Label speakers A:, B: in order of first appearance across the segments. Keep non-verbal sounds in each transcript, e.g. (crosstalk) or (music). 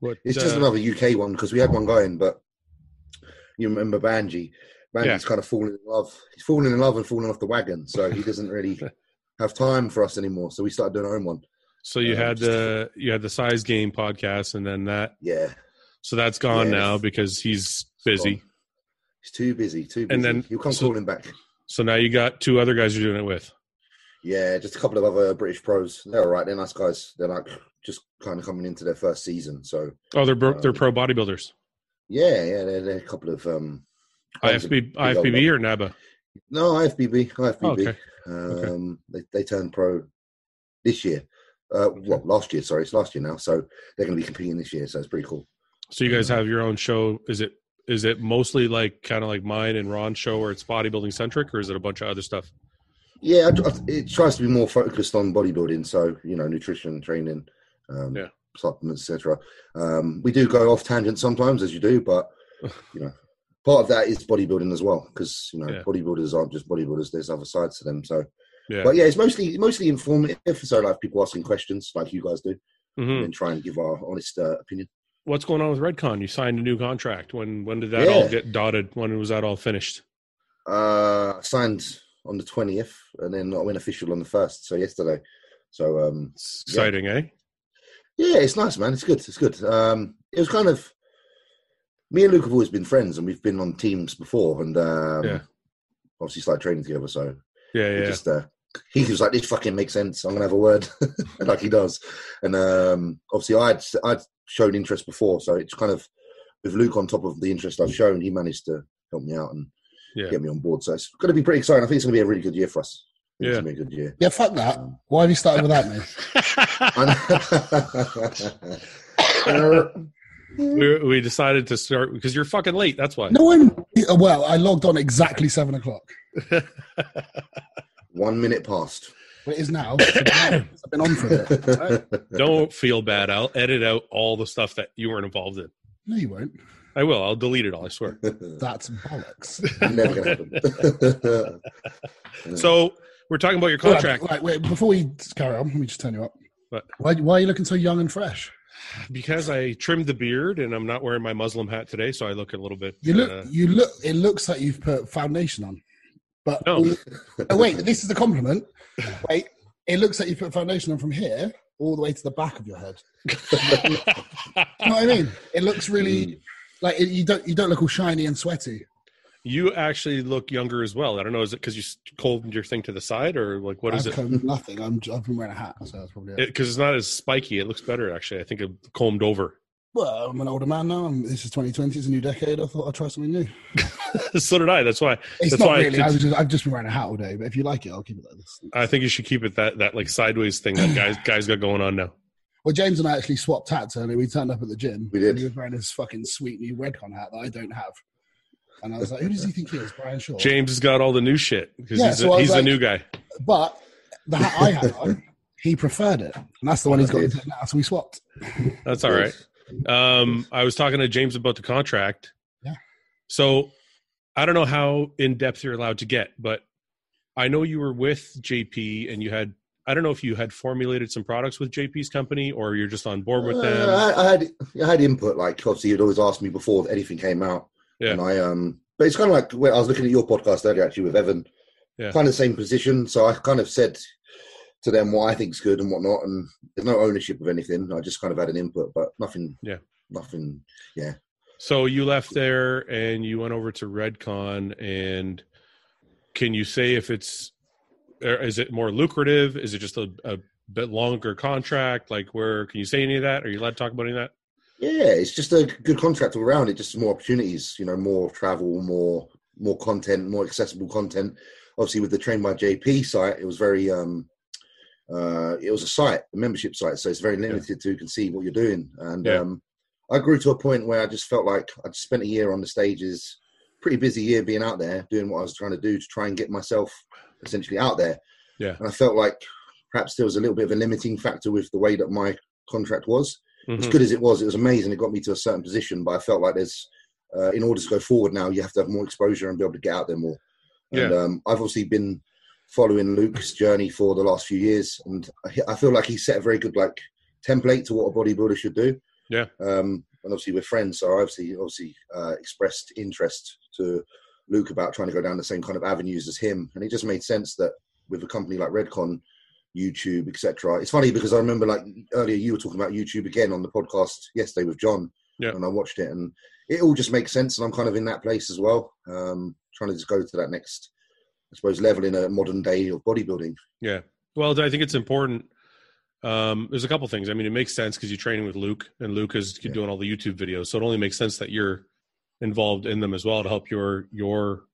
A: What,
B: It's just
A: uh,
B: another UK one because we had one going, but you remember Banji. Banji's
A: Yeah.
B: kind of fallen in love. He's fallen in love and fallen off the wagon, so he doesn't
A: (laughs)
B: really have time for us anymore. So we started doing our own one.
A: So you
B: uh,
A: had
B: just-
A: the you had the size game podcast, and then that.
B: Yeah,
A: So that's gone
B: Yeah.
A: now because he's busy.
B: gone. he's too busy. Too busy.
A: And then-
B: you'll come
A: so-
B: calling back.
A: So now you got two other guys you're doing it with.
B: Yeah, just a couple of other British pros. They're all right. They're nice guys. They're like just kind of coming into their first season. So
A: Oh, they're bro- they're
B: Um,
A: pro bodybuilders.
B: yeah, yeah, they're, they're a couple of um, guys that-
A: IFB,
B: old
A: IFBB or NABA.
B: No, IFBB,
A: Oh,
B: IFBB.
A: okay.
B: Um, They they turned pro this year. Uh, Well, last year. Sorry, it's last year now. So they're going to be competing this year. So it's pretty cool.
A: So you guys have your own show. Is it is it mostly like kind of like mine and Ron's show, where it's bodybuilding centric, or is it a bunch of other stuff?
B: Yeah, I- I- it tries to be more focused on bodybuilding. So you know, nutrition, training, um,
A: Yeah.
B: supplements, etc. Um, we do go off tangent sometimes, as you do,
A: (laughs)
B: but you know, part of that is bodybuilding as well because you know,
A: Yeah.
B: bodybuilders aren't just bodybuilders. There's other sides to them. So,
A: Yeah.
B: but yeah, it's mostly mostly informative. So like people asking questions, like you guys do,
A: Mhm.
B: and try and give our honest uh, opinion.
A: What's going on with Redcon? You signed a new contract. When when did that all
B: Yeah.
A: get dotted? When was that all finished?
B: Uh, signed on the twentieth, and then I went official on the first. So yesterday. So um,
A: It's
B: Yeah.
A: exciting, eh?
B: yeah, it's nice, man. It's good. It's good. Um, it was kind of me and Luke have always been friends, and we've been on teams before, and um,
A: Yeah.
B: obviously started training together. So
A: Yeah,
B: it
A: yeah.
B: just uh, he was like, "This fucking makes sense. I'm gonna have a word," (laughs) like he does. And um, obviously, I'd I'd shown interest before, so it's kind of with Luke on top of the interest I've shown, he managed to help me out and
A: Yeah.
B: get me on board. So it's going to be pretty exciting. I think it's going to be a really good year for us. I think
A: Yeah.
B: It's going to be a good year.
C: Yeah, fuck that.
B: Um,
C: Why have you started with that,
A: (laughs)
C: mate?
B: and-
A: we, we decided to start because you're fucking late. That's why.
C: No one. Well, I logged on exactly seven o'clock.
B: (laughs) One minute past.
C: Well, it is now. (coughs) I've been on for a bit.
A: Don't feel bad. I'll edit out all the stuff that you weren't involved in.
C: No, you won't.
A: I will. I'll delete it all. I swear.
C: That's bollocks.
B: (laughs) Never going to happen. (laughs)
A: So we're talking about your contract
C: Right, wait, before we carry on, let me just turn you up.
A: What?
C: Why, why are you looking so young and fresh?
A: because I trimmed the beard and I'm not wearing my Muslim hat today, so I look a little bit.
C: You look.
A: uh,
C: you look. It looks like you've put foundation on. But
A: No.
C: oh, wait, this is a compliment. Wait, it looks like you put foundation on from here all the way to the back of your head.
A: uh,
C: You know what I mean? It looks really
A: Hmm.
C: like it, you don't. You don't look all shiny and sweaty.
A: (laughs) you actually look younger as well. I don't know. Is it because you s- combed your thing to the side or like what is
C: I've
A: it?
C: combed Nothing. I'm. j- I've been wearing a hat, so that's probably it.
A: Because it's not as spiky. It looks better actually. I think it combed over. (laughs)
C: Well, I'm an older man now. I'm, this is 2020. It's a new decade. I thought I'd try something new.
A: so did I. That's why
C: It's
A: That's
C: not
A: why I
C: really.
A: did-
C: I was just, I've just been wearing a hat all day. But if you like it, I'll keep it like this.
A: I think you should keep it that that like sideways thing that guys guys got going on now.
C: Well, James and I actually swapped hats earlier. We turned up at the gym.
B: We did.
C: And he was wearing his fucking sweet new Redcon hat that I don't have. And I was like, who does he think he is? Brian Shaw.
A: James has got all the new shit because
C: Yeah,
A: he's,
C: so I
A: a,
C: was
A: he's the
C: like-
A: new guy.
C: But the hat I had on, he preferred it. And that's the one he's got
B: Indeed.
C: now. So we swapped.
A: That's all right. Um, I was talking to James about the contract.
C: Yeah.
A: So I don't know how in depth you're allowed to get, but I know you were with JP and you had I don't know if you had formulated some products with JP's company or you're just on board with them.
B: Uh, I, I had I had input. Like obviously, you'd always ask me before anything came out.
A: Yeah.
B: And I um, but it's kind of like when I was looking at your podcast earlier, actually with Evan.
A: Yeah.
B: Kind of same position. So I kind of said to them what I think's good and whatnot, and there's no ownership of anything. I just kind of had an input, but nothing.
A: Yeah.
B: Nothing.
A: So you left there and you went over to Redcon and can you say if it's or is it more lucrative? Is it just a, a bit longer contract? Like where can you say any of that? Are you allowed to talk about any of that?
B: Yeah, it's just a good contract all around. It just more opportunities, you know, more travel, more more content, more accessible content. Obviously, with the Train by JP site, it was very um, uh, it was a site, a membership site, so it's very limited to who can see what you're doing. And
A: Yeah.
B: um, I grew to a point where I just felt like I'd spent a year on the stages, pretty busy year being out there doing what I was trying to do to try and get myself essentially out there.
A: Yeah.
B: and I felt like perhaps there was a little bit of a limiting factor with the way that my contract was as
A: Mhm.
B: good as it was, it was amazing. It got me to a certain position, but I felt like there's, uh, in order to go forward now, you have to have more exposure and be able to get out there more. And
A: Yeah.
B: um, I've obviously been following Luke's journey for the last few years, and I, I feel like he set a very good like template to what a bodybuilder should do.
A: Yeah.
B: Um, and obviously we're friends, so I obviously obviously uh, expressed interest to Luke about trying to go down the same kind of avenues as him, and it just made sense that with a company like Redcon, YouTube, etc. It's funny because I remember like earlier you were talking about YouTube again on the podcast yesterday with John,
A: Yeah.
B: and I watched it, and it all just makes sense, and I'm kind of in that place as well, um, trying to just go to that next, I suppose, level in a modern day of bodybuilding.
A: Yeah. Well, I think it's important. Um, there's a couple things. I mean, it makes sense because you're training with Luke, and Luke is
B: Yeah.
A: doing all the YouTube videos, so it only makes sense that you're involved in them as well to help your your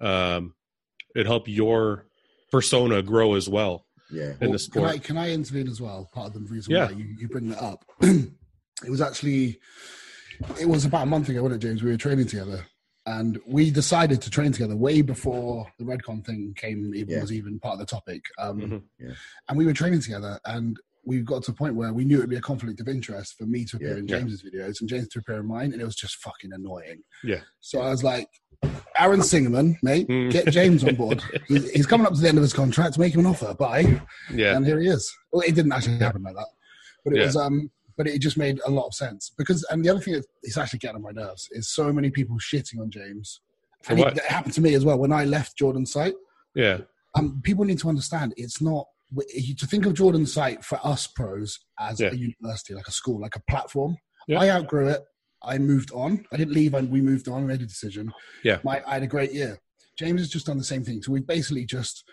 A: um, it help your persona grow as well
B: Yeah,
A: in the
C: Can I,
A: sport.
C: can I intervene as well? Part of the reason
A: Yeah.
C: why you, you bring that up. (clears throat) it was actually, it was about a month ago, wasn't it, James? We were training together, and we decided to train together way before the Redcon thing came. Even
B: Yeah.
C: was even part of the topic. Um,
A: Mhm.
B: Yeah.
C: And we were training together, and we got to a point where we knew it'd be a conflict of interest for me to appear
B: Yeah.
C: in
A: Yeah.
C: James's videos and James to appear in mine, and it was just fucking annoying.
A: Yeah.
C: So I was like, Aaron Singerman, mate,
A: Mm.
C: get James on
A: (laughs)
C: board. he's, he's coming up to the end of his contract. Make him an offer. Bye
A: Yeah,
C: and here he is. Well, it didn't actually happen like that, but it
A: Yeah.
C: was. Um, but it just made a lot of sense because, and the other thing that is actually getting on my nerves is so many people shitting on James.
A: For
C: And it,
A: what?
C: that happened to me as well when I left Jordan's site.
A: yeah,
C: Um, people need to understand it's not you- to think of Jordan's site for us pros as
A: Yeah.
C: a university, like a school, like a platform.
A: Yeah.
C: I outgrew it. I moved on. I didn't leave, and we moved on. Made a decision.
A: Yeah.
C: my, I had a great year. James has just done the same thing. So we've basically just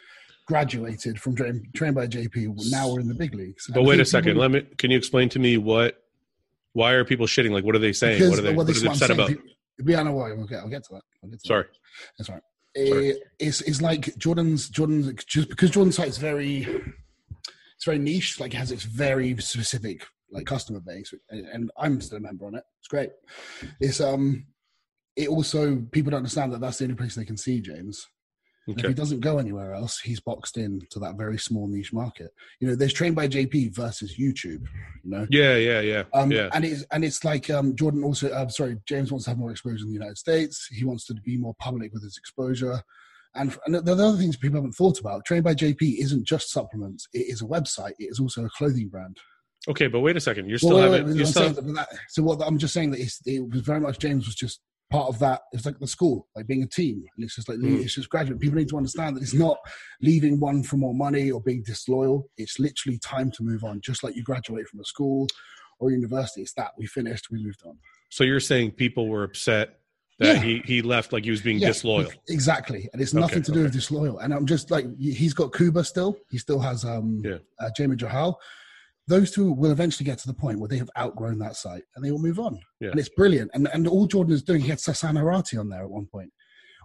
C: graduated from train, trained by JP. Now we're in the big leagues. And
A: But
C: I
A: wait a
C: think
A: second.
C: people-
A: Let me. Can you explain to me what? Why are people shitting? Like, what are they saying?
C: because-
A: what are they?
C: well,
A: What are
C: this is
A: they
C: what I'm
A: upset
C: saying.
A: about?
C: People- Yeah, no, well, okay, I'll get to that. I'll get to that.
A: Sorry.
C: That's right.
A: Sorry.
C: Uh, it's it's like Jordan's Jordan's just because Jordan's site is very it's very niche. Like it has its very specific like customer base, and, and I'm still a member on it. It's great. It's um, it also people don't understand that that's the only place they can see James. And If
A: Okay.
C: he doesn't go anywhere else, he's boxed in to that very small niche market. You know, there's trained by JP versus YouTube. You know,
A: Yeah, yeah, yeah,
C: um,
A: yeah,
C: And it's and it's like um, Jordan also. Uh, sorry, James wants to have more exposure in the United States. He wants to be more public with his exposure. And, f- and the the other things people haven't thought about, Trained by JP isn't just supplements. It is a website. It is also a clothing brand.
A: Okay, but wait a second. You're
C: Well,
A: still
C: wait, wait,
A: having.
C: wait,
A: you
C: I'm
A: still.
C: saying that- that- so what I'm just saying that it's, it was very much James was just part of that. It's like the school, like being a team, and it's just like
A: Mm.
C: it's just graduate. People need to understand that it's not leaving one for more money or being disloyal. It's literally time to move on, just like you graduate from a school or university. It's that we finished, we moved on.
A: So you're saying people were upset that
C: Yeah.
A: he, he left like he was being
C: Yeah,
A: disloyal.
C: exactly, and it's nothing
A: Okay,
C: to do with disloyal. And I'm just like he's got Cuba still. He still has um,
A: Yeah.
C: uh, Jamie Jahal. Those two will eventually get to the point where they have outgrown that site and they will move on.
A: Yeah.
C: And it's brilliant. And and all Jordan is doing, he had Sasan Harati on there at one point.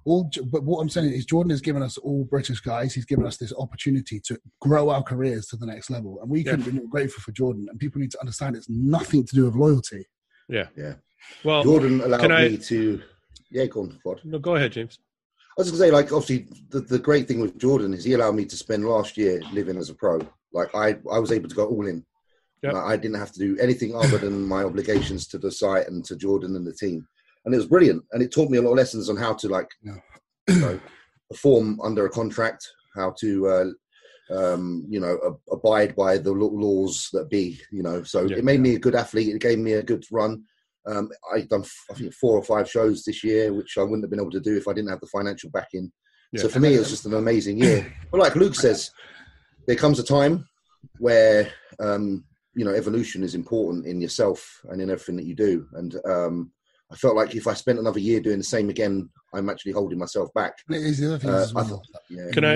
C: All, J- but what I'm saying is Jordan has given us all British guys. He's given us this opportunity to grow our careers to the next level, and we
A: Yeah.
C: couldn't be more grateful for Jordan. And people need to understand it's nothing to do with loyalty.
A: Well,
B: Jordan allowed
A: can I-
B: me to. Yeah, go on, Rod.
A: no, go ahead, James.
B: I was gonna say, like, obviously, the, the great thing with Jordan is he allowed me to spend last year living as a pro. Like, I, I was able to go all in.
A: Yep.
B: Like, I didn't have to do anything other than my obligations to the site and to Jordan and the team, and it was brilliant. And it taught me a lot of lessons on how to like
C: No.
B: you know, perform under a contract, how to uh, um, you know ab- abide by the law- laws that be. You know, so
A: Yeah.
B: it made me a good athlete. It gave me a good run. Um, I've done, f- I think, four or five shows this year, which I wouldn't have been able to do if I didn't have the financial backing.
A: Yeah.
B: So for me, it was just an amazing
A: (coughs)
B: year. But like Luke says, there comes a time where um, you know evolution is important in yourself and in everything that you do. And um, I felt like if I spent another year doing the same again, I'm actually holding myself back.
C: And it is the other thing
B: Uh,
C: as
B: I
C: well.
B: Yeah.
A: Can I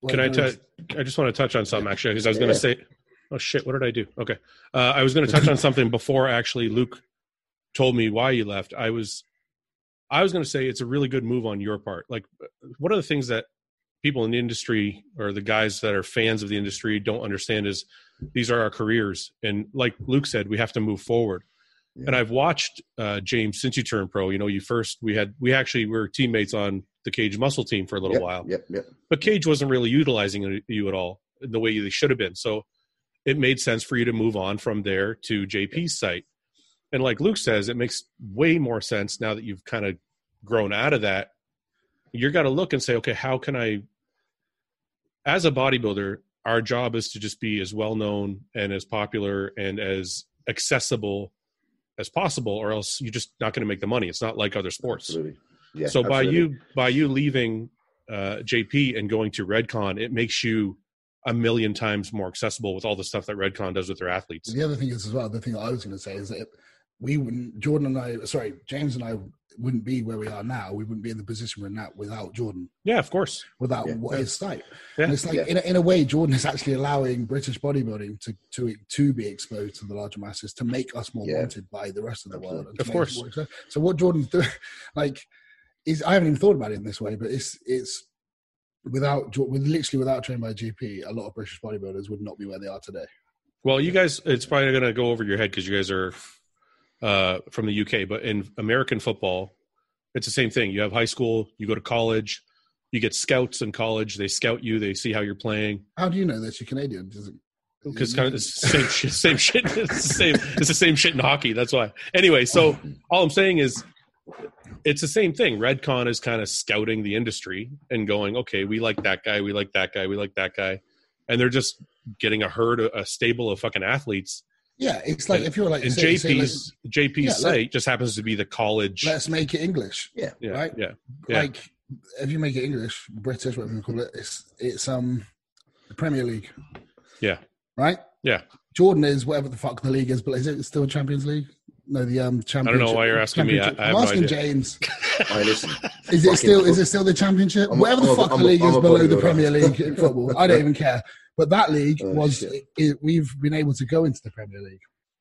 C: Well,
A: can I
C: no,
A: touch? I just want to touch on something actually because I was going
B: Yeah.
A: to say, oh shit, what did I do? Okay, uh, I was going to
B: (laughs)
A: touch on something before actually Luke told me why you left. I was I was going to say it's a really good move on your part. Like one of the things that people in the industry or the guys that are fans of the industry don't understand is these are our careers and like Luke said, we have to move forward.
B: Yeah.
A: And I've watched uh, James since you turned pro. You know, you first we had we actually were teammates on the Cage Muscle team for a little
B: Yep,
A: while
B: Yep, yep.
A: but Cage wasn't really utilizing you at all the way they should have been. So it made sense for you to move on from there to JP's site. And like Luke says, it makes way more sense now that you've kind of grown out of that. You're got to look and say, okay, how can I, as a bodybuilder, our job is to just be as well known and as popular and as accessible as possible, or else you're just not going to make the money. It's not like other sports.
B: Absolutely. Yeah,
A: so by
B: absolutely.
A: you by you leaving uh, JP and going to RedCon, it makes you a million times more accessible with all the stuff that RedCon does with their athletes.
C: The other thing is as well. The thing I was going to say is that we wouldn't. Jordan and I, sorry, James and I wouldn't be where we are now. We wouldn't be in the position we're in now without Jordan,
A: Yeah, of course.
C: without
B: Yeah.
C: what his site.
A: Yeah.
C: And it's like
B: Yeah.
C: in, a, in a way, Jordan is actually allowing British bodybuilding to to to be exposed to the larger masses to make us more
B: Yeah.
C: wanted by the rest of the world.
B: Absolutely.
C: and to
A: Of
C: make
A: course.
C: it more accept- So what Jordan's doing, (laughs) like, is I haven't even thought about it in this way, but it's it's without Jo- with literally without trained by GP, a lot of British bodybuilders would not be where they are today.
A: Well, you guys, it's probably going to go over your head because you guys are uh, from the UK. But in American football, it's the same thing. You have high school, you go to college, you get scouts in college. They scout you, they see how you're playing.
C: How do you know that you're Canadian? Does it-
A: Because kind of it's the same shit, same shit. (laughs) It's the same. It's the same shit in hockey. That's why. Anyway, so all I'm saying is, it's the same thing. Redcon is kind of scouting the industry and going, okay, we like that guy, we like that guy, we like that guy, and they're just getting a herd, a a stable of fucking athletes
C: yeah, it's like if you're like
A: and
C: say-
A: JP's
C: say, like,
A: JP's
C: Yeah, let-
A: site just happens to be the college.
C: let's make it English.
A: yeah,
C: right.
A: yeah, Yeah.
C: Like if you make it English, British, whatever you call it, it's it's um the Premier League.
A: Yeah.
C: Right?
A: Yeah.
C: Jordan is whatever the fuck the league is, but is it still Champions League? No, the um
A: know
C: championship.
A: why you're asking me. I-
C: Championship.
A: I
C: I'm
A: have no
C: asking
A: idea.
C: James.
B: I listen.
C: Is
B: Fucking
C: it still is it still the championship?
B: I'm a-
C: whatever the
B: I'm a-
C: fuck
B: I'm
C: the
B: a-
C: league
B: I'm
C: is
B: a
C: below the
B: bodybuilder.
C: Premier League in football. I don't even care. But that league
B: (laughs) Oh,
C: was
B: shit.
C: it, we've been able to go into the Premier League.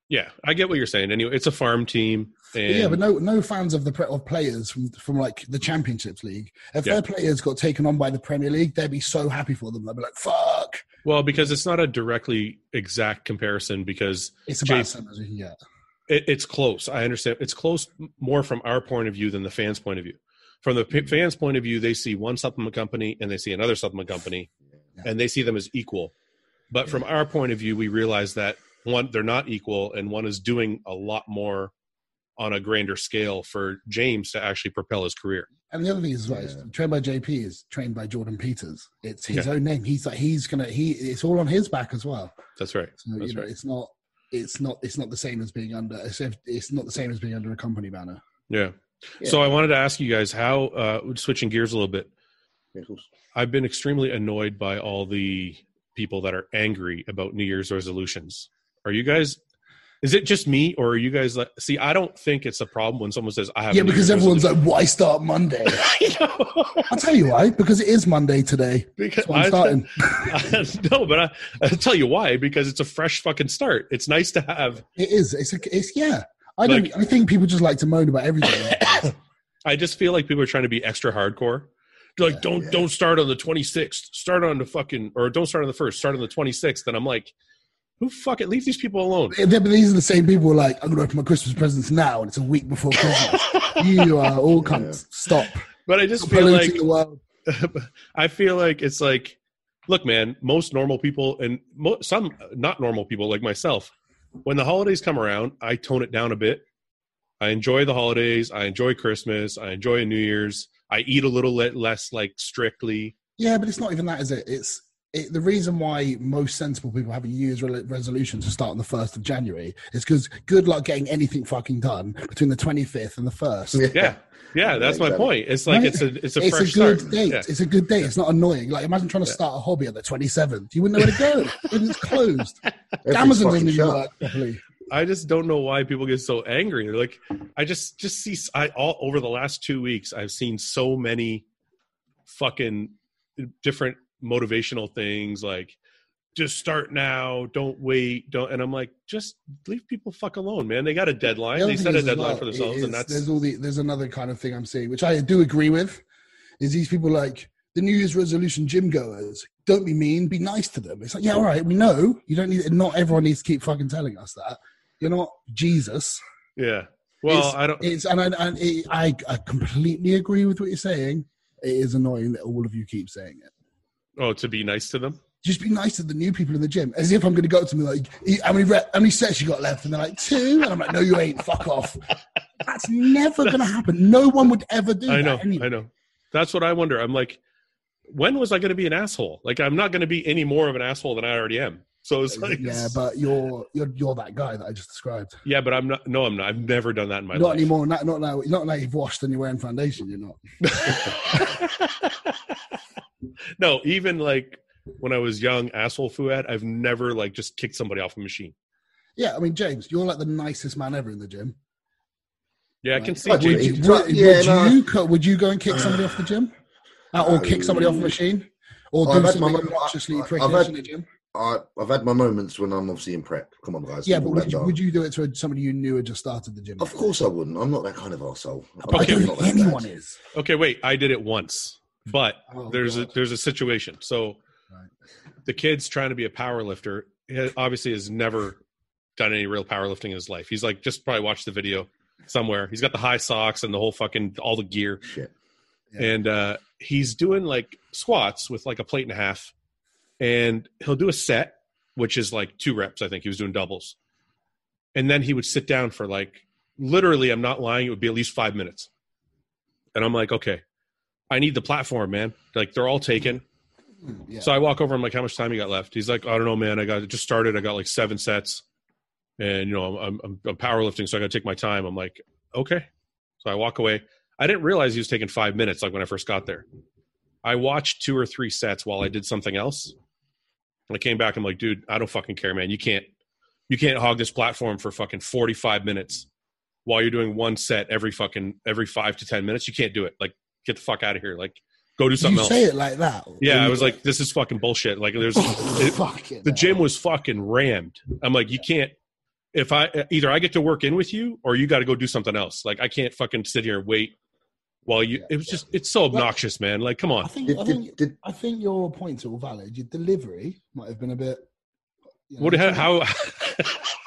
A: yeah. I get what you're saying. Anyway, it's a farm team, and
C: But yeah, but no, no fans of the pre- of players from from like the Championships League. If
A: Yeah.
C: their players got taken on by the Premier League, they'd be so happy for them. They'd be like, "Fuck!"
A: well, because it's not a directly exact comparison because
C: It's about
A: Jay-
C: as same as we can get.
A: it, it's close. I understand it's close m- more from our point of view than the fans' point of view. From the
B: Mm-hmm.
A: p- fans' point of view, they see one supplement company and they see another supplement company,
C: Yeah.
A: and they see them as equal. But from
B: Yeah.
A: our point of view, we realize that one they're not equal, and one is doing a lot more on a grander scale for James to actually propel his career.
C: And the other thing is, right,
B: Yeah.
C: trained by JP is trained by Jordan Peters. It's his
A: Yeah.
C: own name. He's like he's gonna he. It's all on his back as well.
A: That's right.
C: So
A: That's
C: you know,
A: right.
C: it's not. It's not. It's not the same as being under. It's, it's not the same as being under a company banner.
A: Yeah.
B: Yeah.
A: So I wanted to ask you guys how uh switching gears a little bit.
B: Yeah, of course.
A: I've been extremely annoyed by all the people that are angry about New Year's resolutions. Are you guys is it just me or are you guys like see I don't think it's a problem when someone says I have a
C: Yeah,
A: New
C: because
A: Year's
C: everyone's like, "Why start
A: (laughs)
C: Monday?"
A: resolution."
C: I'll tell you why. Because it is Monday today.
A: because
C: That's why I'm starting.
A: (laughs) no, but I, I'll tell you why. Because it's a fresh fucking start. It's nice to have.
C: It is. It's a, it's yeah. I don't.
A: Like-
C: I think people just like to moan
A: (coughs)
C: about everything.
A: I just feel like people are trying to be extra hardcore. They're like,
C: Yeah.
A: don't
B: Yeah.
A: don't start on the twenty sixth. Start on the fucking or don't start on the first. Start on the twenty sixth. And I'm like, who fucking leave these people alone? (laughs)
C: Yeah, but these are the same people who are like, I'm going to open my Christmas presents now, and it's a week before Christmas.
A: (laughs)
C: you are all cunts. Stop.
A: But I just
C: Stop
A: feel
C: polluting
A: like
C: the world.
A: (laughs) I feel like it's like, look, man, most normal people and mo- some not normal people like myself, when the holidays come around, I tone it down a bit. I enjoy the holidays. I enjoy Christmas. I enjoy New Year's. I eat a little le- less, like strictly.
C: Yeah, but it's not even that, is it? It's it, the reason why most sensible people have a New Year's re- resolution to start on the 1st of January is because good luck getting anything fucking done between the 25th and the
A: (laughs)
C: 1st. (laughs)
A: Yeah, yeah,
B: Yeah,
A: that's my
B: exactly.
A: point. It's like
C: Right?
A: it's a it's a
C: It's a,
A: fresh
C: good
A: start.
C: date.
A: Yeah.
C: It's a good date. It's not annoying. Like, imagine trying to start a hobby on the 27th. You wouldn't know where to go. it's closed.
B: Everything's
C: Amazon
B: fucking
C: doesn't even
B: shut.
A: (laughs)
C: work properly.
A: I just don't know why people get so angry. They're like, I just just see I all over the last two weeks, I've seen so many fucking different motivational things like just start now, don't wait, don't. And I'm like, just leave people fuck alone, man. They got a deadline.
C: The other
A: they
C: thing
A: set a
C: is as
A: deadline
C: well,
A: for themselves,
C: is
A: and that's
C: there's all the there's another kind of thing I'm seeing, which I do agree with, is these people like the New Year's resolution gym goers. Don't be mean, be nice to them. It's like, yeah, all right, we know you don't need. Not everyone needs to keep fucking telling us that. You're not Jesus.
A: yeah. Well, I don't.
C: It's and I and it, I, I completely agree with what you're saying. It is annoying that all of you keep saying it.
A: oh, to be nice to them.
C: Just be nice to the new people in the gym, as if I'm going to go up to them like, "E- how many rep, how many sets you got left? And they're like, two. And I'm like, no, you ain't.
A: (laughs)
C: Fuck off. That's never going to happen. No one would ever do
A: I
C: that.
A: know,
C: anyway.
A: I know. That's what I wonder. I'm like, when was I going to be an asshole? Like, I'm not going to be any more of an asshole than I already am. So it's like
C: yeah, but you're you're you're that guy that I just described.
A: yeah, but I'm not. No, I'm not. I've never done that in my
C: not
A: life.
C: anymore. Not not now. Not now. You've washed and you're wearing foundation. You're not.
A: (laughs) no, even like when I was young, asshole Fuad, I've never like just kicked somebody off a machine.
C: Yeah, I mean, James, you're like the nicest man ever in the gym.
A: Yeah, I can
C: Right.
A: see
B: I do.
A: James.
C: Would,
B: Yeah,
C: would-
B: yeah,
C: would
B: no.
C: you co- would you go and kick somebody off the gym, Uh, or kick somebody off a machine, or
B: I've
C: do
B: had
C: something
B: my mum- I-
C: obnoxiously
B: I've
C: prickish
B: had-
C: in the gym?
B: I, I've had my moments when I'm obviously in prep. Come on, guys.
C: Yeah,
B: we've
C: but
B: all
C: would
B: been
C: you,
B: there.
C: would you do it to somebody you knew had just started the gym?
B: Of course, I wouldn't. I'm not that kind of arsehole. I'm
C: I
A: Okay.
B: not
C: don't
B: that
C: think
B: bad.
C: anyone is.
A: Okay, wait. I did it once, but
C: Oh,
A: there's a
C: God.
A: there's a situation. So
C: Right.
A: the kid's trying to be a power lifter. He ha- obviously has never done any real powerlifting in his life. He's like just probably watched the video somewhere. He's got the high socks and the whole fucking all the gear.
B: Shit.
C: Yeah.
A: And uh he's doing like squats with like a plate and a half. And he'll do a set, which is like two reps, I think. He was doing doubles. And then he would sit down for like literally, I'm not lying, it would be at least five minutes. And I'm like, okay, I need the platform, man. Like they're all taken.
C: Hmm, Yeah.
A: So I walk over. I'm like, "How much time you got left?" He's like, "I don't know, man. I got it just started. I got like seven sets, and you know, I'm I'm, I'm powerlifting, so I got to take my time." I'm like, "Okay." So I walk away. I didn't realize he was taking five minutes. Like when I first got there, I watched two or three sets while I did something else. And I came back. I'm like, "Dude, I don't fucking care, man. You can't you can't hog this platform for fucking 45 minutes while you're doing one set every fucking every five to ten minutes. You can't do it. Like, get the fuck out of here. Like, go do
C: Did
A: something
C: you
A: else."
C: say it like that?
A: Yeah, I was like, this is fucking bullshit. Like,
C: (laughs)
A: there's it-
C: Fuck (laughs) it,
A: the
C: no.
A: gym was fucking rammed. I'm like, you can't. If I either I get to work in with you or you got to go do something else. Like, I can't fucking sit here and wait while you.
C: Yeah,
A: It was just, it's so obnoxious, man. Like, come
C: I
A: on.
C: think, I
B: Did,
C: think,
B: did, did,
C: I think your points are all valid. Your delivery might have been a bit. you know,
A: What? How? (laughs)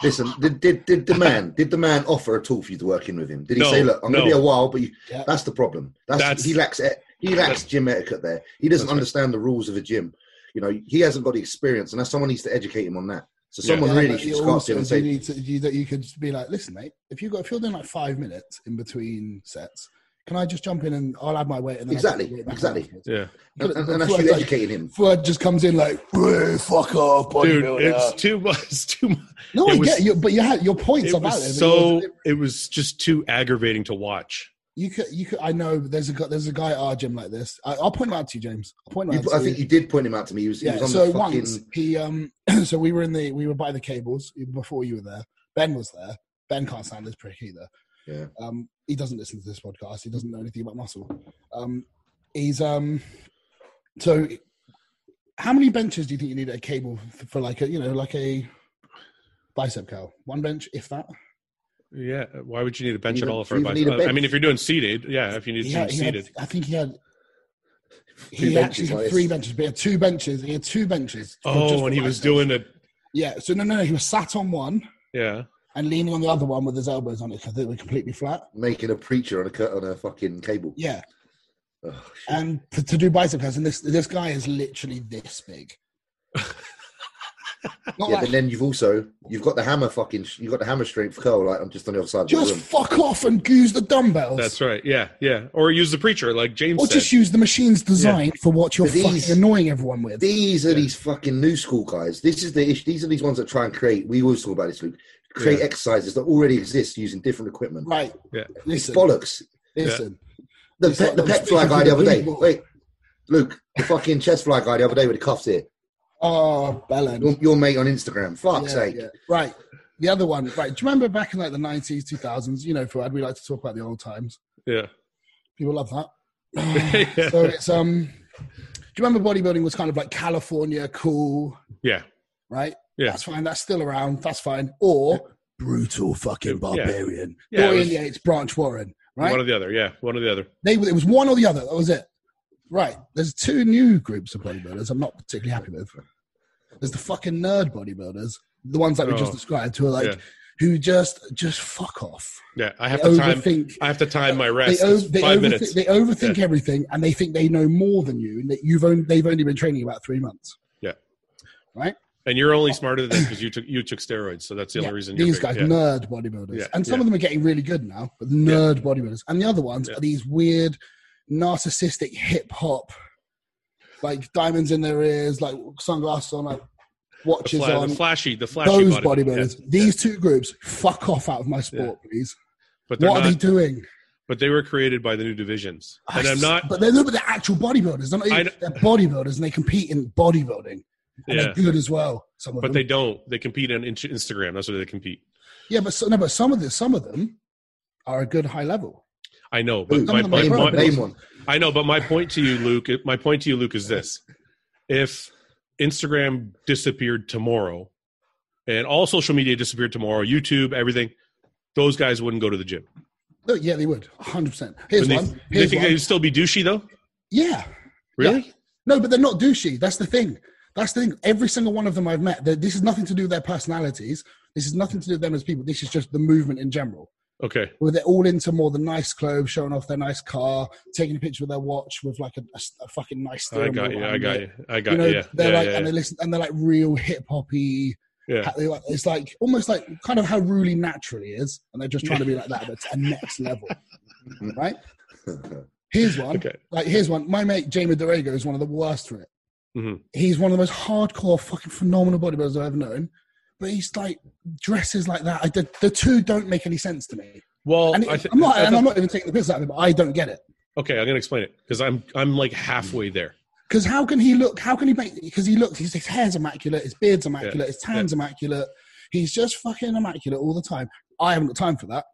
B: listen, did, did, did the man did the man offer at all for you to work in with him? Did he
A: No,
B: say, "Look, I'm
A: no.
B: going to be a while," but you,
C: Yeah.
B: that's the problem. That's,
A: That's-
B: he lacks et- he lacks gym etiquette. There, he doesn't
A: That's right.
B: understand the rules of a gym. You know, he hasn't got the experience, and that's someone needs to educate him on that. So
A: Yeah.
B: someone
C: Yeah,
B: really
C: but
B: should
C: it
B: start
C: also-
B: to him and
C: you
B: say,
C: need to- you- that you could be like, listen, mate, if you got if you're doing like five minutes in between sets, can I just jump in and I'll add my weight and then I'll
B: Exactly,
C: put the weight back
B: exactly.
C: on afterwards?"
A: yeah,
B: and, and, and that's
C: Fuad,
B: you
C: like,
B: educating him.
C: Fuad just comes in like, "Hey, fuck off,
A: dude,
C: bodybuilder.
A: it's too much. It's too much.
C: no,
A: it
C: I
A: was-
C: get you, but you had your points are
A: It
C: valid. but
A: was so.
C: yours-
A: It was just too aggravating to watch.
C: you could, you could. I know there's a guy, there's a guy at our gym like this. I, I'll point him out to you, James. I'll point him
B: You,
C: out.
B: put-
C: to
B: I think you did point him out to me. He was, he
C: Yeah.
B: was on
C: So
B: the fucking.
C: once he um, (clears throat) so we were in the we were by the cables before you were there. Ben was there. Ben can't stand this prick either.
B: Yeah.
C: Um, he doesn't listen to this podcast. He doesn't know anything about muscle. Um, he's um, so how many benches do you think you need at a cable for, for like a you know like a bicep curl? One bench, if that.
A: Yeah, why would you need a bench
B: You
A: at
B: don't
A: all for a
B: even
A: bike?
B: need a
A: I
B: bench.
A: mean, if you're doing seated, yeah. If you need
C: He
A: to
C: had,
A: do
C: he had-
A: seated,
C: I think he had.
B: Two
C: He
B: benches
C: actually
B: like
C: had
B: this.
C: three benches, but he had two benches. He had two benches. for just
A: oh,
C: the
A: and he
C: bicep.
A: was doing it.
C: Yeah. So no, no, no. He was sat on one.
A: Yeah,
C: and leaning on the other one with his elbows on it because they were completely flat.
B: Making a preacher on a cur- on a fucking cable.
C: Yeah,
B: Oh, shit.
C: and to, to do bicep curls, and this this guy is literally this big. Not
B: yeah,
C: like,
B: but then you've also you've got the hammer fucking you've got the hammer strength curl. Like I'm just on the other side of the
C: just
B: room.
C: fuck off and use the dumbbells,
A: that's right. Yeah, yeah. Or use the preacher, like James
C: or
A: said.
C: just use the machine's design for what you're
B: But these-
C: fucking annoying everyone with.
B: These are
A: Yeah.
B: these fucking new school guys. This is the issue. These are these ones that try and create. We always talk about this, Luke. Create
A: Yeah.
B: exercises that already exist using different equipment.
C: right?
A: Yeah.
B: It's
C: Listen,
B: bollocks.
C: listen.
B: The
C: It's
B: pe-
C: like
B: the
C: them
B: pet fly
C: speaking
B: guy
C: to
B: the other
C: the
B: day.
C: people.
B: Wait, Luke, the fucking chest fly guy the other day with the cuffs here.
C: Oh, Belen.
B: Your, your mate on Instagram. Fuck's
C: Yeah,
B: sake.
C: yeah. Right. The other one. Right. Do you remember back in like the nineties, two thousands? You know, Fuad, we like to talk about the old times.
A: Yeah.
C: (laughs) People love that.
A: (laughs) yeah.
C: so it's um do you remember bodybuilding was kind of like california cool
A: yeah.
C: right
A: Yeah.
C: that's fine that's still around that's fine or brutal fucking
A: Yeah.
C: barbarian
A: Yeah, it
C: Dorian
A: was-
C: Yates, branch warren
A: One
C: right
A: or the other. Yeah. One or the other.
C: they it was one or the other that was it right there's two new groups of bodybuilders i'm not particularly happy with there's the fucking nerd bodybuilders the ones that we just
A: Oh.
C: described who are like
A: Yeah.
C: who just just fuck off
A: Yeah. I
C: they
A: have to time.
C: overthink
A: I have to time my
C: they,
A: rest.
C: over,
A: It's
C: they,
A: five
C: overthink,
A: minutes.
C: they overthink everything and they think they know more than you and that you've only, they've only been training about three months
A: and you're only smarter than them because you took you took steroids. So that's the only
C: Oh. Yeah,
A: reason. You're
C: these
A: big.
C: guys
A: Yeah.
C: nerd bodybuilders
A: Yeah,
C: and some
A: yeah.
C: of them are getting really good now but nerd bodybuilders and the other ones
A: Yeah.
C: are these weird narcissistic hip-hop like diamonds in their ears like sunglasses on like
A: The,
C: watches
A: fla-
C: on
A: the flashy, the flashy
C: those
A: body-
C: bodybuilders.
A: yeah,
C: These two groups, fuck off out of my sport, please.
A: but they're
C: What are they
A: not.
C: doing?
A: but they were created by the new divisions, and I'm not.
C: But they're, but they're actual bodybuilders. They're, not
A: I
C: even,
A: don't-
C: they're bodybuilders, and they compete in bodybuilding, and
A: Yeah,
C: they're good as well. Some of
A: but
C: them.
A: they don't. They compete on Inch- Instagram. That's where they compete.
C: yeah, but so, no, but some of the, some of them are a good high level.
A: I know,
B: Ooh,
A: but my,
C: some of them
A: my,
C: are
B: name
A: my,
B: one.
C: incredible.
B: Name one.
A: I know, but my point to you, Luke. My point to you, Luke, is this: if Instagram disappeared tomorrow, and all social media disappeared tomorrow, YouTube, everything, those guys wouldn't go to the gym.
C: No, yeah, they would, hundred percent. Here's
A: Wouldn't
C: one.
A: they, they
C: Here's
A: think
C: one.
A: they'd still be douchey though.
C: yeah,
A: Really?
C: No, but they're not douchey. That's the thing. That's the thing. Every single one of them I've met, that this is nothing to do with their personalities. This is nothing to do with them as people. This is just the movement in general.
A: Okay.
C: Where they're all into more the nice clothes, showing off their nice car, taking a picture with their watch with like a, a s- a fucking nice.
A: I
C: steering
A: got
C: wheel
A: you. I
C: behind
A: got
C: it.
A: you. I got
C: you
A: you.
C: know,
A: yeah.
C: they're
A: yeah,
C: like,
A: yeah,
C: and they listen, and they're like real hip hoppy.
A: yeah.
C: ha- they like- It's like almost like kind of how Ruli naturally is, and they're just trying to be like that, but to a next level, right?
A: (laughs)
C: Here's one.
A: Okay.
C: Like here's one. My mate Jamie Dorego is one of the worst for it.
A: Mhm.
C: He's one of the most hardcore, fucking phenomenal bodybuilders I've ever known. But he's like dresses like that. I, the, the two don't make any sense to me.
A: Well,
C: And
A: I thi-
C: I'm not.
A: I
C: And
A: thought-
C: I'm not even taking the piss out of him. But I don't get it.
A: okay, I'm gonna explain it because I'm I'm like halfway there.
C: Because how can he look? How can he make? Because he looks. His, his hair's immaculate. His beard's immaculate. His tan's immaculate. He's just fucking immaculate all the time. I haven't got time for that.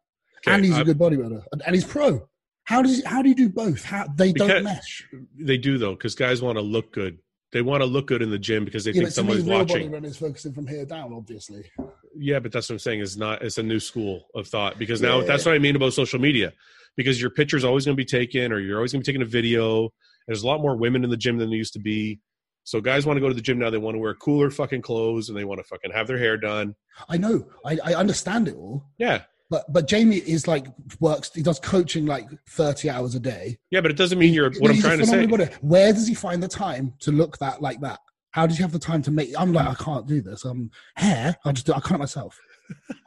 A: Okay,
C: and he's
A: I-
C: a good bodybuilder. And, and he's pro. How does? How do you do both? How they
A: Because-
C: don't mesh.
A: They do though, because guys want to look good. They want to look good in the gym because they
C: Yeah,
A: think
C: but to me,
A: someone's
C: real
A: watching.
C: bodybuilding is focusing from here down, obviously.
A: Yeah, but that's what I'm saying. Is not it's a new school of thought because now
B: Yeah.
A: that's what I mean about social media. Because your picture's always going to be taken, or you're always going to be taking a video. There's a lot more women in the gym than there used to be. So guys want to go to the gym now. They want to wear cooler fucking clothes and they want to fucking have their hair done.
C: I know. I, I understand it all.
A: Yeah,
C: But but Jamie is like works. He does coaching like thirty hours a day.
A: yeah, but it doesn't mean you're what I'm
C: He's a
A: trying to say.
C: phenomenal bodybuilder. Where does he find the time to look that like that? How does he have the time to make? I'm like, I can't do this. Um, hair. I just do. I can't
A: (laughs)
C: myself.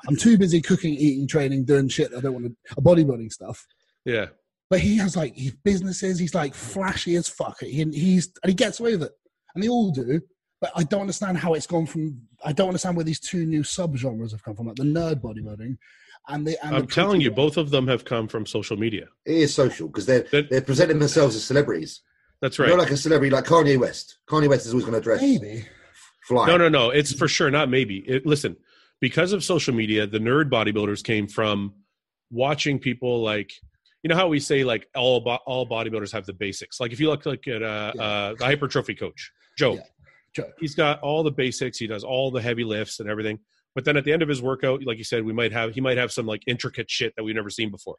C: I'm too busy cooking, eating, training, doing shit. I don't want to bodybuilding stuff.
A: Yeah,
C: But he has like his businesses. He's like flashy as fuck. He, and he's and he gets away with it, and they all do. But I don't understand how it's gone from. I don't understand where these two new subgenres have come from, like the nerd bodybuilding, and the. And
A: I'm
C: the
A: telling you, both of them have come from social media.
B: It is social because they're
A: That-
B: they're presenting themselves as celebrities.
A: That's
B: You're
A: right.
B: like a celebrity, like Kanye West. Kanye West is always going to dress
C: Maybe.
B: fly.
A: No, no, no. It's for sure not maybe. It, listen, because of social media, the nerd bodybuilders came from watching people like you know how we say like all bo- all bodybuilders have the basics. Like if you look like at uh,
C: Yeah.
A: uh, the hypertrophy coach Joe,
C: Yeah. Joe.
A: he's got all the basics. He does all the heavy lifts and everything. But then at the end of his workout, like you said, we might have he might have some like intricate shit that we've never seen before,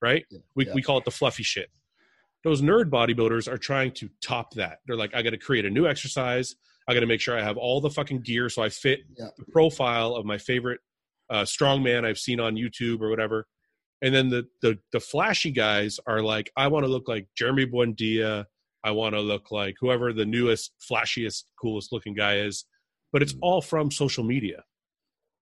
A: right? We
C: Yeah.
A: we call it the fluffy shit. Those nerd bodybuilders are trying to top that. They're like, I got to create a new exercise. I got to make sure I have all the fucking gear so I fit
C: Yeah.
A: the profile of my favorite uh, strongman I've seen on YouTube or whatever. And then the the, the flashy guys are like, I want to look like Jeremy Buendia. I want to look like whoever the newest, flashiest, coolest looking guy is. But it's all from social media.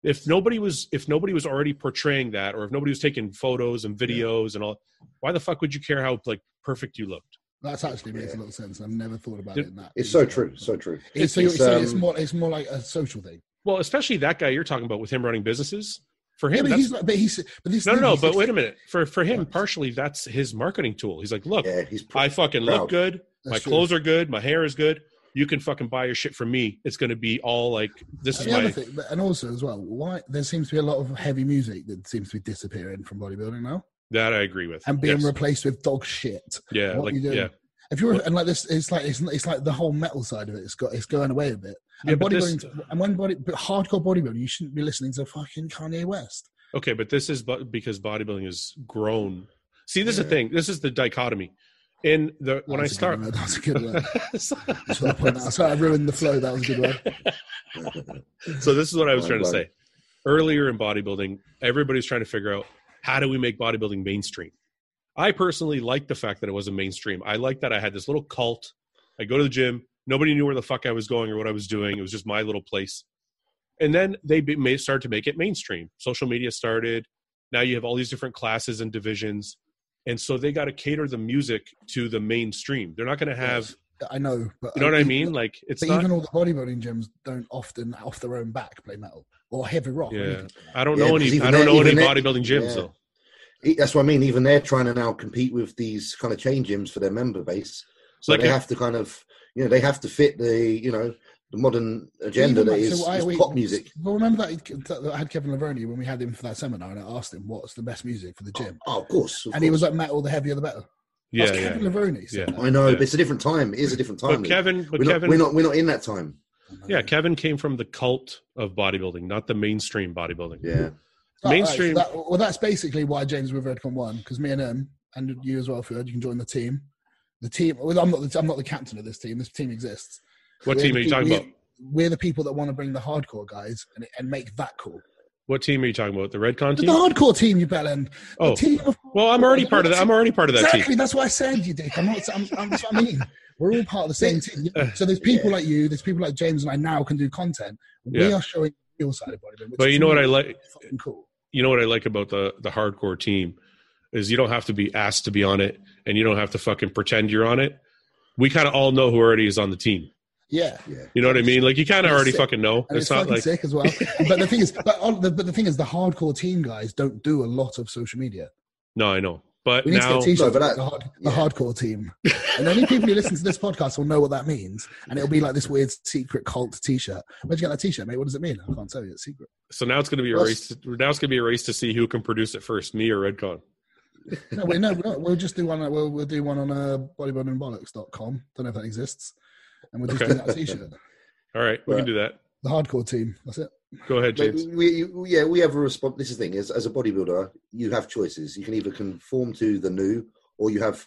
A: If nobody was if nobody was already portraying that, or if nobody was taking photos and videos and all, why the fuck would you care how like perfect you looked?
C: That's actually makes a
B: Yeah.
C: lot of sense. I've never thought about
A: It-
C: it in that.
B: It's so true. So true.
C: It's, so you're
B: it's,
C: saying it's
B: um,
C: more. It's more like a social thing.
A: Well, especially that guy you're talking about with him running businesses. For
C: Yeah,
A: him,
C: but
A: that's
C: he's like, but he's, but this.
A: No, no,
C: thing,
A: no.
C: he's
A: But
C: just- (laughs)
A: wait a minute. For for him,
C: Right.
A: partially that's his marketing tool. He's like, look,
B: Yeah, he's. Pr-
A: I fucking look
B: proud.
A: good. My
C: That's true.
A: clothes are good. My hair is good. You can fucking buy your shit from me. It's going to be all like this is
C: And the other
A: my
C: thing, but- and also as well, why there seems to be a lot of heavy music that seems to be disappearing from bodybuilding now
A: that I agree with.
C: and being
A: Yes.
C: replaced with dog shit.
A: yeah,
C: what
A: like
C: you doing?
A: yeah,
C: If you're
A: What-
C: and like this, it's like it's, it's like the whole metal side of it. It's got it's going away a bit. And
A: Yeah, but this-
C: bodybuilding and when body but hardcore bodybuilding, you shouldn't be listening to fucking Kanye West.
A: okay. But this is bu- because bodybuilding has grown. See, this is
C: Yeah.
A: the thing. This is the dichotomy. In the when
C: That's
A: I
C: a good
A: start,
C: word, that's a good word.
A: (laughs)
C: Just want to point that out. Sorry, I ruined the flow. That was a good word.
A: so this is what I was trying to
B: Mind-blowing.
A: say. Earlier in bodybuilding, everybody's trying to figure out how do we make bodybuilding mainstream. I personally liked the fact that it wasn't mainstream. I liked that I had this little cult. I go to the gym. Nobody knew where the fuck I was going or what I was doing. It was just my little place. And then they be- may start to make it mainstream. Social media started. Now you have all these different classes and divisions. And so they got to cater the music to the mainstream. They're not going to have
C: I know, but
A: You know what I mean? Like it's
C: But
A: not.
C: even all the bodybuilding gyms don't often, off their own back, play metal or heavy rock. or
A: Yeah,
C: anything.
A: I don't
B: Yeah,
A: know
B: because
A: any.
B: even
A: I don't
B: that-
A: know any
B: even that-
A: bodybuilding gyms
B: yeah.
A: though.
B: E- That's what I mean. Even they're trying to now compete with these kind of chain gyms for their member base. So
A: Like
B: they
A: if-
B: have to kind of, you know, they have to fit the, you know, the modern agenda
C: Even
B: that
C: like-
B: is,
C: so I-
B: is
C: we-
B: pop music.
C: Well, remember that that I had Kevin Lavernie when we had him for that seminar, and I asked him what's the best music for the gym,
B: Oh, of course. of
C: and he
B: course.
C: was like, "Metal, the heavier the better."
A: Yeah,
C: That's
A: yeah.
C: Kevin Lavernie. said
A: Yeah.
C: that.
B: I know,
A: Yeah.
B: but it's a different time. It is a different time.
A: But
B: Lee.
A: Kevin, but
B: we're, not,
A: Kevin,
B: we're not. We're not in that time.
A: yeah, Kevin came from the cult of bodybuilding, not the mainstream bodybuilding.
B: Yeah.
C: But, right,
A: mainstream-
C: so that- well, that's basically why James with Redcon won because me and him and you as well, Ferd, you can join the team. The team. Well, I'm not. The, I'm not the captain of this team. This team exists.
A: What
C: We're
A: team
C: the
A: are you
C: peop-
A: talking
C: we-
A: about?
C: We're the people that want to bring the hardcore guys and, and make that cool.
A: What team are you talking about? The Redcon
C: But
A: team?
C: the hardcore team, you bellend. The
A: oh,
C: team of
A: well, I'm already part of that. I'm already part of that
C: exactly.
A: team.
C: That's what I said, you dick. I'm not. I'm, I'm, that's what I mean. We're all part of the same team.
A: Uh,
C: So there's people like you. There's people like James and I now can do content. We
A: Yeah.
C: are showing the real side of bodybuilding. which
A: But you
C: to
A: know what
C: me
A: I
C: is
A: like?
C: Fucking cool.
A: You know what I like about the the hardcore team is you don't have to be asked to be on it, and you don't have to fucking pretend you're on it. We kind of all know who already is on the team.
C: Yeah.
B: Yeah.
A: You know what I mean? Like you kind of
C: It's
A: already
C: sick.
A: fucking know.
C: And
A: It's
C: it's,
A: not
C: fucking
A: like (laughs)
C: sick as well. But the thing is, but, on the, but the thing is, the hardcore team guys don't do a lot of social media.
A: no, I know. But
C: We need
A: now,
C: to get
B: No, but
C: t-shirts. with
B: that-
C: the, hard, the
B: yeah.
C: hardcore team, and only people who listen to this podcast will know what that means. And it'll be like this weird secret cult T-shirt. Where'd you get that T-shirt, mate? What does it mean? I can't tell you. It's secret.
A: so now it's going to be a
B: Well,
A: race. Now it's going to be a race to see who can produce it first, me or Redcon.
C: No, we no, we'll, we'll just do one. uh, We'll, we'll do one on uh, bodybuildingbollocks.com. Don't know if that exists. And we'll just
A: Okay.
C: do that T-shirt.
A: All right, we
B: Well-
A: can do that.
C: The hardcore team. That's it.
A: Go ahead,
B: But
A: James.
B: we, we- yeah, we have a response. This is the thing: is as a bodybuilder, you have choices. You can either conform to the new, or you have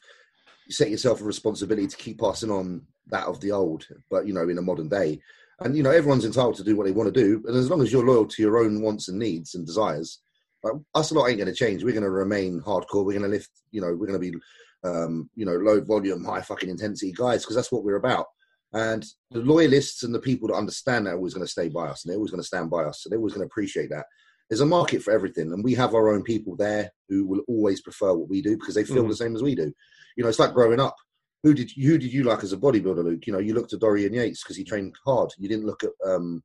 B: you set yourself a responsibility to keep passing on that of the old. But you know, in a modern day, and you know, everyone's entitled to do what they want to do. And as long as you're loyal to your own wants and needs and desires, like, us a lot ain't going to change. We're going to remain hardcore. We're going to lift. You know, we're going to be, um, you know, low volume, high fucking intensity guys because that's what we're about. And the loyalists and the people that understand that are always going to stay by us, and they're always going to stand by us, so they're always going to appreciate that. There's a market for everything, and we have our own people there who will always prefer what we do because they feel
A: Mhm.
B: the same as we do. You know, it's like growing up. Who did who did you like as a bodybuilder, Luke? You know, you looked at Dorian Yates because he trained hard. You didn't look at um,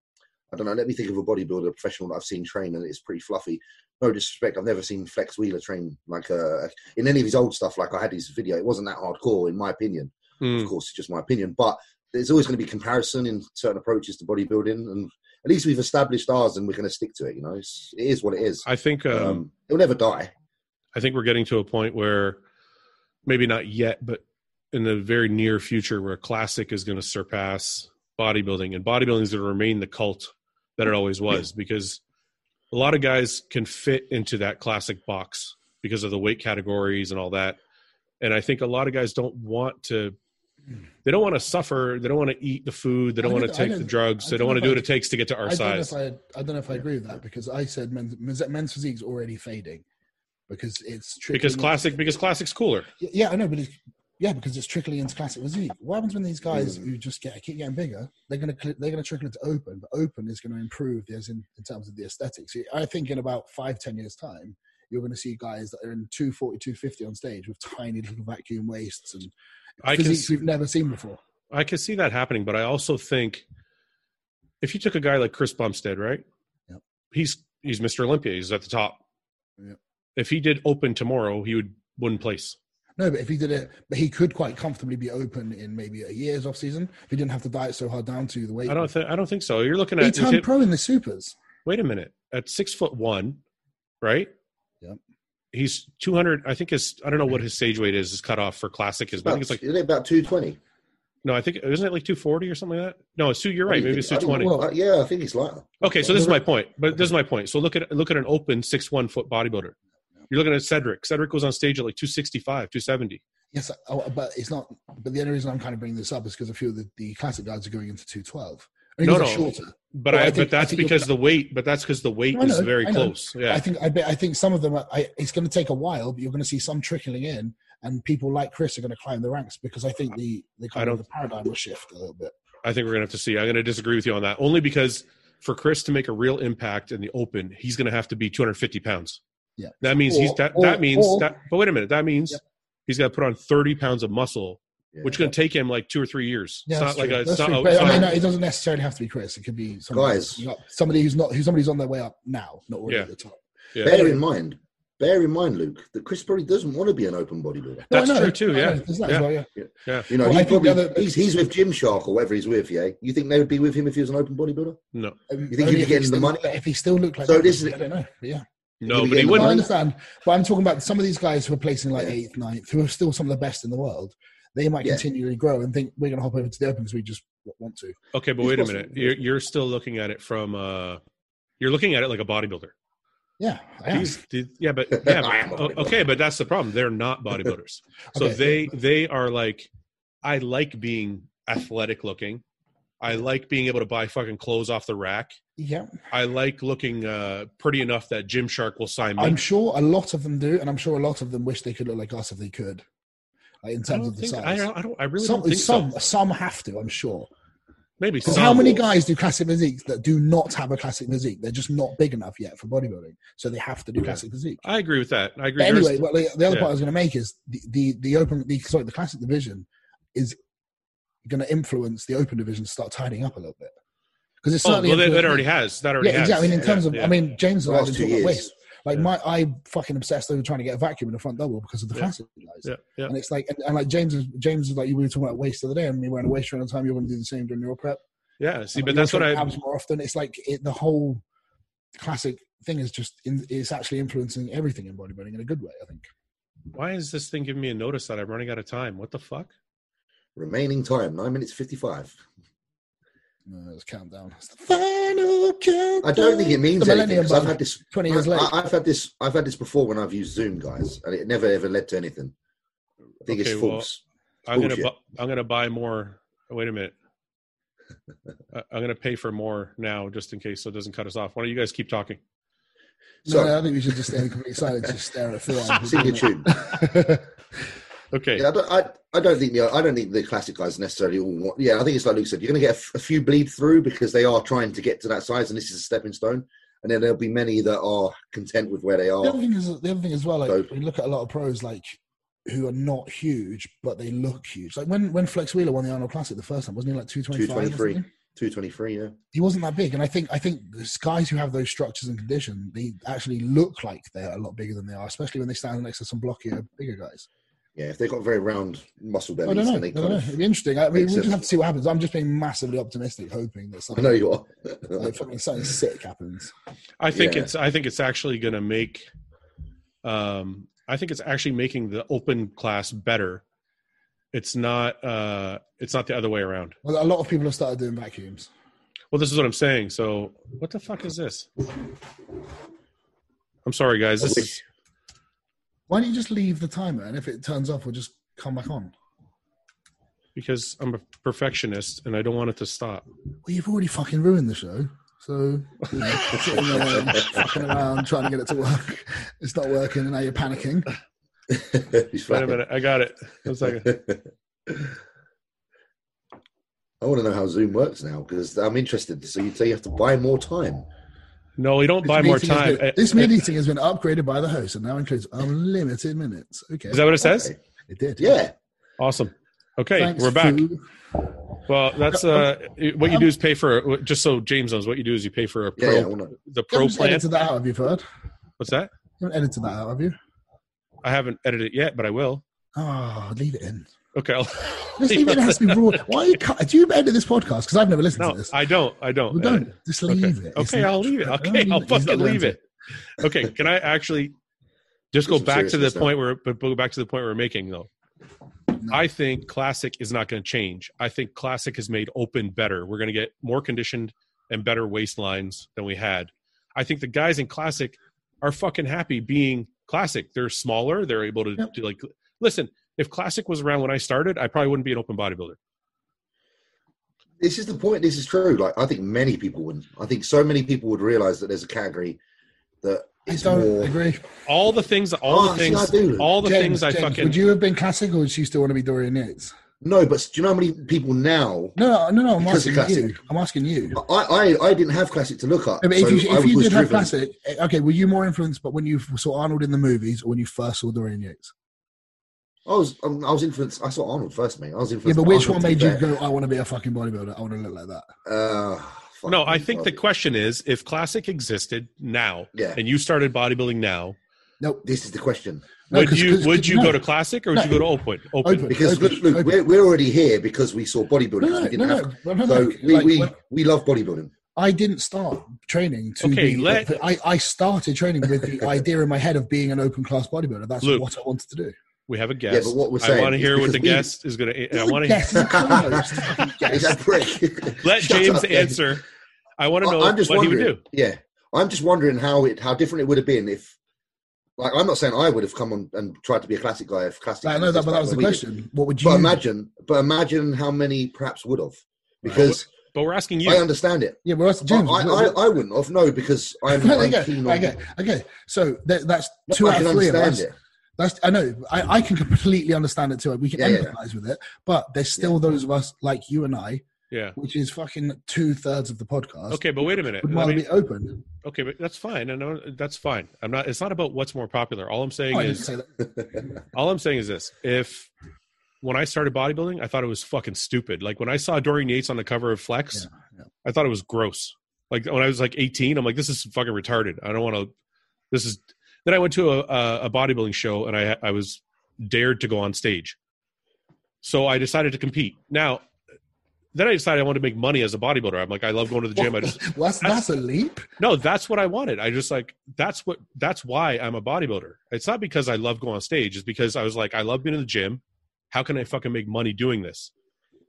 B: I don't know. Let me think of a bodybuilder professional that I've seen train, and it's pretty fluffy. No disrespect, I've never seen Flex Wheeler train like uh, in any of his old stuff. Like I had his video, it wasn't that hardcore, in my opinion
A: Mm,
B: of course, it's just my opinion, but there's always going to be comparison in certain approaches to bodybuilding, and at least we've established ours, and we're going to stick to it. You know, it's, it is what it is.
A: I think um,
B: Um, it'll never die.
A: I think we're getting to a point where maybe not yet, but in the very near future, where classic is going to surpass bodybuilding, and bodybuilding is going to remain the cult that it always was because a lot of guys can fit into that classic box because of the weight categories and all that. And I think a lot of guys don't want to. They don't want to suffer. They don't want to eat the food. They don't
C: I
A: want to
C: don't- I
A: take the
C: don't-
A: drugs.
C: I
A: They don't
C: don't
A: want to
C: know
A: do
C: if
A: what
C: I-
A: it takes to get to our
C: I don't know
A: size.
C: if I, I don't know if I agree with that because I said men's men's, men's physique's already fading because it's tricky.
A: Because classic, because classic's cooler.
C: Y- Yeah, I know, but it's, yeah, because it's trickling into classic physique. What happens when these guys who just get keep getting bigger? They're gonna cl- they're gonna trickle into open, but open is gonna improve as in, in terms of the aesthetics. I think in about five ten years time, you're gonna see guys that are in 240, 250 on stage with tiny little vacuum waists and
A: I can
C: physiques
A: see-
C: we've never seen before.
A: I can see that happening, but I also think if you took a guy like Chris Bumstead, right?
C: Yep.
A: He's he's Mr. Olympia. He's at the top.
C: Yep.
A: If he did open tomorrow, he would win place.
C: No, but if he did it, but he could quite comfortably be open in maybe a year's off season if he didn't have to diet so hard down to the weight.
A: I don't think I don't think so. You're looking
C: He
A: at
C: turned pro in the supers.
A: wait a minute at six foot one, right?
C: Yep.
A: He's two hundred. I think his I don't know what his stage weight is. Is cut off for classic is. but I
B: About,
A: think it's like
B: isn't it about two twenty?
A: no. I think isn't it like two forty or something like that? No, it's two. You're right. Maybe it's two twenty.
C: well-
B: yeah, I think it's like that.
A: Okay, so this is my point. But this is my point. So look at look at an open six one foot bodybuilder. You're looking at Cedric. Cedric was on stage at like 265, 270.
C: Yes, oh, but it's not. But the only reason I'm kind of bringing this up is because a few of the, the classic guys are going into 212. Only
A: No,
C: 'cause they're
A: no.
C: shorter.
A: But
C: Well,
A: I,
C: I
A: but
C: think-
A: that's
C: I think you're
A: because the weight. But that's because the weight
C: No, I
A: is
C: know,
A: very
C: I know.
A: close. Yeah,
C: I think I, bet, I think some of them. Are, I, it's going to take a while, but you're going to see some trickling in, and people like Chris are going to climb the ranks because I think the the kind
A: I
C: of the
A: don't-
C: paradigm will shift a little bit.
A: I think we're gonna have to see. I'm gonna disagree with you on that only because for Chris to make a real impact in the open, he's gonna have to be 250 pounds.
C: Yeah.
A: that means he's
C: Or-
A: that.
C: or-
A: that means
C: or-
A: that. But wait a minute. That means
C: Yep.
A: he's got to put on 30 pounds of muscle
B: Yeah.
A: which is going to take him like two or three years.
C: Yeah,
A: it's
C: that's
A: not like
C: true.
A: a, it's
C: That's
A: not,
C: true.
A: oh,
C: But, I
A: sorry.
C: mean, no, it doesn't necessarily have to be Chris. It could be somebody,
B: Guys.
C: who's not- somebody who's not who somebody's on their way up now, not already
A: Yeah.
C: at the top.
A: Yeah.
B: Bear in mind, bear in mind, Luke, that Chris probably doesn't want to be an open bodybuilder.
C: No, I
A: That's
C: know.
A: true too,
C: I know.
A: yeah.
C: There's that as
A: Yeah.
C: well, yeah.
B: You know,
C: Well, I
B: he
C: think
B: probably,
C: the other-
B: he's he's with Gymshark or whatever he's with. Yeah, you think they would be with him if he was an open bodybuilder?
A: No,
C: Um,
B: You think
C: only
B: he'd be
C: if
B: getting the
C: still-
B: money?
C: If he still looked like
B: So
C: that,
B: this is-
C: I don't know. But yeah,
A: no,
B: Did
A: but
B: he get
A: he
B: in the
C: I
A: wouldn't.
B: money?
C: understand. But I'm talking about some of these guys who are placing like
B: Yeah.
C: eighth, ninth, who are still some of the best in the world. They might
B: Yeah.
C: continually grow and think we're going to hop over to the open because we just w- want to.
A: Okay, but
C: He's
A: wait a
C: possible.
A: minute. You're, you're still looking at it from uh, you're looking at it like a bodybuilder.
C: Yeah, I am.
A: These, these- yeah,
C: (laughs)
A: but yeah,
B: I am a
A: but,
B: bodybuilder.
A: o- okay, but that's the problem. They're not bodybuilders, so
C: Okay.
A: they they are like, I like being athletic looking. I like being able to buy fucking clothes off the rack.
C: yeah.
A: I like looking uh, pretty enough that Gymshark will sign me.
C: I'm sure a lot of them do, and I'm sure a lot of them wish they could look like us if they could, like in
A: I
C: terms
A: don't
C: of the
A: think,
C: size.
A: I, don't, I don't. I really
C: some,
A: don't think
C: some,
A: so.
C: some have to, I'm sure.
A: Maybe
C: Because
A: some.
C: how many guys do classic physiques that do not have a classic physique? They're just not big enough yet for bodybuilding, so they have to do
A: Yeah.
C: classic physique.
A: I agree with that. I agree.
C: But
A: There's-
C: anyway, well, the, the other
A: yeah.
C: point I was going to make is the, the, the open, the, sorry, the classic division is going to influence the open division to start tidying up a little bit. Because it's
A: oh,
C: certainly
A: well, that, that
C: influenced-
A: already has. That already
C: yeah,
A: has.
C: exactly. I mean, in
A: Yeah,
C: terms of,
A: yeah.
C: I mean, James
B: The
C: and I have
B: last
C: been
B: two
C: talking about
B: years.
C: waist. Like
A: Yeah.
C: my, I fucking obsessed over trying to get a vacuum in a front double because of the
A: Yeah.
C: classic guys.
A: Yeah, yeah.
C: And it's like, and, and like James is, James is like, you we were talking about waist the other day, and me wearing a waist around the time you're going to do the same during your prep.
A: Yeah, see,
C: And
A: but
C: you're
A: that's what
C: showing
A: I.
C: abs more often. It's like it, the whole classic thing is just, in, it's actually influencing everything in bodybuilding in a good way. I think.
A: Why is this thing giving me a notice that I'm running out of time? What the fuck?
B: Remaining time nine minutes fifty-five.
C: Uh, it's countdown. It's the final countdown.
B: I don't
A: Uh,
B: think it means
C: The
B: anything
C: millennium
B: 'cause I've
C: button.
B: had this.
C: Twenty years later.
B: I, I've had this. I've had this before when I've used Zoom, guys, and it never ever led to anything. I think
A: Okay,
B: it's
A: well,
C: (laughs)
B: false.
A: I'm gonna.
B: Bullshit.
A: Bu- I'm gonna buy more. Wait a
B: (laughs)
A: minute. I- I'm gonna pay for more now, just in case, so it doesn't cut us off. Why don't you guys keep talking?
C: no,
B: sorry.
C: no, I think we should just stay in complete silence, just stare at Phil.
B: (laughs) Sing your tune.
A: Okay.
B: Yeah, I don't, I, I don't think the I don't think the classic guys necessarily all want. Yeah, I think it's like Luke said, you're going to get a, f- a few bleed through because they are trying to get to that size, and this is a stepping stone. And then there'll be many that are content with where they
C: The other
B: are.
C: thing is the other thing as well. Like
B: Dope.
C: we look at a lot of pros like who are not huge, but they look huge. Like when when Flex Wheeler won the Arnold Classic the first time, wasn't he like two twenty five?
B: 223. Two twenty three, yeah.
C: He wasn't that big, and I think I think these guys who have those structures and condition, they actually look like they're a lot bigger than they are, especially when they stand next to some blockier, bigger guys.
B: Yeah, if they've got very round muscle bellies,
C: I don't know.
B: and they
C: I don't
B: kind
C: know.
B: of,
C: It'd be interesting. I mean,
B: Makes
C: we just
B: sense.
C: have to see what happens. I'm just being massively optimistic, hoping
B: (laughs)
C: that
B: I
C: something,
B: know you are.
C: like, fucking something sick happens.
A: I think
B: Yeah.
A: it's. I think it's actually gonna make. Um, I think it's actually making the open class better. It's not. Uh, it's not the other way around.
C: Well, a lot of people have started doing vacuums.
A: Well, this is what I'm saying. So, what the fuck is this? I'm sorry, guys.
B: I
A: This
B: wish-
A: is,
C: Why don't you just leave the timer, and if it turns off, we'll just come back on.
A: because I'm a perfectionist and I don't want it to stop.
C: Well, you've already fucking ruined the show. So you
B: (laughs)
C: know, sitting there and fucking around trying to get it to work, it's not working, and now you're panicking.
B: He's
A: Wait a
B: flapping.
A: minute, I got it. One second.
B: (laughs) I want to know how Zoom works now because I'm interested. So you say you have to buy more time.
A: No, we don't buy more
C: This meeting has
A: time.
C: been-
A: Uh,
C: this meeting has been upgraded by the host and now includes unlimited minutes. Okay,
A: eh, Is that what it says?
B: Okay.
C: it did.
B: Yeah.
A: Awesome. Okay,
C: Thanks,
A: we're back.
C: Foo.
A: Well, that's uh, what you do is pay for. Just so James knows, what you do is you pay for a
B: Yeah,
A: pro,
B: yeah, I wanna-
A: the
C: You
A: pro
C: haven't
A: plan.
C: edited that out, have you, Ferd?
A: What's that?
C: You haven't edited that out, have you?
A: I haven't edited it yet, but I will.
C: Oh, leave
A: (laughs)
C: it in.
A: Okay.
C: (laughs)
A: I'll,
C: Just leave it in. It has to be raw. Why are you cut? Do you edit this podcast? Because I've never listened
A: no,
C: to this.
A: I don't. I don't.
C: We
A: edit.
C: don't. Just leave
A: okay.
C: it. It's
A: Okay,
C: not-
A: I'll leave it.
C: Don't
A: Okay, I'll
C: it. He's
A: fucking
C: not
A: leave
C: going
A: it. Okay, can I actually just
B: Do
A: go
B: some
A: back to
B: seriousness
A: the
B: now.
A: point where, but go back to the point we're making though.
C: No.
A: I think classic is not going to change. I think classic has made open better. We're going to get more conditioned and better waistlines than we had. I think the guys in classic are fucking happy being classic. They're smaller. They're able to
C: Yep.
A: do like, listen, if classic was around when I started, I probably wouldn't be an open bodybuilder.
B: this is the point. This is true. Like I think many people would. I think so many people would realize that there's a category that
C: I
B: is
C: don't
B: more.
C: agree.
A: All the things, all
B: Oh,
A: the
B: see, I
A: things,
B: do.
A: all the
C: James,
A: things I
C: James,
A: fucking,
C: Would you have been classic, or would you still want to be Dorian Yates?
B: No, but do you know how many people now?
C: No, no, no. I'm
B: Because
C: asking
B: of classic.
C: you. I'm asking you. No,
B: I, I, I didn't have classic to look up.
C: but if
B: so
C: you,
B: I
C: if you
B: was
C: did have
B: driven-
C: classic, eh, okay, were you more influenced? But when you saw Arnold in the movies, or when you first saw Dorian Yates,
B: I was um, I was influenced. I saw Arnold first, mate. I was
C: Yeah,
B: influenced.
C: but
B: by
C: which one
B: Arnold, to
C: made
B: be
C: you
B: fair.
C: go, I want to be a fucking bodybuilder? I want to look like that?
B: Uh, fuck,
A: No,
B: man,
A: I think the
B: well,
A: question is if classic existed now
B: Yeah.
A: and you started bodybuilding now,
C: Nope.
B: This is the question
C: No,
A: would
C: 'cause-
A: you
C: 'cause-
A: would you
C: no.
A: go to classic or would
C: No.
A: you go to open? Open.
C: Open.
B: because
C: Open,
B: look, look,
C: open.
B: we're we're already here because we saw bodybuilding.
C: No,
B: because
C: no,
B: we didn't
C: no, no,
B: have.
C: no, no,
B: So
C: no.
B: we,
C: Like,
B: we,
C: when-
B: we love
C: (laughs)
B: bodybuilding.
C: I didn't start training to
A: Okay,
C: be.
A: let-
C: I, I started training with the idea in my head of being an open class bodybuilder. That's
A: Luke.
C: what I wanted to do.
A: We have a
B: Yeah,
A: guest.
B: but what we're
A: I
B: saying
A: want to
B: is
A: hear what
B: because
A: the
B: we-
A: guest is going to. I
C: Your
A: want to
C: guess is
B: (laughs)
C: closed.
B: Is that prick?
A: let
B: (laughs) Shut
A: James
B: up, James.
A: answer. I want to know
B: I- I'm just
A: what he would
B: wondering.
A: do.
B: Yeah, I'm just wondering how it how different it would have been if, like, I'm not saying I would have come on and tried to be a classic guy if classic.
C: I know that, but that was the
B: we did.
C: question. What would you?
B: But imagine, but imagine how many perhaps would have, because
A: But we're asking
B: I
A: you.
B: understand it.
C: yeah, we're asking
B: I,
C: James.
B: I,
C: what- what-
B: I, I wouldn't have no because I'm, I'm
C: (laughs) okay,
B: keen on.
C: okay, okay. So that, that's
B: No,
C: two
B: I
C: out
B: can
C: of three of
B: understand
C: us.
B: it.
C: That's I know. I, I can completely understand it too. We can
B: Yeah, yeah.
C: empathize with it, but there's still those of us like you and I,
A: Yeah.
C: which is fucking two thirds of the podcast.
A: Okay, but wait a minute.
C: would
A: Let
C: rather
A: me-
C: be open.
A: okay, but that's fine. I know that's fine. I'm not. It's not about what's more popular. All I'm saying
C: Oh, I didn't
A: is,
C: say that.
B: (laughs)
A: all I'm saying is this: if when I started bodybuilding, I thought it was fucking stupid. Like when I saw Dorian Yates on the cover of Flex,
C: Yeah, yeah.
A: I thought it was gross. Like when I was like 18, I'm like, this is fucking retarded. I don't want to. This is. Then I went to a, a, a bodybuilding show and I I was dared to go on stage, so I decided to compete. Now, then I decided I wanted to make money as a bodybuilder. I'm like, I love going to the gym. I just
C: Well, that's, that's a leap.
A: no, that's what I wanted. I just like that's what that's why I'm a bodybuilder. It's not because I love going on stage, it's because I was like, I love being in the gym. How can I fucking make money doing this?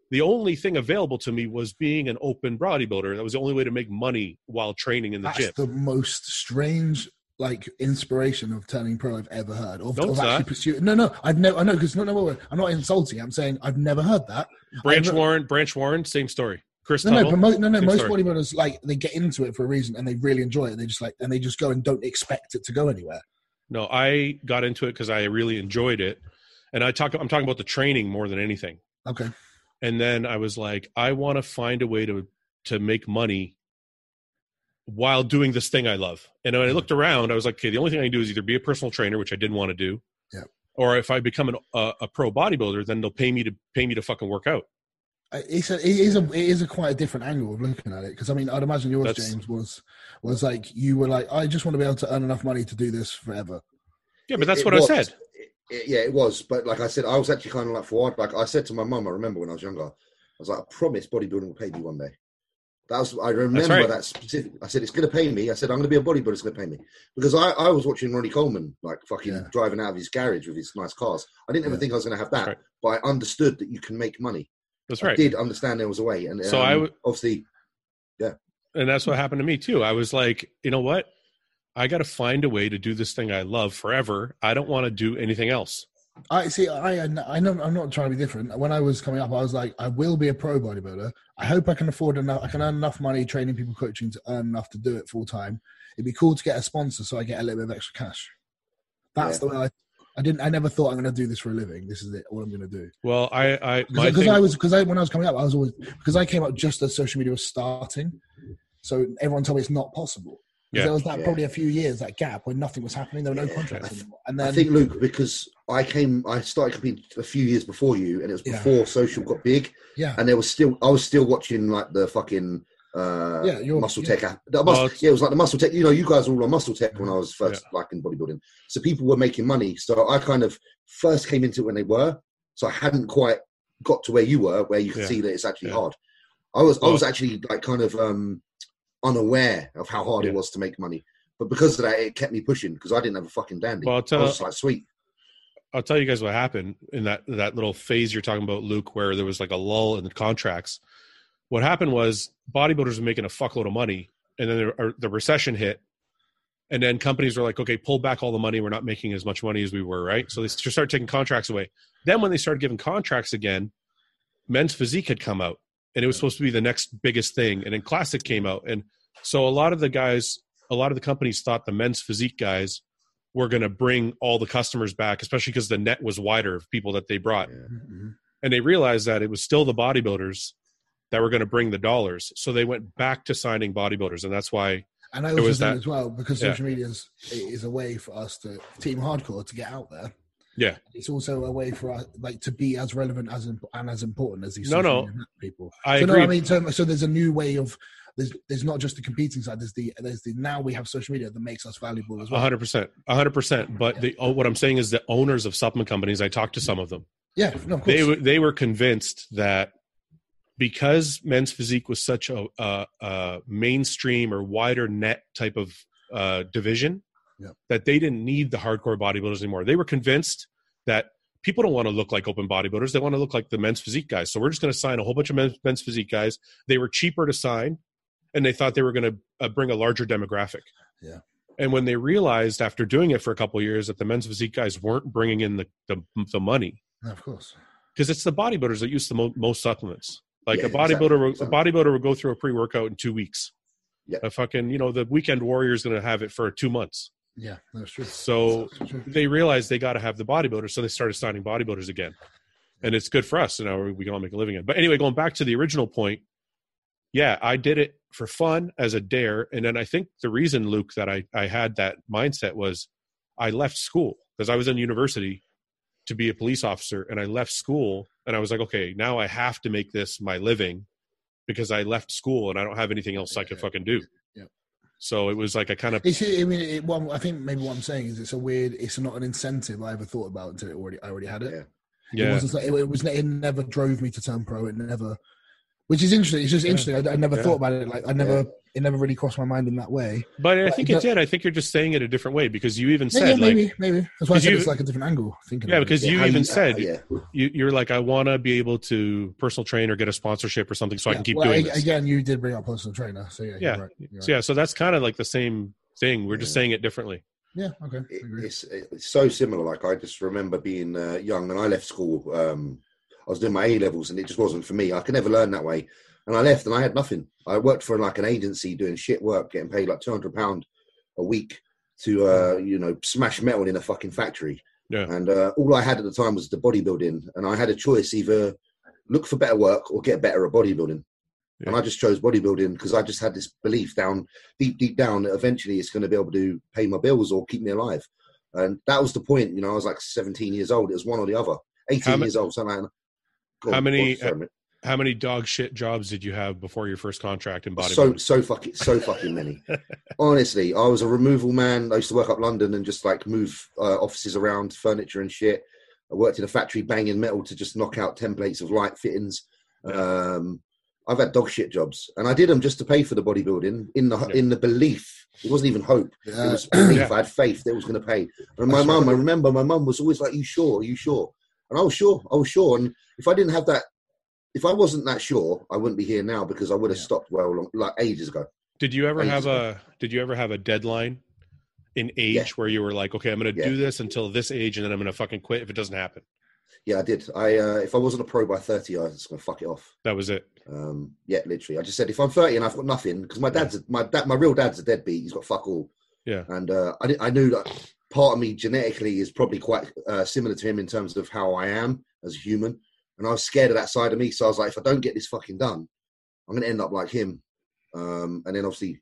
A: The only thing available to me was being an open bodybuilder. That was the only way to make money while training in the
C: That's
A: gym.
C: the most strange like inspiration of turning pro I've ever heard. Of,
A: No,
C: of
A: it's
C: actually
A: not.
C: pursue. No, no, I've never. I know because no, no, wait, wait, I'm not insulting. I'm saying I've never heard that.
A: Branch
C: I-
A: Warren, Branch Warren, same story. Chris
C: No, no,
A: Tuttle.
C: but mo- no, no.
A: Same
C: Most
A: story.
C: bodybuilders like they get into it for a reason and they really enjoy it. They just like and they just go and don't expect it to go anywhere.
A: No, I got into it because I really enjoyed it. And I talk I'm talking about the training more than anything.
C: Okay.
A: and then i was like i want to find a way to to make money while doing this thing i love and when i
C: Mm-hmm.
A: looked around i was like okay the only thing i can do is either be a personal trainer which i didn't want to do
C: Yeah.
A: or if i become an, a, a pro bodybuilder then they'll pay me to pay me to fucking work out
C: Uh, It's a, it is a it is a quite a different angle of looking at it because I mean I'd imagine yours
A: That's-
C: James was was like you were like I just want to be able to earn enough money to do this forever.
A: yeah but that's
B: It-
A: what
B: it
A: i
B: was.
A: said
B: It- it- yeah, it was. But like I said, I was actually kind of like Fawad. Like I said to my mum, I remember when I was younger, I was like, I promise bodybuilding will pay me one day. That was I remember
A: right.
B: that specific. I said it's going to pay me. I said I'm going to be a bodybuilder. It's going to pay me because I, I was watching Ronnie Coleman like fucking
C: Yeah.
B: driving out of his garage with his nice cars. I didn't ever
C: Yeah.
B: think I was going to have that,
A: That's
B: but I understood that you can make money.
A: that's
B: I
A: right
B: did understand there was a way, and
A: So
B: um,
A: I w-
B: obviously
A: and that's what happened to me too i was like you know what i got to find a way to do this thing i love forever i don't want to do anything else
C: I see. I I know I'm not trying to be different. When I was coming up, I was like, I will be a pro bodybuilder. I hope I can afford enough. I can earn enough money training people, coaching to earn enough to do it full time. It'd be cool to get a sponsor so I get a little bit of extra cash. That's
B: Yeah.
C: the way I. I didn't. I never thought I'm going to do this for a living. This is it. All I'm going to do.
A: well i i my
C: Because
A: thing,
C: I was because I when I was coming up, I was always because I came up just as social media was starting. So everyone told me it's not possible. 'Cause
A: Yeah.
C: There was that
B: Yeah.
C: probably a few years that gap when nothing was happening. There were no
B: Yeah.
C: contracts
B: I th-
C: anymore. And
B: I
C: then
B: think Luke because I came, I started competing a few years before you, and it was
C: Yeah.
B: before social got big.
C: yeah,
B: and there was still I was still watching like the fucking uh
C: Yeah, you're-
B: muscle
C: yeah.
B: tech app. The
A: Well,
B: mus-
A: it's-
B: yeah, it was like the muscle tech. You know, you guys were all on muscle tech when I was first like in bodybuilding. So people were making money. So I kind of first came into it when they were. So I hadn't quite got to where you were, where you could
A: Yeah.
B: see that it's actually
A: Yeah.
B: hard. I was I was
A: Well-
B: actually like kind of um unaware of how hard
A: Yeah.
B: it was to make money. But because of that, it kept me pushing because I didn't have a fucking dandy.
A: Well, I'll
B: I
A: tell-
B: was just like, sweet.
A: I'll tell you guys what happened in that that little phase you're talking about, Luke, where there was like a lull in the contracts. What happened was bodybuilders were making a fuckload of money, and then the, the recession hit, and then companies were like, "Okay, pull back all the money. We're not making as much money as we were, right?" So they just started taking contracts away. Then when they started giving contracts again, men's physique had come out, and it was supposed to be the next biggest thing, and then classic came out, and so a lot of the guys, a lot of the companies thought the men's physique guys were going to bring all the customers back, especially because the net was wider of people that they brought.
B: Yeah.
C: Mhm.
A: And they realized that it was still the bodybuilders that were going to bring the dollars. So they went back to signing bodybuilders. And that's why,
C: And
A: It
C: I also
A: was
C: think
A: that-
C: as well because
A: yeah.
C: social media is, is a way for us to team hardcore to get out there.
A: Yeah.
C: It's also a way for us, like, to be as relevant as imp- and as important as these
A: No,
C: social
A: no.
C: media people.
A: I
C: so
A: agree.
C: No, I mean, so, so there's a new way of there's there's not just the competing side. There's the there's the now we have social media that makes us valuable as well.
A: hundred percent, hundred percent. But the oh, what I'm saying is the owners of supplement companies. I talked to some of them.
C: Yeah, no, of course.
A: They were they were convinced that because men's physique was such a, a, a mainstream or wider net type of uh, division,
C: Yeah.
A: that they didn't need the hardcore bodybuilders anymore. They were convinced that people don't want to look like open bodybuilders; they want to look like the men's physique guys. So we're just going to sign a whole bunch of men's, men's physique guys. They were cheaper to sign, and they thought they were going to uh, bring a larger demographic.
C: Yeah.
A: And when they realized after doing it for a couple of years that the men's physique guys weren't bringing in the the, the money,
C: No, of course.
A: because it's the bodybuilders that use the mo- most supplements. Like
B: Yeah,
A: a bodybuilder,
B: exactly,
A: a bodybuilder will go through a pre-workout in two weeks.
B: Yeah.
A: A fucking, you know, the weekend warrior is going to have it for two months.
C: Yeah, that's true.
A: So
C: That's true.
A: they realized they got to have the bodybuilder, so they started signing bodybuilders again, and it's good for us. You know, we can all make a living. Again. But anyway, going back to the original point, yeah, I did it for fun as a dare, and then I think the reason, Luke, that I I had that mindset was I left school because I was in university to be a police officer, and I left school, and I was like, okay, now I have to make this my living because I left school and I don't have anything else I could fucking do.
C: Yeah.
A: So it was like I kind of
C: It's, I mean, it, well, I think maybe what I'm saying is it's a weird. It's not an incentive I ever thought about until it already. I already had it.
B: Yeah.
C: It
A: yeah
C: wasn't. like- It, it was. It never drove me to turn pro. It never. Which is interesting. It's just
A: Yeah.
C: interesting. I, I never
A: Yeah.
C: thought about it. Like I never. It never really crossed my mind in that way.
A: But I
C: But
A: think
C: the-
A: it did. I think you're just saying it a different way because you even
C: Maybe,
A: said
C: maybe,
A: like
C: maybe. That's why I
A: 'cause
C: said
A: you-
C: it's like a different angle. Thinking.
A: yeah
C: about
A: because
C: it.
A: you
B: how
A: even
B: uh,
A: said
B: yeah,
A: you, you're like I want to be able to personal train or get a sponsorship or something so I
C: Yeah,
A: can keep
C: well,
A: doing
C: a-
A: this.
C: Again, you did bring up personal trainer, so yeah,
A: Yeah.
C: You're right. You're
A: So yeah, so that's kind of like the same thing. We're just
B: Yeah.
A: saying it differently.
C: right. yeah, okay.
B: it,
C: agree.
B: it's it's so similar. Like I just remember being uh, young and I left school. Um, I was doing my A levels and it just wasn't for me. I could never learn that way, and I left and I had nothing. I worked for like an agency doing shit work, getting paid like two hundred pound a week to uh, you know smash metal in a fucking factory.
A: Yeah.
B: And uh, all I had at the time was the bodybuilding, and I had a choice either look for better work or get better at bodybuilding. And
A: Yeah.
B: I just chose bodybuilding because I just had this belief down deep, deep down that eventually it's going to be able to pay my bills or keep me alive. And that was the point. You know, I was like 17 years old. It was one or the other. 18
A: How ma-
B: years old. Something like that. Go
A: How
B: on,
A: many-
B: go on, sorry, mate.
A: How many dog shit jobs did you have before your first contract in
B: so
A: bodybuilding?
B: so fucking so fucking
A: (laughs)
B: many. Honestly, I was a removal man. I used to work up London and just like move uh, offices around, furniture and shit. I worked in a factory banging metal to just knock out templates of light fittings. Um, I've had dog shit jobs, and I did them just to pay for the bodybuilding in the
A: Yeah.
B: in the belief. It wasn't even hope. It
C: Uh,
B: was
A: (clears throat)
B: belief.
A: Yeah.
B: I had faith that it was going to pay. And my
C: That's
B: mum, I remember my mum was always like, "You sure? Are you sure?" And I was sure. I was sure. And if I didn't have that, if I wasn't that sure, I wouldn't be here now because I would have
C: Yeah.
B: stopped well long, like ages ago.
A: Did you ever
B: I
A: have
B: used
A: a Did you ever have a deadline in age
B: Yeah.
A: where you were like, okay, I'm going to
B: Yeah.
A: do this until this age, and then I'm going to fucking quit if it doesn't happen?
B: Yeah, I did. I uh, if I wasn't a pro by thirty, I was just gonna fuck it off.
A: That was it.
B: Um, yeah, literally. I just said if I'm 30 and I've got nothing, because my dad's a, my dad, my real dad's a deadbeat. He's got fuck all.
A: Yeah.
B: And uh, I di- I knew that part of me genetically is probably quite uh, similar to him in terms of how I am as a human, and I was scared of that side of me. So I was like, if I don't get this fucking done, I'm gonna end up like him. Um, and then obviously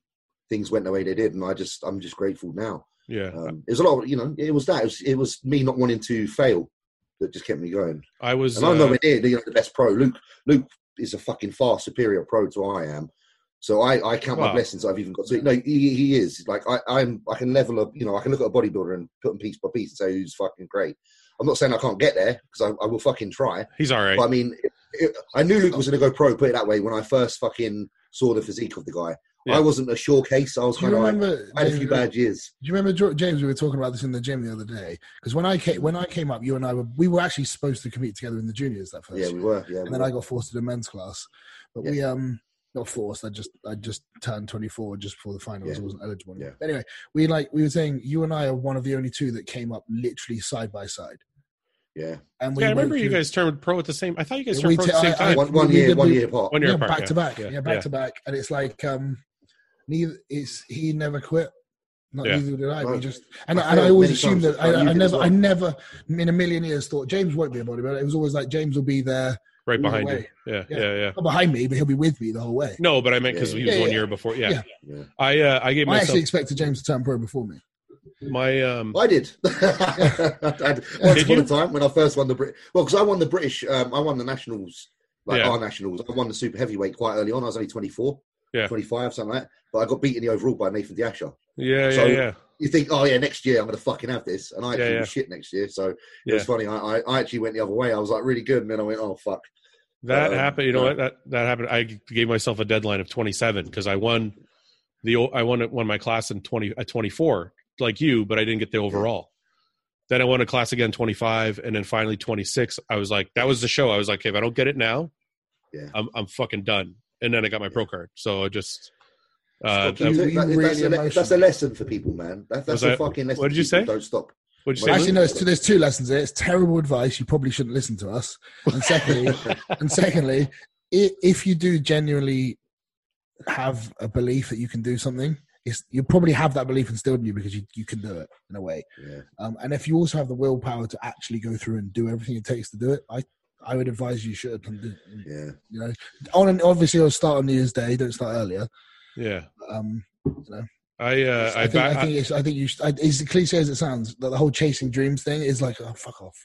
B: things went the way they did, and I just I'm just grateful now.
A: Yeah.
B: Um, it was a lot. Of, you know, it was that. It was, it was me not wanting to fail that just kept me going.
A: I was.
B: And I'm
A: uh,
B: nowhere near the, you know, the best pro. Luke Luke is a fucking far superior pro to I am. So I, I count
A: Wow.
B: my blessings. I've even got to no. He, he is like I, I'm. I can level up. You know, I can look at a bodybuilder and put him piece by piece and say who's fucking great. I'm not saying I can't get there because I, I will fucking try.
A: he's all right.
B: But I mean, it, it, I knew Luke was going to go pro. Put it that way. When I first fucking saw the physique of the guy,
A: Yeah.
B: I wasn't a sure case. I was
C: do you
B: kind of like
C: remember?
B: I had a
C: David,
B: few bad years.
C: Do you remember Jo- James? We were talking about this in the gym the other day because when I came, when I came up, you and I were we were actually supposed to compete together in the juniors that first.
B: Yeah,
C: year.
B: we were. Yeah, we
C: and then
B: were.
C: I got forced to the men's class, but we um not forced. I just I just turned twenty four just before the finals.
B: Yeah.
C: I wasn't eligible. anymore.
B: Yeah.
C: But anyway, we like we were saying you and I are one of the only two that came up literally side by side.
B: yeah.
C: And we
A: yeah, I
C: went
A: remember you
C: through-
A: guys turned pro at the same. I thought you guys
C: We
A: turned pro at the same
C: t- I-
A: time.
B: One, one
C: we
B: year,
C: did
B: one
C: the-
B: year apart.
A: One year
C: yeah,
A: apart,
C: back
A: yeah.
C: to back.
A: Yeah,
C: Yeah, back
A: yeah.
C: to back. And it's like um neither it's he never quit. Not
A: Yeah.
C: neither did I.
B: No.
C: We just and
B: I
C: I, and I
B: failed
C: always
B: many
C: assumed
B: times.
C: that I,
B: Oh, you
C: I
B: did as
C: never I
B: well.
C: never in a million years thought James won't be a bodybuilder. It was always like James will be there
A: right
C: Either
A: behind you.
C: way.
A: Yeah, yeah,
C: Yeah.
A: yeah,
C: not behind me, but he'll be with me the whole way.
A: No, but I meant because
B: Yeah,
A: he
B: yeah,
A: was
C: yeah.
A: one
C: Yeah,
A: year before. Yeah,
C: yeah.
B: Yeah.
A: I uh, I gave
C: I
A: myself.
C: actually expected James to turn pro before me.
A: My um,
B: I did. (laughs) I did.
A: Did
B: Once upon
A: you?
B: a time when I first won the Brit. Well, because I won the British. Um, I won the nationals, like
A: Yeah.
B: our nationals. I won the super heavyweight quite early on. I was only 24,
A: Yeah.
B: 25, something like that. But I got beaten in the overall by Nathan Diasher.
A: yeah, yeah,
B: So-
A: yeah.
B: You think, oh yeah, next year I'm going to fucking have this, and I actually
A: Yeah, yeah.
B: was shit next year. So it
A: Yeah.
B: was funny. I, I, I actually went the other way. I was like really good, and then I went, oh fuck.
A: That
C: Uh,
B: Um,
A: happened. You know
B: yeah.
A: what? That that happened. I gave myself a deadline of 27 because I won the o- I won it- won my class in 20 at 24 like you, but I didn't get the overall. Then I won a class again 25, and then finally 26. I was like, that was the show. I was like, okay, if I don't get it now,
B: Yeah.
A: I'm I'm fucking done. And then I got my pro card. So I just. Uh,
B: Stop.
A: that,
C: you.
B: That-
C: You
B: that-
C: really
B: that's, a, le- that's a
C: emotional.
B: lesson for people, man. That,
A: Was
B: that's
A: that-
B: a fucking lesson.
A: what did you
B: for
A: say?
B: people. Don't stop.
A: what'd you say?
B: Well,
A: Lou?
C: Actually, no. It's, there's two lessons here. It's terrible advice. You probably shouldn't listen to us. And secondly, and secondly, i- if you do genuinely have a belief that you can do something, it's, you probably have that belief instilled in you because you, you can do it in a way.
B: Yeah.
C: Um, and if you also have the willpower to actually go through and do everything it takes to do it, I I would advise you should. And do-
B: Yeah.
C: You know, on and obviously, I'll start on New Year's Day. Don't start earlier.
A: Yeah.
C: Um,
A: I uh,
C: so
A: I,
C: I, think,
A: ba-
C: I think it's, I think you. Should, I, it's cliche as it sounds. That the whole chasing dreams thing is like, oh fuck off.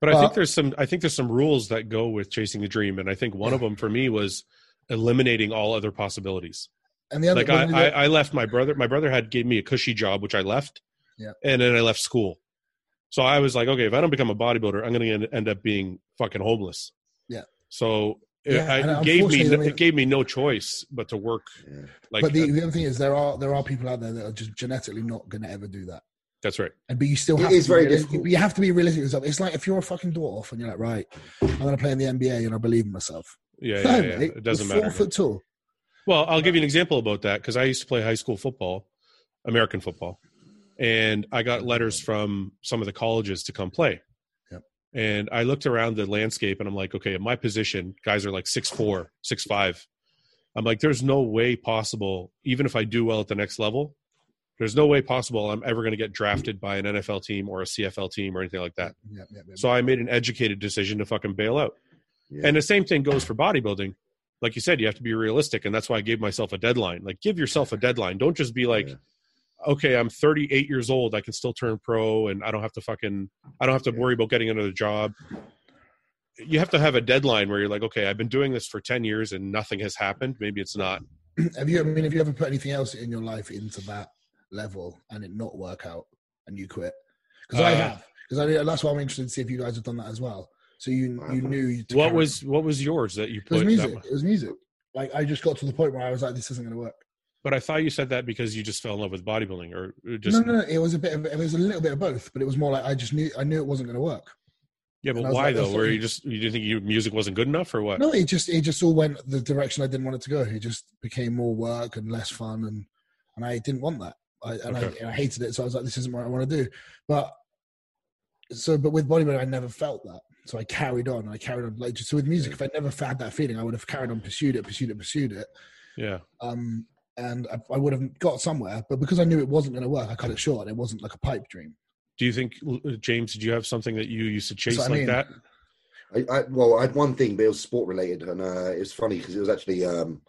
A: But I think
C: Well-
A: there's some I think there's some rules that go with chasing the dream, and I think one of them for me was eliminating all other possibilities.
C: And the other,
A: Like I, I, I left my brother. My brother had gave me a cushy job, which I left.
C: Yeah.
A: And then I left school, so I was like, okay, if I don't become a bodybuilder, I'm going to end up being fucking homeless.
C: Yeah.
A: So it,
C: Yeah, and
A: I, it gave me
C: unfortunately, I mean-
A: it gave me no choice but to work.
B: Yeah.
A: Like uh,
C: but the, the other thing is, there are there are people out there that are just genetically not going to ever do that.
A: that's right.
C: And but you still
B: It
C: have
B: is
C: to be
B: very
C: realistic-
B: difficult.
C: but You have to be realistic with yourself. It's like if you're a fucking dwarf and you're like, right, I'm going to play in the NBA and I believe in myself.
A: Yeah,
C: No, (laughs)
A: yeah, yeah.
C: mate,
A: It doesn't
C: you're four
A: matter.
C: foot tall.
A: Well, I'll give you an example about that because I used to play high school football, American football, and I got letters from some of the colleges to come play.
C: Yep.
A: And I looked around the landscape and I'm like, okay, in my position, guys are like six four, six five. I'm like, there's no way possible, even if I do well at the next level, there's no way possible I'm ever going to get drafted by an NFL team or a CFL team or anything like that.
C: Yeah, yeah, yeah.
A: So I made an educated decision to fucking bail out.
B: Yeah.
A: And the same thing goes for bodybuilding. Like you said, you have to be realistic. And that's why I gave myself a deadline. Like, give yourself a deadline. Don't just be like,
B: Yeah.
A: okay, I'm 38 years old. I can still turn pro and I don't have to fucking, I don't have to
B: Yeah.
A: worry about getting another job. You have to have a deadline where you're like, okay, I've been doing this for 10 years and nothing has happened. Maybe it's not.
C: have you? I mean, have you ever put anything else in your life into that level and it not work out and you quit? Because I
A: Uh,
C: have. Because I mean, that's why I'm interested to see if you guys have done that as well. So you
B: I
C: you
B: haven't.
C: knew you to
A: What
C: carry-
A: was, what was yours that you
C: it was
A: put?
C: music.
A: That,
C: It was music. Like I just got to the point where I was like, this isn't going to work.
A: but I thought you said that because you just fell in love with bodybuilding or uh, just,
C: no, no, no, it was a bit. Of, it was a little bit of both, but it was more like I just knew I knew it wasn't going to work.
A: yeah, but
C: And I was
A: why
C: like,
A: though?
C: that's
A: Where
C: what-
A: you just, you didn't think your music wasn't good enough or what?
C: No, it just it just all went the direction I didn't want it to go. It just became more work and less fun, and and I didn't want that. I, and,
A: Okay.
C: I, and I hated it, so I was like, this isn't what I want to do. But so, but with bodybuilding, I never felt that. So I carried on. I carried on. Like just so with music, if I never had that feeling, I would have carried on, pursued it, pursued it, pursued it.
A: Yeah.
C: Um, and I, I would have got somewhere. But because I knew it wasn't going to work, I cut it short. It wasn't like a pipe dream.
A: Do you think, uh, James? Did you have something that you used to chase
C: what I
A: like
C: mean.
A: that?
B: I, I well, I had one thing, but it was sport related, and uh, it was funny because it was actually um,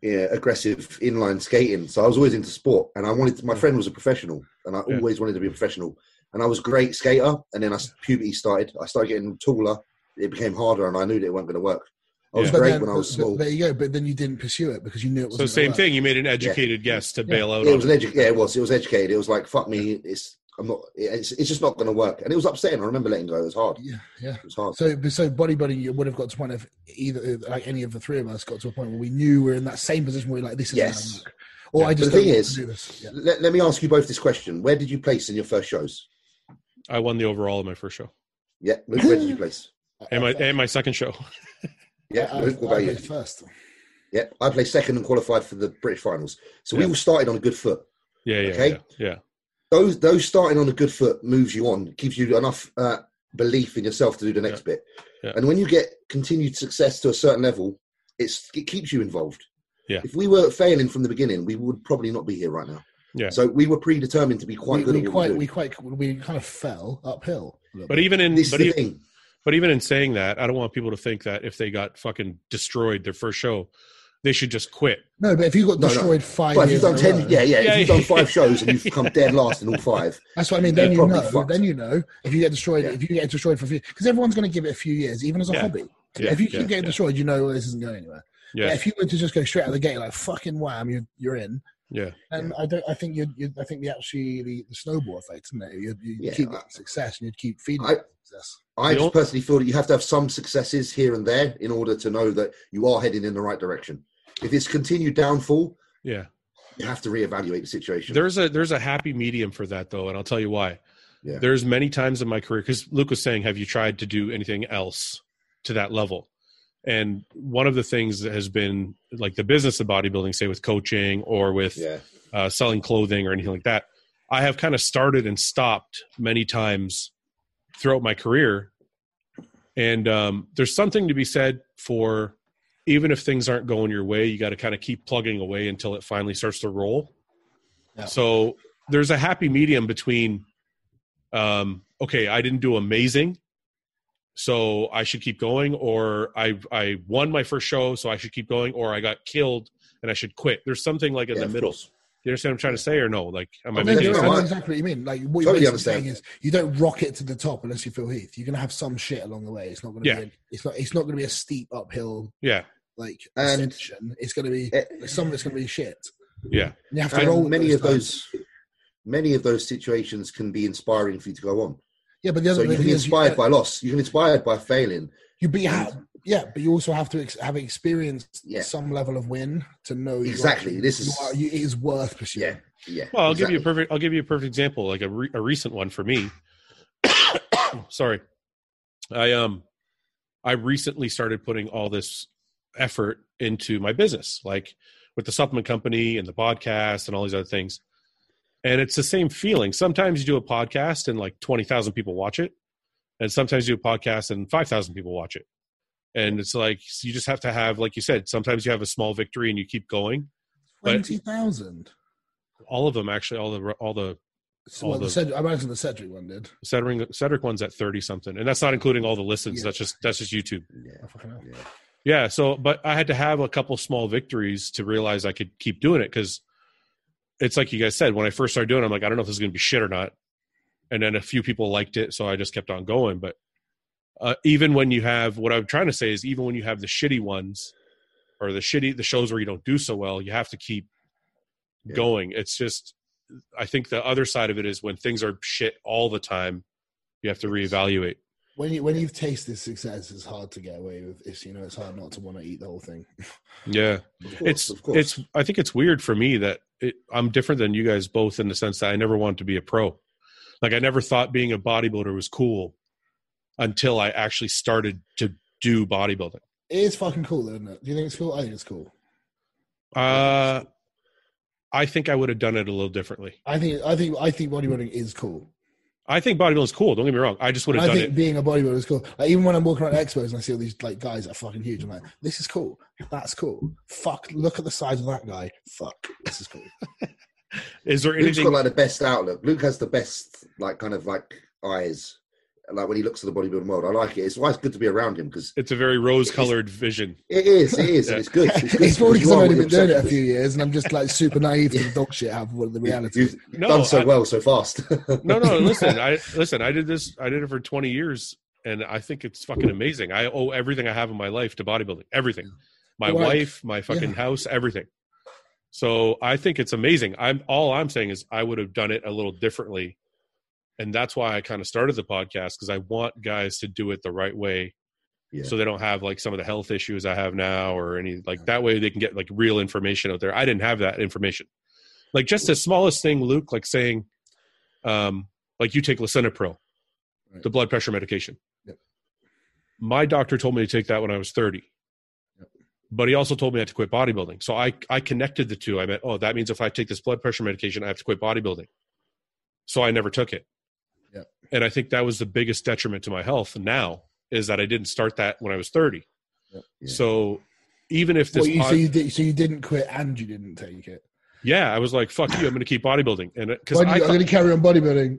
B: yeah, aggressive inline skating. So I was always into sport, and I wanted.
C: Mm.
B: To, my friend was a professional, and I
A: Yeah.
B: always wanted to be a professional. And I was a great skater, and then I, puberty started. I started getting taller. It became harder, and I knew that it wasn't going to work. I was
A: Yeah.
B: great
C: then-
B: when I was
C: but- but
B: small.
C: There you go. But then you didn't pursue it because you knew it was
A: So same thing. You made an educated guess to bail out.
B: Yeah, it
A: on
B: was
A: it.
B: an edu- yeah, it was. It was educated. It was like fuck me. It's I'm not. It's, it's just not going to work. And it was upsetting. I remember letting go. It was hard.
C: Yeah, yeah.
B: It was hard.
C: So, so bodybuilding, you would have got to a point if either, like any of the three of us, got to a point where we knew we are in that same position where we're like, this is
B: Yes.
C: work. Or
A: Yeah.
C: I just
B: But the
C: don't
B: thing
C: want
B: is-
C: to do this. Yeah.
B: let, let me ask you both this question: Where did you place in your first shows?
A: I won the overall in my first show
B: Yeah, Luke, where did you place?
A: and my and my second show. (laughs)
B: Yeah,
C: I, I,
B: Luke, what about
C: I
B: you?
C: played first.
B: Yeah, I placed second and qualified for the British finals. So we
A: Yeah.
B: all started on a good foot.
A: Yeah, yeah,
B: Okay.
A: yeah, yeah.
B: Those those starting on a good foot moves you on, gives you enough uh, belief in yourself to do the next bit.
A: Yeah.
B: And when you get continued success to a certain level, it's it keeps you involved.
A: Yeah.
B: If we were failing from the beginning, we would probably not be here right now.
A: Yeah.
B: So we were predetermined to be quite
C: we,
B: good.
C: we
B: at what
C: quite,
B: we,
C: we
B: do.
C: quite, we kind of fell uphill. a little
A: But
C: bit.
A: even in
B: This
A: but
B: is the
A: even,
B: thing.
A: but even in saying that, I don't want people to think that if they got fucking destroyed their first show, they should just quit.
C: No, but if you got
B: No, no.
C: destroyed five
B: But if
C: years
B: you've done
C: in a
B: ten,
C: row-
B: yeah, yeah,
A: Yeah,
B: if you've done
A: yeah.
B: five shows and you've come dead last in all five,
C: that's what I mean. Then
B: you're
C: you
B: probably
C: know.
B: fucked.
C: Then you know if you get destroyed.
B: Yeah.
C: If you get destroyed for a few, because everyone's going to give it a few years, even as a
A: Yeah.
C: hobby.
A: Yeah,
C: if you keep
A: yeah,
C: getting
A: yeah.
C: destroyed, you know well, this isn't going anywhere. But
A: Yeah,
C: if you were to just go straight out of the gate like fucking wham, you, you're in.
A: yeah,
C: And I don't. I think you. would I think the actually the, the snowball effect, isn't it? You, you
B: Yeah,
C: keep
B: I-
C: that success, and you'd keep feeding
B: I-
C: that success.
B: I
A: The
B: just
A: ol-
B: personally feel that you have to have some successes here and there in order to know that you are heading in the right direction. If it's continued downfall,
A: yeah.
B: you have to reevaluate the situation.
A: There's a there's a happy medium for that though, and I'll tell you why.
B: Yeah.
A: There's many times in my career because Luke was saying, "Have you tried to do anything else to that level?" And one of the things that has been like the business of bodybuilding, say with coaching or with
B: yeah,
A: uh, selling clothing or anything like that. I have kind of started and stopped many times throughout my career. And um, there's something to be said for even if things aren't going your way, you got to kind of keep plugging away until it finally starts to roll.
C: Yeah.
A: So there's a happy medium between, um, okay, I didn't do amazing, so I should keep going, or I I won my first show, so I should keep going, or I got killed and I should quit. There's something like in
B: yeah,
A: the
B: of
A: middle.
B: course.
A: Do you understand what I'm trying to say or no? Like, am I
C: no,
A: making
B: yeah,
C: no,
B: sense?
C: I know exactly what you mean. Like what
B: Totally
C: you're basically
B: understand.
C: saying is you don't rocket to the top unless you feel Heath. You're going to have some shit along the way. It's not going to
A: Yeah.
C: be. A, it's not. It's not going to be a steep uphill
A: Yeah,
C: like
B: And-
C: ascension. It's going to be.
B: Eh,
C: Some of it's going to be shit.
A: yeah,
C: And you have to
B: and
C: roll with
B: many of
C: times.
B: those, many of those situations can be inspiring for you to go on.
C: Yeah, but the
B: So
C: other
B: you
C: thing
B: can be
C: is you,
B: inspired by loss. You can be inspired by failing.
C: you but you have, yeah, but you also have to ex- have experienced
B: Yeah.
C: some level of win to know you are-
B: Exactly. This
C: you
B: is
C: are, you, it is worth pursuing.
B: yeah, yeah.
A: Well, I'll give you a
B: exactly.
A: perfect. I'll give you a perfect example, like a, re- a recent one for me. (coughs) Sorry, I um, I recently started putting all this effort into my business, like with the supplement company and the podcast and all these other things. And it's the same feeling. Sometimes you do a podcast and like twenty thousand people watch it, and sometimes you do a podcast and five thousand people watch it. And it's like you just have to have, like you said, sometimes you have a small victory and you keep going. But-
C: Twenty thousand.
A: All of them, actually, all the all the
C: So
A: All
C: well, the,
A: the-
C: Cedric, I imagine the Cedric one did.
A: Cedric, Cedric one's at thirty something, and that's not including all the listens.
C: Yeah.
A: That's just that's just YouTube.
C: I fucking know.
B: Yeah, yeah.
A: Yeah. So, but I had to have a couple small victories to realize I could keep doing it because it's like you guys said when I first started doing, it, I'm like, I don't know if this is going to be shit or not. And then a few people liked it, so I just kept on going. But uh, even when you have what I'm trying to say is, even when you have the shitty ones or the shitty the shows where you don't do so well, you have to keep
B: Yeah.
A: going. It's just I think the other side of it is when things are shit all the time, you have to reevaluate.
C: When you when you've tasted success, it's hard to get away with. It's you know, it's hard not to want to eat the whole thing.
A: Yeah.
B: Of course,
A: it's
B: of course.
A: it's i think it's weird for me that it, i'm different than you guys both in the sense that i never wanted to be a pro like i never thought being a bodybuilder was cool until i actually started to do bodybuilding
C: It is fucking cool, though, isn't it? Do you think it's cool? I think it's cool.
A: uh i think i would have done it a little differently
C: I think I think I think bodybuilding is cool.
A: i think bodybuilding is cool don't get me wrong i just would have
C: I
A: done
C: think
A: it
C: being a bodybuilder is cool. Like, even when I'm walking around expos and I see all these like guys that are fucking huge, I'm like, this is cool. That's cool. Fuck, look at the size of that guy. Fuck, this is cool.
A: is there
B: Luke's
A: anything
B: got like the best outlook. Luke has the best like kind of like eyes. Like when he looks at the bodybuilding world, I like it. It's why it's good to be around him because
A: it's a very rose colored vision
B: it is, it is, and it's good. It's,
A: (laughs)
B: good
C: (laughs) it's probably because
B: you
C: I've
B: are
C: only been
B: what
C: doing
B: you're
C: it a few years and I'm just like super naive to the dog shit out of what the
B: obsessed with.
C: reality
B: You've
C: is.
B: you've
A: No,
B: done so
A: I-
B: well so fast. (laughs)
A: no no listen i listen i did this i did it for 20 years and i think it's fucking amazing i owe everything i have in my life to bodybuilding everything my
C: Well, I-
A: wife my fucking house everything so i think it's amazing i'm all i'm saying is i would have done it a little differently and that's why i kind of started the podcast because i want guys to do it the right way
B: Yeah.
A: so they don't have like some of the health issues i have now or any like
C: Yeah.
A: that way they can get like real information out there i didn't have that information like just the smallest thing luke like saying um like you take lisinopril
C: Right.
A: the blood pressure medication
C: Yep.
A: my doctor told me to take that when i was 30 but he also told me I had to quit bodybuilding. So I I connected the two. I meant, oh, that means if I take this blood pressure medication, I have to quit bodybuilding. So I never took it.
C: Yeah.
A: And I think that was the biggest detriment to my health now is that I didn't start that when I was 30.
C: Yeah.
B: Yeah.
A: So even if this
C: Well, you,
A: pod-
C: so, you did, so you didn't quit and you didn't take it.
A: yeah, I was like, fuck you, I'm going to keep bodybuilding. And because
C: Why do
A: I
C: you, I'm
A: thought,
C: going to carry on bodybuilding.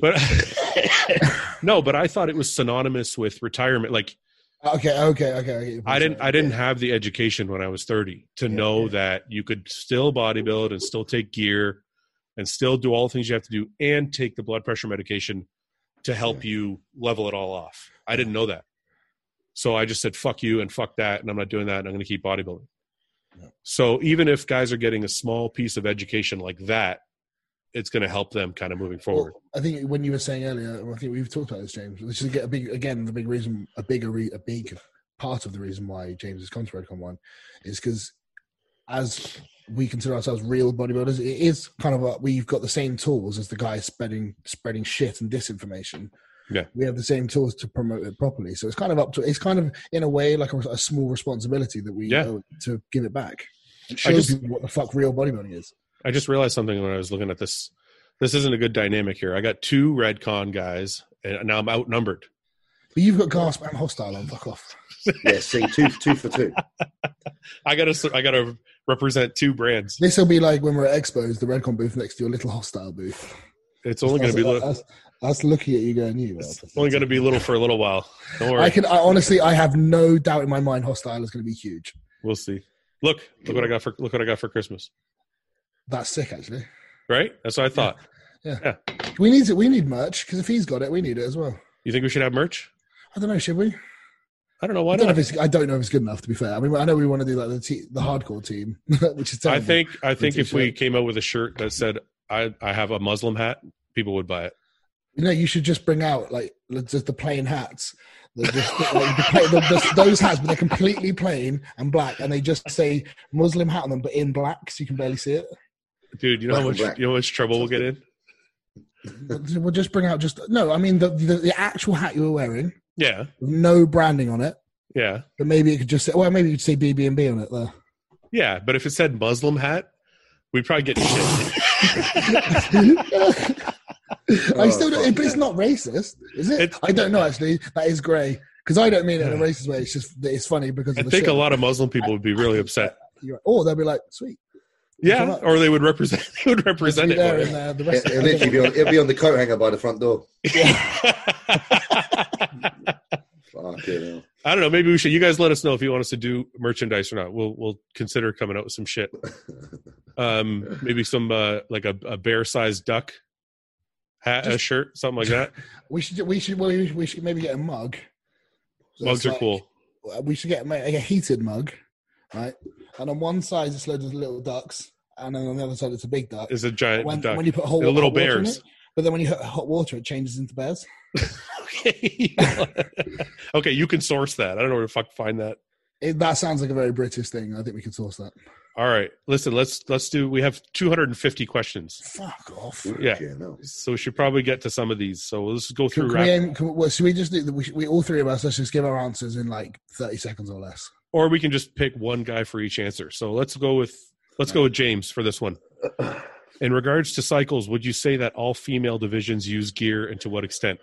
A: (laughs) but no, but I thought it was synonymous with retirement. Like
C: Okay, okay, okay. I, get your point,
A: I didn't
C: sorry.
A: I didn't have the education when I was 30 to
C: Yeah,
A: know
C: yeah.
A: that you could still bodybuild and still take gear and still do all the things you have to do and take the blood pressure medication to help you level it all off. I didn't know that. So I just said fuck you and fuck that and I'm not doing that and I'm going to keep bodybuilding.
C: Yeah.
A: So even if guys are getting a small piece of education like that, it's going to help them kind of moving forward.
C: Well, I think when you were saying earlier, and I think we've talked about this, James. This is a big again the big reason, a bigger, re, a big part of the reason why James has come to Redcon One is because as we consider ourselves real bodybuilders, it is kind of a, we've got the same tools as the guy spreading spreading shit and disinformation.
A: Yeah.
C: we have the same tools to promote it properly. So it's kind of up to it's kind of in a way like a, a small responsibility that we
A: Yeah.
C: owe to give it back. And show
A: just-
C: people what the fuck real bodybuilding is.
A: I just realized something when I was looking at this. This isn't a good dynamic here. I got two red con guys, and now I'm outnumbered.
C: But you've got Gasp and Hostile on. Fuck off.
B: Yeah, see, two, two for
C: (laughs)
B: two.
A: I gotta, I gotta represent two brands.
C: This will be like when we're at expos, the Redcon booth next to your little hostile booth.
A: It's only gonna be
C: That's-
A: little.
C: that's- that's looking at you going, you. well,
A: It's only gonna be little for a little while. Don't
C: I
A: worry,
C: can I, honestly, I have no doubt in my mind, hostile is going to be huge.
A: we'll see. Look, look what I got for look what I got for Christmas.
C: That's sick, actually.
A: Right? That's what I thought.
C: We need it. We need merch because if he's got it, we need it as well.
A: You think we should have merch?
C: I don't know, should we?
A: I don't know why
C: I don't, know
A: not.
C: if it's, I don't know if it's good enough. To be fair, I mean, I know we want to do like the te- the hardcore team, (laughs) which is
A: I
C: terrible.
A: think, I think if we
C: t-shirt.
A: came out with a shirt that said "I, I have a Muslim hat," people would buy it.
C: you know you should just bring out like just the plain hats. They're Just, like, the pla- the, the, those hats, but they're completely plain and black, and they just say Muslim hat on them, but in black, so you can barely see it.
A: Dude, you know how
B: Black
A: much
B: and black.
A: you know how much trouble we'll get in.
C: we'll just bring out just no. I mean the the, the actual hat you were wearing,
A: Yeah,
C: with no branding on it,
A: yeah.
C: but maybe it could just say, well, maybe you'd say BB and B on it there. (laughs)
A: Yeah, but if it said Muslim hat, we'd probably get
C: (coughs)
A: shit.
C: I still
B: Oh,
C: don't,
B: fuck
C: but it's
B: yeah.
C: not racist, is it?
A: It's-
C: I don't know actually. That is grey because I don't mean it in a racist way. It's just that it's funny because
A: I
C: of the
A: think
C: shit.
A: a lot of Muslim people would be really upset.
C: You're right. Or they'll be like, sweet, Come
A: Yeah,
C: on.
A: or they would represent (laughs) they would represent
C: you
A: it.
C: there
A: more.
C: and uh, the
B: It,
C: rest.
B: will literally be on, it'll be on the coat hanger by the front door. Fucking hell.
A: (laughs) I don't know. Maybe we should. You guys let us know if you want us to do merchandise or not. We'll we'll consider coming out with some shit. Um, maybe some uh, like a, a bear sized duck hat, a shirt, something like
C: (laughs)
A: that.
C: we should we should well, we should- we should maybe get a mug. So
A: Mugs
C: it's
A: are
C: like- uh,
A: cool.
C: we should get like, a heated mug, right? And on one side it's loads of little ducks, and then on the other side it's a big duck.
A: It's a giant
C: When,
A: duck.
C: when you put whole
A: They're little
C: hot water in
A: bears.
C: it, but then when you hit hot water, it changes into bears.
A: okay. (laughs) okay, you can source that. I don't know where to fuck find that.
C: It, that sounds like a very British thing. I think we could source that.
A: All right. Listen, let's let's do we have 250 questions.
C: Fuck off.
A: Yeah.
B: Fucking hell.
A: So we should probably get to some of these. So let's go
C: Can,
A: through
C: can we
A: rapid,
C: aim, can, well, should we just do that? We, should- we all three of us let's just give our answers in like thirty seconds or less.
A: or we can just pick one guy for each answer. So let's go with let's go with James for this
B: (clears throat)
A: one. In regards to cycles, would you say that all female divisions use gear and to what extent?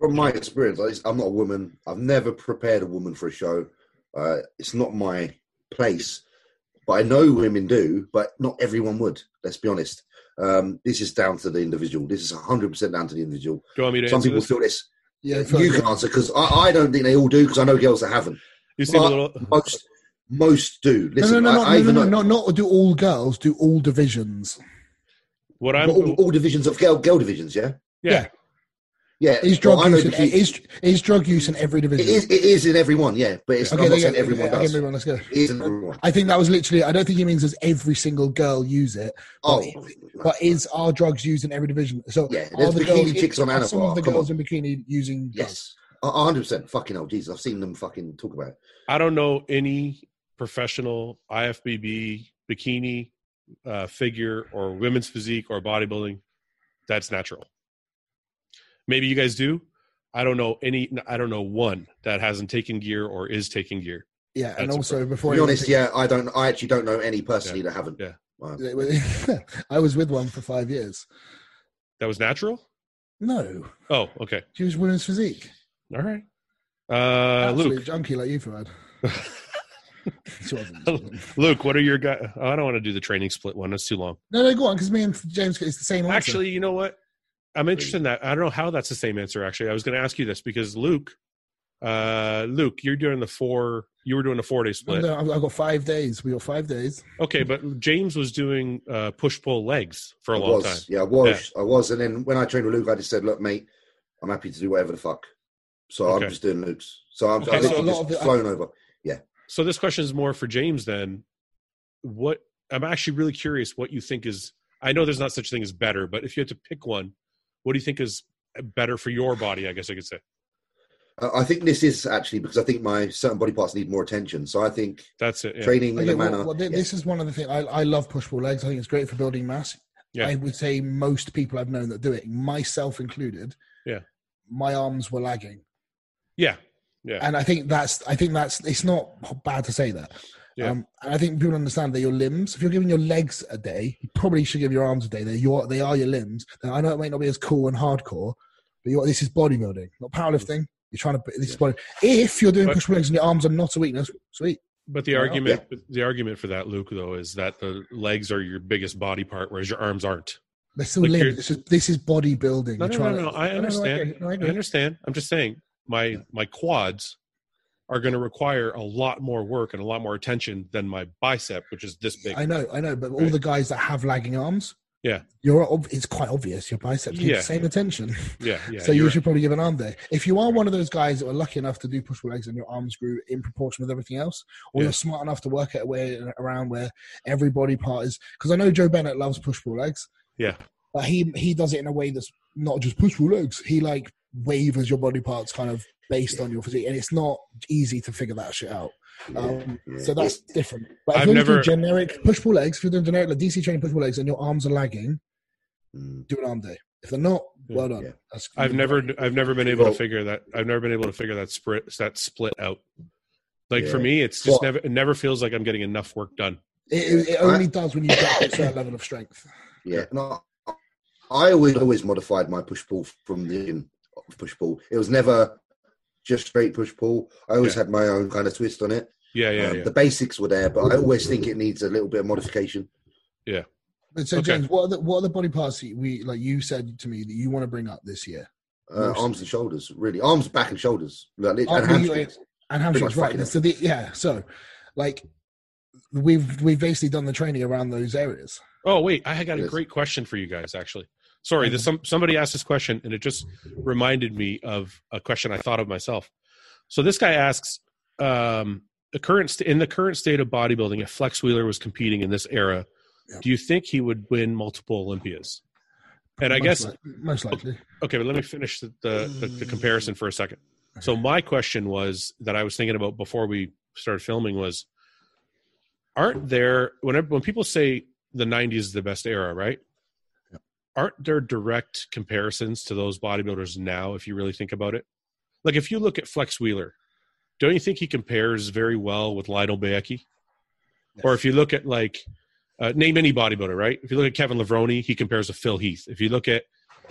B: From my experience, I just- I'm not a woman. I've never prepared a woman for a show. Uh, it's not my place, but I know women do, but not everyone would. Let's be honest. Um, this is down to the individual. This is 100% down to the individual.
A: Do you want me to
B: Some
A: answer
B: people
A: this?
B: feel this.
C: Yeah, I feel
B: You
C: like-
B: can answer because I, I don't think they all do because I know girls that haven't.
A: You seem a
B: Well,
A: little
B: Most most do. Listen,
C: no, no, no,
B: I, I
C: no,
B: even
C: no, no,
B: know
C: no, not do all girls, do all divisions.
A: what I'm
B: all, all divisions of girl, girl divisions. Yeah,
A: yeah.
B: yeah.
C: Is
B: Well,
C: drug
B: I know
C: use in,
B: because
C: is, is drug use in every
B: it
C: division?
B: is it is in everyone. Yeah, but it's I'm
C: there
B: not
C: you
B: saying
C: go.
B: everyone
C: Okay,
B: does.
C: move on, let's go.
B: It is in everyone.
C: I think that was literally. I don't think he means does every single girl use it,
B: Oh,
C: but is are drugs used in every division? So
B: Yeah,
C: are
B: there's
C: the
B: bikini chicks on
C: are Some
B: Anavar,
C: of the
B: come
C: girls in bikini using drugs.
B: yes, a a hundred percent. Fucking hell, Jesus, I've seen them fucking talk about it.
A: I don't know any professional IFBB bikini uh, figure or women's physique or bodybuilding that's natural. Maybe you guys do. I don't know any. I don't know one that hasn't taken gear or is taking gear.
C: Yeah, and
A: That's a
C: also
B: To
C: before
B: be
C: you-
B: honest, yeah, I don't. I actually don't know any personally that haven't.
A: Yeah.
B: Wow.
C: (laughs) I was with one for five years.
A: That was natural.
C: No,
A: Oh, okay.
C: she was women's physique.
A: All right. Uh,
C: Absolute
A: Luke,
C: junkie like you, Fred. (laughs) She
A: (laughs)
C: wasn't.
A: Luke, what are your guys? I don't want to do the training split one. That's too long.
C: no, no, go on, because me and James, it's the same. Answer.
A: Actually, you know what? I'm interested in that. I don't know how that's the same answer. Actually, I was going to ask you this because Luke, uh, Luke, you're doing the four. You were doing a four day split.
C: No, I've I've got five days. We got five days.
A: Okay, but James was doing uh, push pull legs for a
B: I
A: long
B: was.
A: time.
B: Yeah, I was. I was. And then when I trained with Luke, I just said, "Look, mate, I'm happy to do whatever the fuck." So
A: Okay.
B: I'm just doing Luke's. So I'm
A: Okay,
B: I've
A: so
B: literally
C: a lot
B: just
C: of
A: uh,
C: it-
B: flown over.
A: So this question is more for James. Then, what? I'm actually really curious what you think is. I know there's not such thing as better, but if you had to pick one, what do you think is better for your body? I guess I could say
B: Uh, I think this is actually because I think my certain body parts need more attention. So I think
A: that's it. Yeah.
B: training in
C: Okay,
B: a
C: well-
B: manner.
C: well, thi-
B: yeah.
C: this is one of the things I, I love push pull legs. I think it's great for building mass.
A: Yeah.
C: I would say most people I've known that do it, myself included.
A: Yeah.
C: My arms were lagging,
A: Yeah. Yeah.
C: and I think that's. I think that's. It's not bad to say that.
A: Yeah.
C: Um, and I think people understand that your limbs. If you're giving your legs a day, you probably should give your arms a day. They're your. They are your limbs. Now, I know it might not be as cool and hardcore, but you're, this is bodybuilding, not powerlifting. You're trying to. This is body. If you're doing
A: But-
C: push pull legs and your arms are not a weakness, sweet.
A: But the
C: Yeah.
A: argument, the argument for that, Luke, though, is that the legs are your biggest body part, whereas your arms aren't.
C: They're still
A: Like you're-
C: limbs. This is, this is bodybuilding.
A: No, no, no,
C: You're trying
A: no,
C: to-
A: no. I
C: agree.
A: understand.
C: No, I
A: I
C: agree.
A: understand. I'm just saying my my quads are going to require a lot more work and a lot more attention than my bicep, which is this big.
C: I know, I know, but all
A: Right.
C: the guys that have lagging arms,
A: Yeah.
C: you're ob- it's quite obvious your biceps need
A: Yeah.
C: the same attention.
A: yeah, yeah.
C: so you
A: you're-
C: should probably give an arm day. If you are one of those guys that were lucky enough to do push pull legs and your arms grew in proportion with everything else, or
A: Yeah.
C: you're smart enough to work it away around where every body part is, because I know Joe Bennett loves push pull legs,
A: yeah,
C: but he he does it in a way that's not just push pull legs. He like wavers your body parts kind of based on your physique, and it's not easy to figure that shit out. Um,
B: Yeah, yeah.
C: So that's different. But if
A: I've
C: you're
A: never-
C: doing generic push pull legs, if you're doing generic like DC training push pull legs and your arms are lagging,
B: Mm.
C: do an arm day. If they're not,
A: Yeah.
C: well done.
B: Yeah.
C: That's-
A: I've never, I've never been able to
B: Well-
A: figure that. I've never been able to figure that split, that split out. Like for
B: Yeah.
A: me, it's just
B: Well-
A: never, it never feels like I'm getting enough work done.
C: It, it- it only does when you get to a certain level of strength.
B: Yeah. No, I always always modified my push pull from the push pull. It was never just straight push pull. I always
A: Yeah.
B: had my own kind of twist on it.
A: Yeah, yeah,
B: Um,
A: yeah.
B: The basics were there, but I always think it needs a little bit of modification.
C: But so,
A: Okay.
C: James, what are the what are the body parts that we like? You said to me that you want to bring up this year,
B: Uh,
C: Most-
B: arms and shoulders, really. Arms, back, and shoulders. Like, lit-
C: Oh,
B: and
C: really?
B: hamstrings.
C: and
B: Pretty
C: hamstrings,
B: much
C: right?
B: fucking
C: So the, yeah, so like we've we've basically done the training around those areas.
A: Oh wait, I got a
B: Yes.
A: great question for you guys. Actually, sorry, this some, somebody asked this question, and it just reminded me of a question I thought of myself. So this guy asks, um, the current st- in the current state of bodybuilding, if Flex Wheeler was competing in this era,
C: Yeah.
A: do you think he would win multiple Olympias? And I
C: Most
A: guess
C: li- most likely.
A: okay, but let me finish the, the, the, the comparison for a second. So my question was that I was thinking about before we started filming was, aren't there when when people say the '90s is the best era, right? Aren't there direct comparisons to those bodybuilders now? If you really think about it, like if you look at Flex Wheeler, don't you think he compares very well with Lionel Bayeki? Or if you look at like uh, name any bodybuilder, right? If you look at Kevin Lavroni, he compares to Phil Heath. If you look at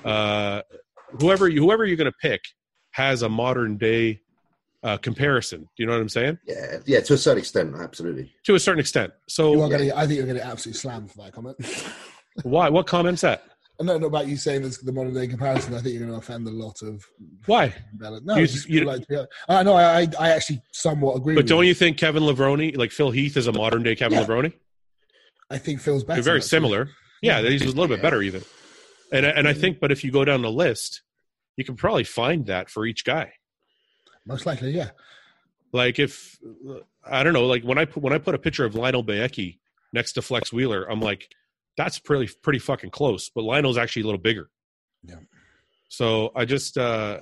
A: uh, whoever you, whoever you're going to pick has a modern day uh, comparison. Do you know what I'm saying?
B: Yeah, yeah, to a certain extent, absolutely.
A: To a certain extent.
C: You are
A: So
C: gonna. get- I think you're gonna get absolutely slammed for that comment.
A: why? What comments that?
C: I don't know about you saying this the modern day comparison. I think you're going to offend a lot of
A: Why?
C: balance. No,
A: You-
C: it's just
A: you-
C: like, yeah. I know. I, I I actually somewhat agree.
A: But
C: with
A: don't you think Kevin Lavroni, like Phil Heath, is a modern day Kevin
C: Yeah.
A: Lavroni?
C: I think Phil's better.
A: They're very
C: actually.
A: similar. Yeah, he's a little bit
B: Yeah.
A: better even. And I- and I think, but if you go down the list, you can probably find that for each guy.
C: Most likely, yeah.
A: Like if I don't know, like when I put when I put a picture of Lionel Bayeki next to Flex Wheeler, I'm like, that's pretty pretty fucking close. But Lionel's actually a little bigger.
C: Yeah.
A: So I just uh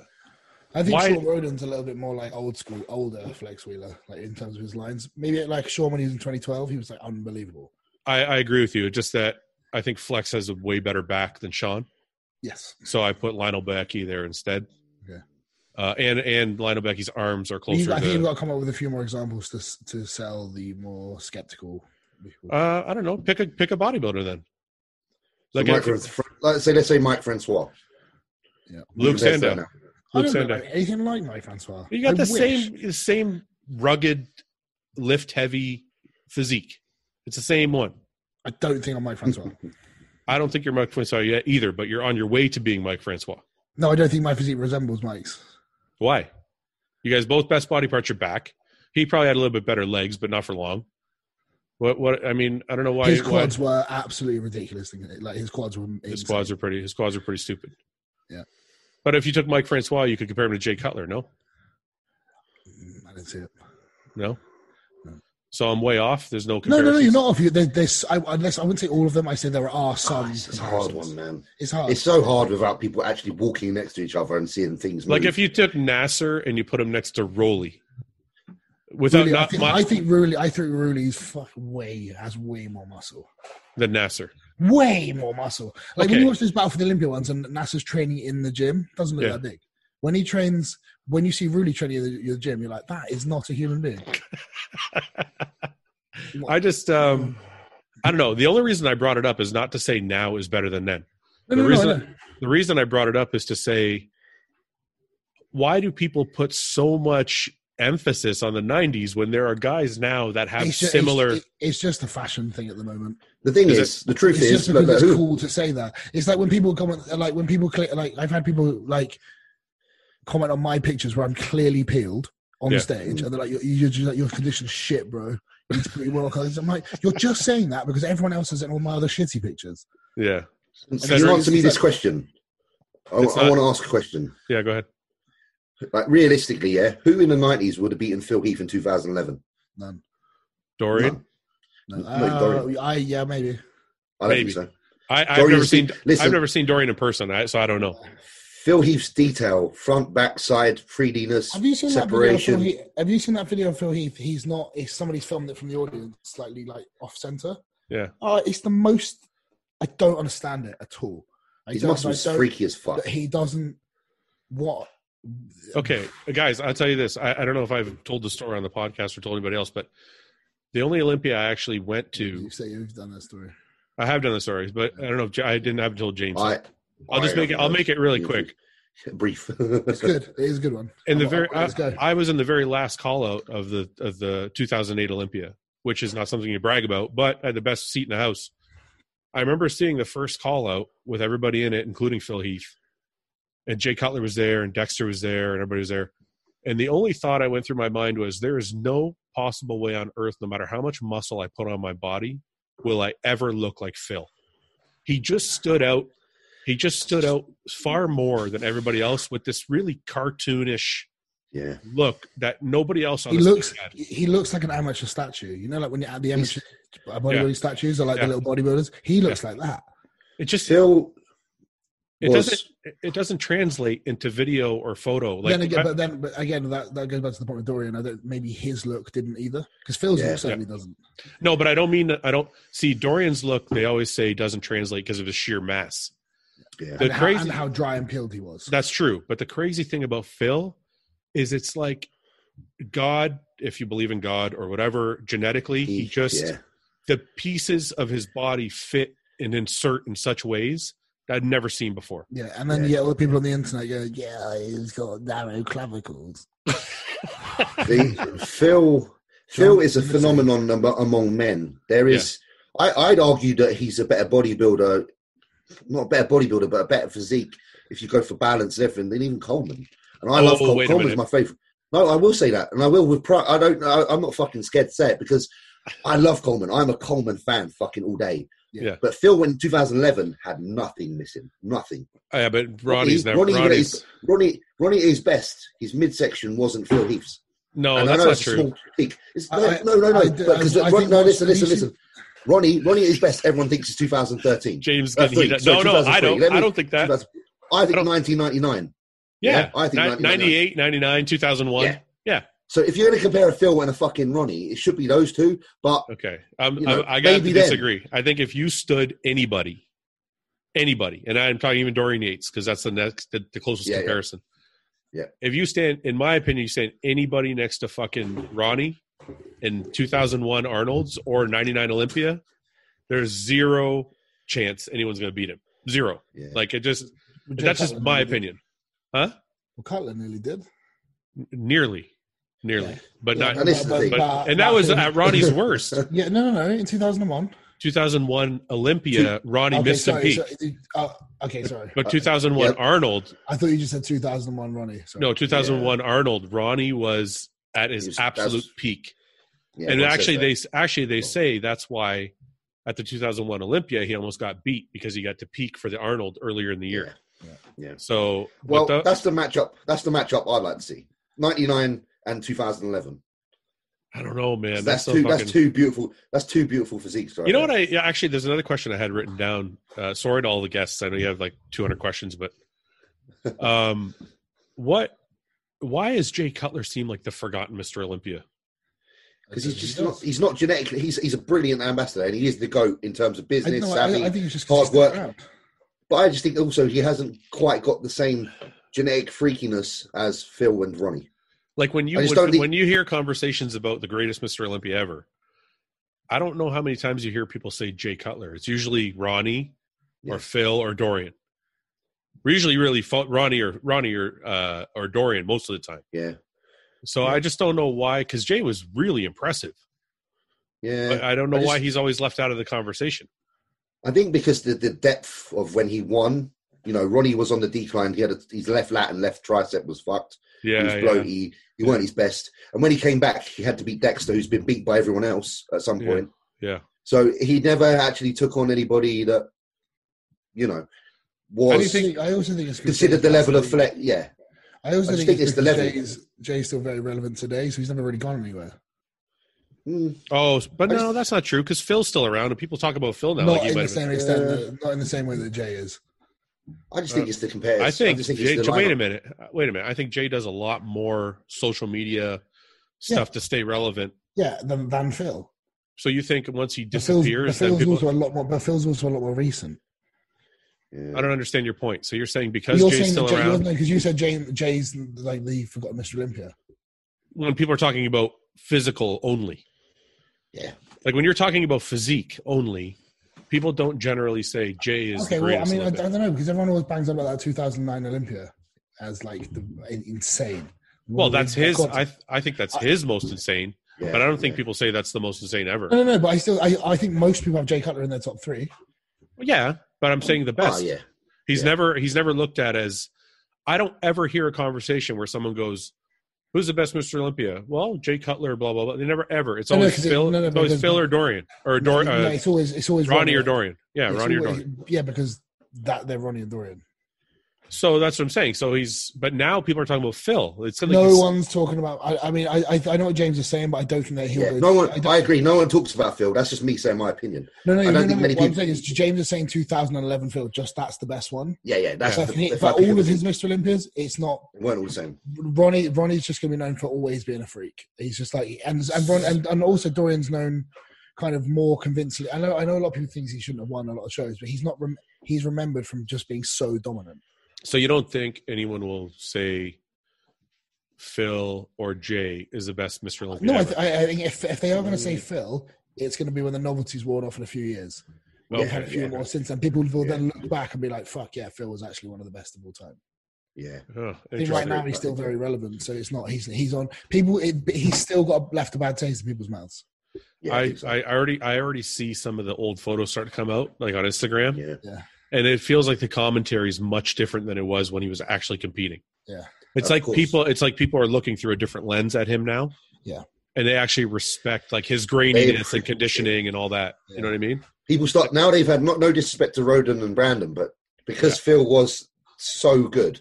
C: I think
A: Why-
C: Sean Roden's a little bit more like old school, older Flex Wheeler, like in terms of his lines. Maybe like Sean when he was in 2012, he was like unbelievable.
A: I, I agree with you. Just that I think Flex has a way better back than Sean.
C: Yes,
A: So I put Lionel Becky there instead.
C: Okay.
A: Uh, and and Lionel Becky's arms are
C: You-
A: closer
C: I think you've
A: to.
C: got to come up with a few more examples to s- to sell the more skeptical. people.
A: Uh, I don't know. Pick a pick a bodybuilder then.
B: So
A: Like
B: Mike
A: I-
B: Fran- Fra- let's say, let's say Mike Francois.
C: yeah.
A: Luke
B: Compares
A: Sandow.
B: that now.
C: I
A: Luke
C: don't know
A: Sandow.
C: anything like Mike Francois.
A: You got
C: I
A: the
C: wish.
A: same the same rugged, lift heavy physique. It's the same one.
C: I don't think I'm Mike Francois.
A: I don't think you're Mike Francois yet either, but you're on your way to being Mike Francois.
C: No, I don't think my physique resembles Mike's.
A: Why? You guys both best body parts are back. He probably had a little bit better legs, but not for long. What? What? I mean, I don't know why
C: his
A: why-
C: quads were absolutely ridiculous. Thing, like his quads were.
A: his
C: insane.
A: quads are pretty. His quads are pretty stupid.
C: Yeah.
A: But if you took Mike Francois, you could compare him to Jay Cutler. No,
C: Mm, I didn't see it.
A: no.
C: No.
A: So I'm way off. There's no.
C: No, no, no,
A: comparisons.
C: you're not off. You, there, there's, I, unless I wouldn't say all of them. I say there are some.
B: Ah, It's it's a hard one, man.
C: It's hard.
B: It's so hard without people actually walking next to each other and seeing things.
A: Like
B: move.
A: if you took Nasser and you put him next to Roly, without
C: Really, I
A: not
C: think,
A: much
C: I think Ruli, I think Ruli's fucking way has way more muscle.
A: than Nasser.
C: Way more muscle. Like when you
A: Okay.
C: watch those Battle for the Olympia ones and NASA's training in the gym, doesn't look
A: Yeah.
C: that big. When he trains, when you see Ruli training in the, your gym, you're like, that is not a human being.
A: I just, um, I don't know. The only reason I brought it up is not to say now is better than then. the
C: No, no, no,
A: reason,
C: I know.
A: the reason I brought it up is to say, why do people put so much emphasis on the '90s when there are guys now that have
C: It's ju- it's-
A: similar?
C: it- it's just a fashion thing at the moment.
B: the thing
A: is
B: is,
A: it-
B: the truth
C: it's
B: is,
C: just
B: look,
C: because
B: look,
C: it's
B: who-
C: cool to say that. It's like when people comment, like when people click, like I've had people like comment on my pictures where I'm clearly peeled on
A: Yeah.
C: stage, and they're like, "You're, you're just like your condition's shit, bro." It's pretty well. covered." I'm like, you're just saying that because everyone else has it in all my other shitty pictures.
A: yeah,
B: Can you
A: It's
B: answer me
C: like-
B: this question? I,
A: It's
B: I
A: not-
B: want to ask a question.
A: yeah. Go ahead.
B: Like realistically, yeah, who in the nineties would have beaten Phil Heath in 2011?
C: None.
A: Dorian,
B: None.
C: No.
B: Wait,
C: Uh, I yeah
B: I
C: maybe.
B: don't
A: Maybe.
B: think so.
A: I, I've
B: Dorian
A: never
B: Ste-
A: seen.
B: listen.
A: I've never seen Dorian in person, I, so I don't know.
B: Phil Heath's detail, front, back, side, 3Dness,
C: Have you seen
B: separation.
C: that video? Of Phil Heath? Have you seen that video of Phil Heath? He's not. If somebody's filmed it from the audience, slightly like off center.
A: Yeah.
C: Oh, it's the most. I don't understand it at all. I
B: His
C: don't-
B: muscle was
C: I don't-
B: freaky as fuck.
C: But he doesn't. What?
A: Okay, guys, I'll tell you this. I, I don't know if I've told the story on the podcast or told anybody else, but the only Olympia I actually went to,
C: You say you've done that story.
A: I have done the stories, but I don't know if Ja- I didn't have it told James.
B: I,
A: I'll just
B: I
A: make it.
B: don't
A: I'll
B: know.
A: make it really quick.
B: (laughs) Brief.
C: It's good. It is a good one.
A: In the
C: I'm-
A: very,
C: I'm-
A: I,
C: let's go.
A: I was in the very last call out of the of the 2008 Olympia, which is not something you brag about, but I had the best seat in the house. I remember seeing the first call out with everybody in it, including Phil Heath, and Jay Cutler was there, and Dexter was there, and everybody was there. And the only thought I went through my mind was, there is no possible way on earth, no matter how much muscle I put on my body, will I ever look like Phil. He just stood out. He just stood out far more than everybody else with this really cartoonish
B: (laughs) yeah.
A: look that nobody else on
C: He
A: the
C: looks.
A: stage had.
C: He looks like an amateur statue. You know, like when you're at the
B: He's-
C: amateur bodybuilding statues, or like
A: Yeah.
C: the little bodybuilders. He looks like that.
A: It just
B: Phil
A: it
B: was-
A: doesn't it doesn't translate into video or photo. Like
C: then again,
A: I-
C: but then, but again, that, that goes back to the point with Dorian. I don't, maybe his look didn't either, because Phil's
B: Yeah.
C: look certainly doesn't.
A: no, but I don't mean that- I don't see Dorian's look. They always say doesn't translate because of his sheer mass.
B: yeah.
A: The
C: and, how,
A: crazy
C: and how dry and peeled he was.
A: that's true. But the crazy thing about Phil is it's like God, if you believe in God or whatever, genetically he, just
B: yeah.
A: the pieces of his body fit and insert in such ways that I'd never seen before.
C: yeah, and then
B: Yeah.
C: you get all the people on the internet go, "Yeah, he's got narrow clavicles."
B: The- Phil Phil is a phenomenon am- among men. There is I, I'd argue that he's a better bodybuilder not a better bodybuilder, but a better physique if you go for balance and everything than even Coleman. And I
A: Oh,
B: love Col-
A: wait a
B: Coleman's
A: minute.
B: my favourite. No, I will say that. And I will with pride I don't I, I'm not fucking scared to say it because I love Coleman. I'm a Coleman fan fucking all day.
A: Yeah.
B: But Phil in 2011 had nothing missing. Nothing.
A: Oh, yeah, but Ronnie's never
B: Ronnie-
A: Ronnie's
B: Ronnie Ronnie at his best. His midsection wasn't Phil Heath's.
A: no,
B: And I
A: Oh, that's
B: know
A: not
B: it's a
A: true.
B: small critique. It's, no,
C: I-
B: no, no, no.
C: I- I-
B: but 'cause
C: I
B: Ron-
C: think
B: no,
C: what's-
B: listen, listen,
C: you should-
B: listen. Ronnie, Ronnie at his best. Everyone thinks it's 2013.
A: James
B: Uh,
A: can
B: three,
A: he, does-
B: sorry,
A: no, no, I
B: 2003.
A: don't.
B: Let me-
A: I don't think that.
B: 2000 I
A: I
B: think
A: don't-
B: 1999.
A: Yeah,
B: I think
A: Ni-
B: 99.
A: 98, 99, 2001.
B: Yeah. So if you're going to compare a Phil and a fucking Ronnie, it should be those two. But
A: Okay, um,
B: You know,
A: I, I got to
B: maybe then.
A: disagree. I think if you stood anybody, anybody, and I'm talking even Dorian Yates because that's the next, the, the closest
B: Yeah, yeah.
A: comparison.
B: Yeah.
A: If you stand, in my opinion, you stand anybody next to fucking Ronnie in 2001 Arnold's or 99 Olympia, there's zero chance anyone's going to beat him. Zero.
B: yeah.
A: Like it just.
C: Well, Jay
A: That's just
C: Cutler
A: my
C: nearly did.
A: opinion. Huh?
C: Well, Cutler nearly did,
A: Nearly, nearly, but
C: Yeah,
A: not.
B: And this is the
A: but-
B: thing. (laughs)
A: and that was at uh, Ronnie's worst.
C: Yeah, no, no, no. In 2001,
A: 2001 Olympia, Ronnie
C: okay,
A: missed some
C: sorry,
A: peak.
C: so- oh, okay, sorry.
A: But 2001
B: Yeah.
A: Arnold,
C: I thought you just said 2001 Ronnie. Sorry.
A: no, 2001 Arnold, Ronnie was at his
B: He was-
A: absolute
B: that's-
A: peak.
B: Yeah,
A: and
B: everyone says
A: actually,
B: that.
A: they actually they say that's why at the 2001 Olympia he almost got beat because he got to peak for the Arnold earlier in the year.
B: Yeah, yeah.
A: So
B: Well,
A: what the-
B: that's the matchup. That's the matchup I'd like to see. Ninety nine and two thousand eleven.
A: I don't know, man.
B: that's
A: That's, so
B: two.
A: fucking.
B: That's two beautiful. That's two beautiful physiques. Right
A: You know what?
B: there.
A: I yeah, actually, there's another question I had written down. Uh, sorry to all the guests. I know you have like 200 questions,
B: (laughs)
A: but um, what? Why is Jay Cutler seem like the forgotten Mr. Olympia?
B: Because he's
C: He
B: just
C: does.
B: not. He's not genetically. He's he's a brilliant ambassador, and he is the goat in terms of
C: I,
B: business
C: no, I, I
B: savvy.
C: think it's just 'cause
B: hard
C: he's still
B: work.
C: around.
B: but I just think also he hasn't quite got the same genetic freakiness as Phil and Ronnie.
A: Like when you
B: I just
A: when,
B: don't think-
A: when you hear conversations about the greatest Mr. Olympia ever, I don't know how many times you hear people say Jay Cutler. It's usually Ronnie
B: Yeah.
A: or Phil or Dorian. We're usually really fo- Ronnie or Ronnie or uh, or Dorian most of the time.
B: Yeah,
A: So
B: Yeah.
A: I just don't know why because Jay was really impressive.
B: yeah.
A: But uh, I don't know
B: I just-
A: why he's always left out of the conversation.
B: I think because the, the depth of when he won, you know, Ronnie was on the decline. He had a, his left lat and left tricep was fucked. he was
A: Yeah,
B: bloaty. He, weren't his best. And when he came back, he had to beat Dexter, who's been beat by everyone else at some
A: Yeah,
B: point.
A: yeah.
B: So he never actually took on anybody that, you know,
C: I,
B: was
C: do think, I also think it's 'cause
B: considered
C: Jay's
B: the level of
C: actually-
B: flex. Yeah,
C: I also
B: I just
C: think, it's the level. Jay's, Jay's still very relevant today, so he's never really gone anywhere.
B: Mm,
A: Oh, but
B: I
A: no, that's not true because Phil's still around and people talk about Phil now.
C: not
A: he
C: in
A: might have been-
C: the same extent.
B: Yeah.
C: that- not in the same way that Jay is.
B: I just think
A: Uh,
B: it's the compares.
A: I think,
B: just
A: Jay,
B: it's the
A: wait a
B: lineup.
A: minute. uh, Wait a minute. I think Jay does a lot more social media stuff to stay relevant.
C: Yeah, than, than Phil.
A: So you think once he
C: But Phil's,
A: disappears,
C: but Phil's
A: then people.
C: also a lot more. But Phil's also a lot more recent.
B: Yeah.
A: I don't understand your point. So you're saying because
C: you're
A: Jay's
C: saying
A: still
C: that Jay,
A: around,
C: because you said Jay, Jay's like the forgotten Mr. Olympia.
A: when people are talking about physical only,
B: Yeah.
A: like when you're talking about physique only, people don't generally say Jay is
C: Okay,
A: the
C: well, I
A: greatest.
C: mean, I, I
A: Olympian.
C: don't know because everyone always bangs on about that 2009 Olympia as like the in- insane.
A: well, that's his.
C: God.
A: I I think that's his most insane.
B: Yeah,
A: But I don't think
B: yeah.
A: people say that's the most insane ever.
C: no, no, no. But I still, I, I think most people have Jay Cutler in their top three.
A: Yeah, but I'm saying the
B: Oh,
A: best.
B: yeah.
A: He's
B: yeah.
A: never he's never looked at as. I don't ever hear a conversation where someone goes, "Who's the best Mr. Olympia?" Well, Jay Cutler, blah blah blah. They never ever. It's
C: No, no,
A: always
C: 'cause it-
A: Phil.
C: no, no,
A: it's always
C: because-
A: Phil or Dorian or Dor-
C: no,
A: uh,
C: it's always it's always
A: Ronnie or Dorian. Yeah,
C: It's
A: Ronnie or
C: always-
A: Dorian.
C: Yeah, because that they're Ronnie and Dorian.
A: So that's what I'm saying. So he's. But now people are talking about Phil. It's kind of
C: no
A: like this-
C: one's talking about. I, I mean, I, I I know what James is saying, but I don't think that he'll.
B: Yeah,
C: go-
B: no one.
C: I don't-
B: I, agree. No one talks about Phil. That's just me saying my opinion.
C: No, no,
B: I don't
C: no, no,
B: think
C: no,
B: many
C: What I'm
B: people-
C: saying is James is saying 2011 Phil. Just that's the best one.
B: Yeah, yeah. That's
C: So
B: the,
C: for me-
B: if
C: for
B: I pick
C: all
B: a-
C: of his Mr. Olympias, it's not
B: they weren't all the same.
C: Ronnie. Ronnie's just going to be known for always being a freak. He's just like and and Ron, and, and also Dorian's known kind of more convincingly. I know I know a lot of people think he shouldn't have won a lot of shows, but he's not. Rem- he's remembered from just being so dominant.
A: So you don't think anyone will say Phil or Jay is the best Mr. Olympia?
C: No, I,
A: ever?
C: th- I, I think if if they are going to say Phil, it's going to be when the novelty's worn off in a few years.
A: Well,
C: We've had a few
B: yeah.
C: more since then. People will then look back and be like, "Fuck yeah, Phil was actually one of the best of all time."
B: Yeah.
A: oh,
C: I think right
A: interesting.
C: now he's still very relevant, so it's not he's he's on people. It, but he's still got left a bad taste in people's mouths.
B: Yeah,
A: I,
B: think so.
A: I, I already I already see some of the old photos start to come out, like on Instagram,
B: yeah.
A: and it feels like the commentary is much different than it was when he was actually competing.
C: Yeah.
A: it's
B: Of
A: like
B: course.
A: people it's like people are looking through a different lens at him now.
C: Yeah.
A: and they actually respect like his
B: They
A: graininess
B: appreciate
A: and conditioning and all that.
C: Yeah.
A: You know what I mean?
B: People start now. They've had no, no disrespect to Roden and Brandon, but because Phil was so good,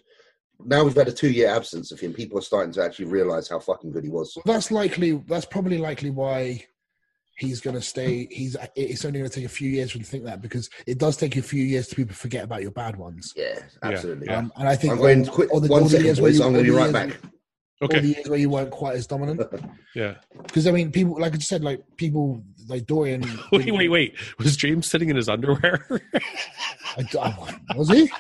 B: now we've had a two-year absence of him. People are starting to actually realize how fucking good he was.
C: Well, that's likely. That's probably likely why he's going to stay. He's it's only going to take a few years for him to think that because it does take a few years to people forget about your bad ones.
B: Yeah, absolutely.
A: Yeah.
C: Um, and I think
B: I'm going to quit.
C: all the- all
B: One
C: the
B: second,
C: years where
B: boys.
C: you-
B: I'm going to be
C: all the
B: right
C: years-
B: back.
C: all the
A: Okay,
C: years where you weren't quite as dominant.
B: (laughs)
A: yeah.
C: Because I mean, people like I just said, like people like Dorian.
A: (laughs) Wait, wait, wait. Was James sitting in his underwear? (laughs)
C: I, I- was he?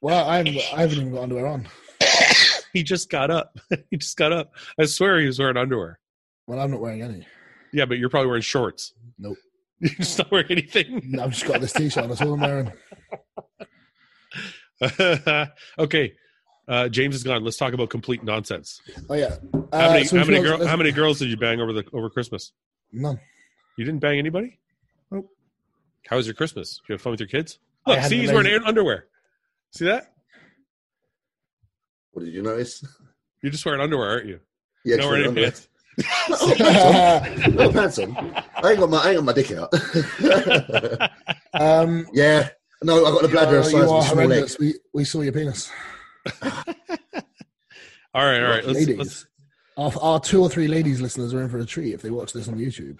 C: Well, I haven't, I haven't even got underwear on.
A: he just got up. (laughs) he just got up. I swear he was wearing underwear.
C: Well, I'm not wearing any.
A: Yeah, but you're probably wearing shorts. (laughs)
C: Nope.
A: You're just not wearing anything.
C: I've just got this t-shirt. That's all I'm wearing.
A: (laughs) okay. Uh, James is gone. Let's talk about complete nonsense.
C: Oh yeah.
A: How
C: Uh,
A: many
C: so
A: how
C: we've
A: many
C: got-
A: girl, how many girls did you bang over the over Christmas?
C: None.
A: You didn't bang anybody?
C: Nope.
A: How was your Christmas? Did you have fun with your kids?
C: I
A: Look,
C: had
A: see,
C: an
A: he's wearing
C: amazing-
A: Aaron underwear. See that?
B: What did you notice? (laughs)
A: You're just wearing underwear, aren't you?
B: Yeah,
A: no wearing any
B: underwear. (laughs)
A: pants.
B: No
C: (laughs)
B: pants on. No pants on. I ain't got my I ain't got my dick out. (laughs)
C: (laughs) um,
B: yeah. No, I got the bladder
C: Uh, you
B: size of
C: are
B: a small egg.
C: horrendous. We, we saw your penis.
A: All right, all right.
B: Well,
A: Let's,
C: ladies.
A: let's
C: Our, our two or three ladies listeners are in for a treat if they watch this on YouTube.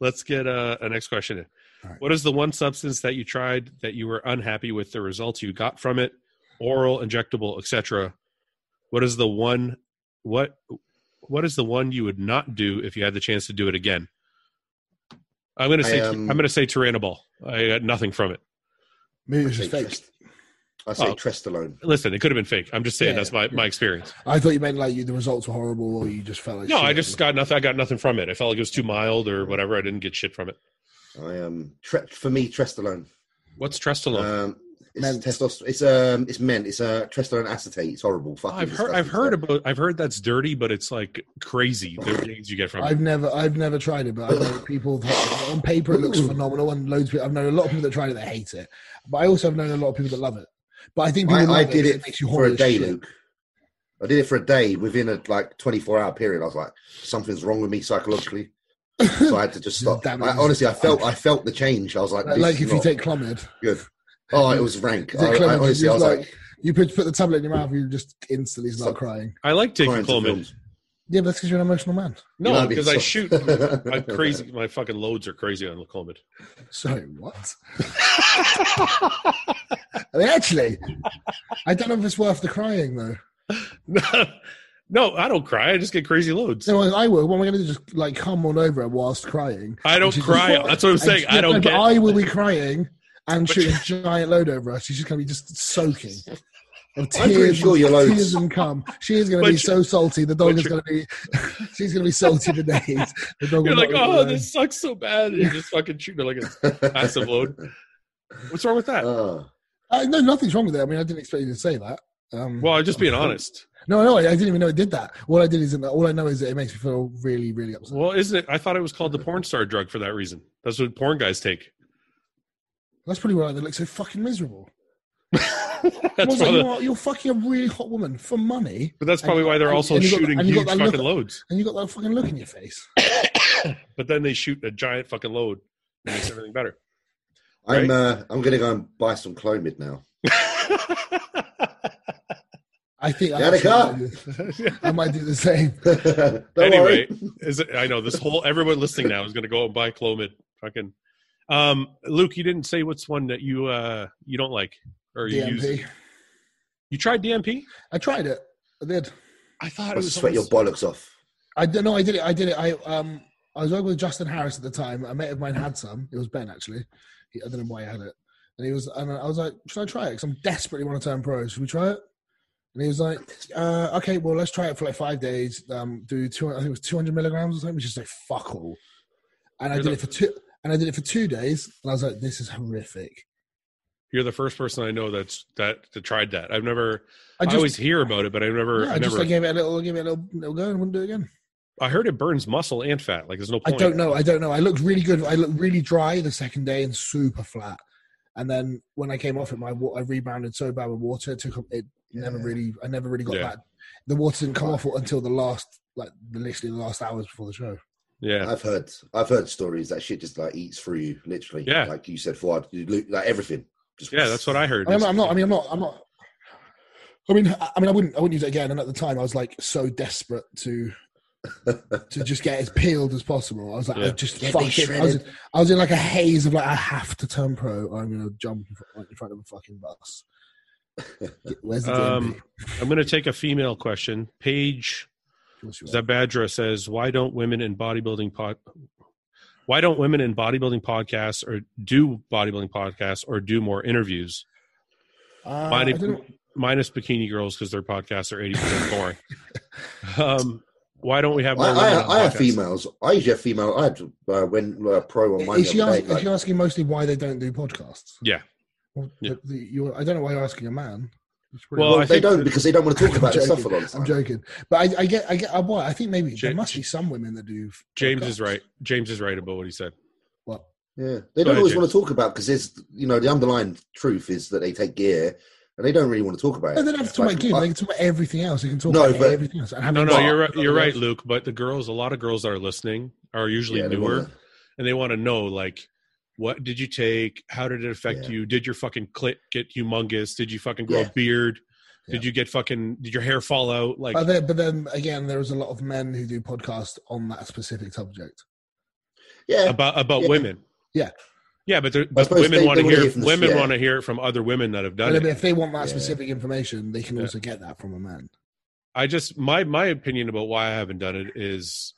A: let's get uh, a next question in.
C: All right.
A: What is the one substance that you tried that you were unhappy with the results you got from it? Oral, injectable, etc. What is the one what what is the one you would not do if you had the chance to do it again? I'm gonna
B: I,
A: say
B: um,
A: I'm gonna say tyrannobol. I got nothing from it.
C: Maybe it's
B: I
C: just
B: say
C: fake.
B: trest- I say
A: Oh.
B: Trestolone.
A: Listen, it could have been fake. I'm just saying
C: Yeah,
A: that's my, my experience.
C: I thought you meant like you, the results were horrible or you just felt like
A: No,
C: shit.
A: I just got nothing. I got nothing from it. I felt like it was too mild or whatever. I didn't get shit from it.
B: I um, tre- for me, Trestolone.
A: What's Trestolone?
B: Um, it's
C: Meant.
B: testosterone. It's um, it's meant. It's uh, Trestolone acetate. It's horrible. Fucking
A: I've heard
B: disgusting
A: I've heard
B: stuff.
A: about I've heard that's dirty, but it's like crazy the
C: (sighs)
A: gains you get from it.
C: I've never, I've never tried it, but I know people that on paper it looks phenomenal, and loads of people. I've known a lot of people that tried it that hate it, but I also have known a lot of people that love it. But I think people
B: I,
C: love
B: I did
C: 'cause
B: it,
C: makes you
B: for
C: horny
B: a
C: as
B: day,
C: shit.
B: Luke. I did it for a day within a like 24 hour period. I was like, something's wrong with me psychologically, so I had to
C: (laughs)
B: just stop.
C: Damn it.
B: I, honestly, I felt I felt the change. I was like,
C: Like,
B: this
C: like
B: is
C: if you
B: not
C: take Clomid,
B: good. Oh, it was rank.
C: you
B: I,
C: take
B: I
C: Clomid,
B: honestly, I
C: you just
B: was
C: like,
B: like,
C: you put put the tablet in your mouth, you just instantly start
B: Stop.
C: crying.
A: I like taking
B: crying to
A: Clomid.
B: films.
C: Yeah, but that's because you're an emotional man.
B: You
A: No,
B: know,
A: because I
B: it's-
C: (laughs)
A: shoot. I'm crazy. My fucking loads are crazy on Clomid.
C: So what? I mean, actually, I don't know if it's worth the crying though.
A: (laughs) no, I don't cry. I just get crazy loads.
C: So I will. What am I going to just like come all over it whilst crying?
A: I don't
C: (laughs) Which is-
A: cry. That's what I'm saying. I don't
C: no,
A: get.
C: But I will be crying and
A: But-
C: shooting a giant load over her. She's just going to be just soaking. Of tears,
B: I'm pretty sure your loads-
C: tears and cum. She is going to
A: But
C: be
A: you-
C: so salty. The dog
A: but
C: is
A: you-
C: going to be. (laughs) She's going to be salty for days. The dog
A: You're
C: will
A: like,
C: not
A: oh,
C: leave her
A: this sucks so bad. You're just fucking shooting like a massive load. What's wrong with that?
B: Oh.
C: alone. Uh, no, nothing's wrong with it. I mean, I didn't expect you to say that. Um,
A: well, I'm just
C: (laughs)
A: being honest.
C: no, no, I, I didn't even know it did that. All I did is all I know is that it makes me feel really, really upset.
A: Well, isn't it? I thought it was called the porn star drug for that reason. That's what porn guys
C: (laughs)
A: take.
C: That's probably why they look so fucking miserable. I
A: That's
C: was like,
A: probably,
C: you are, you're fucking a really hot woman for money.
A: but that's probably why they're
C: and-
A: also
C: and you got-
A: shooting
C: and you got
A: huge
C: that
A: fucking
C: look-
A: loads.
C: and you got that fucking look in your face.
A: but then they shoot a giant fucking load and makes everything
C: (laughs)
A: better.
B: I'm uh, I'm gonna go and buy some Clomid now. (laughs)
C: I think I,
B: Get a
C: actually
B: car.
C: might do- I might do the same.
B: Don't
A: anyway,
B: worry.
A: is it, I know this whole everyone listening now is going to go and buy Clomid. Fucking um, Luke, you didn't say what's one that you uh you don't like (laughs) or you use.
C: DMP.
A: You tried DMP?
C: I tried it. I did.
A: I thought it
B: Must
A: was
B: sweat your
A: almost-
B: bollocks off.
C: I don't know. I did it. I did it. I um. I was working with Justin Harris at the time. A mate of mine had some. It was Ben actually. He, I don't know why he had it. And he was. And I was like, "Should I try it? Because I'm desperately want to turn pro. Should we try it?" And he was like, uh, "Okay, well, let's try it for like five days. Um, do two. I think it was 200 milligrams or something, which is like fuck all." And I
A: Here's
C: did
A: a-
C: it for two. And I did it for two days. And I was like, "This is horrific."
A: You're the first person I know that's that, that tried that. I've never.
C: I
A: I,
C: just
A: always hear about it, but I've never.
C: Yeah,
A: I,
C: I just
A: never
C: I gave it a little, gave it a little, little go and wouldn't do it again.
A: I heard it burns muscle and fat. Like there's no point.
C: I don't know. I don't know. I looked really good. I looked really dry the second day and super flat. And then when I came off it, my wa- I rebounded so bad with water. It took it never
B: Yeah.
C: really. I never really got
A: Yeah.
C: that. The water didn't come off until the last, like literally the last hours before the show.
A: Yeah.
B: I've heard I've heard stories that shit just like eats through you, literally.
A: Yeah.
B: Like you said, Fuad, you lo- like everything. Just
A: Yeah, that's
B: (laughs)
A: what I heard.
C: I mean, I'm not. I mean, I'm not. I'm not. I mean, I I mean, I wouldn't. I wouldn't use it again. And at the time, I was like so desperate to to just get as peeled as possible. I was like,
A: Yeah.
C: I just
B: Get me
C: fuck it. I was,
B: shredded.
C: I was in like a haze of like, I have to turn pro. Or I'm gonna jump in front- in front of a fucking bus.
B: (laughs)
C: Where's the
A: Um,
C: DMV?
A: I'm going to take a female question. Paige
C: Of course you are.
A: Zabadra says, "Why don't women in bodybuilding pod? Why don't women in bodybuilding podcasts or do bodybuilding podcasts or do more interviews?
C: Uh, I
A: Mighty-
C: don't know.
A: Minus Bikini Girls because their podcasts are 80 percent boring. um, why don't we have more?
B: I,
A: women on
B: I, I have
A: podcasts?
B: females. I usually have female. I had uh, when uh, pro on mine.
C: Is
B: the
C: she,
B: other
C: ask,
B: day,
C: is
B: like,
C: she asking mostly why they don't do podcasts?
A: Yeah.
C: Well,
A: Yeah.
C: but the- you're- I don't know why you're asking a man. It's pretty-
A: Well, I
B: they
A: think
B: don't
A: that-
B: because they
A: (laughs)
B: don't want to talk
C: I'm
B: about
C: joking.
B: their stuff a lot. Of the
C: I'm
B: time.
C: joking, but I, I get, I get. I, well, I think maybe there
A: Ja-
C: must be some women that do.
A: James is
C: podcasts.
A: right. James is right about what he said.
C: What?
B: Yeah, they
A: Go
B: don't
A: ahead,
B: always
A: Jim.
B: want to talk about because it's you know the underlying truth is that they take gear and they don't really want to talk about
C: No,
B: it.
C: they don't have to talk
B: Like,
C: about gear.
B: I-
C: They can talk about everything else. They can talk
B: No,
C: about
B: but-
C: everything else. And have
A: No,
C: a
A: no,
C: laugh.
A: you're right, you're right, Luke. But the girls, a lot of girls that are listening are usually
B: yeah, they
A: newer,
B: wanna-
A: and they want to know like, what did you take? How did it affect
B: Yeah.
A: you? Did your fucking clit get humongous? Did you fucking grow
B: Yeah.
A: a beard? Did
C: Yeah.
A: you get fucking? Did your hair fall out? Like,
C: But then, but then again, there is a lot of men who do podcasts on that specific subject.
B: yeah,
A: about about
B: Yeah.
A: women.
C: Yeah.
A: yeah, but, they're- but
B: suppose
A: women
B: they-
A: want to
B: they wanna
A: hear
B: hear from the-
A: women
B: yeah.
A: want to hear it from other women that have done
C: But
A: it.
C: if they want that
B: Yeah.
C: specific information, they can
A: Yeah.
C: also get that from a man.
A: I just my my opinion about why I haven't done it is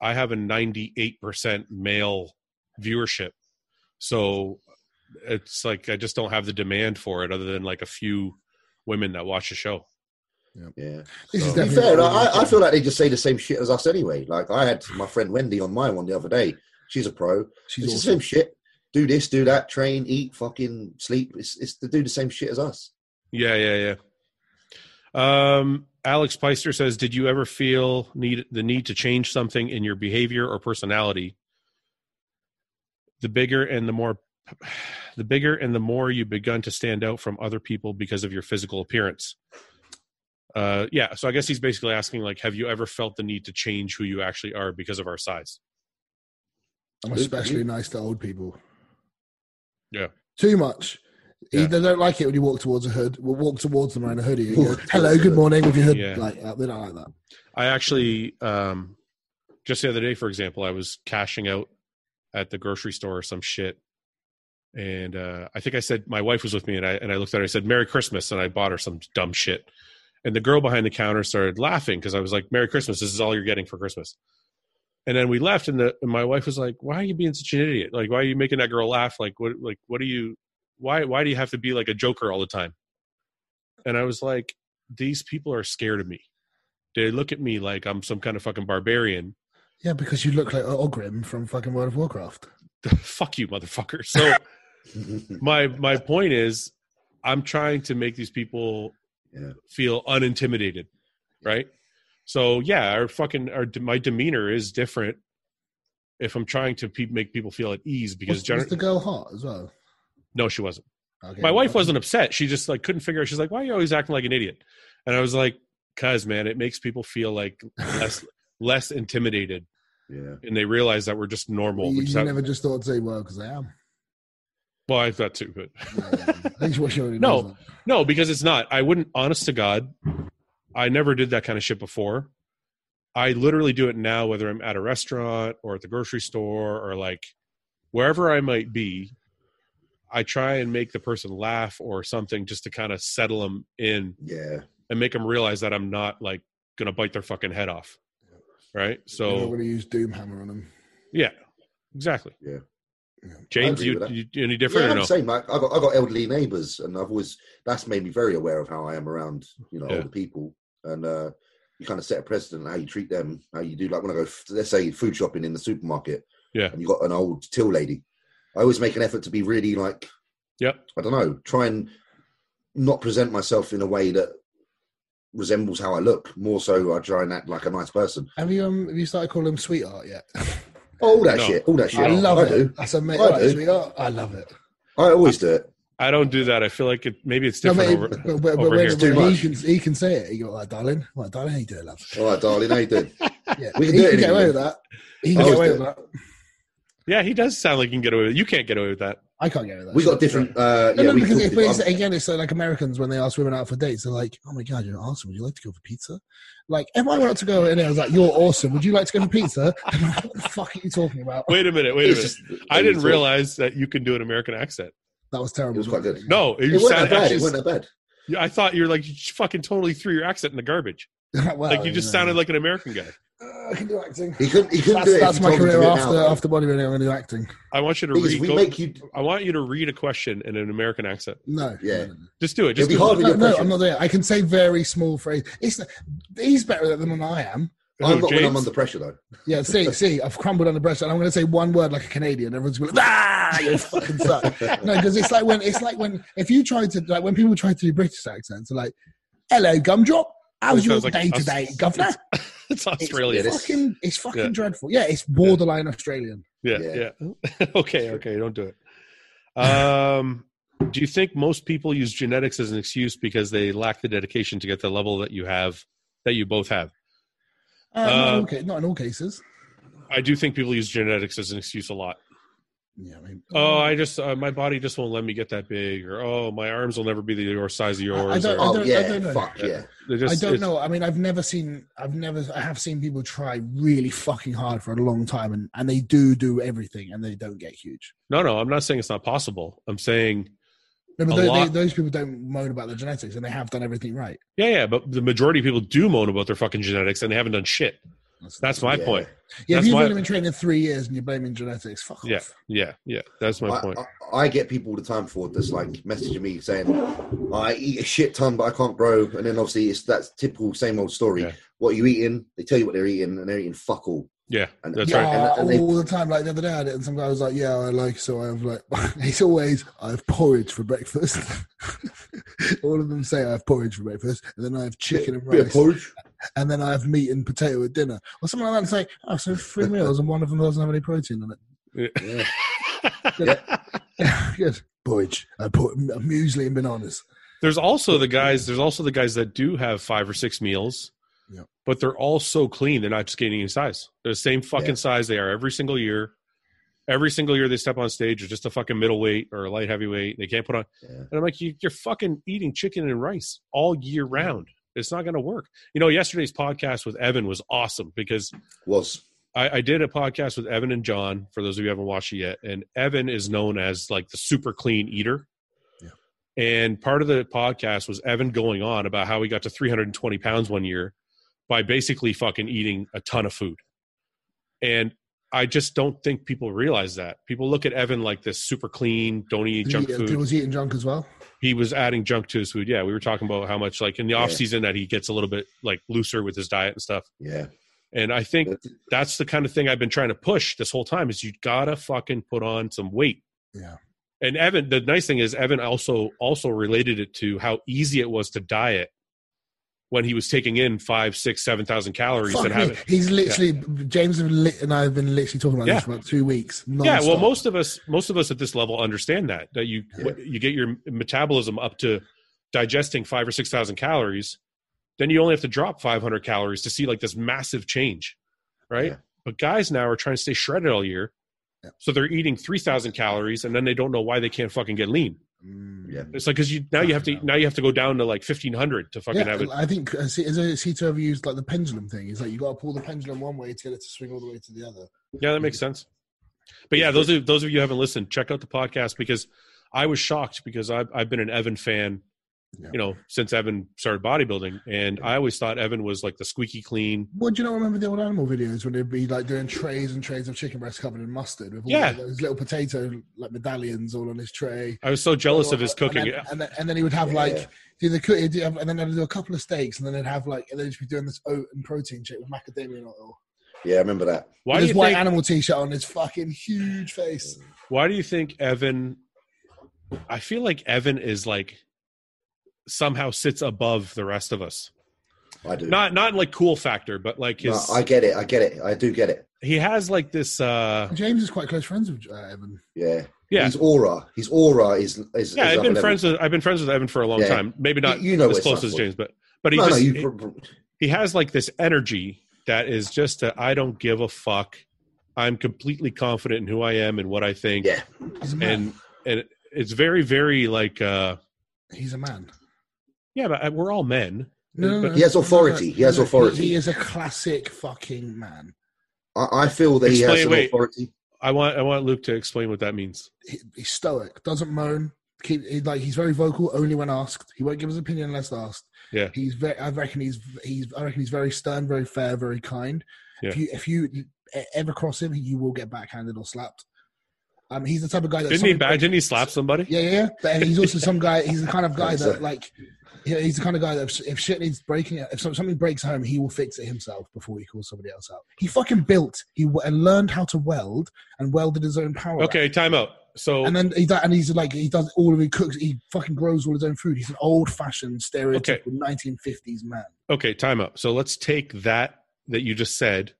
A: I have a ninety eight percent male viewership, so it's like I just don't have the demand for it, other than like a few women that watch the show.
B: yeah.
C: This is
A: So-
B: To be
C: definitely
B: fair, like,
C: what we
B: I, I
C: want.
B: feel like they just say the same shit as us anyway. Like I had my friend Wendy on my one the other day. She's a pro.
C: she's
B: it's the
C: awesome.
B: same shit. Do this, do that, train, eat, fucking sleep. It's it's to do the same shit as us. (laughs)
A: Yeah, yeah, yeah. Um, Alex Peister says, "Did you ever feel need the need to change something in your behavior or personality? The bigger and the more, (sighs) the bigger and the more you begun to stand out from other people because of your physical appearance." Uh, yeah. So I guess he's basically asking, like, have you ever felt the need to change who you actually are because of our size?
C: I'm especially nice to old people.
A: Yeah.
C: Too much.
A: Yeah.
C: They don't like it when you walk towards a hood. We'll walk towards them wearing a hoodie.
B: (laughs)
C: and go,
B: Walk
C: Hello,
B: towards
C: good
B: them.
C: morning with your hood.
A: Yeah.
C: Like that. They don't like that.
A: I actually um just the other day, for example, I was cashing out at the grocery store or some shit. And uh I think I said my wife was with me and I and I looked at her, I said, Merry Christmas, and I bought her some dumb shit. And the girl behind the counter started laughing because I was like, Merry Christmas, this is all you're getting for Christmas. And then we left and the and my wife was like, Why are you being such an idiot? Like, why are you making that girl laugh? Like what like what do you why why do you have to be like a joker all the time? And I was like, These people are scared of me they look at me like I'm some kind of fucking barbarian. (laughs)
C: Yeah, because you look like Ogrim from fucking World of Warcraft.
A: Fuck you, motherfucker. So
C: (laughs)
A: my my point is, I'm trying to make these people
B: Yeah.
A: feel unintimidated, right? So yeah, our fucking our my demeanor is different if I'm trying to pe- make people feel at ease because
C: Was,
A: gener-
C: was the girl hot as well?
A: no, she wasn't.
C: Okay.
A: my wife wasn't upset. She just like couldn't figure out. She's like, "Why are you always acting like an idiot?" And I was like, "Cause man, it makes people feel like less (laughs) less intimidated,
B: yeah.
A: and they realize that we're just normal.
C: You,
A: we just
C: you
A: have-
C: never just thought to say, well, because I am.
A: (laughs) Well, I thought too, but (laughs)
C: Yeah, yeah, yeah. I think she already
A: No.
C: knows that.
A: no, because it's not. I wouldn't, honest to God, I never did that kind of shit before. I literally do it now, whether I'm at a restaurant or at the grocery store or like wherever I might be. I try and make the person laugh or something just to kind of settle them in
B: Yeah.
A: and make them realize that I'm not like going to bite their fucking head off. Right.
C: You're not
A: So,
C: going to use Doomhammer on them.
A: yeah, exactly.
B: Yeah.
C: Yeah.
A: James,
B: I agree
A: you,
B: with that.
A: you, you any
B: yeah,
A: different
B: I'm
A: or no?
B: the same. Like, I got I got elderly neighbours, and I've always that's made me very aware of how I am around you know
A: Yeah.
B: older people, and uh, you kind of set a precedent how you treat them, how you do. Like when I go, f- let's say food shopping in the supermarket,
A: Yeah.
B: and you got an old till lady, I always make an effort to be really like,
A: Yep.
B: I don't know, try and not present myself in a way that resembles how I look. More so, I try and act like a nice person. Oh,
C: Have you um have you started calling him sweetheart yet?
B: All that
A: No.
B: shit, all that shit.
C: I love it.
B: do.
C: That's amazing.
B: I
C: Right,
B: do.
C: sweetheart, I love it.
B: I always do it.
A: I don't do that. I feel like it, maybe it's
C: No, but,
A: different over,
C: it- but, but, but
A: over
C: when,
A: here.
B: It's too
C: when he,
B: much.
C: can, he can say it. He go, like, darling, like, darling, how you doing, love?
B: All right, darling, how you
C: (laughs)
B: doing?
C: Yeah,
B: We can
C: he
B: do it Oh,
C: can
B: in
C: get away with
B: England.
C: that. He can
B: I
C: get
B: always
C: away
B: do
C: with that.
A: Yeah, he does sound like he can get away with it. You can't get away with that.
C: I can't get away with that.
B: We got different. Uh, yeah,
C: No, no,
B: we
C: because
B: talked
C: it, but it's,
B: about-
C: again, it's like Americans when they ask women out for dates, they're like, "Oh my god, you're awesome! Would you like to go for pizza?" Like, if I went out to go and I was like, "You're awesome! Would you like to go for pizza?" (laughs) I'm like, what the fuck are you talking about?
A: Wait a minute. Wait a
B: It's
A: minute.
B: just-
A: I didn't
B: it's-
A: realize that you can do an American accent.
C: That was terrible.
B: It was quite good.
A: No,
B: It
A: you
B: wasn't
A: sound,
B: that bad.
A: actually-
B: It wasn't that bad.
A: Yeah, I thought you were like you fucking totally threw your accent in the garbage.
C: (laughs) Well,
A: like you just
C: know.
A: sounded like an American guy.
C: Uh, I can do acting.
B: He couldn't. He couldn't
C: That's,
B: do it. if
C: that's
B: you
C: my
B: told him to
C: career
B: do it
C: after
B: now.
C: after bodybuilding. I'm going to do acting.
A: I want you to
B: Because
A: read.
B: we
A: go-
B: make you.
A: I want you to read a question in an American accent.
C: No,
B: Yeah.
A: Just do it. Just
B: It'd be
A: do
B: hard
A: it.
B: with
C: No,
B: your
C: no,
B: question.
C: I'm not there. I can say very small phrase. It's he's better at them than I am.
B: I'm not when
A: Oh, James? (laughs)
B: I'm under pressure though.
C: Yeah, see, see, I've crumbled under pressure, and I'm going to say one word like a Canadian. Everyone's going to be like, ah,
A: (laughs)
C: you fucking suck. No, because it's like when it's like when if you try to like when people try to do British accents, they're like, "Hello, gumdrop, how's
A: It
C: your
A: sounds like
C: day today,
A: us-
C: governor?"
A: it's
C: It's
A: Australian.
B: is.
C: fucking, it's fucking
A: Yeah.
C: dreadful. Yeah, it's borderline Australian.
A: Yeah, yeah. (laughs) okay, okay, don't do it. Um, do you think most people use genetics as an excuse because they lack the dedication to get the level that you have, that you both have?
C: Uh, not, in all
A: Uh,
C: ca- not in all cases.
A: I do think people use genetics as an excuse a lot.
C: Yeah, I mean,
A: Oh, I just uh, my body just won't let me get that big, or oh, my arms will never be the your size of
C: I- I
A: yours.
C: don't-
A: or-
C: I
B: Oh
C: don't- I
B: yeah,
C: don't know.
B: fuck yeah.
A: they just-
C: I don't
A: it's-
C: know. I mean, I've never seen, I've never, I have seen people try really fucking hard for a long time, and and they do do everything, and they don't get huge.
A: No, no, I'm not saying it's not possible. I'm saying
C: No, but
A: A
C: tho- they-
A: lot-
C: those people don't moan about their genetics, and they have done everything right.
A: yeah, yeah, but the majority of people do moan about their fucking genetics and they haven't done shit. That's my
B: Yeah.
A: point.
C: yeah. If
A: that's
C: you've
A: my-
C: only been training three years and you're blaming genetics, fuck
A: Yeah,
C: off.
A: yeah, yeah. That's my
B: I,
A: point.
C: uh,
B: I, I get people all the time for this, like messaging me saying, "I eat a shit ton, but I can't grow." And then obviously it's that typical same old story.
A: Yeah.
B: What are you eating? They tell you what they're eating, and they're eating fuck all.
A: yeah,
B: And-
A: that's
C: uh, yeah,
A: right.
B: And- and they-
C: all the time. Like the other day, I did, and some guy was like, "Yeah, I like so I have like." (laughs) It's always I have porridge for breakfast. (laughs) all of them say I have porridge for breakfast, and then I have chicken and
B: Bit of
C: rice,
B: porridge.
C: and then I have meat and potato at dinner, or something like that. It's like, oh, so three meals, and one of them doesn't have any protein in (laughs)
B: Yeah.
A: (laughs)
C: it. Good porridge. I put mu- muesli and bananas.
A: There's also the guys. There's also the guys that do have five or six meals,
C: Yeah.
A: but they're all so clean. They're not just gaining in size. They're the same fucking
B: Yeah.
A: size they are every single year. Every single year they step on stage, they're just a fucking middleweight or a light heavyweight. They can't put on.
B: Yeah.
A: And I'm like, you, you're fucking eating chicken and rice all year round. It's not going to work. You know, yesterday's podcast with Evan was awesome because
B: Was
A: I, I did a podcast with Evan and John. For those of you who haven't watched it yet, and Evan is known as like the super clean eater.
C: Yeah.
A: And part of the podcast was Evan going on about how he got to 320 pounds one year by basically fucking eating a ton of food. And I just don't think people realize that. People look at Evan like this super clean, don't eat
C: Did
A: junk
C: he, uh,
A: food
C: Was he eating junk as well?
A: he was adding junk to his food. Yeah, we were talking about how much like in the
B: Yeah.
A: off season that he gets a little bit like looser with his diet and stuff.
B: yeah.
A: And I think that's the kind of thing I've been trying to push this whole time is you gotta fucking put on some weight.
C: Yeah.
A: And Evan, the nice thing is Evan also also related it to how easy it was to diet when he was taking in five, six, seven thousand calories
C: Fuck
A: and having
C: me. He's literally James and li- and I have been literally talking about
A: Yeah.
C: this for about two weeks.
A: yeah well
C: nonstop.
A: most of us most of us at this level understand that that you
B: Yeah.
A: you get your metabolism up to digesting five or six thousand calories then you only have to drop 500 calories to see like this massive change right
B: Yeah.
A: but guys now are trying to stay shredded all year
C: Yeah.
A: so they're eating 3000 calories and then they don't know why they can't fucking get lean
C: Mm.
B: Yeah.
A: it's like because you now you have to now you have to go down to like 1500 to fucking have it
C: I think uh, see, is it Sito ever used like the pendulum thing? It's like you got to pull the pendulum one way to get it to swing all the way to the other.
A: Yeah, that makes sense. But yeah, those of those of you who haven't listened, check out the podcast because I was shocked because I've I've been an Evan fan,
C: Yeah.
A: you know, since Evan started bodybuilding, and I always thought Evan was like the squeaky clean.
C: What do you not remember the old animal videos when they'd be like doing trays and trays of chicken breast covered in mustard with all
A: Yeah.
C: those little potato like medallions all on his tray?
A: I was so jealous of his cooking.
C: And then, and then, and then he would have like
B: Yeah.
C: do the cook, he'd do- and then they'd do a couple of steaks, and then they'd have like and they'd just be doing this oat and protein shake with macadamia oil.
B: Yeah, I remember that.
A: Why do
C: this
A: you
C: white
A: think?
C: animal t-shirt on his fucking huge face.
A: Why do you think Evan? I feel like Evan is like somehow sits above the rest of us.
B: I do.
A: Not not like cool factor, but like
B: No,
A: his
B: I get it. I get it. I do get it.
A: he has like this. uh
C: James is quite close friends with uh, Evan.
B: Yeah.
A: Yeah.
B: His aura. His aura is is.
A: Yeah,
B: is
A: I've
B: up
A: been
B: a level.
A: friends with I've been friends with Evan for a long
B: Yeah.
A: time. Maybe not
B: You- you know
A: as
B: it's
A: close
B: not
A: as
B: cool.
A: James, but but he
B: No, no.
A: just
B: You,
A: he-
B: pr- pr-
A: he has like this energy that is just I I don't give a fuck. I'm completely confident in who I am and what I think.
B: yeah.
C: He's a man.
A: And and it's very very like uh
C: He's a man.
A: yeah, but uh, we're all men. But
B: he has authority. He has authority.
C: He is a classic fucking man.
B: I, I feel that he has
A: Explain-
B: some
A: wait.
B: authority.
A: I want I want Luke to explain what that means.
C: He, he's stoic. Doesn't moan. Keep he, like he's very vocal only when asked. He won't give his opinion unless asked.
A: Yeah.
C: He's very. I reckon he's he's. I reckon he's very stern, very fair, very kind. If
A: Yeah.
C: you if you e- ever cross him, you will get backhanded or slapped. Um, he's the type of guy that
A: Didn't he?
C: somebody-
A: ba- Didn't he slap somebody?
C: Yeah, yeah, yeah. But he's also some guy. He's the kind of guy that
B: Exactly.
C: like. Yeah, he's the kind of guy that if, if shit needs breaking, if some- something breaks home, he will fix it himself before he calls somebody else out. He fucking built, he w- and learned how to weld, and welded his own power. up.
A: Okay, time out. So
C: And then he does, and he's like, he does all of he cooks, he fucking grows all his own food. He's an old-fashioned,
A: Okay.
C: stereotypical 1950s man.
A: Okay, time up. So let's take that that you just said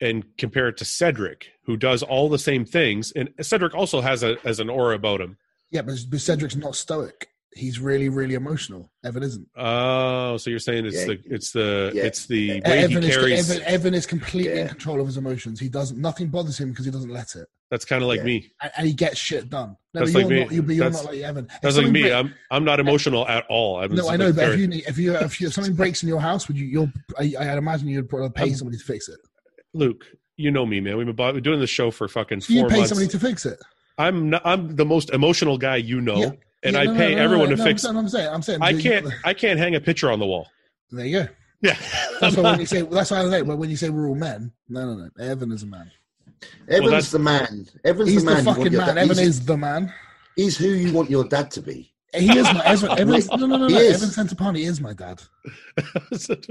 A: and compare it to Cedric, who does all the same things. And Cedric also has a as an aura about him.
C: Yeah, but, but Cedric's not stoic. He's really, really emotional. Evan isn't.
A: Oh, so you're saying it's
B: Yeah.
A: the it's the
B: Yeah.
A: it's the way he
C: Evan is,
A: carries.
C: Evan, Evan is completely in
B: Yeah.
C: control of his emotions. He doesn't. Nothing bothers him because he doesn't let it.
A: That's kind of like
B: Yeah.
A: me.
C: and, and he gets shit done. No,
A: That's
C: but
A: like
C: you're
A: me.
C: Not, you're, but you're
A: That's-
C: not like Evan. If
A: That's like
C: something
A: me.
C: break-
A: I'm I'm not emotional at all. I'm
C: no,
A: just
C: I know, but if
A: very-
C: you need, if you if, you, if something breaks in your house, would you? You'll. I, I imagine you'd probably pay
A: I'm-
C: somebody to fix it.
A: Luke, you know me, man. We've been bo- we're doing the show for fucking
C: You
A: four
C: pay
A: months.
C: somebody to fix it.
A: I'm not, I'm the most emotional guy you know,
C: Yeah.
A: and
C: Yeah,
A: I
C: no, no,
A: pay
C: no, no,
A: everyone
C: no,
A: to
C: no,
A: fix.
C: I'm saying, I'm saying, I'm saying
A: I
C: that you-
A: can't I can't hang a picture on the wall.
C: There you go.
A: Yeah,
C: That's
A: (laughs)
C: why when you say that's why I say, but when you say we're all men, no, no, no. Evan is a man.
B: Evan's
A: that's-
B: the man. Evan's
C: He's
B: the
C: the,
B: man. you want
C: fucking
B: your
C: man.
B: dad-
C: Evan
B: he's,
C: is the man.
B: he's who you want your dad to be.
C: He is
B: (laughs)
C: my Evan. Evan is, no, no, no,
B: He
C: no.
B: is.
C: Evan Santapani is my dad.
B: But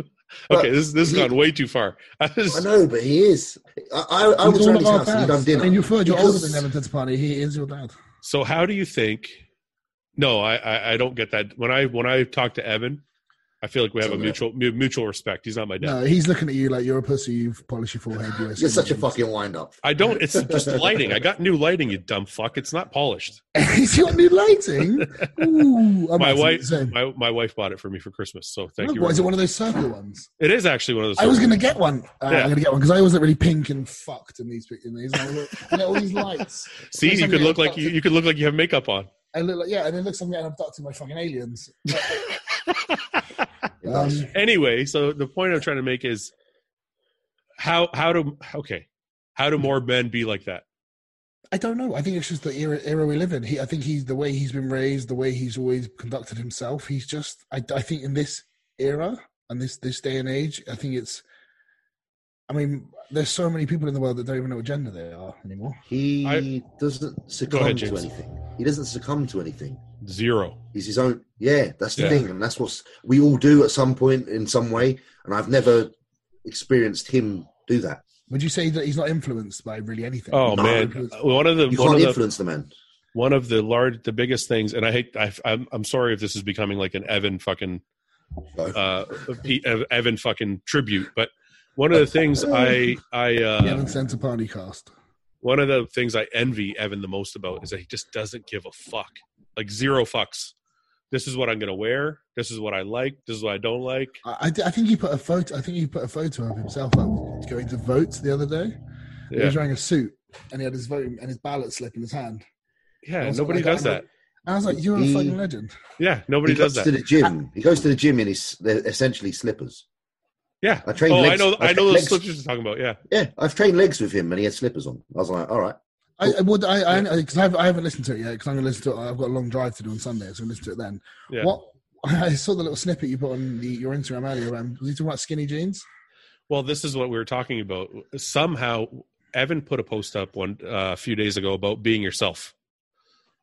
A: okay, this this has
B: he-
A: gone way too far. (laughs) I was-
B: I know, but he is. I, I, I
C: He's
B: was
C: all
B: around his
C: of our
B: house and he'd
C: dads.
B: done dinner.
C: I mean, you're third. You're older
B: Because-
C: than Evan Santapani. He is your dad.
A: so how do you think? No, I, I I don't get that. When I when I talk to Evan, I feel like we have a
B: Something.
A: mutual mu- mutual respect. He's not my dad.
C: No, he's looking at you like you're a pussy. You've polished your forehead. You're,
B: You're such a
C: (laughs)
B: fucking wind up.
A: I don't. It's just lighting. I got new lighting. You dumb fuck. It's not polished.
C: Is your new lighting? Ooh, I'm
A: My
C: actually
A: wife-
C: the same.
A: My my wife bought it for me for Christmas. So thank
C: Look,
A: you.
C: what,
A: very
C: is it
A: much.
C: one of those circle ones?
A: It is actually one of those.
C: I was gonna get one. Uh,
A: Yeah.
C: I'm gonna get one because I wasn't really pink and fucked in these. pic- In these, I look, look at all these lights.
A: see. You could look like you, you could look like you have makeup on.
C: I look like yeah, and it looks like I'm getting abducted by fucking aliens.
B: It does.
C: Um,
A: anyway, so the point I'm trying to make is how how do okay how do more men be like that?
C: I don't know. I think it's just the era, era we live in. He, I think he's the way he's been raised, the way he's always conducted himself. He's just. I, I think in this era and this this day and age, I think it's. I mean, there's so many people in the world that don't even know what gender they are anymore.
B: He
A: I-
B: doesn't succumb to
A: James.
B: anything. He doesn't succumb to anything.
A: Zero.
B: He's his own. Yeah, that's the
A: Yeah.
B: thing, and that's what we all do at some point in some way. And I've never experienced him do that.
C: Would you say that he's not influenced by really anything?
A: Oh
B: No,
A: man, one of the
B: You
A: one
B: can't
A: of the
B: influence the man.
A: one of the large the biggest things, and I hate I, I'm I'm sorry if this is becoming like an Evan fucking
B: No.
A: uh P- Ev- Evan fucking tribute, but one of the things I I uh,
C: yeah, and sense of party cast.
A: one of the things I envy Evan the most about is that he just doesn't give a fuck. Like zero fucks. This is what I'm gonna wear. This is what I like. This is what I don't like.
C: I, I, thi- I think he put a photo. I think he put a photo of himself up going to vote the other day. He
A: Yeah,
C: was wearing a suit and he had his voting and his ballot slip in his hand.
A: yeah.
C: Also,
A: Nobody
C: like,
A: does
C: I'm
A: that.
C: And I was like, "You're a
A: Mm.
B: He-
C: fucking legend."
A: Yeah,
B: He
A: nobody does
B: goes to
A: that.
B: the gym. He goes to the gym in his. They're essentially slippers.
A: Yeah.
B: I trained.
A: Oh, I
B: legs,
A: know. I
B: I've
A: know
B: tra-
A: those
B: legs-
A: slips you're talking about. Yeah.
B: Yeah, I've trained legs with him, and he had slippers on. I was like, all right.
C: I, I would. I because I, have I haven't listened to it yet because I'm gonna listen to it. I've got a long drive to do on Sunday, so I'm gonna listen to it then.
A: Yeah.
C: What I saw the little snippet you put on the, your Instagram earlier. About, was he talking about skinny jeans?
A: Well, this is what we were talking about. Somehow, Evan put a post up one uh, a few days ago about being yourself,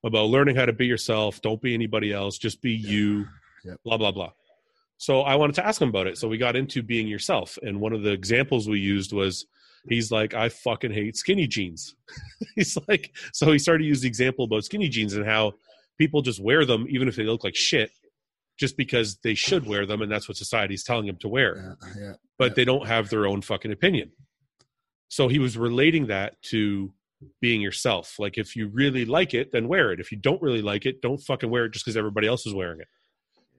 A: about learning how to be yourself. Don't be anybody else. Just be you.
C: Yep.
A: Blah blah blah. So I wanted to ask him about it. So we got into being yourself, and one of the examples we used was he's like, I fucking hate skinny jeans. (laughs) he's like, so he started to use the example about skinny jeans and how people just wear them even if they look like shit, just because they should wear them, and that's what society's telling them to wear
C: Yeah, yeah.
A: but
C: Yeah.
A: they don't have their own fucking opinion. So he was relating that to being yourself. Like if you really like it, then wear it. If you don't really like it, don't fucking wear it just because everybody else is wearing it.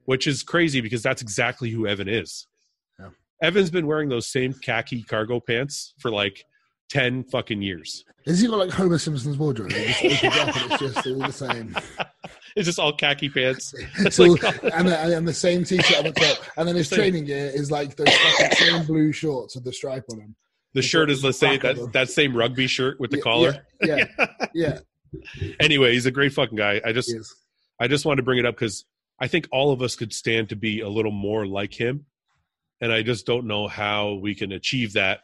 A: Which is crazy because that's exactly who Evan is.
C: Yeah.
A: Evan's been wearing those same khaki cargo pants for like 10 fucking years.
C: Has he got like Homer Simpson's wardrobe? He
A: (laughs)
C: just opens it up and it's just all the same.
A: Oh It's just all khaki pants. It's
C: So,
A: like,
C: and, the, and the same t-shirt on the top, and then his
A: Same.
C: training gear is like those fucking same blue shorts with the stripe on them.
A: the shirt is, let's say,
C: Back of
A: that,
C: them.
A: that same rugby shirt with the
C: Yeah,
A: collar.
C: Yeah,
A: (laughs)
C: yeah, yeah.
A: Anyway, he's a great fucking guy. I just,
C: he is.
A: I just wanted to bring it up because I think all of us could stand to be a little more like him, and I just don't know how we can achieve that.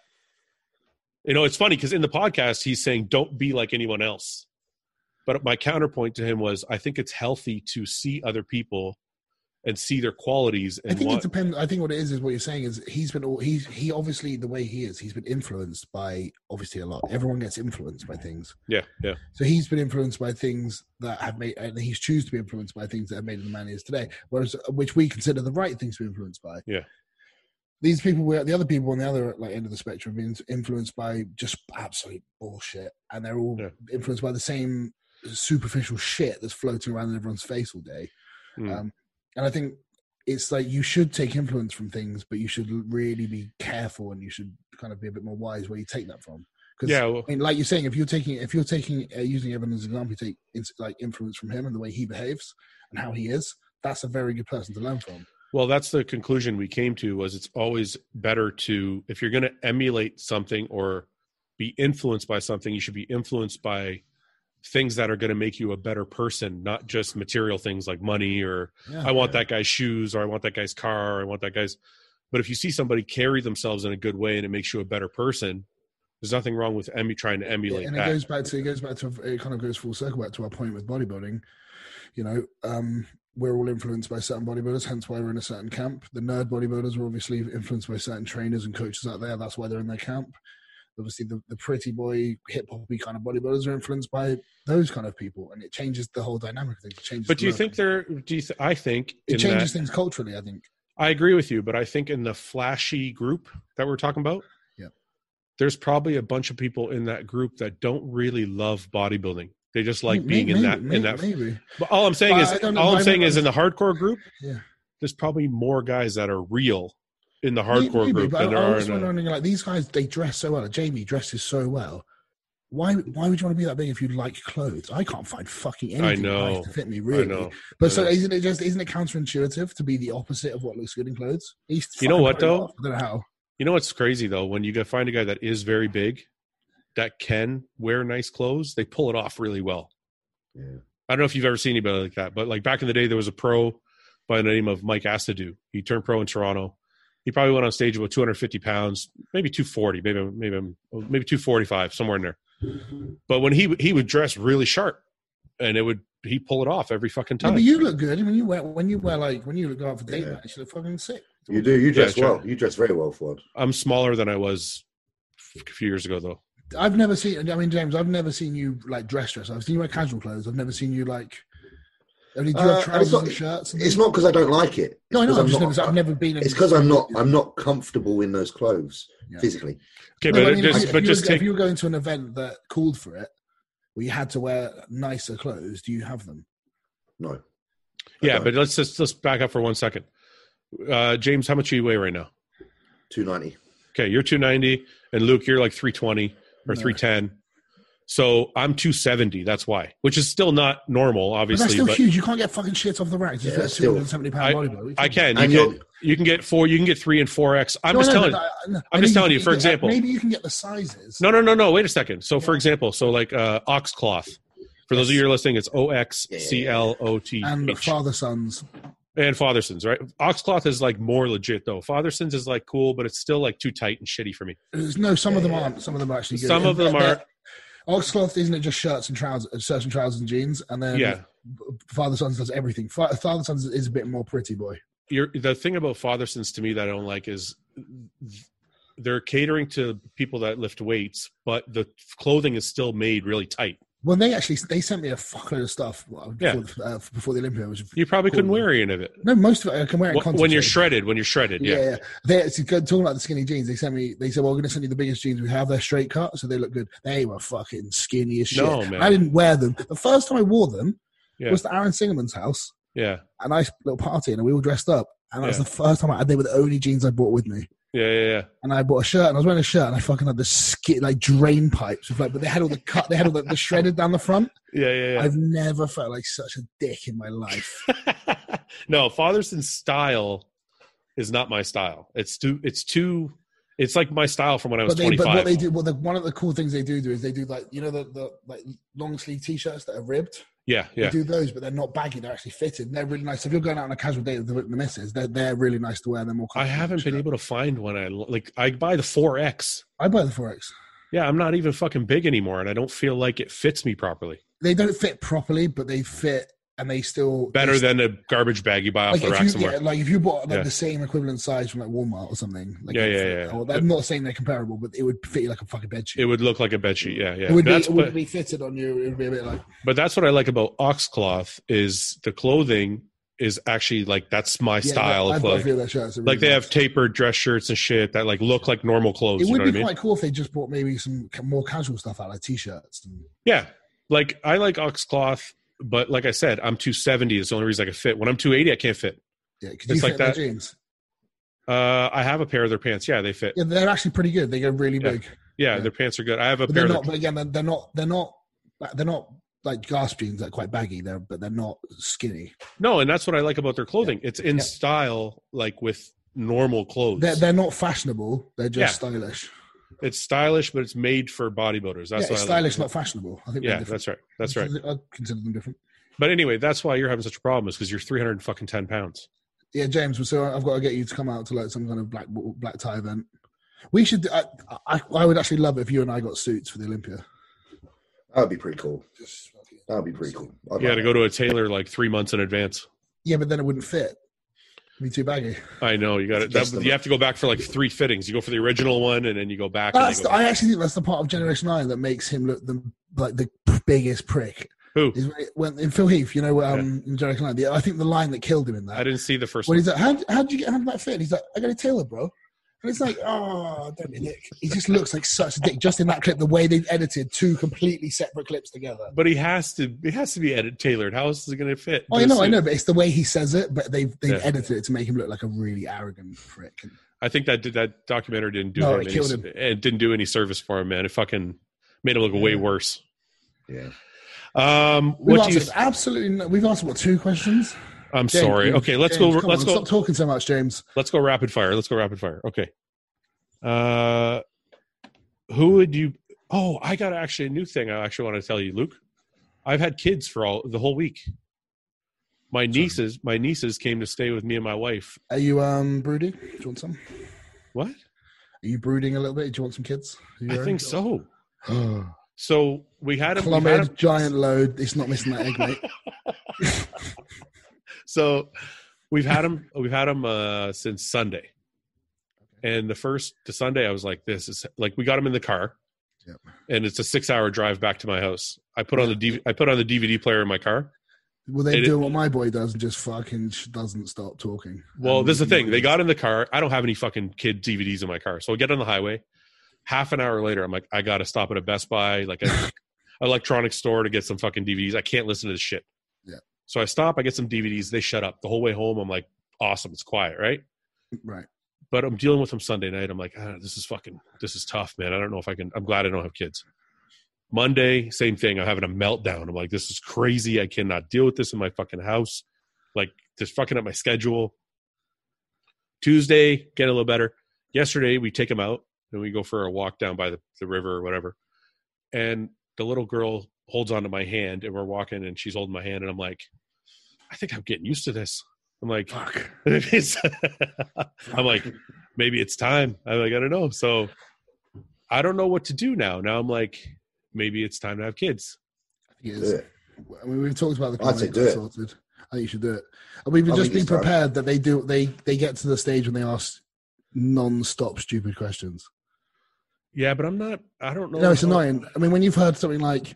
A: You know, it's funny because in the podcast he's saying, "Don't be like anyone else." But my counterpoint to him was, I think it's healthy to see other people and see their qualities.
C: I
A: And
C: think it
A: want,
C: depends. I think what it is is what you're saying is he's been all he's he obviously the way he is he's been influenced by obviously a lot. Everyone gets influenced by things,
A: yeah, yeah,
C: so he's been influenced by things that have made and he's choose to be influenced by things that have made him the man he is today. Whereas uh, which we consider the right things to be influenced by.
A: Yeah.
C: These people were the other people on the other like end of the spectrum being influenced by just absolute bullshit, and they're all
A: Yeah.
C: influenced by the same superficial shit that's floating around in everyone's face all day.
A: Mm.
C: Um, and I think it's like you should take influence from things, but you should l- really be careful and you should kind of be a bit more wise where you take that from. Because
A: yeah. well,
C: I mean, like you're saying, if you're taking if you're taking uh, using Evan as an example, you take ins- like influence from him and the way he behaves and how he is. That's a very good person to learn from.
A: Well, that's the conclusion we came to was it's always better to if you're going to emulate something or be influenced by something, you should be influenced by things that are going to make you a better person, not just material things like money or
C: Yeah.
A: I want that guy's shoes or I want that guy's car or I want that guy's but if you see somebody carry themselves in a good way and it makes you a better person, there's nothing wrong with emu trying to
C: Yeah,
A: emulate
C: and
A: that.
C: it goes back to it goes back to it kind of goes full circle back to our point with bodybuilding you know um we're all influenced by certain bodybuilders hence why we're in a certain camp the nerd bodybuilders are obviously influenced by certain trainers and coaches out there that's why they're in their camp obviously the, the pretty boy hip hoppy kind of bodybuilders are influenced by those kind of people and it changes the whole dynamic of things. It changes
A: but do you
C: the-
A: think there do you th- I think
C: it
A: in
C: changes
A: that,
C: things culturally i think
A: I agree with you, but I think in the flashy group that we're talking about,
C: Yeah.
A: there's probably a bunch of people in that group that don't really love bodybuilding. They just like
C: May-
A: being in
C: maybe-
A: that
C: may-
A: in that.
C: maybe
A: But all I'm saying
C: But
A: is,
C: I don't know-
A: all
C: I
A: I'm
C: don't
A: saying is, in the hardcore group,
C: Yeah.
A: there's probably more guys that are real in the hardcore
C: Maybe,
A: group
C: But
A: than there
C: I
A: are
C: always
A: in.
C: went
A: A,
C: wondering, like these guys, they dress so well. Jamie dresses so well. Why? Why would you want to be that big if you like clothes? I can't find fucking anything
A: I
C: nice
A: know.
C: to fit
A: I
C: me really.
A: know.
C: But
A: I
C: so
A: know.
C: isn't it just isn't it counterintuitive to be the opposite of what looks good in clothes? He's
A: You know
C: fucking
A: what,
C: putting it
A: though?
C: off. I don't know how.
A: You know what's crazy though? When you go find a guy that is very big, that can wear nice clothes, they pull it off really well.
B: Yeah.
A: I don't know if you've ever seen anybody like that, but like back in the day, there was a pro by the name of Mike Astadu. He turned pro in Toronto. He probably went on stage about 250 pounds, maybe 240, maybe maybe maybe 245, somewhere in there. But when he he would dress really sharp, and it would he pull it off every fucking
C: Yeah,
A: time.
C: but you look good when you wear when you wear like when you go out for date
B: Yeah.
C: nights, you look fucking sick.
B: You do. You dress
A: sure.
B: well. You dress very well, Ford.
A: I'm smaller than I was a few years ago, though.
C: I've never seen. I mean, James, I've never seen you like dress dress. I've seen you wear casual clothes. I've never seen you like. I mean, do you
B: Uh,
C: have
B: it's
C: trousers
B: not-
C: and shirts? And
B: It's not because I don't like it.
C: no, I
B: It's
C: know.
B: 'cause
C: I've,
B: I'm
C: just
B: not-
C: never, I've never been. in-
B: It's because I'm not. I'm not comfortable in those clothes
C: Yeah.
B: physically.
A: Okay,
C: No,
A: but,
C: I mean, if
A: just
C: you- if
A: but
C: you
A: just
C: were,
A: take
C: if you were going to an event that called for it, where you had to wear nicer clothes, do you have them?
B: No.
A: yeah.
B: Okay.
A: But let's just let's back up for one second. Uh, James, how much do you weigh right now?
B: Two ninety.
A: Okay, you're 290, and Luke, you're like 320 or
C: No.
A: 310. So I'm 270. That's why, which is still not normal,
C: But that's
A: obviously.
C: still
A: But
C: huge. You can't get fucking shit off the racks.
B: Yeah,
C: Yeah,
B: that's still-
C: still seventy pound bodybuilder.
A: I can.
B: And
A: You
B: you're-
A: can, you can get four. You can get three and four X. I'm just telling.
C: uh,
A: I'm just telling you, for example-
C: maybe you can get the sizes.
A: No, no, no, no. Wait a second. So, for example, so like uh, oxcloth. For those of you who are listening, it's O X C L O T
C: and
A: H
C: father sons.
A: and Fatherson's, right? Oxcloth is like more legit though. Fatherson's is like cool, but it's still like too tight and shitty for me.
C: There's- No, some of
B: Yeah,
C: them
B: yeah.
C: aren't. Some of them are actually good.
A: Some of them are.
C: Oxcloth isn't it just shirts and trousers, uh, shirts and trousers and jeans, and then
A: Yeah,
C: father sons does everything. Fa- Father sons is a bit more pretty boy.
A: you're, the thing about Fathersons to me that I don't like is they're catering to people that lift weights, but the clothing is still made really tight.
C: Well, they actually they sent me a fuckload of stuff uh,
A: Yeah.
C: before, the, uh, before the Olympia, which
A: You probably couldn't
C: Cool.
A: wear any of it
C: No, most of it I can wear it
A: Wh- when you're
C: concentrated.
A: shredded. When you're shredded, yeah.
C: yeah, yeah. They actually go- talking about the skinny jeans. They sent me. They said, "Well, we're going to send you the biggest jeans we have. They're straight cut, so they look good." They were fucking skinny as shit.
A: No, man.
C: I didn't wear them. The first time I wore them
A: Yeah.
C: was to Aaron Singerman's house,
A: yeah,
C: a nice little party, and we all dressed up. And that was
A: Yeah.
C: the first time I. They were the only jeans I brought with me.
A: yeah, yeah, yeah.
C: And I bought a shirt, and I was wearing a shirt, and I fucking had the skin like drain pipes of like, but they had all the cut, they had all the, the shredded down the front.
A: Yeah, yeah,
C: I've never felt like such a dick in my life.
A: yeah. (laughs) no, Fatherson's style is not my style. It's too. It's too. It's like my style from when I was
C: but they, but
A: 25.
C: what they do, well, the, one of the cool things they do do is they do like you know the, the like long sleeve t-shirts that are ribbed.
A: yeah, yeah.
C: They do those, but they're not baggy. They're actually fitted. And they're really nice. If you're going out on a casual date with the, the missus, they're they're really nice to wear. They're more.
A: I
C: comfortable
A: haven't been
C: and shit.
A: able to find one. I like. I buy the 4X.
C: I buy the forex.
A: Yeah, I'm not even fucking big anymore, and I don't feel like it fits me properly.
C: they don't fit properly, but they fit and they still
A: Better
C: they
A: than a garbage bag you buy off
C: like
A: the
C: if
A: rack
C: you
A: somewhere.
C: yeah, like if you bought like
A: Yeah.
C: the same equivalent size from like Walmart or something. Like
A: Yeah,
C: it-
A: yeah, yeah.
C: Or, I'm not saying they're comparable, but it would fit you like a fucking bed sheet.
A: It would look like a bed sheet. Yeah, yeah.
C: It would, be,
A: That's-
C: it would
A: but-
C: be fitted on you. It would be a bit like
A: But that's what I like about oxcloth is the clothing is actually like that's my
C: yeah,
A: style
C: I've
A: of
C: got a
A: clothing.
C: few of their shirts. They're
A: Like
C: really
A: they
C: nice.
A: have tapered dress shirts and shit that like look like normal clothes.
C: It
A: you
C: would
A: know
C: be
A: what I mean?
C: quite cool if they just bought maybe some ca- more casual stuff out, like t-shirts. And,
A: Yeah. Like I like oxcloth, but like I said, I'm 270 is the only reason I can fit. When I'm 280, I can't fit.
C: yeah, could
A: It's
C: you
A: like
C: fit their
A: that.
C: jeans?
A: Uh, I have a pair of their pants. Yeah, they fit. Yeah,
C: Yeah, they're actually pretty good. They go really
A: Yeah.
C: big, Yeah.
A: their pants are good. I have a
C: but
A: pair
C: they're
A: of
C: not. But again, they're, they're not. They're not. like, They're not like gasp jeans. They're quite baggy. They're but they're not skinny.
A: No, and that's what I like about their clothing. It's in style like with normal clothes.
C: They're they're not fashionable. They're just
A: Yeah.
C: stylish.
A: it's stylish, but it's made for bodybuilders. That's
C: yeah,
A: what
C: it's
A: I like.
C: stylish, not fashionable. I think. they're
A: Yeah,
C: different. Mm-hmm.
A: that's right. That's right.
C: I consider them different.
A: But anyway, that's why you're having such a problem is because you're 300 fucking 10 pounds.
C: Yeah, James. So I've got to get you to come out to like some kind of black black tie event. We should. I, I, I would actually love it if you and I got suits for the Olympia.
B: That would be pretty cool.
C: Just fucking-
B: That would be pretty cool. I'd
A: You
B: like
A: got to go to a tailor like three months in advance.
C: Yeah, but then it wouldn't fit. It'd be too baggy.
A: I know you got
B: Just
A: to.
B: the-
A: You have to go back for like three fittings. You go for the original one, and then you go back. and
C: That's
A: you go
C: the, I actually think that's the part of Generation Nine that makes him look the like the biggest prick.
A: Who?
C: Is when in Phil Heath, you know, um, in Generation Nine, the, I think the line that killed him in
A: I
C: that.
A: didn't see the first
C: When
A: one.
C: he's like, "How how did you get him that fit?" And he's like, "I got a tailor, bro." And it's like, oh, don't be a dick. He just looks like such a dick. Just in that clip, the way they edited two completely separate clips together.
A: But he has to. It has to be edit tailored. How else is it going to fit?
C: Oh,
A: The
C: I know, I
A: suit.
C: know, but it's the way he says it. But they've they've
A: Yeah.
C: edited it to make him look like a really arrogant prick. And
A: I think that did that documentary didn't do
C: No,
A: him.
C: it
A: any,
C: killed him.
A: It didn't do any service for him, man. It fucking made him look way
C: Yeah.
A: worse.
B: that. Yeah.
A: Um,
C: We've
A: what do you?
C: answered absolutely. No, we've answered what two questions.
A: I'm
C: James,
A: sorry.
C: James,
A: Okay, let's
C: James,
A: go.
C: come
A: Let's
C: on,
A: go.
C: Stop talking so much, James.
A: Let's go rapid fire. Let's go rapid fire. Okay. Uh, who would you? Oh, I got actually a new thing. I actually want to tell you, Luke. I've had kids for all the whole week. My nieces, my nieces came to stay with me and my wife.
C: Are you um brooding? Do you want some? Are
A: What?
C: you brooding a little bit? Do you want some kids? Are you
A: I
C: all
A: think
C: (sighs) right?
A: so. So we had a, we had a
C: Plummeted, giant load. It's not missing that egg, mate.
A: so we've had them we've had them uh since sunday and the first to sunday i was like this is like we got them in the car
C: Yep.
A: and it's a six hour drive back to my house i put on the DV, i put on the dvd player in my car
C: Well, they
A: It-
C: do what my boy does and just fucking sh- doesn't stop talking.
A: well
C: Um,
A: this is the thing they got in the car i don't have any fucking kid dvds in my car so i get on the highway half an hour later i'm like i gotta stop at a best buy like a (laughs) electronics store to get some fucking dvds i can't listen to this shit
C: Yeah.
A: so i stop i get some dvds they shut up the whole way home i'm like awesome it's quiet right
C: right.
A: but I'm dealing with them Sunday night. I'm like, ah, this is fucking, this is tough, man. I don't know if I can. I'm glad I don't have kids. Monday, same thing. I'm having a meltdown. I'm like, this is crazy. I cannot deal with this in my fucking house. Like, just fucking up my schedule. Tuesday, get a little better. Yesterday, we take them out and we go for a walk down by the, the river or whatever. And the little girl holds onto my hand and we're walking and she's holding my hand. And I'm like, I think I'm getting used to this. I'm like,
C: Fuck.
A: (laughs) It's- I'm like, maybe it's time. I'm like, I don't know. So I don't know what to do now. Now I'm like, maybe it's time to have kids.
C: He
B: Do
C: is.
B: it.
C: I mean, we've talked about the
B: I'd say
C: comment
B: do it.
C: sorted. I think you should do it. And we've
B: I
C: just
B: think
C: been
B: it's time.
C: prepared that they do they they get to the stage when they ask non-stop stupid questions.
A: Yeah, but I'm not. I don't know.
C: No, it's annoying. I mean, when you've heard something like,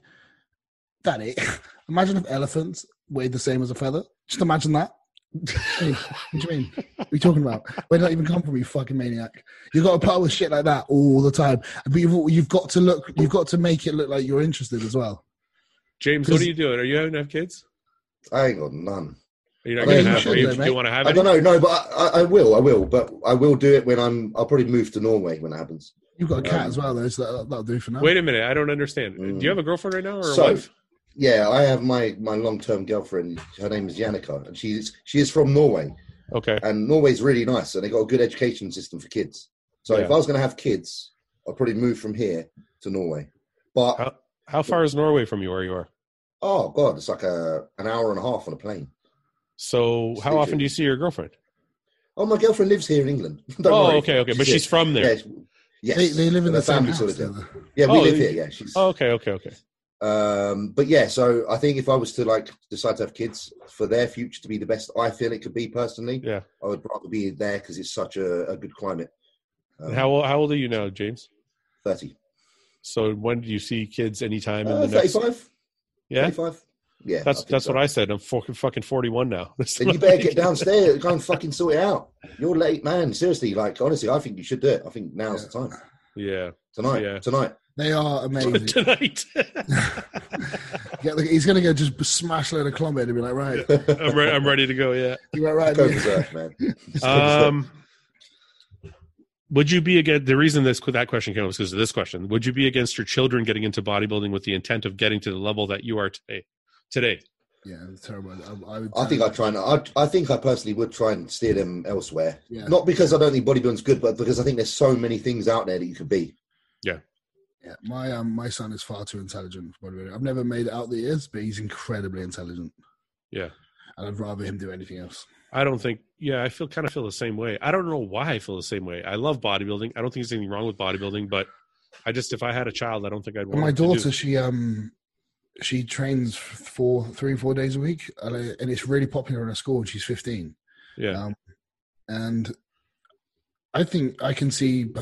C: "Daddy, (laughs) imagine if elephants weighed the same as a feather." Just imagine that. (laughs) Hey, what do you mean? What are you talking about? Where did that even come from, you fucking maniac? You've got to put up with shit like that all the time. But you've, you've got to look. You've got to make it look like you're interested as well.
A: James, what are you doing? Are you having to have kids?
B: I ain't got none.
A: Are you not
B: I
A: going
B: think
A: to
B: you
A: have?
B: should,
A: Are you,
C: though,
A: do
C: mate.
A: you want to have
B: I
A: any?
B: don't know. No, but I, I, I will. I will. But I will do it when I'm. I'll probably move to Norway when that happens.
C: You've got a cat
B: Um,
C: as well, though, so that'll, that'll do for now.
A: Wait a minute. I don't understand. Do you
B: Mm.
A: have a girlfriend right now or a
B: So-
A: wife?
B: Yeah, I have my my long term girlfriend. Her name is Jannica, and she's she is from Norway.
A: Okay.
B: And Norway's really nice, and they got a good education system for kids. So if
A: Yeah.
B: I was going to have kids, I'd probably move from here to Norway. But
A: How- How far is Norway from you? Where you are?
B: oh god, it's like a an hour and a half on a plane.
A: So how
B: Stupid.
A: often do you see your girlfriend?
B: Oh, my girlfriend lives here in England. (laughs) Don't
A: oh,
B: worry.
A: okay, okay. But
B: here.
A: she's from there.
B: Yeah, she- yes,
C: They, they live in
B: And
C: the
B: her
C: same
B: family's
C: house
B: still there.
C: together.
B: Yeah, we
A: Oh,
B: live
A: you-
B: here. Yeah, she's
A: Oh, okay, okay, okay.
B: Um, but yeah, so I think if I was to like decide to have kids for their future to be the best I feel it could be personally,
A: Yeah.
B: I would rather be there because it's such a, a good climate. Um,
A: And how old, how old are you now, James?
B: 30.
A: So when do you see kids? Anytime in
B: Uh,
A: the next?
B: 35?
A: Yeah,
B: 35? Yeah.
A: that's
B: think
A: that's
B: so.
A: what I said. I'm fucking fucking 41 now. (laughs)
B: Then you better get downstairs. Go and fucking sort it out. You're late, man. Seriously, like honestly, I think you should do it. I think now's the time.
A: Yeah, (laughs)
B: Tonight,
A: Yeah.
B: tonight. (laughs)
C: They
A: (laughs)
C: are amazing.
A: tonight.
C: Yeah, look, he's going to go just smash a load of clomid and be like, right,
A: I'm, re- I'm ready to go. Yeah.
C: you went right.
B: Go
C: didn't you?
B: berserk, man.
A: Um, would you be against the reason this that question came up is because of this question? Would you be against your children getting into bodybuilding with the intent of getting to the level that you are today? Today,
C: Yeah, it's terrible. I, I, would,
B: I think I try and I, I think I personally would try and steer them elsewhere.
C: Yeah.
B: Not because I don't think bodybuilding's good, but because I think there's so many things out there that you could be.
C: Yeah, my um, my son is far too intelligent for bodybuilding. I've never made it out that he is, but he's incredibly intelligent.
A: Yeah.
C: and I'd rather him do anything else.
A: I don't think. Yeah, I feel kind of feel the same way. I don't know why I feel the same way. I love bodybuilding. I don't think there's anything wrong with bodybuilding, but I just if I had a child, I don't think I'd want
C: And my
A: them to do-
C: daughter, she um, she trains four, three, four days a week, and I- and it's really popular in her school. And she's fifteen,
A: Yeah,
C: um, and I think I can see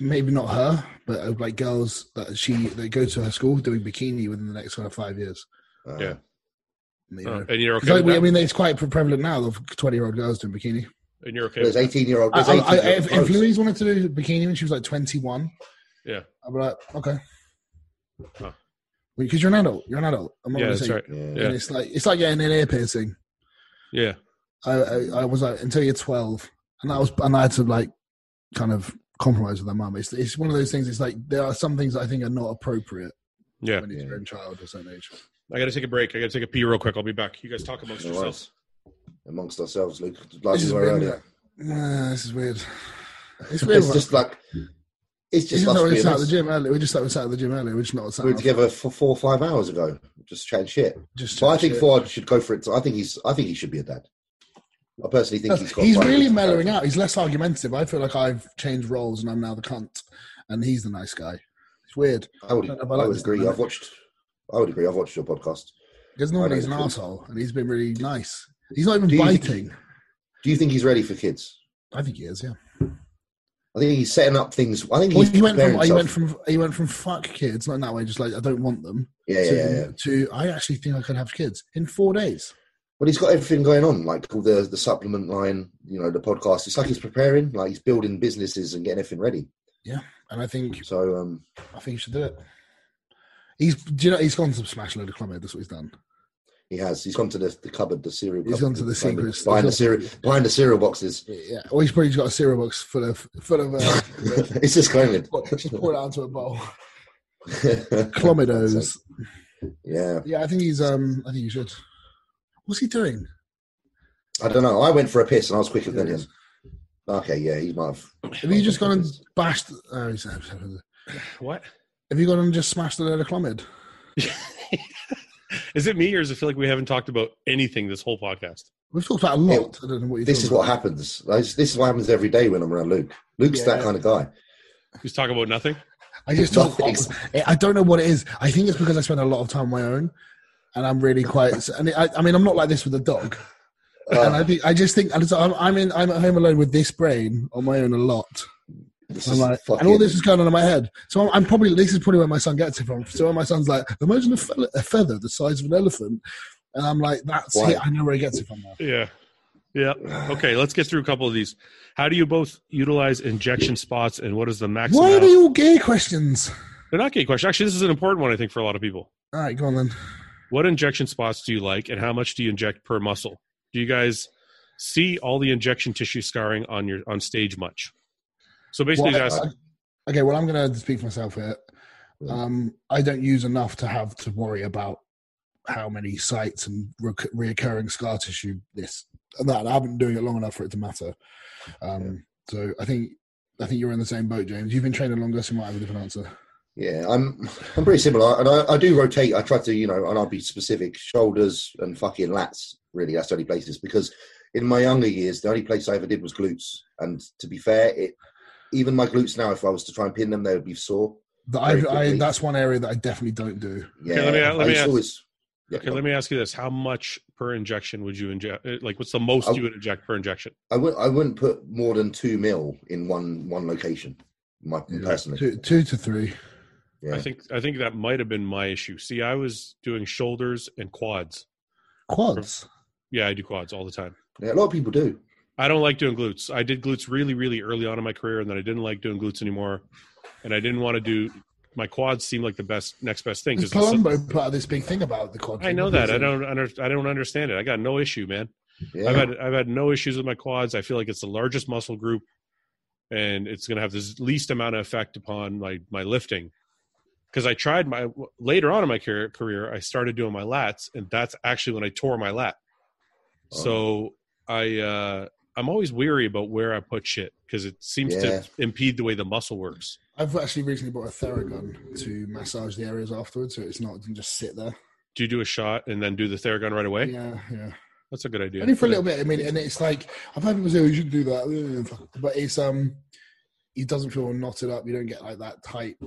C: maybe not her, but uh, like girls that she they go to her school doing bikini within the next kind of five years.
B: Uh,
A: Yeah.
C: You
A: Uh,
C: know.
A: and you're
C: 'Cause
A: okay.
C: I,
A: With
C: I
A: that?
C: mean, it's quite pre- prevalent now of twenty-year-old girls doing bikini.
A: And you're okay. With
B: There's
A: that?
B: 18 year old.
C: I,
B: There's
C: Uh, I,
B: 18
C: I,
B: year
C: if, if
B: old.
C: Louise wanted to do bikini when she was like 21,
A: Yeah.
C: I'd be like, okay.
A: Huh.
C: Because you're an adult. You're an adult. I'm not
A: Yeah,
C: gonna
A: that's
C: say.
A: right.
B: Yeah.
C: And it's like it's like getting an ear piercing.
A: Yeah,
C: I, I I was like until you're 12, and that was and I had to like kind of compromise with my mum. It's it's one of those things. It's like there are some things I think are not appropriate
A: yeah.
C: when it's
B: Yeah.
C: your own child or certain age.
A: I got to take a break. I got to take a pee real quick. I'll be back. You guys talk amongst
B: No
A: yourselves.
B: Amongst ourselves, Luke, like
C: This
B: we
C: has
B: were
C: been-
B: earlier.
C: Nah, this is weird. It's weird.
B: It's
C: right?
B: just like it's
C: This
B: just
C: is not
B: us
C: really
B: being
C: sat at
B: us.
C: the gym earlier. We just like we sat at the gym earlier. We're just not sat.
B: We were
C: out-
B: together for four or five hours ago, just chatting shit.
C: Just
B: So I think
C: shit.
B: Ford should go for it. I think he's. I think he should be a dad. I personally think he's got.
C: he's
B: quite a
C: really
B: good
C: mellowing
B: character.
C: out. He's less argumentative. I feel like I've changed roles and I'm now the cunt, and he's the nice guy. It's weird
B: I would.
C: I
B: I,
C: don't know if I like
B: would
C: this
B: agree.
C: dynamic.
B: I've watched. I would agree. I've watched your podcast.
C: because
B: I know
C: normally he's an
B: it's
C: asshole, and he's been really nice. He's not even
B: Do you think-
C: biting.
B: Do you think he's ready for kids?
C: I think he is. Yeah.
B: I think he's setting up things. I think
C: Well,
B: he's
C: he went
B: preparing
C: from he went
B: himself.
C: from he went from fuck kids, not in that way, just like I don't want them.
B: yeah, yeah,
C: to,
B: yeah, yeah.
C: to I actually think I could have kids in four days.
B: Well, he's got everything going on, like all the the supplement line, you know, the podcast. It's like he's preparing, like he's building businesses and getting everything ready.
C: And I think
B: So, um,
C: I think you should do it. He's do you know he's gone to smash a load of clomid. That's what he's done.
B: he has. He's gone to the, the cupboard, the cereal.
C: He's
B: cupboard,
C: gone to the
B: behind
C: secret-
B: behind the
C: (laughs)
B: cereal, behind the cereal boxes.
C: Yeah, or he's probably just got a cereal box full of full of
B: (laughs)
C: uh,
B: it's just cloning.
C: just pour it out into a bowl. Clomidos.
B: (laughs) yeah,
C: Yeah, I think he's. Um, I think you should. What's he doing?
B: I don't know. I went for a piss and I was quicker than
C: Yeah.
B: him. Okay, yeah, he might have.
C: Have you just gone and bashed? Oh, he's, have
A: What?
C: you gone and just smashed a load of clomid?
A: is it me or does it feel like we haven't talked about anything this whole podcast?
C: We've talked about a lot. I don't know what you're
B: This is
C: talking
B: what happens. This this is what happens every day when I'm around Luke. Luke's that
C: Yeah.
B: kind of guy.
A: Just talk about nothing.
C: about. I just talk.
B: Nothing's-
C: I don't know what it is. I think it's because I spend a lot of time on my own, and I'm really quite. And I, I mean, I'm not like this with the dog. and I
B: Uh,
C: think I just think and so I'm, I'm in. I'm at home alone with this brain on my own a lot.
B: this
C: I'm
B: is
C: like,
B: fucking,
C: and all
B: (sighs)
C: this is (sighs) going on in my head. So I'm, I'm probably this is probably where my son gets it from. So when my son's like, imagine a, fe- a feather the size of an elephant, and I'm like, that's
B: Why?
C: it. I know where he gets it from now.
A: Yeah. Yeah. Okay, let's get through a couple of these. How do you both utilize injection spots and what is the maximum?
C: Why are they all gay questions?
A: They're not gay questions. Actually, this is an important one, I think, for a lot of people.
C: All right, go on then.
A: What injection spots do you like and how much do you inject per muscle? Do you guys see all the injection tissue scarring on your on stage much? So basically
C: Well,
A: he's asking,
C: I- okay, well, I'm going to speak for myself here.
B: Yeah.
C: Um, I don't use enough to have to worry about how many sites and rec- reoccurring scar tissue this and that. I haven't been doing it long enough for it to matter. Um, So I think I think you're in the same boat, James. You've been training longer, so you might have a different answer.
B: Yeah, I'm. (laughs) I'm pretty similar, and I, I do rotate. I try to, you know, and I'll be specific: shoulders and fucking lats. Really, that's the only places because in my younger years, the only place I ever did was glutes. And to be fair, it even my glutes now, if I was to try and pin them, they would be sore.
C: That
B: Very
C: I, I
B: quickly.
C: that's one area that I definitely don't do.
B: Yeah,
A: let me-
B: I
A: let me
B: used to
A: ask-
B: always- yeah,
A: Okay, let me ask you this: How much per injection would you inject? uh, Like, what's the most
B: I-
A: you would inject per injection?
B: I wouldn't. I wouldn't put more than two mil in one one location. My personally,
C: Two, two to three.
B: Yeah.
A: I think I think that might have been my issue. See, I was doing shoulders and quads.
C: Quads.
A: Yeah, I do quads all the time.
B: yeah, a lot of people do.
A: I don't like doing glutes. I did glutes really, really early on in my career, and then I didn't like doing glutes anymore. And I didn't want to do my quads. Seemed like the best next best thing. 'cause it's-
C: Palumbo put out this big thing about the quad.
A: I know that. I don't. Under, I don't understand it. I got no issue, man.
B: Yeah,
A: I've had I've had no issues with my quads. I feel like it's the largest muscle group, and it's going to have the least amount of effect upon my my lifting. Because I tried my later on in my career, career, I started doing my lats, and that's actually when I tore my lat.
B: Oh.
A: So I uh, I'm always weary about where I put shit because it seems
B: Yeah.
A: to impede the way the muscle works.
C: I've actually recently bought a Theragun to massage the areas afterwards, so it's not it can just sit there.
A: Do you do a shot and then do the Theragun right away?
C: Yeah, yeah.
A: That's a good idea.
C: Only for a little bit. I mean, and it's like I've had people say, "Oh, you should do that," (laughs) but it's um, it doesn't feel knotted up. You don't get like that tight.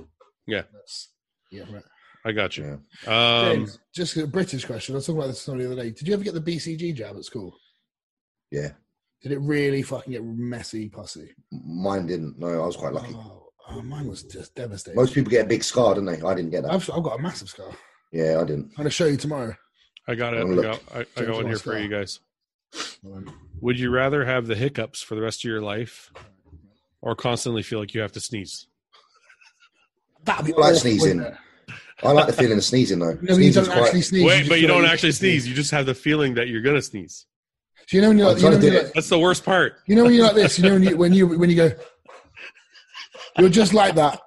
A: Yeah.
C: That's, yeah. Right.
A: I got you.
B: Yeah.
A: Um,
C: James, just a British question. I was talking about this somebody the other day. Did you ever get the BCG jab at school?
B: yeah,
C: Did it really fucking get messy, pussy?
B: mine didn't. No, I was quite lucky.
C: Oh, oh, mine was just devastating.
B: Most people get a big scar, don't they? I didn't get that.
C: I've, I've got a massive scar. I'm
B: yeah, I didn't.
C: going to show you tomorrow.
A: I got it.
B: Oh,
A: I
B: look.
A: got, I, I
C: James
A: got one here
C: wants
A: for
C: that.
A: you guys. Would you rather have the hiccups for the rest of your life or constantly feel like you have to sneeze?
C: That'd be
B: I like
C: awful,
B: sneezing.
C: wouldn't it?
B: I like the feeling of sneezing though.
C: No, but you
B: Sneezing's
C: don't
B: quite-
C: actually sneeze.
A: Wait,
C: just
A: but you
C: feel
A: don't
C: like-
A: actually sneeze. You just have the feeling that you're going to sneeze.
C: Do you know when you're
B: I'm
C: like, you know
B: trying
C: when
B: to
C: you're
B: do
C: like,
B: it.
A: That's the worst part.
C: You know when you're like this. You know when you when you when you go, (laughs) you're just like that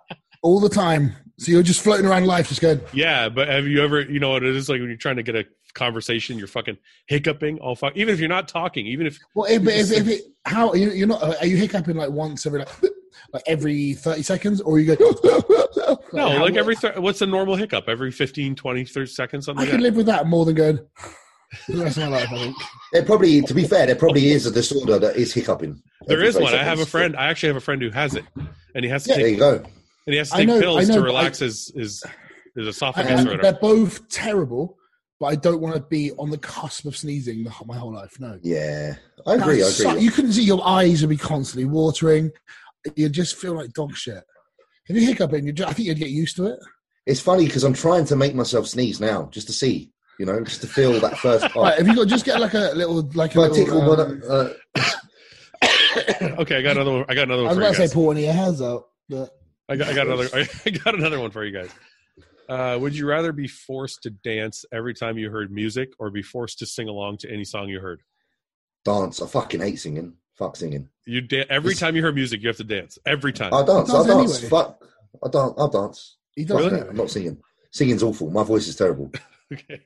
C: all the time. So you're just floating around life, just going.
A: Yeah, but have you ever, you know what it is like when you're trying to get a conversation, you're fucking hiccuping all fuck. Even if you're not talking, even if
C: Well, if, if, if it, how you, you're not? Are you hiccuping like once every like, (sniffs) like every thirty seconds, or
B: (laughs)
C: you go? (laughs)
A: no,
C: how-
A: like every th- what's the normal hiccup? Every 15, 20, 30 seconds,
C: I
A: something like
C: could
A: that.
C: live with that more than going. (laughs) for The rest of my life,
B: (laughs)
C: I think.
B: There probably, to be fair, there probably is a disorder that is hiccuping.
A: There
B: Every
A: is
B: very
A: one. I have a
B: seconds.
A: friend. I actually have a friend who has it, and he has to
B: Yeah, there
A: take
B: you go.
A: and he has to
C: I
A: take
C: know-
A: pills
C: I know,
A: to
C: but I-
A: relax his his his
C: I,
A: esophagus or
C: and
A: whatever.
C: they're both terrible, but I don't want to be on the cusp of sneezing the, wh- my whole life. No,
B: Yeah, I agree. I agree.
C: That suck- You couldn't see your eyes would be constantly watering. You just feel like dog shit. If you hiccup and you, ju- I think you'd get used to it.
B: It's funny because I'm trying to make myself sneeze now, just to see, you know, just to feel that
C: (laughs)
B: first
C: Right,
B: part.
C: if you got just get like a little like
B: Oh. If
C: a
B: I
C: little,
B: tickle,
C: um,
B: one, uh,
A: Okay, I got another one. I got another
C: I
A: one
C: was
A: for you
C: about to
A: guys.
C: say pull one of your hairs out, but
A: I got, I got another. (laughs) I got another one for you guys. Uh, would you rather be forced to dance every time you heard music, or be forced to sing along to any song you heard?
B: dance. I fucking hate singing. Fuck singing.
A: You da- every
B: This- Uh,
A: time you hear music, you have to dance every time.
B: I dance. I
C: Dance
B: dance.
C: anyway.
B: Fuck. I dance. I dance.
C: he
B: Fuck
C: does.
B: that, I'm not singing. Singing's awful. My voice is terrible.
A: (laughs) okay.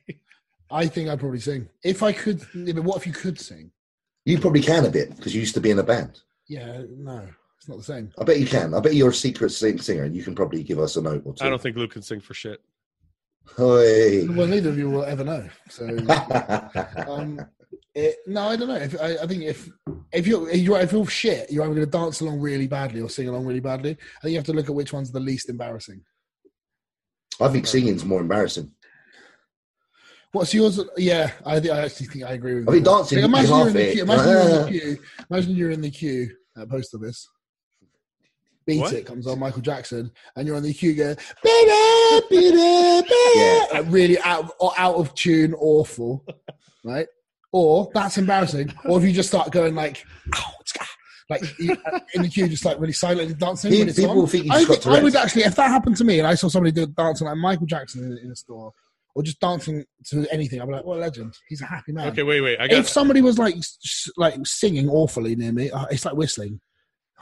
C: I think I'd probably sing if I could. yeah, But what if you could sing?
B: You probably can a bit because you used to be in a band.
C: Yeah, no, it's not the same.
B: I bet you can. I bet you're a secret sing- singer, and you can probably give us a note or two.
A: I don't think Luke can sing for shit.
B: Hey. (laughs)
C: Well, neither of you will ever know. So Um, it, no, I don't know. If, I, I think if if you're, if you're if you're shit, you're either going to dance along really badly or sing along really badly. I think you have to look at which one's the least embarrassing.
B: I think singing's more embarrassing.
C: What's yours? Yeah, I, thi- I actually think I agree with.
B: I
C: you.
B: mean, dancing,
C: Like,
B: you can
C: imagine you're in
B: half
C: the
B: it.
C: queue. Imagine you're in the
B: Ah. (laughs)
C: queue. Imagine you're in the queue at post office. Beat
A: What?
C: it
B: (laughs)
C: comes on Michael Jackson, and you're on the queue going, beat it, beat it, beat it. Like, really out of, or out of tune, awful, right? Or that's embarrassing. Or if you just start going like, "Ow, it's ga-" like you- uh, in the queue, just like really silently dancing
B: Pe-
C: when it's
B: people
C: on.
B: think you
C: I,
B: just
C: think
B: got
C: I would
B: Tourette's.
C: actually, if that happened to me, and I saw somebody do dancing like Michael Jackson in, in a store, or just dancing to anything, I'd be like, "What a legend! He's a happy man."
A: Okay, wait, wait. I
C: if
A: got.
C: somebody was like s- like singing awfully near me, uh, it's like whistling.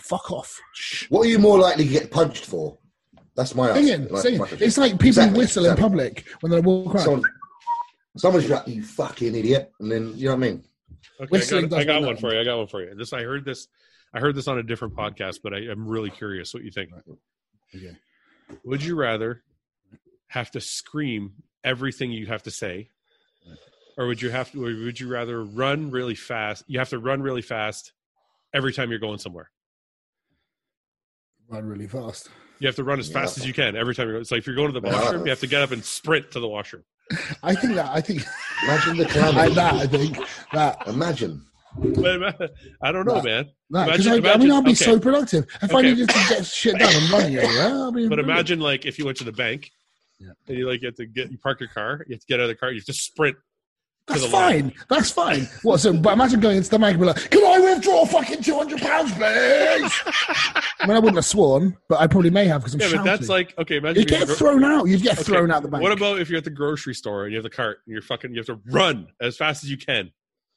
C: Fuck off!
B: What are you more likely to get punched for? That's my answer.
C: Singing,
B: Like,
C: singing.
B: my-
C: It's like people
B: Exactly,
C: whistle
B: exactly.
C: in public when they walk around.
B: Someone, someone's like, you fucking idiot. And then, you know what I mean?
A: Okay, I
C: whistling
A: got, I got
C: doesn't
A: one
C: matter.
A: for you. I got one for you. This I heard this. I heard this on a different podcast, but I, I'm really curious what you think.
C: Okay.
A: Would you rather have to scream everything you have to say, or would you have to? Or would you rather run really fast? You have to run really fast every time you're going somewhere.
C: Run really fast.
A: You have to run as fast
B: Yeah.
A: as you can every time you go. It's like if you're going to the
B: Yeah.
A: washroom, you have to get up and sprint to the washroom. (laughs)
C: I think that. I think
B: Imagine the
C: (laughs) like that. I
B: calamity.
C: think that.
B: Imagine.
A: But, I don't know,
C: Right.
A: man.
C: that 'cause
A: Imagine-
C: I, I mean,
A: imagine-
C: I'd be
A: okay.
C: so productive if I
A: Okay.
C: needed to get shit done. I'm running everywhere. I'll be
A: But
C: brilliant.
A: imagine like if you went to the bank
C: Yeah.
A: and you like you have to get you park your car, you have to get out of the car, you have to sprint.
C: That's
A: the line.
C: fine. That's fine. What? So, but imagine going into the bank and be like, "Can I withdraw fucking two hundred pounds, please?"
A: (laughs)
C: I mean, I wouldn't have sworn, but I probably may have because I'm
A: Yeah, but
C: shouting.
A: that's like okay, imagine if
C: you'd
A: you're
C: get
A: at the gro-
C: thrown out. You'd get
A: okay,
C: thrown out the bank.
A: What about if you're at the grocery store and you have the cart and you're fucking you have to run as fast as you can.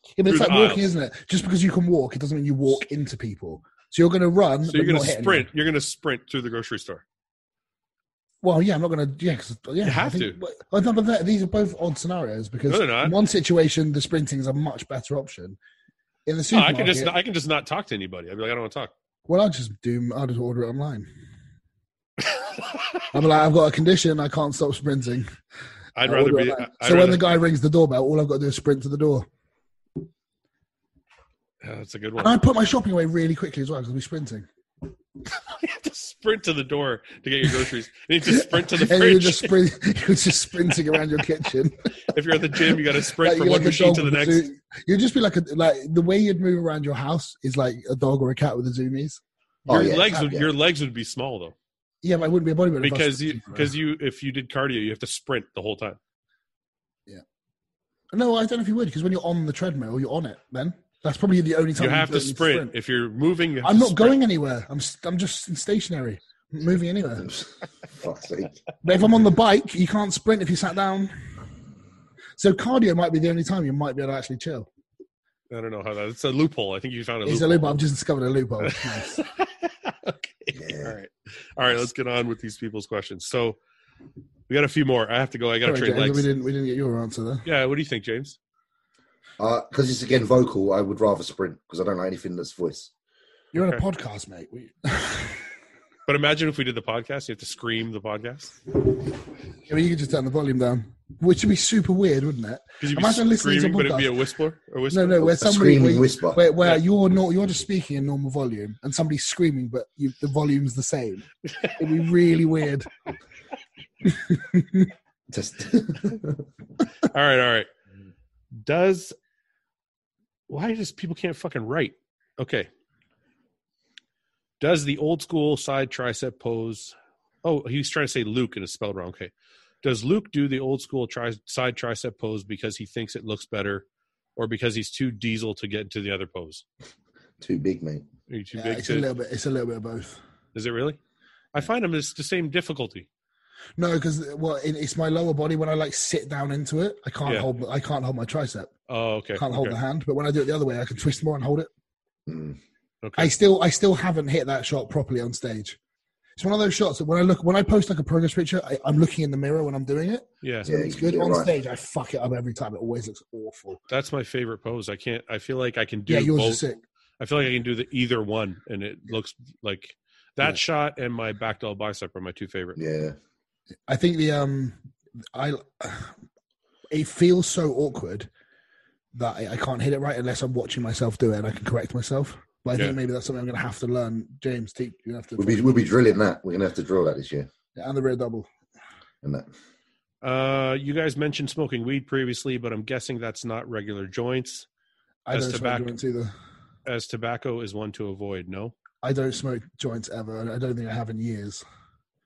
C: Yeah, but it's
A: through
C: like
A: the
C: walking, isn't it? Just because you can walk, it doesn't mean you walk into people. So you're going to run.
A: So you're
C: but
A: gonna
C: not hit
A: sprint.
C: anyone.
A: You're gonna sprint through the grocery store.
C: Well, yeah, I'm not going to. Yeah, 'cause- yeah,
A: You have
C: I
A: to.
C: well, I know, but that- these are both odd scenarios because
A: No, they're not.
C: in one situation, the sprinting is a much better option. In the
A: No,
C: supermarket,
A: Ah, I can just I can just not talk to anybody. I'd be like, I don't want to talk.
C: well, I'll just do. I'll just order it online. I'm like, I've got a condition. I can't stop sprinting.
A: I'd
C: I'll
A: rather
C: order
A: be.
C: it online.
A: I'd
C: so when
A: rather-
C: the guy rings the doorbell, all I've got to do is sprint to the door.
A: Yeah, Oh, that's a good
C: And
A: one.
C: I put my shopping away really quickly as well because I'll be sprinting.
A: you have to sprint to the door to get your groceries. You
C: (laughs)
A: need to sprint to the
C: and you're
A: fridge.
C: just, sprint, (laughs) you're just sprinting around
A: (laughs)
C: your kitchen.
A: if you're at the gym, you got to sprint
C: (laughs) Like,
A: from
C: you're
A: one
C: like a
A: machine
C: dog
A: to the
C: with a
A: next.
C: zoo- You'd just be like a like the way you'd move around your house is like a dog or a cat with the zoomies.
B: Oh,
A: your
B: yeah,
A: legs would
B: yeah.
A: your legs would be small though
C: Yeah, but I wouldn't be a bodybuilder if I was
A: because you
C: sprinting
A: because you if you did cardio you have to sprint the whole time.
C: around. no, I don't know if you would because when you're on the treadmill, you're on it. Then that's probably the only time
A: You have to
C: really
A: sprint. if you're moving. You have
C: I'm
A: to
C: not
A: sprint.
C: going anywhere. I'm st- I'm just stationary, not moving anywhere.
B: (laughs) Fuck's sake.
C: But if I'm on the bike, you can't sprint if you sat down. So cardio might be the only time you might be able to actually chill.
A: I don't know how that. It's a loophole. I think you found a
C: It's a
A: loophole.
C: loophole. I've just discovered
A: (laughs)
C: a loophole. Nice.
A: okay.
B: Yeah.
A: All right. All right. Let's get on with these people's questions. So we got a few more. I have to go. I got to
C: Sorry,
A: trade
C: James, we
A: legs.
C: didn't we didn't get your answer there.
A: Yeah. What do you think, James?
B: Because Uh, it's again vocal, I would rather sprint because I don't like anything that's voice.
C: You're on a
A: Okay.
C: podcast, mate. We- (laughs)
A: But imagine if we did the podcast. You have to scream the podcast
C: I mean, you could just turn the volume down, which would be super weird, wouldn't it?
A: because you'd be
C: Imagine listening to a
A: screaming, but it'd be a whisper. A whisper.
C: No, no, where
B: A
C: somebody
B: screaming
C: where,
B: whisper.
C: where, where
A: Yeah.
C: you're not, you're just speaking in normal volume, and somebody's screaming, but you, the volume's the same. It'd be really
A: (laughs)
C: weird.
B: Just (laughs)
A: All right. All right.
C: Mm-hmm.
A: Does why does people can't fucking write? Okay. Does the old school side tricep pose? Oh, he's trying to say Luke and it's spelled wrong. Okay. Does Luke do the old school tri- side tricep pose because he thinks it looks better, or because he's too diesel to get into the other pose?
B: too big, mate.
A: Are you too
C: Yeah,
A: big
C: it's a
A: to?
C: little bit. It's a little bit of both.
A: Is it really? I find him it's the same difficulty.
C: No, because well, it, it's my lower body when I like sit down into it. I can't
A: Yeah.
C: hold. I can't hold my tricep.
A: Oh, okay.
C: can't hold
A: okay.
C: the hand. But when I do it the other way, I can twist more and hold it.
B: Mm.
A: Okay.
C: I still, I still haven't hit that shot properly on stage. It's one of those shots that when I look, when I post like a progress picture, I, I'm looking in the mirror when I'm doing it.
A: yeah.
C: So
B: Yeah,
C: it's
B: you
C: good
B: get it
C: on
B: right.
C: stage. I fuck it up every time. It always looks awful.
A: That's my favorite pose. I can't. I feel like I can do
C: yeah, yours
A: both.
C: is sick.
A: I feel like I can do the either one, and it looks like that
C: Yeah.
A: shot and my back doll bicep are my two favorite.
B: Yeah.
C: I think the um, I it feels so awkward that I, I can't hit it right unless I'm watching myself do it and I can correct myself. But I
A: Yeah.
C: think maybe that's something I'm going to have to learn. James, teach you have to.
B: We'll be, we'll be drilling that. We're going to have to drill that this year.
C: and the rear double.
B: And that.
A: Uh, you guys mentioned smoking weed previously, but I'm guessing that's not regular joints,
C: I
A: As
C: don't smoke
A: tobacco-
C: joints either.
A: as tobacco is one to avoid. No,
C: I don't smoke joints ever. and I don't think I have in years.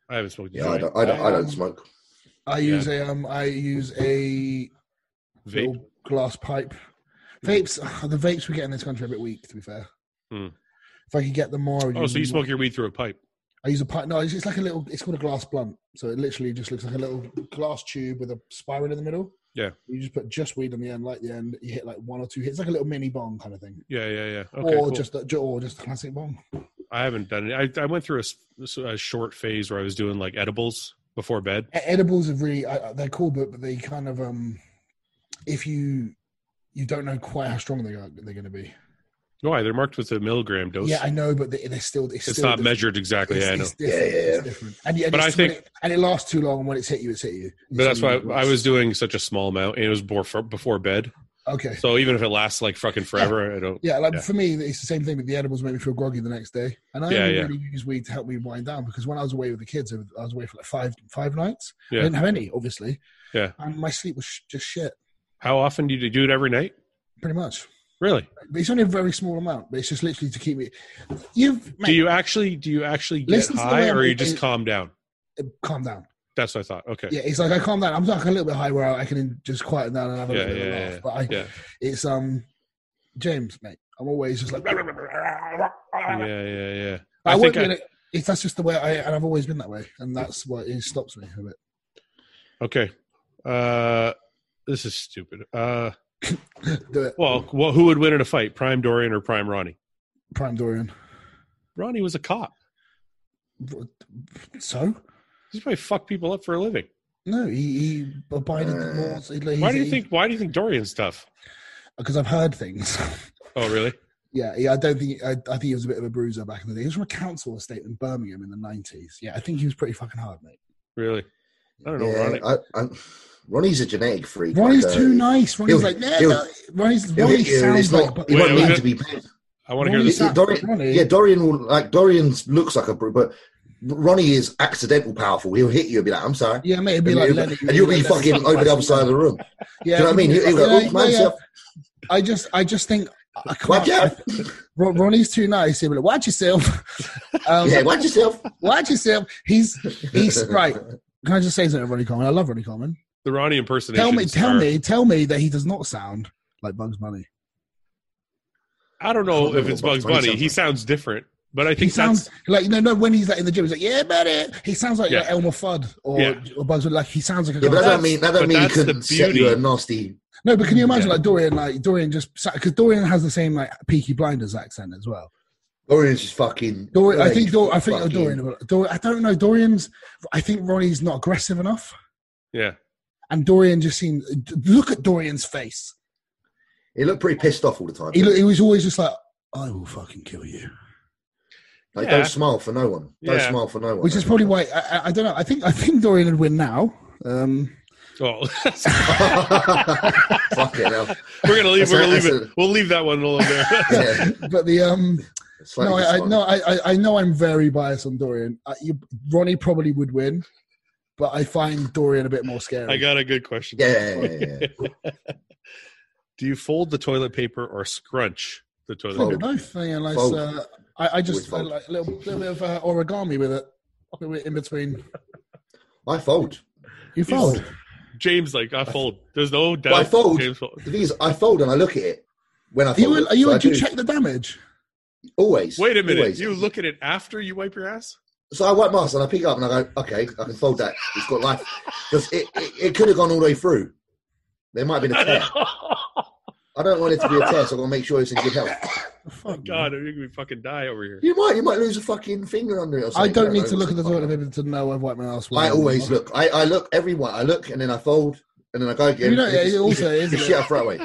A: I haven't smoked a
B: Yeah, I
A: joint.
B: don't, I don't, I
C: Um,
B: don't smoke.
C: I
A: Yeah.
C: use a um, I use a
A: vape.
C: little glass pipe. Vapes, the vapes we get in this country are a bit weak, to be fair.
A: Hmm.
C: If I could get them more, I would
A: Oh,
C: use
A: so you
C: them more.
A: smoke your weed through a pipe?
C: I use a pipe. No, it's, it's like a little. It's called a glass blunt. So it literally just looks like a little glass tube with a spiral in the middle.
A: Yeah.
C: You just put just weed on the end, like the end. You hit like one or two hits, like a little mini bong kind of thing,
A: Yeah, yeah, yeah. Okay,
C: or
A: cool.
C: just a, or just a classic bong.
A: I haven't done it. I, I went through a s- s- a, short phase where I was doing like edibles before bed.
C: E- edibles are really I, I- they're cool but, but they kind of um if you you don't know quite how strong they are they're going to be
A: Why? They're marked with a milligram dose.
C: yeah i know but they, they're still it's,
A: it's
C: still
A: not
C: different.
A: measured exactly.
C: it's,
A: yeah, I know.
C: it's different.
B: Yeah, yeah, yeah.
C: it's different and, yeah,
A: But
C: it's
A: I
C: when
A: think-
C: it, and it lasts too long and when it's hit you it's hit you
A: But that's
C: It's
A: why
C: really
A: I was doing such a small amount, and it was before before bed.
C: Okay.
A: So even if it lasts like
C: (laughs)
A: fucking forever, I don't.
C: Yeah, like
A: Yeah.
C: for me, it's the same thing with the edibles make me feel groggy the next day, and I
A: Yeah,
C: only
A: yeah.
C: really use weed to help me wind down because when I was away with the kids, I was away for like five five nights.
A: Yeah.
C: I didn't have any, obviously.
A: Yeah.
C: And my sleep was sh- just shit,
A: How often do you do it every night?
C: pretty much.
A: Really?
C: But it's only a very small amount, but it's just literally to keep me. You've
A: do
C: mate,
A: you actually do you actually get
C: Listen to the way
A: high,
C: I'm
A: or you
C: thinking.
A: just calm down?
C: calm down.
A: That's what I thought. Okay.
C: Yeah, it's like I calm down. I'm like a little bit high where I can just quieten down and have a
A: Yeah,
C: little bit
A: yeah,
C: of a
A: yeah,
C: laugh. But I, (laughs)
A: Yeah.
C: it's um, James, mate. I'm always just like.
A: Yeah. Yeah. Yeah.
C: I,
A: I
C: won't
A: think
C: be
A: I,
C: in it. If that's just the way I, and I've always been that way, and that's what it stops me a bit.
A: okay. Uh, this is stupid. Uh,
C: (laughs) Do it,
A: well, well, who would win in a fight, Prime Dorian or Prime Ronnie?
C: Prime Dorian.
A: Ronnie was a cop.
C: So
A: He's probably fuck people up for a living.
C: no, he, he abided the
B: Uh,
C: laws. He- he's-
A: Why do you
C: he-
A: think? Why do you think Dorian's tough?
C: Because I've heard things. (laughs)
A: Oh, really?
C: yeah, yeah, I don't think I, I think he was a bit of a bruiser back in the day. He was from a council estate in Birmingham in the nineties. Yeah, I think he was pretty fucking hard, mate.
A: Really? I don't know,
B: Yeah,
A: Ronnie.
B: I, I, Ronnie's a genetic freak.
C: Ronnie's
B: like, uh,
C: too nice. Ronnie's
B: he'll-
C: like, nah,
B: he'll-
C: no. Ronnie's
B: he'll
C: Ronnie
B: hit you and
C: sounds
B: It's
C: like,
B: not.
C: but
B: you
A: Wait,
B: don't
A: wait,
B: need
A: wait.
B: to be. bad.
A: I want to hear
C: Ronnie-
A: this.
C: Exactly,
B: Dorian,
C: Ronnie.
B: Yeah, Dorian will like Dorian looks like a br- but Ronnie is accidental powerful. He'll hit you and be like, "I'm sorry,"
C: yeah, mate, it'd be
B: and,
C: like
B: you'll,
C: Lenny.
B: and you'll be
C: Lenny-
B: fucking over the other side of the room.
C: Yeah,
B: Do you know what I mean? He'll, he'll go,
C: yeah,
B: "Oops, mind
C: yeah,
B: yourself."
C: I just, I just think I can't.
B: Watch out!
C: Ron- Ronnie's too nice. He'll be like, watch yourself. (laughs) Um,
B: Yeah, watch yourself.
C: Watch yourself. He's
B: (laughs)
C: he's right. Can I just say something, Ronnie Coleman? I love Ronnie Coleman.
A: The Ronnie impersonation.
C: tell me, tell me, tell me that he does not sound like Bugs Bunny.
A: I don't know if it's Bugs Bunny. He sounds different, but I
C: He
A: think
C: sounds
A: that's
C: like no, no. When he's like in the gym, he's like, "Yeah, buddy." He sounds like,
A: Yeah.
C: like Elmer Fudd or,
A: Yeah.
C: or Bugs Bunny. Like he sounds like a
B: Yeah, but that
C: guy.
B: don't mean that
A: but
B: don't mean he
A: that's the
B: couldn't set you
A: beauty.
B: a nasty.
C: no. But can you imagine
A: Yeah.
C: like Dorian? Like Dorian just because Dorian has the same like Peaky Blinders accent as well.
B: Dorian's just fucking.
C: Dorian, I think Dor- I
B: Dorian's
C: think
B: fucking-
C: Dorian. Dor- I don't know Dorian's. I think Ronnie's not aggressive enough,
A: yeah.
C: and Dorian just seemed. Look at Dorian's face.
B: He looked pretty pissed off all the time.
C: He, look, he was always just like, I will fucking kill you.
B: Like,
A: Yeah.
B: don't smile for no one. Don't
A: Yeah.
B: smile for no one.
C: Which is probably why (laughs) I, I, I don't know. I think I think Dorian would win now. Um,
A: Oh,
B: (laughs) Fuck it. hell.
A: (laughs) we're gonna leave.
B: That's
A: We're
B: a-
A: gonna leave
B: that's
A: it. We'll leave that one alone
B: (laughs)
A: there.
B: Yeah.
C: (laughs) but the um,
B: It's like
C: no,
B: this
C: I, I
B: one.
C: no, I, I- I know I'm very biased on Dorian. I, you, Ronnie probably would win, but I find Dorian a bit more scary.
A: I got a good question.
B: Yeah, yeah, yeah, yeah.
A: Do you fold the toilet paper or scrunch the toilet?
C: Probably
A: paper?
C: both. you know, like,
B: Fold.
C: uh, I, I just
B: Always
C: I like a little, little bit of uh, origami with it in between.
B: I fold.
C: You fold.
A: James, like I fold. There's no doubt.
B: I fold.
A: James fold.
B: The thing is, I fold and I look at it when I
C: Are you
B: fold.
C: in,
B: it.
C: are you
B: So
C: in
B: I
C: do you
B: do-
C: check the damage?
B: Always.
A: Wait a minute.
B: always.
A: You look at it after you wipe your ass. (laughs)
B: So I wipe my ass and I pick it up and I go, okay, I can fold that. It's got life. Because it, it, it could have gone all the way through. There
A: (laughs)
B: might have been a tear. I don't want it to be a tear, so i am going to make sure it's in good health.
A: Oh God, you're gonna be fucking die over here.
B: You might, you might lose a fucking finger under it. Or
C: I
B: something.
C: don't need
B: know.
C: to look at the toilet paper to know I've wiped my ass.
B: I
C: well.
B: always look. I, I look every one. I look and then I fold and then I go again.
C: You know,
B: and it's- (laughs)
C: it also is,
B: it's
C: isn't
B: shit
C: it?
B: I throw
C: (laughs)
B: away.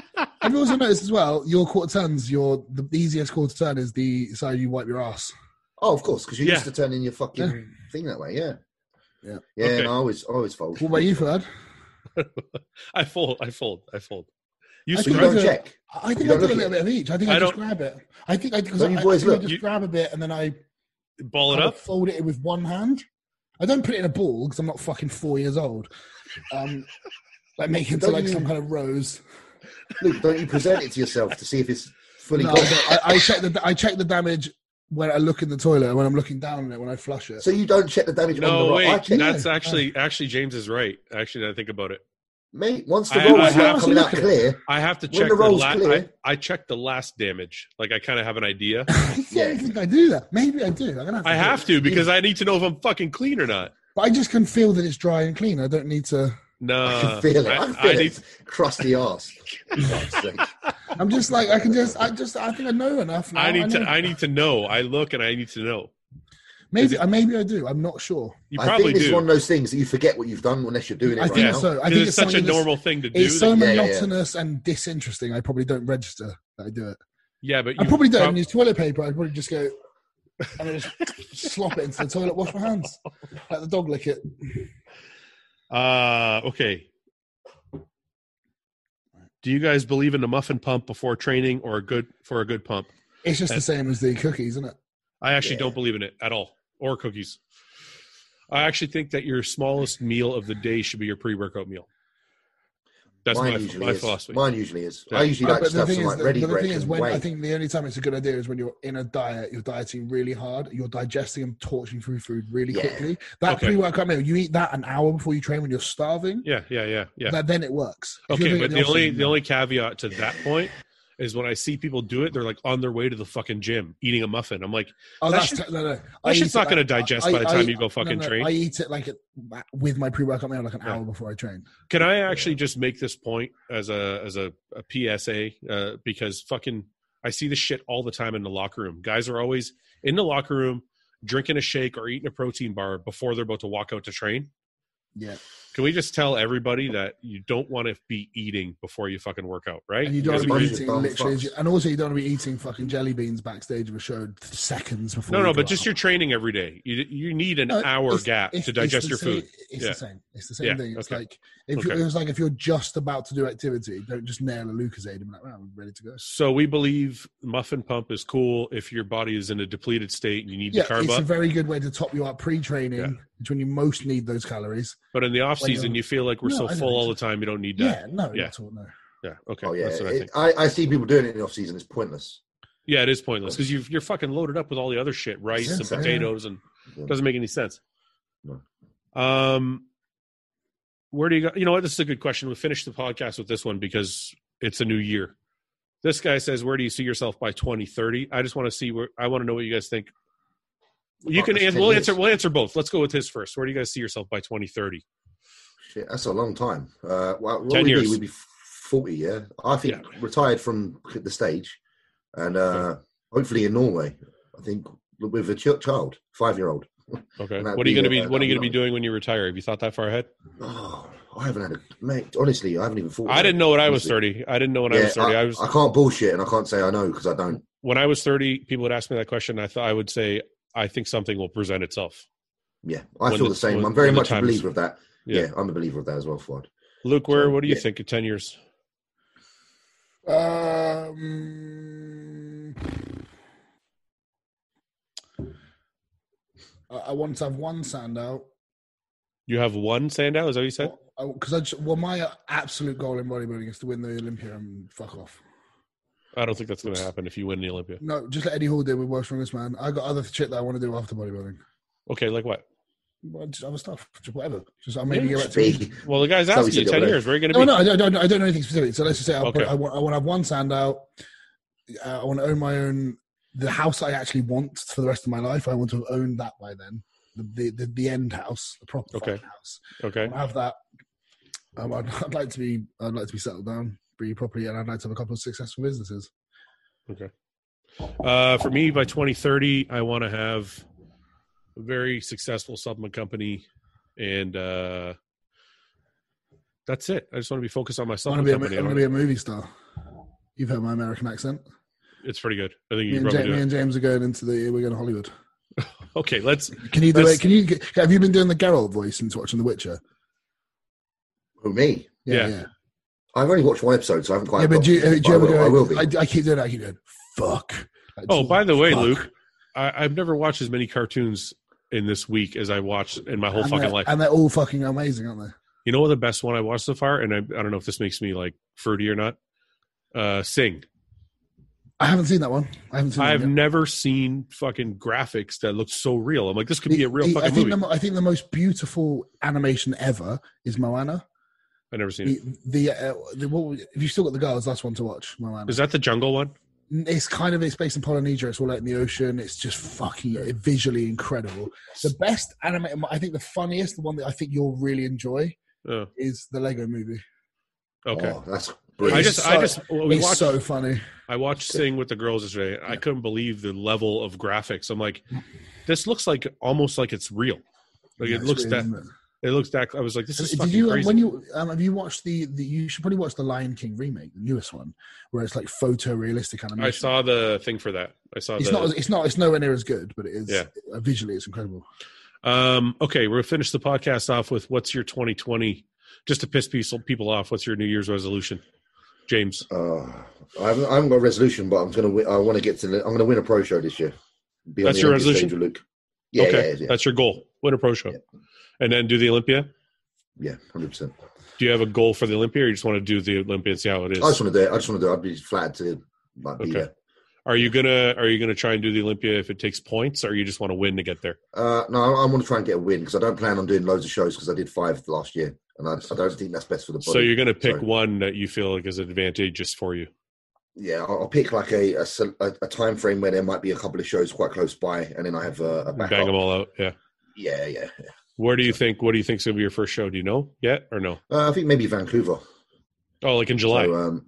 C: Have you also noticed as well? Your quarter turns, your the easiest quarter turn is the side you wipe your ass.
B: Oh, of course, because you
A: Yeah.
B: used to turn in your fucking thing that way. Yeah.
C: Yeah.
B: Yeah.
A: Okay.
B: and I always, I always fold.
C: What about you, Fred?
A: (laughs) I fold. I fold. I fold. You
C: I
B: So you
A: scrunch.
B: don't
C: think
B: check.
C: I think
B: You don't
C: I did a
B: look
C: little bit of each. I think
A: I
C: I, just
A: don't-
C: grab it. I think I, cause
B: So
C: I,
B: you
C: I
B: boys
C: think I
B: look.
C: just
A: You-
C: grab a bit and then I
A: Ball it
C: kind of
A: up.
C: fold it with one hand. I don't put it in a ball because I'm not fucking four years old. Um, like make it to
B: Don't
C: like
B: you-
C: some kind of rose.
B: Luke, don't you present it to yourself to see if it's fully
C: No, I,
B: gone?
C: don't. I, I check the I check the damage when I look in the toilet when I'm looking down on it when I flush it. (laughs)
B: So you don't check the damage on the
A: No,
B: rock. I
A: wait.
B: check,
A: That's
C: Yeah.
A: actually actually James is right. Actually, now I think about it.
B: mate. Once the
A: I- I
B: roll's
A: have
B: not
A: to
B: coming
C: look
B: out
C: at it.
B: clear,
A: I have to
B: When
A: check
B: the
A: the,
B: roll's
A: last. I,
B: clear.
A: I check the last damage. Like I kind of have an
B: (laughs)
A: idea.
C: I don't think I do that. Maybe I do. I'm gonna have to
A: I
C: do
A: have
C: it.
A: to because I need to know if I'm fucking clean or not.
C: But I just can feel that it's dry and clean. I don't need to.
A: No,
B: I can feel it. I, can feel
A: Uh, need-
B: it. Crusty
A: (laughs)
B: ass. Fuck's sake.
C: I'm just like I can just. I just. I think I know enough. Now.
A: I need to.
C: know-
A: I need to know. I look and I need to know.
C: maybe. uh, Maybe I do. I'm not sure.
A: You
B: I think
A: probably
B: it's
A: do.
B: one of those things that you forget what you've done unless you're doing it
C: I
B: right
C: think
B: now.
C: so. I
A: 'Cause
C: think
A: it's such a
C: something that's-
A: normal thing to do.
C: It's so
A: that-
B: Yeah, yeah, yeah.
C: monotonous and disinteresting. I probably don't register that I do it.
A: yeah, but
C: I
A: you
C: probably don't
A: prob-
C: even use toilet paper. I'd probably just go and I just (laughs) slop it into the toilet, wash my hands, let the dog lick it.
A: Uh, okay. Do you guys believe in a muffin pump before training or a good for a good pump?
C: It's just the
A: And-
C: same as the cookies, isn't it?
A: I actually
B: Yeah.
A: don't believe in it at all, or cookies. I actually think that your smallest meal of the day should be your pre-workout meal. That's my, my
B: is.
A: philosophy.
B: Mine usually is.
A: Yeah.
B: I usually
C: Uh,
B: like
C: but the
B: stuff
C: thing
B: some
C: is,
B: like
C: that-
B: ready
C: but the
B: break
C: thing is,
B: and
C: when I
B: whey.
C: think the only time it's a good idea is when you're in a diet, you're dieting really hard, you're digesting and torching through food really
B: Yeah.
C: quickly. That
A: Okay.
C: pre-workout meal, you eat that an hour before you train when you're starving.
A: yeah, yeah, yeah, yeah.
C: That then it works. If you're
A: Okay,
C: doing it
A: but the only
C: off-season,
A: the only caveat to that point is when I see people do it, they're like on their way to the fucking gym eating a muffin. I'm like,
C: oh,
A: that
C: that's
A: shit-
C: te- no, no. I
A: that shit's
C: eat it
A: not
C: like-
A: going to digest by the
C: I-
A: time
C: I-
A: you go fucking
C: no, no,
A: train.
C: I eat it like it, with my pre-workout meal like an
A: Yeah.
C: hour before I train.
A: Can I actually just make this point as a as a, a PSA? Uh, because fucking, I see this shit all the time in the locker room. Guys are always in the locker room drinking a shake or eating a protein bar before they're about to walk out to train.
C: Yeah,
A: Can we just tell everybody that you don't want to be eating before you fucking work out, right?
C: and you don't
A: Because if
B: Bunch
C: want to be
A: you're-
B: of
C: eating
B: dumb
C: literally,
B: fucks.
C: and also you don't want to be eating fucking jelly beans backstage of a show seconds before.
A: no,
C: you
A: no,
C: go
A: but just
C: out.
A: your training every day. You you need an
C: No,
A: hour
C: it's-
A: gap
C: It's-
A: to
C: it's
A: digest
C: the
A: your
C: same-
A: food.
C: It's
A: Yeah.
C: the same. It's the same
A: Yeah,
C: thing. It's
A: okay.
C: like if
A: Okay.
C: it was like if you're just about to do activity, don't just nail a Lucasade and be like, well, I'm ready to go.
A: So we believe muffin pump is cool if your body is in a depleted state and you need
C: Yeah,
A: to carb
C: it's a
A: up.
C: very good way to top you up pre-training. It's when you most need those calories.
A: but in the off
C: when
A: season,
C: you're-
A: you feel like we're
C: No, I
A: so
C: know
A: full all the
C: exactly.
A: time. You don't need that.
C: Yeah, no,
A: Yeah.
C: not at all, no.
A: Yeah. Okay.
B: Oh yeah,
A: That's what I think.
B: It- I, I see people doing it in the off season. It's pointless.
A: Yeah, it is pointless because you you're fucking loaded up with all the other shit, rice and
B: Sense, yeah.
A: potatoes, and
B: Yeah.
A: it doesn't make any sense.
B: No.
A: Um, where do you go? You know what? This is a good question. We'll finish the podcast with this one because it's a new year. This guy says, "Where do you see yourself by 2030?" I just want to see where. I want to know what you guys think. You
B: Fuck,
A: can.
B: that's
A: Answer,
B: 10
A: we'll
B: years.
A: answer. We'll answer both. Let's go with his first. Where do you guys see yourself by 2030?
B: Shit, that's a long time. Uh, well, what
A: 10
B: would we
A: years.
B: be? We'd be forty. Yeah, I think
A: Yeah.
B: retired from the stage, and uh, hopefully in Norway. I think with a ch- child, five year old.
A: Okay.
B: That'd
A: What are you
B: be,
A: going to be?
B: uh,
A: What are you going to be
B: that'd be
A: doing when you retire? Have you thought that far ahead?
B: Oh, I haven't had a mate. Honestly, I haven't even thought.
A: I
B: about it.
A: didn't know when I was
B: Honestly.
A: 30. I didn't know when I
B: Yeah, uh,
A: was 30. I was.
B: I can't bullshit, and I can't say I know because I don't.
A: when I was 30, people would ask me that question. and I thought I would say, I think something will present itself.
B: Yeah, I
A: When
B: feel
A: the-
B: the same.
A: when-
B: I'm very
A: when the
B: much a
A: time is-
B: believer of that.
A: Yeah.
B: Yeah. I'm a believer of that as well, Ford.
A: Luke, where,
B: So,
A: what do you
B: yeah.
A: think in 10 years?
C: Um, I I want to have one sand out.
A: You have one Sandow, is that what you said?
C: Because I just, well, my absolute goal in bodybuilding is to win the Olympia and fuck off.
B: Oh.
A: I don't think that's going to happen if you win the Olympia.
C: No, just let Eddie Hall do with World's Strongest Man. I got other shit that I want to do after bodybuilding.
A: Okay, like what?
C: Well, Just other stuff, just whatever. Just I maybe
A: Yeah,
C: get back
B: Just
C: to
B: (laughs) be-
A: Well, the guy's
B: That's what
A: asking
B: you
A: you
B: said
A: 10
B: over there.
A: years. Where are you going to
C: No,
A: be?
C: no, I don't, I don't, I don't know anything specific. So let's just say I'll
A: Okay.
C: put, I, want, I want to have one sand out. Uh, I want to own my own the house I actually want for the rest of my life. I want to have owned that by then. The the, the, the end house, the proper
A: Okay.
C: fucking house.
A: Okay.
C: I have that. Um, I'd, I'd like to be I'd like to be settled down, pretty properly, and I'd like to have a couple of successful businesses.
A: Uh, for me, by 2030, I want to have a very successful supplement company. And uh, that's it. I just want to be focused on my
C: I want to
A: supplement company.
C: be a, I
A: I
C: want to
A: wanna-
C: be a movie star. You've heard my American accent.
A: it's pretty good. I think
C: Me
A: you
C: and,
A: probably
C: James,
A: do
C: me
A: it.
C: and James are going into the we're going to Hollywood.
A: Okay, let's.
C: Can you do
A: That's-
C: it? Can you get- have you been doing the Geralt voice since watching The Witcher?
B: Who, me?
A: Yeah.
C: yeah.
B: I've only watched one episode, so I haven't quite.
C: yeah, but
B: got-
C: do you, do you
B: I,
C: ever
B: will,
C: go?
B: I will be.
C: I, I keep doing that. I keep going. Fuck. Like,
A: Oh, by the way,
C: fuck.
A: Luke, I, I've never watched as many cartoons in this week as I watched in my whole
C: and
A: fucking
C: they're,
A: life.
C: and they're all fucking amazing, aren't they?
A: You know what the best one I watched so far, and I, I don't know if this makes me like fruity or not. Uh, Sing.
C: I haven't seen that one. I haven't seen. that
A: I've
C: one yet.
A: never seen fucking graphics that look so real. I'm like, this could be a real
C: The- I
A: fucking
C: think
A: movie.
C: The, mo- I think the most beautiful animation ever is Moana.
A: I've never seen it.
C: The the, uh, the what, was- if you still got the girls, that's one to watch. Moana.
A: Is that the jungle one?
C: It's kind of it's based in Polynesia. It's all out in the ocean. It's just fucking visually incredible. The best animated, I think, the funniest, the one that I think you'll really enjoy
A: Oh,
C: is the Lego Movie.
A: okay.
B: Oh, that's
A: I
B: brilliant.
A: just,
C: it's
A: I
C: so-
A: just, well, we
C: it's
A: watched,
C: so funny.
A: I watched Sing with the girls yesterday. and I couldn't believe the level of graphics. I'm like, this looks like almost like it's real. Like
C: Mm-hmm. Yeah,
A: it
C: it's
A: looks
C: weird,
A: that,
C: isn't it?
A: it looks that. I was like, this is
C: Did
A: fucking
B: uh,
C: you
A: crazy.
C: when you um, have you watched the, the you should probably watch the Lion King remake, the newest one, where it's like photorealistic animation.
A: I saw the thing for that. I saw
C: it's
A: the.
C: not as- it's not it's nowhere near as good, but it is
A: Yeah.
C: uh, visually it's incredible.
A: um, okay, we'll finish the podcast off with what's your 2020, just to piss people people off. What's your New Year's resolution? James?
B: Uh, I, haven't, I haven't got a resolution, but I'm gonna. Win, I want to get to. The, I'm gonna win a pro show this year. Be on
A: That's
B: the
A: your
B: Olympic stage
A: resolution?
B: with Luke. Yeah,
A: okay,
B: yeah, yeah,
A: that's your goal. Win a pro show,
B: Yeah.
A: and then do the Olympia.
B: yeah, hundred percent.
A: Do you have a goal for the Olympia, or you just want to do the Olympia and see how it
B: I
A: is?
B: just want to do it. I just want to do it. I'd be flattered to like, be
A: Okay.
B: there.
A: Are you gonna Are you gonna try and do the Olympia if it takes points, or you just want to win to get there?
B: Uh, no, I, I want to try and get a win because I don't plan on doing loads of shows because I did five last year, and I, I don't think that's best for the body.
A: So you're gonna pick
B: Sorry.
A: one that you feel like is advantageous for you.
B: yeah, I'll, I'll pick like a, a se- a a time frame where there might be a couple of shows quite close by, and then I have a, a
A: Bang
B: backup.
A: 'em Bang them all out. Yeah.
B: Yeah, yeah.
A: Where do you think? What do you think's gonna be your first show? Do you know yet or no?
B: Uh, I think maybe Vancouver.
A: Oh, like in July.
C: uh,
B: So, um,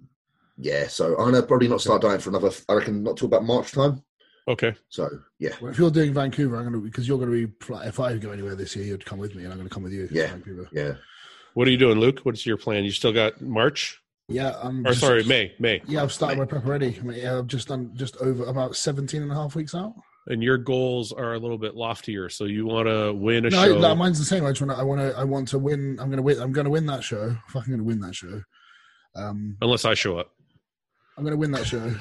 B: yeah, so I'm gonna probably not start dying for another. I reckon not till about March time.
A: okay.
B: So yeah,
C: Well, if you're doing Vancouver, I'm gonna because you're gonna be fly, if I go anywhere this year, you'd come with me, and I'm gonna come with you. to
B: Yeah.
C: Vancouver.
B: yeah.
A: What are you doing, Luke? What's your plan? You still got March
C: Yeah, um, I'm.
A: or
C: just-
A: sorry, May, May.
C: Yeah, I've started my prep already. I mean, yeah, I've just done just over about 17 and a half weeks out.
A: And your goals are a little bit loftier, so you want to win a
C: No,
A: show.
C: no, mine's the same. I just want to. I want to. I want to win. I'm gonna win. I'm gonna win that show. Fucking gonna win that show. Um,
A: unless I show
C: (laughs)
A: up. (laughs)
C: I'm gonna win that show.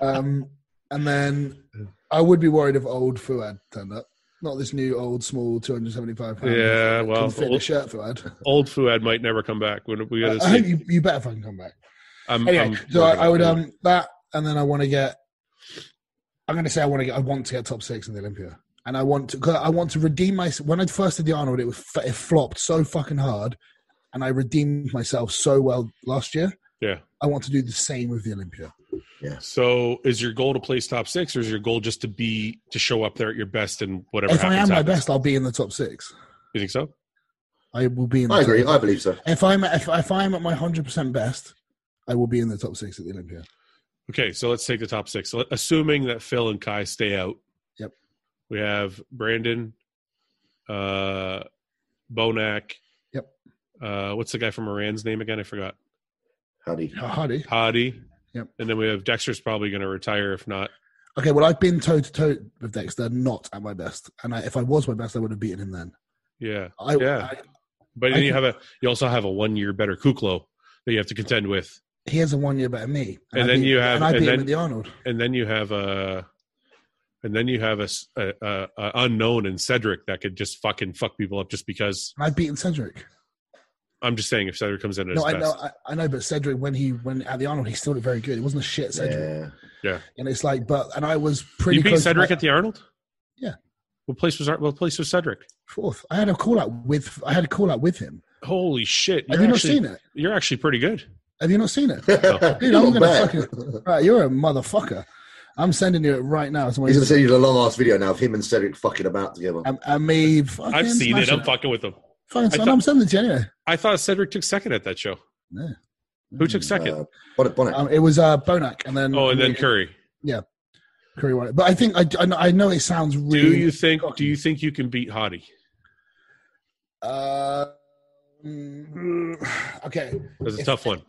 C: Um, and then I would be worried if old Fuad turned up. Not this new old small 275 pound.
A: yeah,
C: Can
A: well,
C: fit in a shirt, Fuad.
A: old Fuad might never come back. We we
C: I,
A: gotta
C: I hope
A: see.
C: you, you better fucking come back.
A: I'm,
C: Uh, Anyway,
A: I'm
C: so I,
A: working
C: I
A: on
C: would
A: it.
C: um that, and then I want to get. I'm going to say I want to get. I want to get top six in the Olympia, and I want to. 'cause I want to redeem myself. When I first did the Arnold, it was f- it flopped so fucking hard, and I redeemed myself so well last year.
A: Yeah.
C: I want to do the same with the Olympia.
A: So, is your goal to place top six, or is your goal just to be to show up there at your best and whatever?
C: if I am
A: happens,
C: my
A: happens?
C: best, I'll be in the top six.
A: you think so?
C: I will be in. The
B: I agree.
C: Top,
B: I believe so.
C: if I'm if, if I'm at my hundred percent best, I will be in the top six at the Olympia.
A: Okay, so let's take the top six. So, assuming that Phil and Kai stay out.
C: Yep.
A: We have Brandon, uh, Bonac.
C: Yep.
A: Uh, what's the guy from Moran's name again? I forgot.
B: Howdy.
C: Oh, Hardy.
A: Hadi.
C: Yep.
A: And then we have Dexter's probably going to retire if not.
C: Okay, well, I've been toe to toe with Dexter, not at my best, and I, if I was my best, I would have beaten him then.
A: Yeah.
C: I,
A: Yeah.
C: I-
A: But
C: I
A: then you
C: think-
A: have a you also have a one year better Kuklo that you have to contend with,
C: he has a one year better than me.
A: And
C: I
A: then
C: beat-
A: you have-
C: and I
A: and
C: beat
A: then-
C: him at the Arnold.
A: and then you have a. And then you have a, s- a- a- a unknown and Cedric that could just fucking fuck people up just because.
C: And I've beaten Cedric.
A: I'm just saying if Cedric comes in at
C: No,
A: his
C: I know,
A: best,
C: I, I know, but Cedric when he when at the Arnold, he still looked very good. It wasn't a shit Cedric,
B: Yeah.
C: and it's like, but and I was pretty
A: you beat
C: close to
A: Cedric
C: my-
A: at the Arnold.
C: Yeah.
A: What place was Ar- what place was Cedric?
C: fourth. I had a call out with I had a call out with him.
A: Holy shit!
C: Have
A: You're
C: you not
A: actually,
C: seen it?
A: You're actually pretty good.
C: Have you not seen it?
B: (laughs)
C: Dude, I'm
B: Not
C: gonna
B: bad.
C: fucking- Right, you're a motherfucker. I'm sending you it right now. It's
B: (laughs)
C: one
B: He's gonna
C: of these-
B: send you the long ass video now of him and Cedric fucking about together.
C: and, and me. Fucking
A: I've seen it.
C: smashing
A: I'm fucking with him.
C: Fucking
A: I
C: son,
A: thought-
C: I'm sending it to you anyway.
A: I thought Cedric took second at that show.
C: No.
A: Who
C: Mm,
A: took second?
B: Uh, bonnet, bonnet.
C: Um, it was uh, Bonac, and then
A: oh, and then
C: me-
A: Curry.
C: Curry won it. But I think I, I know- I know it sounds
A: Do
C: really.
A: you think? Do
C: shocking.
A: you think you can beat Hottie?
C: Uh, mm, okay,
A: That's a
C: If-
A: tough one.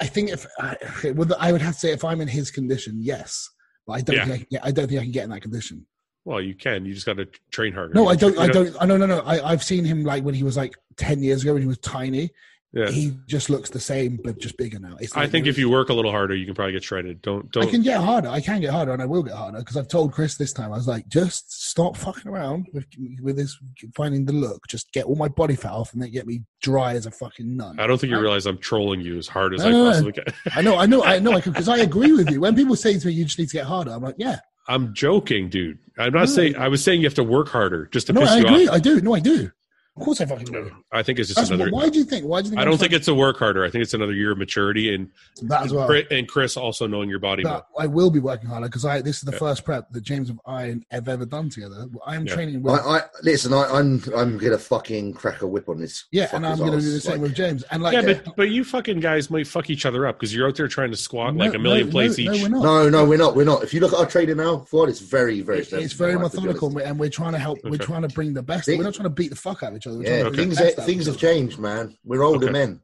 C: I think if I, okay, well, I would have to say if I'm in his condition, yes, but I don't.
A: Yeah.
C: Think I, can get, I don't think I can get in that condition.
A: Well, you can. You just got to train harder.
C: No, I
A: You
C: don't. I
A: you
C: don't. I no, no, no. I, I've seen him like when he was like ten years ago when he was tiny.
A: Yeah.
C: He just looks the same, but just bigger now. It's
A: I
C: like-
A: think if you work a little harder, you can probably get shredded. Don't
C: I
A: don't.
C: can get harder. I can get harder, and I will get harder because I've told Chris this time. I was like, just stop fucking around with, with this finding the look. Just get all my body fat off, and then get me dry as a fucking nun.
A: I don't think you realize I'm trolling you as hard as
C: No,
A: I
C: no, no.
A: possibly can. (laughs)
C: I know, I know, I know, I can because I agree with you. When people say to me, "You just need to get harder," I'm like, "Yeah,
A: I'm joking, dude. I'm not
C: No.
A: saying. I was saying you have to work harder just to
C: no,
A: piss
C: I
A: you
C: agree,
A: off.
C: I do, no, I do. Of course, I fucking do."
A: I think it's just
C: That's,
A: another.
C: why do you think? Why do you think?
A: I don't think it's a work harder. I think it's another year of maturity and
C: it's that as well.
A: Brit and Chris also knowing your body more.
C: But I will be working harder because I this is the
A: Yeah.
C: first prep that James and I have ever done together. I'm
A: Yeah.
C: training
B: I,
C: with
B: I listen. I, I'm I'm gonna fucking crack a whip on this.
C: yeah, and I'm
B: fucker's
C: going to
B: ass.
C: do the same
B: Like,
C: with James. And like, uh,
A: yeah, but but you fucking guys might fuck each other up because you're out there trying to squat
C: No,
A: like a million
C: no,
A: plates
C: no,
A: each.
C: No, we're not.
B: No, no, we're not. We're not. If you look at our trading now, Ford, it's very, very.
C: It- it's
B: sensible,
C: very
B: I have to be
C: methodical,
B: honest.
C: and we're trying to help. We're
A: Okay.
C: trying to bring the best.
B: Think-
C: We're not trying to beat the fuck out of each other. We're
B: Yeah,
C: trying to bring
B: things
C: the best
B: that,
C: out of
B: things
C: each
B: have
C: other.
B: changed, man. We're older
A: Okay.
B: men.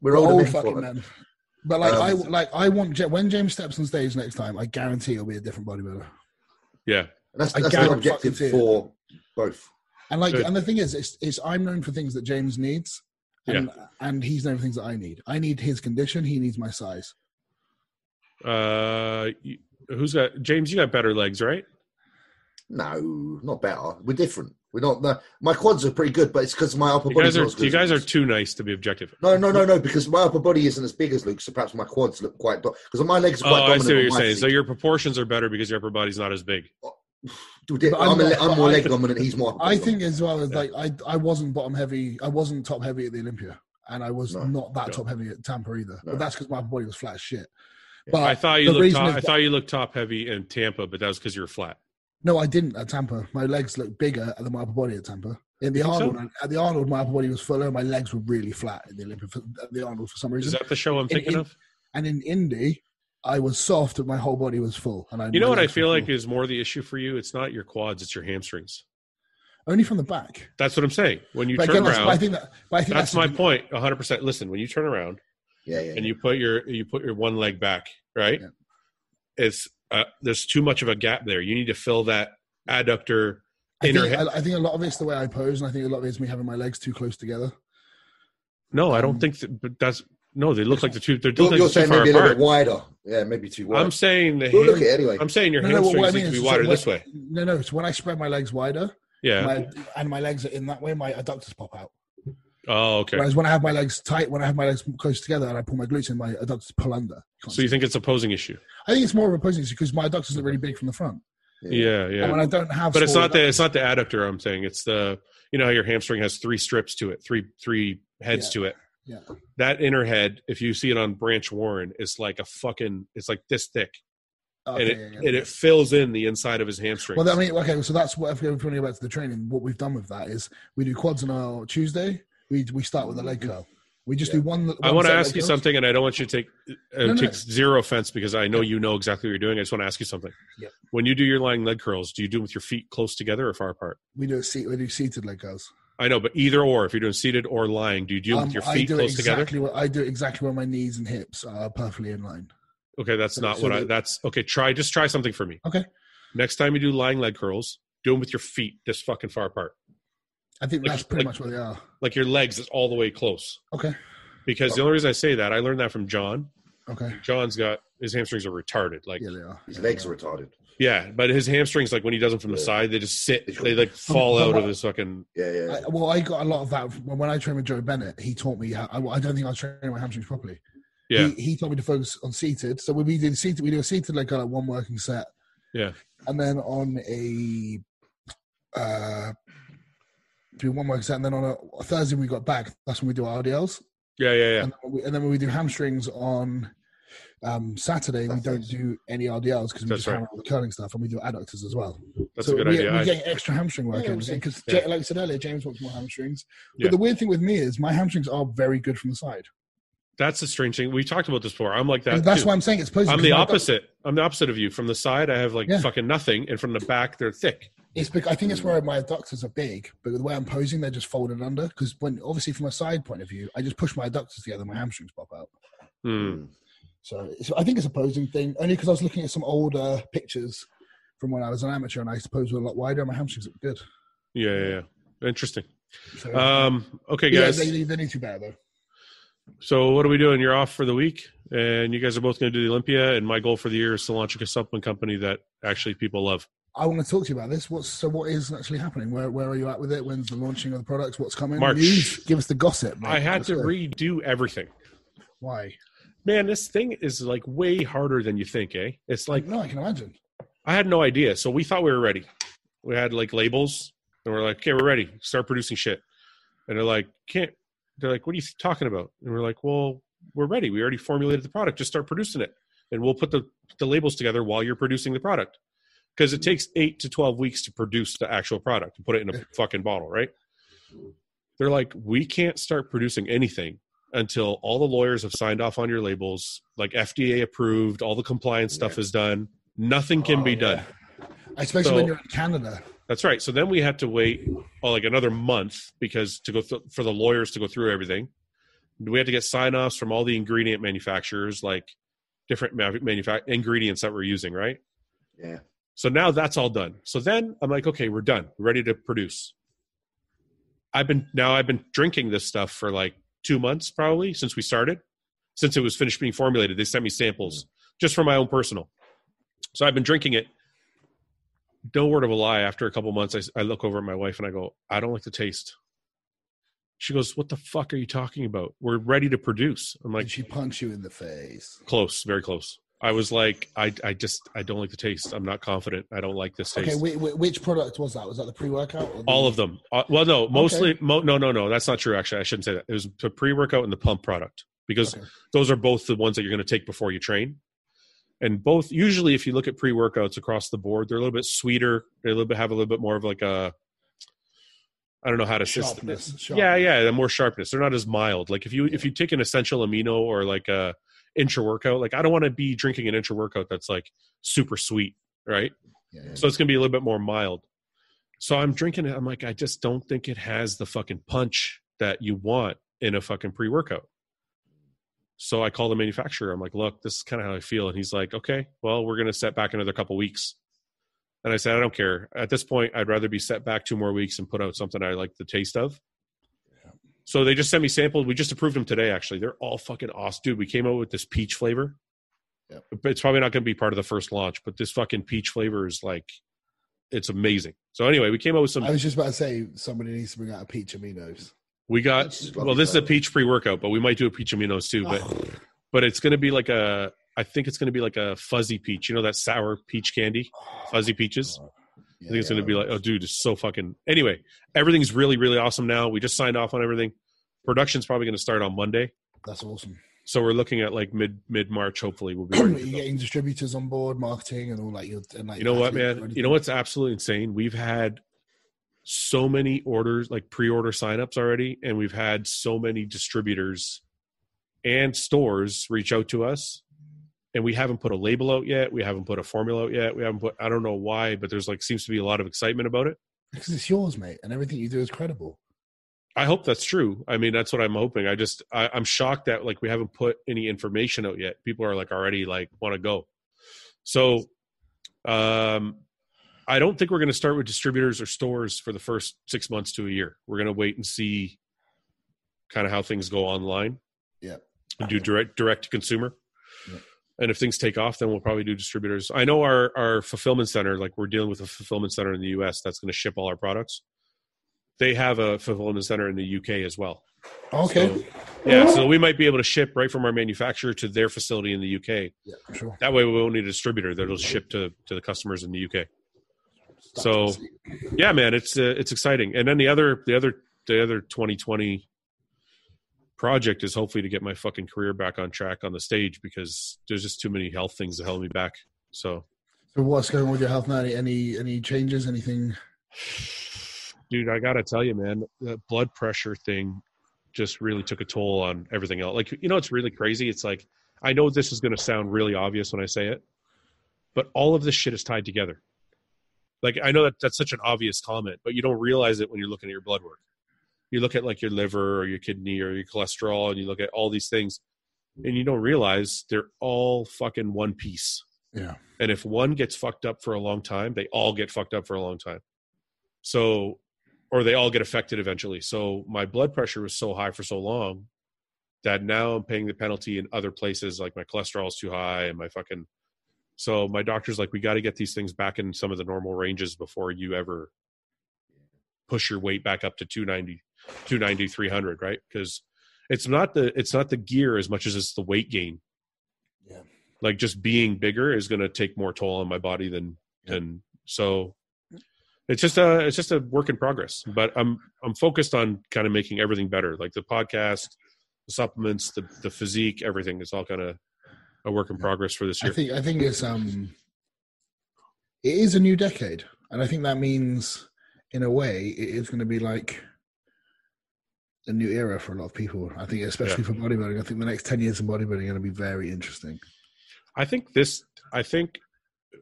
B: We're
C: We're
B: older
C: old
B: men.
C: fucking
B: Ford.
C: men. But like, I
B: Um,
C: like I want Ja- when James steps on stage next time, I guarantee he'll be a different bodybuilder.
A: Yeah,
B: And that's
C: I
B: that's
C: guarantee
B: the objective
C: it.
B: for both.
C: And like,
A: Good.
C: and the thing is, it's, it's I'm known for things that James needs, And, and he's known for things that I need. I need his condition. He needs my size.
A: Uh, you- who's got James? You got better legs, right?
B: No, not better. We're different. We're not. No, my quads are pretty good, but it's because my upper
A: You
B: body.
A: guys are you guys are too nice to be objective.
B: No, no, no, no. Because my upper body isn't as big as Luke, so perhaps my quads look quite. Because my legs are
A: Oh,
B: quite
A: I
B: dominant.
A: see what
B: on
A: you're
B: my
A: saying. So
B: physique.
A: your proportions are better because your upper body's not as big.
B: Dude,
C: But
B: I'm,
C: I'm
B: a
C: not-
B: le- I'm
C: but
B: more
C: I-
B: leg dominant. He's more. upper
C: I
B: body
C: think as well as
A: Yeah.
C: like I I wasn't bottom heavy. I wasn't top heavy at the Olympia, and I was
B: No.
C: not that
A: No.
C: top heavy at Tampa either.
B: No.
C: But that's because my body was flat as shit.
B: Yeah.
C: But
A: I thought you
C: Uh, the
A: looked
C: reason
A: top,
C: is
A: I
C: that-
A: thought you looked top heavy in Tampa, but that was because you were flat.
C: no, I didn't at Tampa. My legs looked bigger than my upper body at Tampa. In the
A: think so?
C: Arnold, at the Arnold, my upper body was fuller. My legs were really flat in the Olympia. For, at the Arnold, for some
A: Is
C: reason,
A: that the show I'm
C: In-
A: thinking
C: in-
A: of?
C: and in Indy, I was soft, but my whole body was full. And I,
A: You know
C: my
A: what I
C: legs were
A: feel
C: full.
A: like is more the issue for you. It's not your quads; it's your hamstrings.
C: only from the back.
A: That's what I'm saying. When you
C: But
A: turn
C: again, that's, but I
A: around,
C: think that. But I think
A: that's
C: that's,
A: my point. 100. percent Listen, when you turn around
B: Yeah, yeah.
A: and you put your you put your one leg back, right?
C: Yeah.
A: It's uh, there's too much of a gap there. You need to fill that adductor
C: I
A: inner.
C: think,
A: he-
C: I, I think a lot of it's the way I pose, and I think a lot of it's me having my legs too close together.
A: no, I don't
C: um,
A: think that, but that's no. They look like the two. They're
B: You're,
A: like they're
B: you're
A: too
B: saying
A: far
B: maybe a little bit
A: apart.
B: wider. Yeah, maybe too wide.
A: I'm saying the
B: we'll look at
A: ham-
B: it anyway.
A: I'm saying your
C: No, no, what
A: hamstrings
C: I mean
A: need to
C: is
A: be
C: it's
A: wider
C: like
A: this way.
C: No, no. So when I spread my legs wider,
A: Yeah.
C: my, and my legs are in that way, my adductors pop out.
A: oh, okay.
C: Whereas when I have my legs tight, when I have my legs close together and I pull my glutes in, my adductors pull under.
A: So you think it's a posing issue?
C: I think it's more of a posing issue because my adductors are really big from the front.
A: Yeah, yeah.
C: And when I don't have,
A: but it's
C: small
A: not the it's not the adductor. I'm saying it's the you know how your hamstring has three strips to it, three three heads to it.
C: Yeah.
A: That inner head, if you see it on Branch Warren, is like a fucking it's like this thick,
C: adductors-
A: and
C: okay,
A: it
C: yeah, yeah.
A: and it fills in the inside of his hamstring.
C: Well, I mean, okay, so that's what if we're going to go back to the training. What we've done with that is we do quads on our Tuesday. We we start with a leg curl. We just
B: Yeah.
C: do one.
A: Mm-hmm. I
C: one
A: want to
C: set of
A: ask
C: leg
A: you
C: curls.
A: something, and I don't want you to take uh,
C: No, no.
A: take zero offense because I know you know exactly what you're doing. I just want to ask you something.
C: Yeah.
A: When you do your lying leg curls, do you do them with your feet close together or far apart?
C: We do a seat. We do seated leg curls.
A: I know, but either or, if you're doing seated or lying, do you do them
C: Um,
A: with your
C: I
A: feet
C: do it
A: close
C: exactly
A: together?
C: Where, I do it exactly where my knees and hips are perfectly in line.
A: Okay, that's
C: So-
A: not
C: so
A: what I.
C: the-
A: That's okay. Try just try something for me.
C: Okay.
A: Next time you do lying leg curls, do them with your feet this fucking far apart,
C: I think
A: Like-
C: that's pretty
A: like-
C: much where they are.
A: like your legs is all the way close.
C: Okay. Oh.
A: Because the only reason I say that, I learned that from John.
C: Okay.
A: John's got his hamstrings are retarded. Like
C: Yeah, they are.
B: His legs are retarded.
A: yeah, but his hamstrings, like when he does them from the
B: Yeah.
A: side, they just sit. They like fall
C: From-
A: out
C: from
A: of
C: what-
A: his fucking.
B: Yeah, yeah.
C: I, well, I got a lot of that from- when I trained with Joe Bennett. He taught me how. I, I don't think I was training my hamstrings properly.
A: Yeah.
C: He, he told me to focus on seated. So when we did seated, we do a seated like uh, one working set.
A: Yeah.
C: And then on a uh, do one working set, and then on a, Thursday we got back. That's when we do our RDLs.
A: Yeah, yeah, yeah.
C: And, then when we, and then when we do hamstrings on um, Saturday, we don't do any RDLs because we
A: That's
C: just
A: right.
C: hammer out the curling stuff, and we do adductors as well.
A: That's
C: So
A: a good
C: we,
A: idea.
C: We're
A: I-
C: getting extra hamstring work
B: Yeah,
C: in
B: we'll see.
C: because,
A: Yeah.
C: like I said earlier, James wants more hamstrings. But
A: Yeah.
C: the weird thing with me is my hamstrings are very good from the side.
A: that's the strange thing. We talked about this before. I'm like that.
C: And that's
A: too.
C: why I'm saying it's posing.
A: I'm
C: 'cause
A: the
C: my addu-
A: opposite. I'm the opposite of you. From the side, I have like
C: Yeah.
A: fucking nothing, and from the back, they're thick.
C: It's bec- I think it's where my adductors are big, but the way I'm posing, they're just folded under. Because when obviously from a side point of view, I just push my adductors together, my hamstrings pop out.
A: Hmm.
B: Mm.
C: So, so I think it's a posing thing. Only because I was looking at some older pictures from when I was an amateur, and I used to pose with a lot wider. and My hamstrings look good.
A: Yeah, yeah, yeah. Interesting.
C: So,
A: Um, okay,
C: yeah,
A: guys.
C: they, they, they need to be better though.
A: So what are we doing? You're off for the week, and you guys are both going to do the Olympia. And my goal for the year is to launch a supplement company that actually people love.
C: I want to talk to you about this. What's so? What is actually happening? Where Where are you at with it? When's the launching of the products? What's coming?
A: March.
C: News. Give us the gossip. mate.
A: I had to
C: Let's go.
A: redo everything.
C: Why?
A: Man, this thing is like way harder than you think, eh? It's like
C: no, I can imagine.
A: I had no idea. So we thought we were ready. We had like labels, and we're like, okay, we're ready. Start producing shit. And they're like, can't. They're like, what are you talking about? And we're like, well, we're ready. We already formulated the product. Just start producing it, and we'll put the the labels together while you're producing the product, because it takes eight to twelve weeks to produce the actual product and put it in a fucking bottle, right? They're like, we can't start producing anything until all the lawyers have signed off on your labels, like FDA approved, all the compliance stuff is done. Nothing can
C: Oh,
A: be
C: yeah.
A: done.
C: Especially
A: So-
C: when you're in Canada.
A: That's right. So then we had to wait oh, like another month because to go th- for the lawyers to go through everything. We had to get sign offs from all the ingredient manufacturers, like different ma- manufa- ingredients that we're using, right?
B: yeah.
A: So now that's all done. So then I'm like, okay, we're done, ready to produce. I've been now I've been drinking this stuff for like two months probably since we started, since it was finished being formulated. They sent me samples just for my own personal. So I've been drinking it. No word of a lie. After a couple months, I, I look over at my wife and I go, I don't like the taste. She goes, What the fuck are you talking about? We're ready to produce. I'm like,
C: Did she punch you in the face?
A: close, very close. I was like, I, I just, I don't like the taste. I'm not confident. I don't like this taste.
C: Okay, whi- whi- which product was that? Was that the pre-workout? Or the,
A: All of them. Uh, well, no, mostly. Mo- no, no, no. That's not true. Actually, I shouldn't say that. It was the pre-workout and the pump product because
C: Okay.
A: those are both the ones that you're going to take before you train. And both usually, if you look at pre-workouts across the board, they're a little bit sweeter. They a little bit have a little bit more of like a, I don't know how to say
C: sharpness,
A: yeah,
C: sharpness.
A: yeah, the more sharpness. They're not as mild. Like if you if you take an essential amino or like a intra workout, like I don't want to be drinking an intra workout that's like super sweet, right?
C: Yeah, yeah.
A: So it's going to be a little bit more mild. So I'm drinking it. I'm like, I just don't think it has the fucking punch that you want in a fucking pre workout. So I call the manufacturer. I'm like, look, this is kind of how I feel. And he's like, okay, well, we're going to set back another couple weeks. And I said, I don't care. At this point, I'd rather be set back two more weeks and put out something I like the taste of.
C: Yeah.
A: So they just sent me samples. We just approved them today, actually. They're all fucking awesome. Dude, we came out with this peach flavor.
C: Yep.
A: But It's probably not going to be part of the first launch, but this fucking peach flavor is like, it's amazing. So anyway, we came out with some.
C: I was just about to say somebody needs to bring out a peach aminos.
A: we got
B: That's lovely
A: Uh, well, this is a
B: flavor.
A: peach pre workout, but we might do a peach aminos too. But
C: Oh,
A: but it's going to be like a. I think it's going to be like a fuzzy peach. You know that sour peach candy,
C: Oh,
A: fuzzy peaches. I think it's going to be like, oh, dude, it's so fucking. Anyway, everything's really, really awesome now. We just signed off on everything. Production's probably going to start on Monday,
C: that's
A: (clears throat)
C: awesome.
A: so we're looking at like mid mid March. Hopefully, we'll be.
C: You're
A: Ready to go.
C: getting distributors on board, marketing, and all like your. And like
A: you know what, man?
C: everything.
A: You know what's absolutely insane? We've had so many orders, like pre-order signups already, and we've had so many distributors and stores reach out to us, and we haven't put a label out yet. We haven't put a formula out yet. We haven't put. I don't know why, but there's like seems to be a lot of excitement about it.
C: Because it's yours, mate, and everything you do is credible.
A: I hope that's true. I mean, that's what I'm hoping. I just I, I'm shocked that like we haven't put any information out yet. People are like already like want to go. So, um, I don't think we're going to start with distributors or stores for the first six months to a year. We're going to wait and see kind of how things go online.
C: Yeah.
A: And do direct direct to consumer.
C: Yeah.
A: And if things take off, then we'll probably do distributors. I know our our fulfillment center, like we're dealing with a fulfillment center in the U.S. that's going to ship all our products. They have a fulfillment center in the U.K. as well.
C: Okay.
A: So- yeah, so we might be able to ship right from our manufacturer to their facility in the UK.
C: yeah, for sure.
A: That way, we won't need a distributor that'll ship to to the customers in the UK.
C: That's
A: So-
C: awesome.
A: Yeah, man, it's uh, it's exciting. And then the other the other the other 2020 project is hopefully to get my fucking career back on track on the stage because there's just too many health things that held me back. So,
C: So what's going on with your health now? Any- Any any changes? Anything?
A: dude, I gotta tell you, man, the blood pressure thing just really took a toll on everything else. Like, you know, it's really crazy. It's like I know this is gonna sound really obvious when I say it, but all of this shit is tied together. Like, I know that that's such an obvious comment, but you don't realize it when you're looking at your blood work. You look at like your liver or your kidney or your cholesterol, and you look at all these things, and you don't realize they're all fucking one piece.
C: Yeah.
A: And if one gets fucked up for a long time, they all get fucked up for a long time. So, or they all get affected eventually. So my blood pressure was so high for so long that now I'm paying the penalty in other places. Like my cholesterol is too high and my fucking. So my doctor's like, we got to get these things back in some of the normal ranges before you ever push your weight back up to 290, 290, 300, right? Because it's not the, it's not the gear as much as it's the weight gain like just being bigger is going to take more toll on my body than
C: Yeah.
A: than so it's just a it's just a work in progress but i'm i'm focused on kind of making everything better like the podcast the supplements the the physique everything is all kind of a work in
C: Yeah.
A: progress for this
C: I
A: year
C: think I think it's um it is a new decade. And I think that means in a way it is gonna be like a new era for a lot of people. I think especially for bodybuilding. I think the next ten years in bodybuilding are gonna be very interesting.
A: I think this I think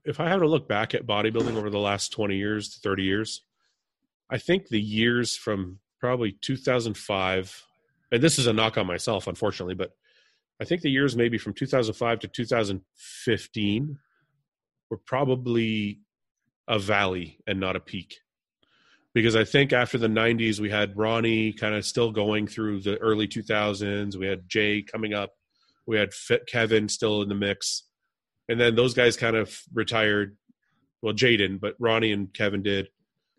A: if I had to look back at bodybuilding over the last 20 years to 30 years, I think the years from probably 2005 and this is a knock on myself unfortunately, but I think the years maybe from 2005 to 2015 were probably a valley and not a peak. because I think after the 90s, we had Ronnie kind of still going through the early 2000s. We had Jay coming up. We had Fit Kevin still in the mix. And then those guys kind of retired. Well, Jay didn't, but Ronnie and Kevin did.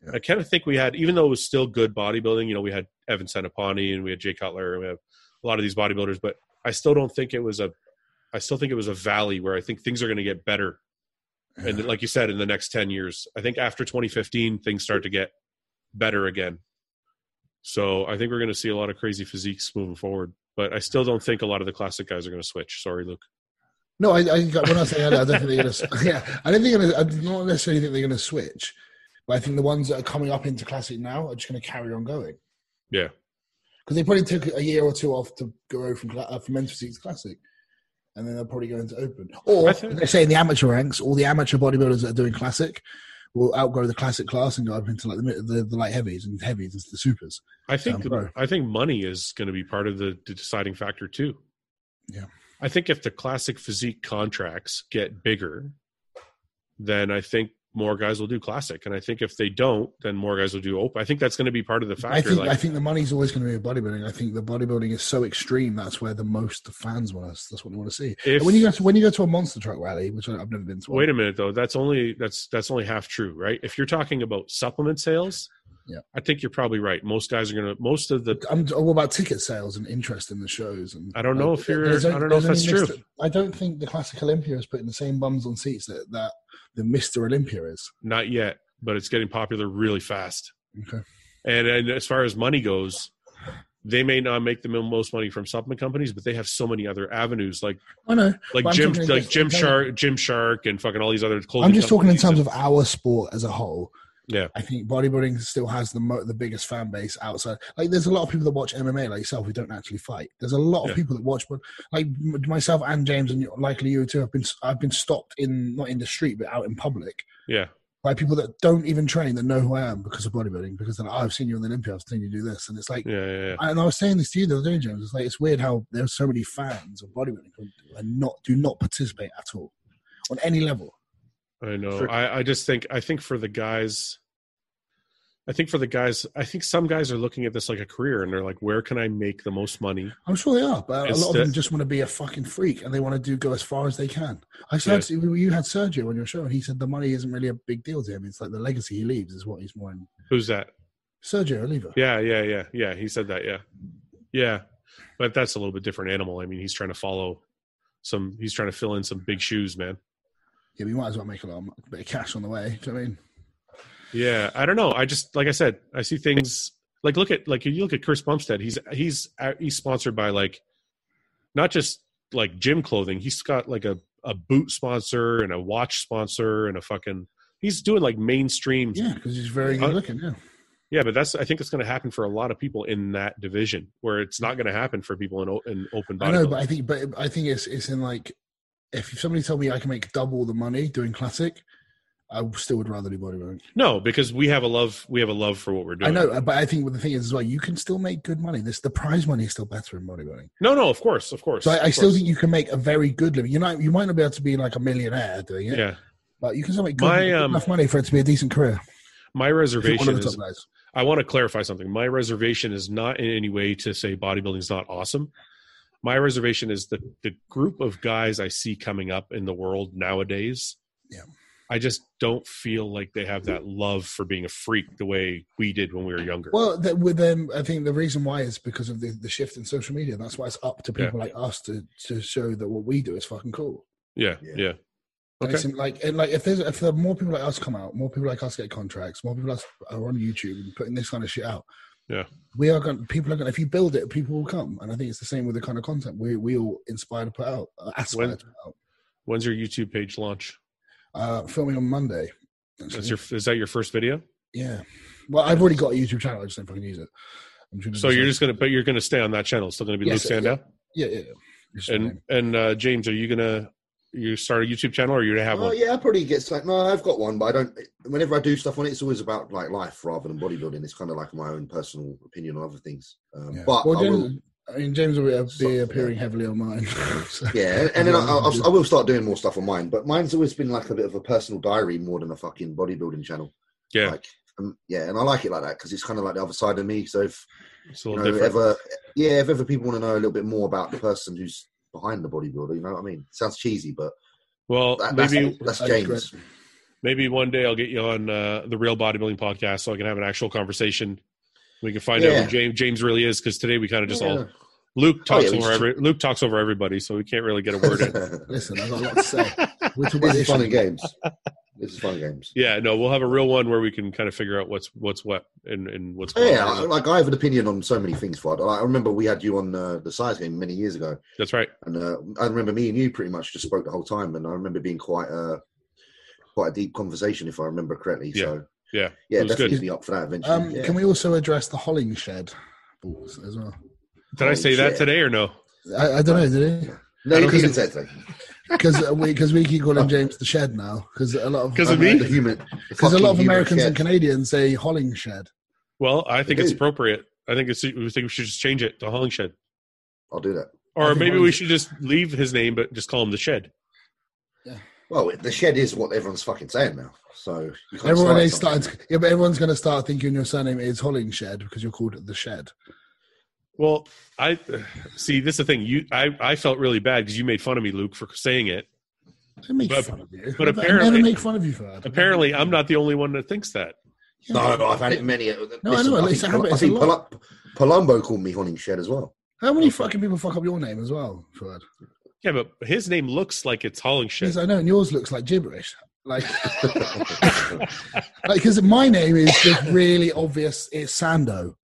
B: Yeah.
A: I kind of think we had, even though it was still good bodybuilding, you know, we had Evan Senapani and we had Jay Cutler and we have a lot of these bodybuilders, but I still don't think it was a, I still think it was a valley where I think things are going to get better. And like you said, in the next 10 years, I think after 2015, things start to get better again. So I think we're going to see a lot of crazy physiques moving forward. But I still don't think a lot of the classic guys are going to switch. Sorry, Luke.
C: No, I, I got, when I say that, I definitely gonna. s- (laughs) Yeah, I don't think gonna, I do not necessarily think they're gonna switch, but I think the ones that are coming up into classic now are just gonna carry on going.
A: Yeah.
C: because they probably took a year or two off to go from cla- uh, from men's physique to classic, and then they'll probably go into open.
A: I
C: Or
A: think-
C: they say in the amateur ranks, all the amateur bodybuilders that are doing classic will outgrow the classic class and go up into like the mid- the, the light heavies and heavies and the supers.
A: I think
C: Sounds right.
A: I think money is going to be part of the, the deciding factor too.
C: Yeah.
A: I think if the classic physique contracts get bigger, then I think more guys will do classic. And I think if they don't, then more guys will do open. I think that's going to be part of the factor.
C: I think
A: like,
C: I think the money's always going to be with bodybuilding. I think the bodybuilding is so extreme. That's where the most the fans want us. That's what they want to see.
A: if,
C: And when you go to when you go to a monster truck rally, which I, I've never been to.
A: wait a minute though, that's only that's that's only half true, right? If you're talking about supplement sales,
C: Yeah.
A: I think you're probably right. Most guys are going to most of the
C: I'm all about ticket sales and interest in the shows. And
A: I don't know if you're-
C: there's
A: I don't know if
C: there's
A: that's
C: only
A: true.
C: Mr. I don't think the classic Olympia is putting the same bums on seats that that the Mister Olympia is.
A: Not yet, but it's getting popular really fast.
C: Okay.
A: And, and as far as money goes, they may not make the most money from supplement companies, but they have so many other avenues, like
C: I know.
A: like
C: But I'm
A: Jim,
C: talking
A: like
C: just-
A: Jim Shark, Jim Shark, and fucking all these other. Clothing
C: I'm just talking in
A: companies
C: terms
A: and-
C: of our sport as a whole.
A: Yeah.
C: I think bodybuilding still has the mo- the biggest fan base outside. Like, there's a lot of people that watch MMA, like yourself, who don't actually fight. There's a lot of
A: Yeah.
C: people that watch, but like m- myself and James, and you- likely you too, have been s- I've been stopped in not in the street but out in public
A: yeah,
C: by people that don't even train that know who I am because of bodybuilding because they're like, oh, I've seen you on the Olympia, I've seen you do this, and it's like,
A: yeah, yeah, yeah.
C: and I was saying this to you the other day, James. It's like it's weird how there's so many fans of bodybuilding who are not do not participate at all on any level.
A: I know.
B: For-
A: I, I just think I think for the guys, I think for the guys, I think some guys are looking at this like a career, and they're like, where can I make the most money?
C: I'm sure they are, but a
A: It's
C: lot of
A: the-
C: them just want to be a fucking freak and they want to do go as far as they can. I said you had Sergio on your show, and he said the money isn't really a big deal to him. It's like the legacy he leaves is what he's more in.
A: Who's that?
C: Sergio Oliva.
A: Yeah, yeah, yeah, yeah. He said that. Yeah, yeah. But that's a little bit different animal. I mean, he's trying to follow some. He's trying to fill in some big shoes, man.
C: yeah, we might as well make a lot of, bit of cash on the way. Do you know what I mean?
A: Yeah, I don't know. I just like I said, I see things like look at like you look at Chris Bumstead. He's he's uh, he's sponsored by like not just like gym clothing. He's got like a a boot sponsor and a watch sponsor and a fucking. He's doing like mainstream.
C: Yeah, because he's very good looking. Yeah.
A: Yeah, but that's I think it's going to happen for a lot of people in that division where it's not going to happen for people in, o- in open
C: I
A: body.
C: know, but I think, but I think it's it's in like, if somebody told me I can make double the money doing classic, I still would rather do bodybuilding.
A: No, because we have a love. We have a love for what we're doing.
C: I know, but I think the thing is as well, you can still make good money. This the prize money is still better in bodybuilding.
A: No, no, of course, of course.
C: So I, I
A: of
C: still
A: course.
C: think you can make a very good living. You know, you might not be able to be like a millionaire doing it,
A: Yeah,
C: but you can still make good,
A: My,
C: good
A: um,
C: enough money for it to be a decent career.
A: my
C: if you're One
A: reservation
C: of the
A: is.
C: top guys.
A: I want to clarify something. My reservation is not in any way to say bodybuilding is not awesome. My reservation is the the group of guys I see coming up in the world nowadays.
C: Yeah.
A: I just don't feel like they have that love for being a freak the way we did when we were younger.
C: Well, that with them, I think the reason why is because of the, the shift in social media. That's why it's up to people like us to to show that what we do is fucking cool.
A: yeah,
B: Yeah.
A: yeah.
C: And
A: Okay.
C: it's in, like and like if there's if there are more people like us come out, more people like us get contracts, more people like us are on YouTube and putting this kind of shit out.
A: Yeah.
C: We are going. to People are going. to If you build it, people will come. And I think it's the same with the kind of content we we all inspire to put out, uh, aspire
A: When-
C: to put out.
A: When's your YouTube page launch?
C: Uh, filming on Monday.
A: That's your is that your first video?
C: yeah. Well, I've already got a YouTube channel. I just don't fucking use it. I'm
A: So you're just gonna but you're gonna stay on that channel. It's Still gonna be
C: Yes,
A: Luke Sandow.
C: yeah, yeah. yeah. It's fine.
A: And and uh, James, are you gonna you start a YouTube channel or are you gonna have
B: Oh
A: one?
B: yeah, I probably get like no, I've got one, but I don't. Whenever I do stuff on it, it's always about like life rather than bodybuilding. It's kind of like my own personal opinion on other things. Um,
C: Yeah.
B: But
C: well,
B: I
C: James,
B: will,
C: I mean, James will be, uh,
B: So-
C: be appearing heavily on mine. (laughs) so.
B: yeah, and, and then I, I'll, I will start doing more stuff on mine. But mine's always been like a bit of a personal diary more than a fucking bodybuilding channel.
A: Yeah.
B: Like, um, yeah, and I like it like that because it's kind of like the other side of me. So if
A: It's a
B: you
A: little
B: know,
A: different.
B: ever, yeah, if ever people want to know a little bit more about the person who's behind the bodybuilder, you know what I mean? Sounds cheesy, but
A: well,
B: that, that's,
A: maybe
B: that's
C: That'd be
B: James.
A: maybe one day I'll get you on uh, the Real Bodybuilding podcast so I can have an actual conversation. We can find out
B: Yeah.
A: who James James really is because today we kind of just all
B: Yeah.
A: Luke
B: Oh,
A: talks
B: yeah, we
A: over
B: just-
A: every, Luke talks over everybody, so we can't really get a word
B: (laughs)
A: in.
C: Listen, I've got a lot to say. We're
B: this
C: talking about
B: is fun
C: issues.
B: and games. This is fun and games.
A: (laughs) Yeah, no, we'll have a real one where we can kind of figure out what's what's what and and what's going
B: Yeah,
A: on.
B: like I have an opinion on so many things, Fod. Like, I remember we had you on uh, the size game many years ago,
A: That's right.
B: and uh, I remember me and you pretty much just spoke the whole time, and I remember being quite a quite a deep conversation, if I remember correctly. So
A: Yeah. It
B: yeah,
A: was
B: definitely
A: good.
B: be up for that eventually.
C: Um,
B: yeah.
C: Can we also address the Holling Shed balls as well?
A: Did I
B: Holy
A: say that
B: shit.
A: today or no?
C: I, I don't know, did he?
B: no,
A: I don't
B: because
A: think-
B: it's actually (laughs)
C: Because we because we keep
B: Oh.
C: calling James the Shed now because a lot of
A: 'Cause of me?
B: the human
C: because a lot of Americans and
B: can
C: Canadians say Holling Shed.
A: Well, I think
B: I
A: it's
B: do.
A: appropriate. I think it's. We think we should just change it to Holling Shed,
B: I'll do that.
C: I
A: or
C: think
A: maybe
C: Holling-
A: we should just leave his name but just call him the Shed.
B: Well, it- the shed is what everyone's fucking saying now. So you can't
C: Everyone
B: start
C: is
B: something.
C: starting. To, yeah, but everyone's going to start thinking your surname is Holling Shed because you're called the Shed.
A: Well, I (sighs) see. This is the thing. You, I, I felt really bad because you made fun of me, Luke, for saying it.
C: They make
A: But-
C: fun of you.
A: but
C: I never
A: apparently-
C: make fun of you for that.
A: Apparently, I'm not the only one that thinks that.
C: Yeah.
B: No, no, I've had it many. uh,
C: No, I know, at
B: I
C: least I
B: think,
C: have
B: I
C: it, it's
B: think
C: a
B: Pal- Palumbo called me Honning Shed as
C: (laughs)
B: well.
C: How many fucking people fuck up your name as well, Ferd?
A: Yeah, but his name looks like it's Holling Shed.
C: Yes, I know, and yours looks like gibberish. Like, (laughs) because my name is just really obvious. It's Sando.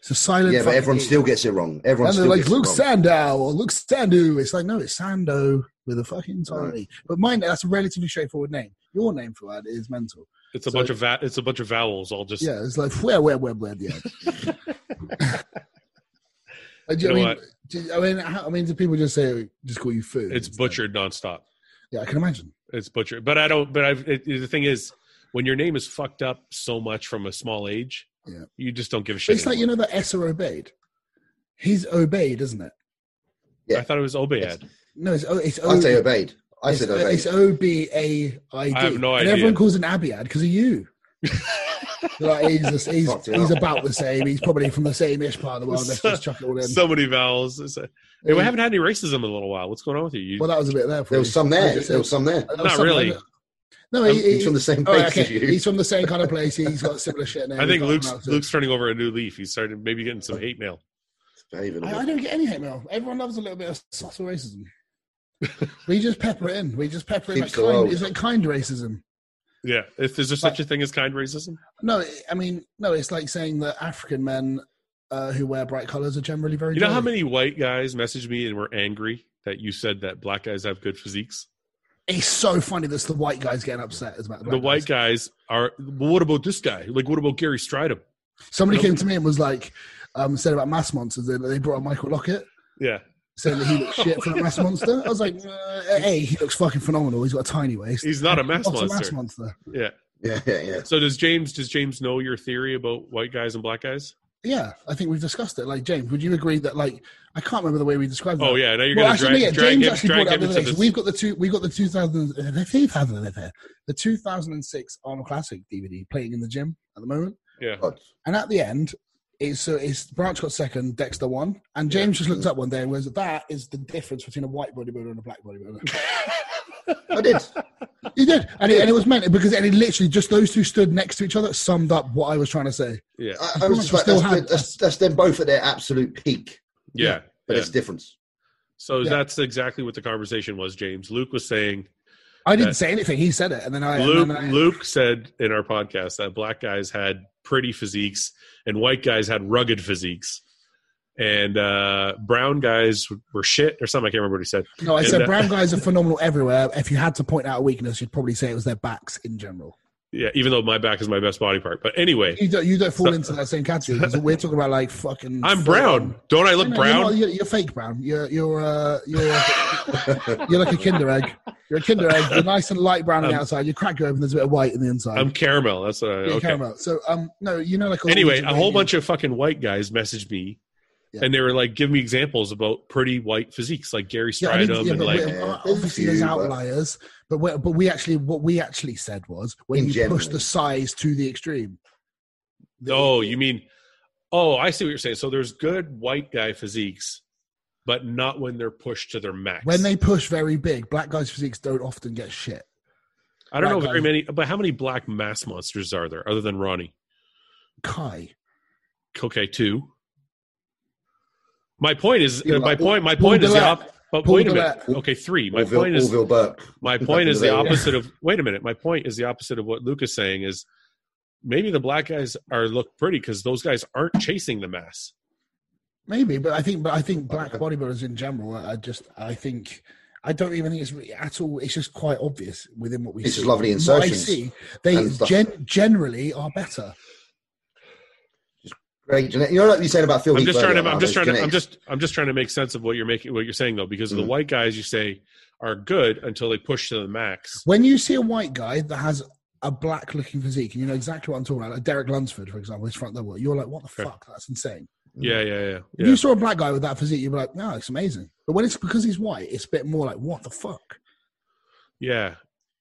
C: It's a silent.
B: yeah, but
C: fucking
B: everyone
C: E.
B: still gets it wrong. Everyone
C: And they're
B: still
C: like
B: gets
C: Luke
B: it wrong.
C: Sandow or Luke Sandu. It's like no, it's Sando with a fucking tiny. But mine, that's a relatively straightforward name. Your name for that is mental.
A: It's a
C: So-
A: bunch of va- it's a bunch of vowels. I'll just
C: Yeah, it's like where, where, where, where,
A: (laughs)
C: yeah. Like, do you
A: You know
C: I mean, do, I mean, how, I mean, do people just say just call you food?
A: it's
C: instead?
A: butchered nonstop.
C: Yeah, I can imagine.
A: It's butchered. But I don't. But I've it, it- the thing is, when your name is fucked up so much from a small age,
C: Yeah.
A: you just don't give a shit.
C: It's like you
A: anymore.
C: know that Esser obeyed. He's obeyed, isn't it?
B: know-
A: I thought it was Obead.
C: No, it's O- it's
B: I say
C: O-
B: obeyed. I
C: uh, it's
B: said
C: O-
B: obeyed.
C: It's uh, O B A I D.
A: I have no
C: And
A: idea.
C: everyone calls him Abiad because
A: (laughs)
C: of you. like he's just, he's
B: Fucked it
C: he's
B: up.
C: about the same. He's probably from the same ish part of the world. Let's
A: (laughs)
C: just chuck it all in.
A: so many vowels. It's a- hey, we haven't had any racism in a little while. What's going on with you? you
C: well, that was a bit there. For
B: There
C: you.
B: was some
C: I
B: there.
C: just
B: There was some there.
C: said-
A: Not
C: something
A: really.
C: like that. No,
A: I'm-
C: he,
B: He's
C: he,
B: from the same
C: all
B: place
C: right, oh, okay.
B: as you. (laughs)
C: he's from the same kind of place. He's got similar shit. Now.
A: I think Luke's Luke's turning over a new leaf. He's started maybe getting some hate mail.
B: Behave a
C: I,
B: little
C: I
B: bit.
C: don't get any hate mail. Everyone loves a little bit of subtle racism.
A: (laughs)
C: we just pepper it in. We just pepper it in. Like
B: Keeps the world.
C: kind, it's like kind racism.
A: Yeah. If is there such a thing as kind racism?
C: No, I mean, no, it's like saying that African men uh, who wear bright colors are generally very.
A: You know
C: jolly.
A: how many white guys messaged me and were angry that you said that black guys have good physiques?
C: It's so funny that's the white guys getting upset about
A: the white guys are. Well, what about this guy? Like, what about Gary Stridham?
C: Somebody came to me and was like, um, said about Mass Monsters that they brought up Michael Lockett.
A: Yeah.
C: Saying that he looks shit for a
A: (laughs)
C: mass monster. I was like, uh, hey, he looks fucking phenomenal. He's got a tiny waist.
A: He's not a
C: (laughs)
A: mass
C: What's Oh, a
A: monster.
C: mass monster?
A: Yeah.
B: Yeah, yeah, yeah.
A: So does James? Does James know your theory about white guys and black guys?
C: Yeah, I think we've discussed it. Like, James, would you agree that, like, I can't remember the way we described it.
A: Oh yeah. Now you're
C: Well,
A: gonna
C: actually,
A: drag,
C: yeah,
A: drag,
C: James
A: him,
C: actually
A: drag
C: brought it
A: him
C: up the
A: into
C: other day. So
A: this.
C: we've got the two, we got the 2000, uh, the 2000, the 2006 Arnold Classic DVD playing in the gym at the moment.
A: yeah.
B: God.
C: And at the end, it's so it's Branch got second, Dexter won, and
A: Yeah.
C: James just looked up one day and was that is the difference between a white bodybuilder and a black bodybuilder. (laughs)
B: I did.
C: he did, and it, and it was meant because and it literally just those two stood next to each other summed up what I was trying to say.
A: Yeah.
B: I, I was just like,
C: Still
B: that's,
C: had-
B: the- that's, that's them both at their absolute peak,
A: Yeah.
B: but
A: yeah.
B: it's difference.
A: So
C: Yeah.
A: that's exactly what the conversation was, James. Luke was saying
C: I didn't
A: Yeah.
C: say anything; he said it, and then I and
A: Luke
C: then I-
A: Luke said in our podcast that black guys had pretty physiques and white guys had rugged physiques. And uh, brown guys were shit or something. I can't remember what he said.
C: no, I
A: and,
C: said
A: uh,
C: brown guys are phenomenal everywhere. If you had to point out a weakness, you'd probably say it was their backs in general.
A: Yeah, even though my back is my best body part. But anyway,
C: You don't you don't fall
A: So-
C: into that same category because we're talking about like fucking.
A: I'm brown. Don't I
C: No,
A: look
C: no,
A: brown?
C: You're, not- you're- you're fake brown. You're you're uh, you're. You're like a Kinder Egg. You're a Kinder Egg. You're nice and light brown on the
A: Um,
C: outside. You crack it open. There's a bit of white in the inside.
A: I'm caramel. That's what I,
C: Yeah,
A: okay.
C: caramel. So um, no, you know, like all
A: Anyway,
C: these
A: a whole
C: Iranian-
A: bunch of fucking white guys messaged me
C: Yeah.
A: And they were like, give me examples about pretty white physiques, like Gary
C: Yeah, I mean,
A: Stridham,
C: yeah,
A: and
C: but
A: like,
C: we're-
B: Yeah,
C: obviously
B: a
C: there's
B: few, but-
C: outliers, but we but we actually what we actually said was when
B: In
C: you push
B: general.
C: the size to the extreme.
A: oh, you mean, oh, I see what you're saying. So there's good white guy physiques, but not when they're pushed to their max.
C: when they push very big, black guys' physiques don't often get shit.
A: I don't know
C: black
A: very
C: guys-
A: many, but how many black mass monsters are there other than Ronnie?
C: Kai,
A: Okay, two. My point is,
B: Yeah,
A: my
B: like,
A: point, my
C: Paul
A: point is the
C: Dillette.
A: op. But
C: Paul
A: wait a minute.
C: Dillette.
A: Okay, three. My
B: Orville,
A: point is,
B: Orville Burke.
A: my
B: Back
A: point
B: in
A: is
B: the
A: the
B: day, yeah.
A: opposite of wait a minute my point is the opposite of what luca's saying is maybe the black guys are look pretty because those guys aren't chasing the mass
C: maybe, but I think but I think black
B: Okay.
C: bodybuilders in general are just I think I don't even think it's really at all. It's just quite obvious within what we
B: It's
C: see.
B: just lovely
C: From what I
B: insertions.
C: see they
B: and stuff.
C: gen- generally are better.
B: Great genetic. You know what you said about Phil?
A: i'm
B: Heath
A: just trying
B: earlier
A: to i'm
B: about
A: just
B: those
A: trying to i'm
B: genetics?
A: just i'm just trying to make sense of what you're making what you're saying though because
C: Mm-hmm.
A: the
B: Mhm.
A: white guys you say are good until they push to the max
C: When you see a white guy that has a black looking physique, and you know exactly what I'm talking about, like Derek Lunsford, for example, his front double, you're like, what the
A: Okay.
C: fuck? That's insane.
A: yeah yeah yeah,
C: If
A: yeah.
C: Mm-hmm. you saw a black guy with that physique, you'd be like, no, it's amazing. But when it's because he's white, it's a bit more like, what the fuck?
A: yeah.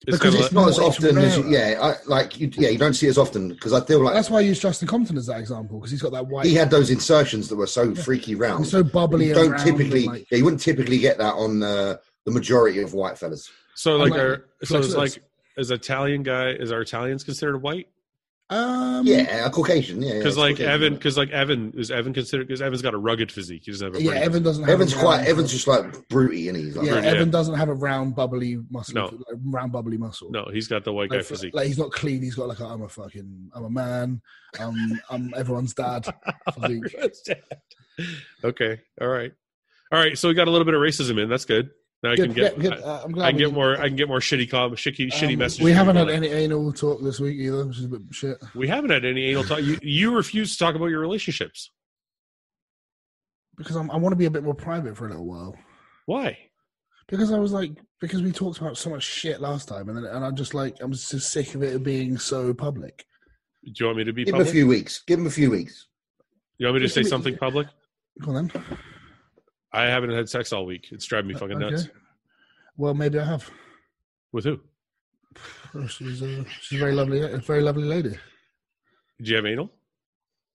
A: It's
C: Because
A: kinda
C: it's
A: like-
B: It's not as
C: Well, it's
B: often as you,
C: rarer.
B: yeah, I, like you, yeah, you don't see it as often because I feel like
C: That's why I use Justin Compton as that example because he's got that white.
B: he had those insertions that were so freaky round.
C: he's so bubbly.
B: you
C: and
B: don't
C: round
B: typically,
C: and, like-
B: yeah, you wouldn't typically get that on uh, the majority of white fellas.
A: so like
C: like-
A: our, so
C: like
A: it's
C: this.
A: like is italian guy is our italians considered white
C: um,
B: Yeah, a Caucasian, yeah, yeah,
A: because
B: it's
A: like
B: Caucasian,
A: evan
B: isn't it?
A: because like evan is evan considered because evan's got a rugged physique he doesn't have a
C: yeah.
A: pretty-
C: Evan doesn't. Have
B: Evan's
C: a
B: quite,
C: round-
B: Evan's just like brutey, and he's like,
C: Yeah,
A: Brute,
C: Evan doesn't have a round, bubbly muscle.
A: No.
C: like, round, bubbly muscle.
A: no he's got the white guy
C: Like,
A: physique (laughs)
C: like, he's not clean. He's got like a, I'm a fucking I'm a man. Um, I'm
A: (laughs)
C: everyone's dad. physique.
A: okay. All right. All right. So we got a little bit of racism in. That's good. Now I can get
C: Good, yeah, good.
A: I,
C: Uh, I'm glad
A: I can
C: we
A: get
C: did-
A: more I can get more shitty com shitty shitty
C: Um,
A: messages.
C: We haven't
A: from
C: had
A: people.
C: any anal talk this week either, which is a bit shit.
A: we haven't had any anal talk. You you refuse to talk about your relationships.
C: Because I'm, I want to be a bit more private for a little while.
A: Why?
C: Because I was like, because we talked about so much shit last time, and then, and I'm just like, I'm so sick of it being so public.
A: Do you want me to be
B: give him a
A: public?
B: few weeks, give him a few
C: (laughs)
B: weeks. (laughs)
A: you want me to
C: Just
A: say
C: give me-
A: something public?
C: Come on then.
A: I haven't had sex all week. It's driving me fucking nuts.
C: Uh, Okay. Well, maybe I have.
A: With who?
C: Oh, She's a, she's a very lovely, a very lovely lady.
A: Did you have anal?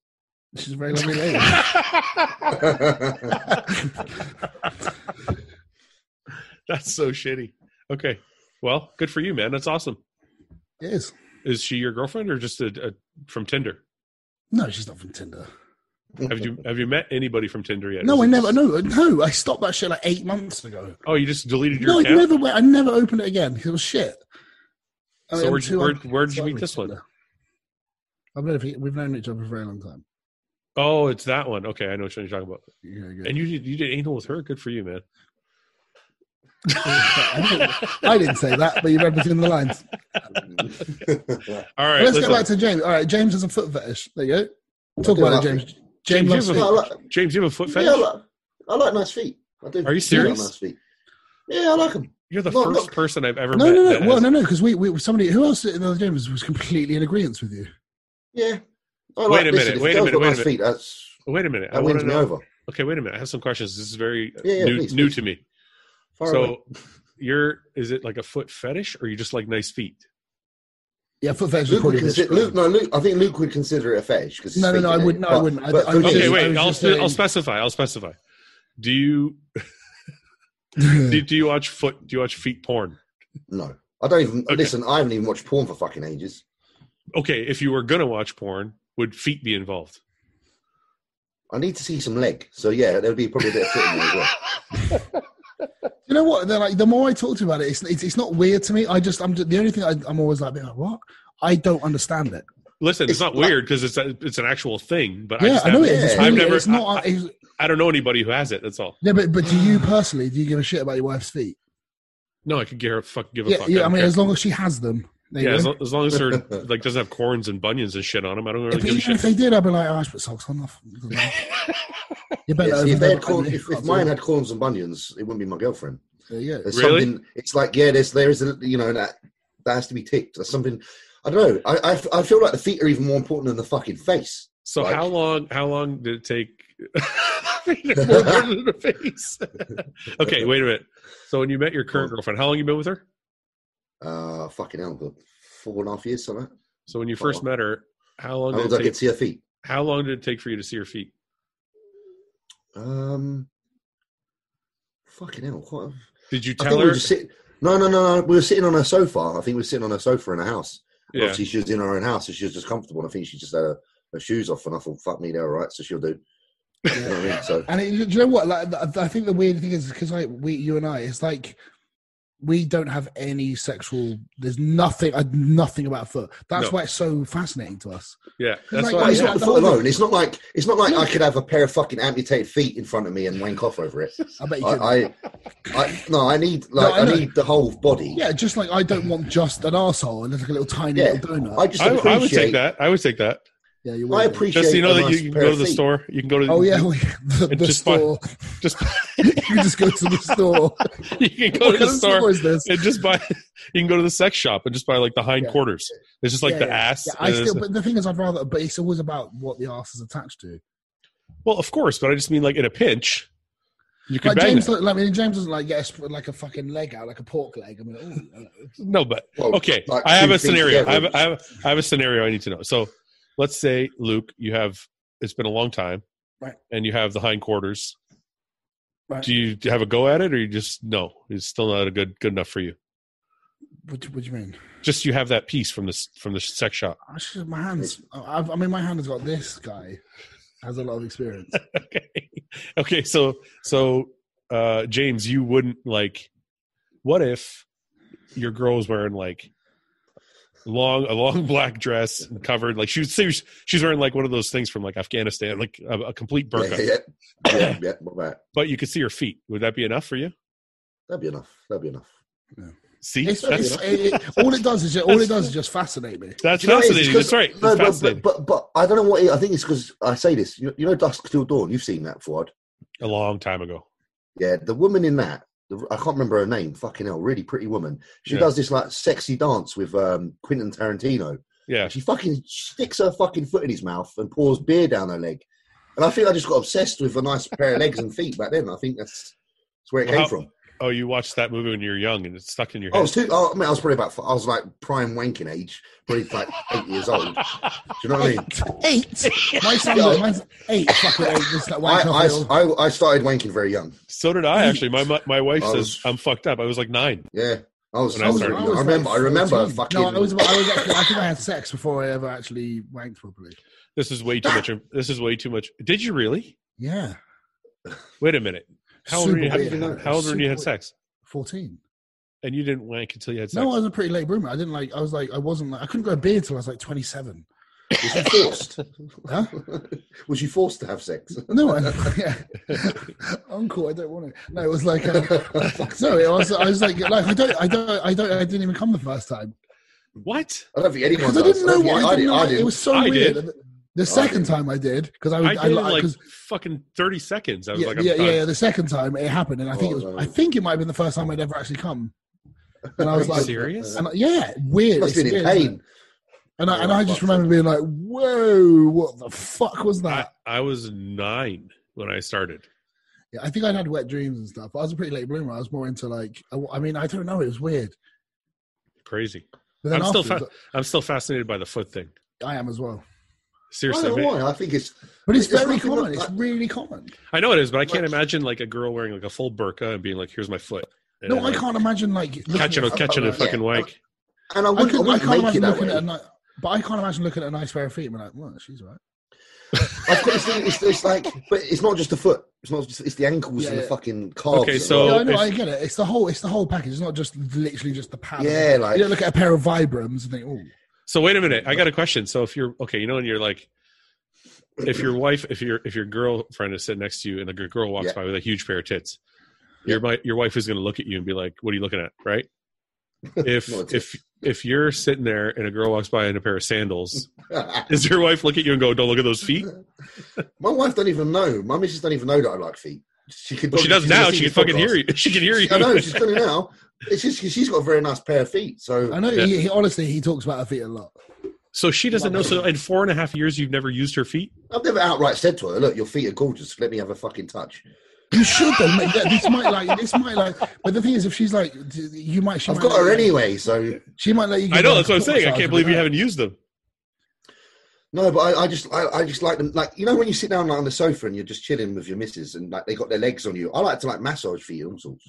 A: (laughs)
C: She's a very lovely lady.
A: That's so shitty. Okay. Well, good for you, man. That's awesome.
C: It is.
A: Is she your girlfriend or just a, a from Tinder?
C: No, she's not from Tinder.
A: Have you have you met anybody from Tinder yet?
C: No,
A: Is
C: I
A: it
C: never.
A: just-
C: No, no, I stopped that shit like eight months ago.
A: Oh, you just deleted your
C: No, I
A: account.
C: never went. I never opened it again. It was shit. I
A: So
C: mean,
A: where'd you-
C: until I-
A: where'd- where'd you
C: until I
A: meet
C: reached
A: this one?
C: Tinder. I've known if- we've known each other for a very long time.
A: Oh, it's that one. Okay, I know which one you're talking about.
C: Yeah, yeah.
A: And you did you did anal with her. Good for you, man.
C: I didn't say that, but you read between the lines.
A: All right,
C: Let's
A: listen.
C: go back to James. All right, James has a foot fetish. There you go. Talk
B: Okay,
C: about it,
B: lovely.
C: James. James loves
A: you
B: Yeah, I
C: feet.
B: like,
A: James, you have a foot
B: yeah, I
A: fetish.
B: like, I like nice feet. I do.
A: Are you
B: Yeah, I like
A: serious?
B: nice feet. Yeah, I like them.
A: You're the
B: No,
A: first
B: no.
A: person I've ever
C: No,
A: met.
C: no,
A: that
C: no. Well,
A: has-
C: no, no, because we, we somebody who else in the other James was completely in agreement with you.
B: Yeah. I
A: Wait a
B: listen,
A: minute,
B: if
A: wait a
B: girls
A: minute,
B: got
A: wait a
B: nice
A: minute.
B: Feet, that's,
A: Wait a minute. I
B: that
A: want
B: wins
A: to
B: me
A: know.
B: over.
A: Okay, wait a minute. I have some questions. This is very
B: Yeah, yeah,
A: new
B: please,
A: new
B: please.
A: to me.
B: Far
A: so,
B: away.
A: you're is it like a foot fetish, or you just like nice feet?
C: Yeah, foot fetish is
B: Luke
C: probably
B: would
C: a bit
B: consider,
C: strong.
B: Luke, no, Luke, I think Luke would consider it a fetish because
C: No, no, no, I wouldn't- no, I wouldn't. I- I would
A: Okay,
C: just- I
A: wait.
C: was
A: I'll
C: just
A: spe- I'll
C: saying-
A: specify. I'll specify. Do you do, do you watch foot? Do you watch feet porn?
B: no, I don't even
A: Okay.
B: listen. I haven't even watched porn for fucking ages.
A: okay, if you were gonna watch porn, would feet be involved?
B: I need to see some leg. So yeah, there'd be probably a bit of fitting as
C: (laughs)
B: well.
C: (laughs) You know what? They're like the more I talk to you about it, it's it's, it's not weird to me. I just I'm just, the only thing I, I'm always like, "Oh, what? I don't understand it.
A: Listen, it's,
B: It's
A: not
B: not-
A: weird because it's a, it's an actual thing, but I
C: yeah,
A: just
C: I know it
A: haven't-
C: is. It's
B: I've
C: weird.
A: never-
C: It's not.
A: I-
C: it's,
A: I don't know anybody who has it. That's all.
C: yeah, but but do you personally? Do you give a shit about your wife's feet?
A: No, I could give a fuck. Give a
C: Yeah,
A: fuck.
C: yeah. I
A: don't
C: mean,
A: care.
C: as long as she has them. there you
A: yeah, as,
C: go.
A: lo- as long as
C: (laughs)
A: they're like doesn't have corns and bunions and shit on them, I don't
C: If,
A: really
C: even
A: give a shit.
C: if they did, I'd be like, oh, I should put socks on.
B: (laughs)
C: you better
B: Yeah, see, if,
C: over
B: they
C: there,
B: had corn, if, if
C: can't
B: mine
C: do it.
B: had corns and bunions, it wouldn't be my girlfriend.
C: there you go.
B: There's
A: Really?
B: something. It's like yeah, there's there is a you know that that has to be ticked. There's something. I don't know. I, I f- I feel like the feet are even more important than the fucking face.
A: So
B: Like-
A: how long? How long did it take (laughs)
C: (laughs)
A: More burn in the face. (laughs) okay, wait a minute. So when you met your current girlfriend, how long you been with her?
B: Uh, fucking hell, good. Four and a half years, something.
A: So when you first
B: Oh.
A: met her, how
B: How
A: long
B: long
A: did
B: did I
A: it
B: get
A: take?
B: to your feet?
A: How long did it take for you to see her feet?
B: Um, fucking hell, quite. A,
A: Did you
B: I think
A: tell
B: we were
A: her?
B: just sitting. No, no, no, no. We were sitting on a sofa. I think we were sitting on a sofa in a house.
A: yeah.
B: Obviously, she was in her own house, so she was just comfortable. And I think she just had her, her shoes off, and I thought, "Fuck me, they're all right." So she'll do. You know what I mean? So
C: And it, do you know what? Like, th- I think the weird thing is because like we, you and I, it's like we don't have any sexual. There's nothing, uh, nothing about foot. That's
A: No.
C: why it's so fascinating to us.
A: Yeah, that's
C: Like,
B: But
A: why.
B: it's
C: yeah,
B: not the
C: the
B: foot
C: whole-
B: alone. It's not like it's not like
C: No.
B: I could have a pair of fucking amputated feet in front of me and wank off over it.
C: I bet you.
B: I,
C: could.
B: I, I no, I need like
C: I
B: I,
C: know.
B: need the whole body.
C: yeah, just like I don't want just an asshole and just like a little tiny
B: Yeah.
C: little donut.
B: I just
A: I,
B: appreciate.
A: I would take that. I would take that.
C: yeah, you
B: I
C: would.
B: appreciate.
A: Just so you know
B: a
A: that
B: nice
A: you can
B: pair
A: go
B: of
A: to the
B: feet.
A: store. You can go to.
C: Oh yeah, (laughs) we, the,
A: And
C: the
A: just buy-
C: store.
A: Just
C: (laughs) you can just go
A: (laughs)
C: to the store.
A: (laughs) you can go to the
C: what kind of
A: store
C: store is this?
A: and just buy. (laughs) You can go to the sex shop and just buy like the hindquarters. It's just like
C: Yeah,
A: the
C: yeah.
A: ass.
C: Yeah, I
A: and it's-
C: still, but the thing is, I'd rather. But it's always about what the ass is attached to.
A: well, of course, but I just mean like in a pinch, you could
C: Like
A: bang
C: James,
A: that.
C: like, I mean, James doesn't like get a, sp- like a fucking leg out, like a pork leg. I mean, oh, uh, ooh, hello.
A: No, but
B: Well,
A: okay.
B: like
A: I have
B: two
A: a
B: things
A: scenario. I have,
B: together.
A: I have I have a scenario I need to know. So let's say Luke, you have it's been a long time,
C: Right.
A: And you have the hindquarters.
C: Right.
A: Do you have a go at it, or you just no? It's still not a good good enough for you.
C: What, do- what do you mean?
A: Just you have that piece from this from the sex shop.
C: I should, my hands. oh, I, I mean, my hand has got this guy has a lot
A: (laughs)
C: of experience.
A: okay okay so so uh james you wouldn't like what if your girl was wearing like long a long black dress and covered like she was she was- she's wearing like one of those things from like afghanistan like a, a complete burqa
B: Yeah, yeah, yeah, yeah. What about?
A: but you could see her feet would that be enough for you
B: That'd be enough. That'd be enough.
A: see
C: It's,
A: that's
C: it's, it, it- all it does is just, all it does is just fascinate me.
A: that's
B: Do you know what it
A: fascinating
B: is? It's
A: that's
B: 'cause-
A: right
B: No,
A: that's
B: but,
A: fascinating
B: but but but I don't know what. It, I think it's because I say this. You, you know, dusk till dawn. You've seen that, Ford.
A: a long time ago
B: Yeah, the woman in that. the- I can't remember her name. Fucking hell, really pretty woman. She
A: Yeah.
B: does this like sexy dance with um, Quentin Tarantino.
A: yeah
B: She fucking sticks her fucking foot in his mouth and pours beer down her leg. And I think I just got obsessed with a nice pair of legs and feet back then. I think that's that's where it
A: Well,
B: came
A: how-
B: from.
A: oh you watched that movie when you were young and it's stuck in your
B: I
A: head
B: was too. Oh, I, mean, I was probably about. I was like prime wanking age, probably like eight
A: (laughs)
B: years old. Do you know what I
C: (laughs)
B: mean?
C: Eight. My son's
B: Yeah.
C: mine's eight. Fucking eight. Just like
B: I,
C: wanking off
B: I,
C: a little-
B: I, I started wanking very young.
A: so did i actually my my, my wife
B: I
A: says
B: was-
A: i'm fucked up i was like nine
B: Yeah, I was.
A: When
B: I,
A: I
B: was,
A: started-
B: really
A: I
B: young. I
C: was
B: remember. I
C: like
B: remember
C: 14.
B: fucking.
C: No, I was. I was. Actually, I think I had sex before I ever actually wanked properly.
A: This is way too much. This is way too much. Did you really?
C: Yeah.
A: Wait a minute. How old were
C: Super
A: you? How,
C: weird.
A: how old were you?
C: Super
A: you Had
C: weird.
A: sex,
C: Fourteen.
A: and you didn't wank until you had sex.
C: No, I was a pretty late bloomer. I didn't like. I was like. I wasn't like. I couldn't grow a beard till I was like twenty-seven.
B: was you forced?
C: (laughs) Huh?
B: (laughs) was you forced to have sex? (laughs)
C: No, I, (laughs)
A: (laughs)
C: yeah. Uncle, I don't want it. No, it was like. Um, no, it was. I was like, like I don't, I don't, I don't, I didn't even come the first time
A: what?
B: I don't think anyone.
C: because
B: Does.
C: I didn't know
B: don't think-
C: what I didn't. know.
B: I
C: It
B: did.
C: was so
A: I
C: weird.
A: did.
C: And The second
B: did.
C: time I did because I,
A: I
C: was
A: did
C: I,
A: it in
C: li-
A: like
C: 'cause-
A: fucking thirty seconds. I was
C: yeah,
A: like, I'm
C: yeah,
A: done.
C: yeah, yeah, The second time it happened, and I think
B: Oh,
C: it was.
B: no.
C: I think it might have been the first time I'd ever actually come. And I
A: Are
C: was
A: you
C: like,
A: serious?
C: and I- yeah, weird.
B: Must have
C: it's
B: been in
C: weird, isn't
B: pain.
C: it? And I, and
B: Oh,
C: I just
B: fuck.
C: remember being like, whoa, what the fuck was
A: I,
C: that?
A: I was nine when I started.
C: Yeah, I think I'd had wet dreams and stuff. But I was a pretty late bloomer. I was more into like, I, I mean, I don't know. It was weird.
A: Crazy.
C: But then
A: I'm still
C: afterwards,
A: I'm still fascinated by the foot thing.
C: I am as well.
B: I
A: Seriously, I,
B: don't know
A: mean-
B: why. I think it's.
C: But it's,
B: It's
C: very
B: nothing
C: common.
B: like-
C: It's really common.
A: I know it is, but I can't
B: Like-
A: imagine like a girl wearing like a full burqa and being like, "Here's my foot." And
C: No,
A: then,
C: I
A: like,
C: can't imagine like looking
A: catching a
C: at-
B: I-
A: catching
B: I-
A: a fucking
B: yeah.
A: wank.
B: And I
C: I,
B: wouldn't, I
C: could, I
B: wouldn't
C: can't
B: make it
C: imagine
B: that
C: looking
B: way.
C: at a nice, but I can't imagine looking at a nice pair of feet and be like, well, she's all right.
B: I've got this thing, it's, it's like, but it's not just the foot. It's not just, it's the ankles and
C: Yeah,
B: the
C: yeah.
B: fucking calves.
A: Okay,
B: as
A: so-
B: well.
C: yeah, I know.
A: if-
C: I get it. It's the whole. It's the whole package. It's not just literally just the pad.
B: Yeah, like-
C: you
B: (laughs)
C: don't look at a pair of Vibrams and think, oh,
A: So wait a minute, I got a question. So if you're okay, you know, and you're like, if your wife, if your if your girlfriend is sitting next to you, and the girl walks
B: Yeah.
A: by with a huge pair of tits, your mi- your wife is going to look at you and be like, "What are you looking at?"
B: (laughs)
A: Right? If
B: No, it's-
A: if if you're sitting there and a girl walks by in a pair of sandals, (laughs) does your wife look at you and go, "Don't look at those feet"?
B: My wife don't even know. My missus don't even know that I like feet. She could.
A: Well, she does
B: she's
A: now.
B: listening
A: She
B: to
A: can fucking
B: podcasts.
A: hear you. (laughs) She can hear you.
B: (laughs) I know she's done it now. It's just 'cause she's got a very nice pair of feet. So
C: I know.
A: Yeah.
C: He, he, honestly, he talks about her feet a lot.
A: So she doesn't know. So in four and a half years, you've never used her feet.
B: I've never outright said to her, "Look, your feet are gorgeous. Let me have a fucking touch."
C: You should though. mate. That- this might like this might like. But the thing is, if she's like, d- you might. She
B: I've
C: might
B: got
C: let
B: her
C: you-
B: anyway, so
C: She might let you.
A: I
C: give
A: know.
C: her a
A: That's what I'm
C: foot
A: saying. I
C: massage
A: can't
C: or
A: believe you
C: whatever.
A: haven't used them.
B: no. But I, I just, I, I just like them. Like you know, when you sit down like, on the sofa and you're just chilling with your missus, and like they got their legs on you. I like to like massage feet and all sorts.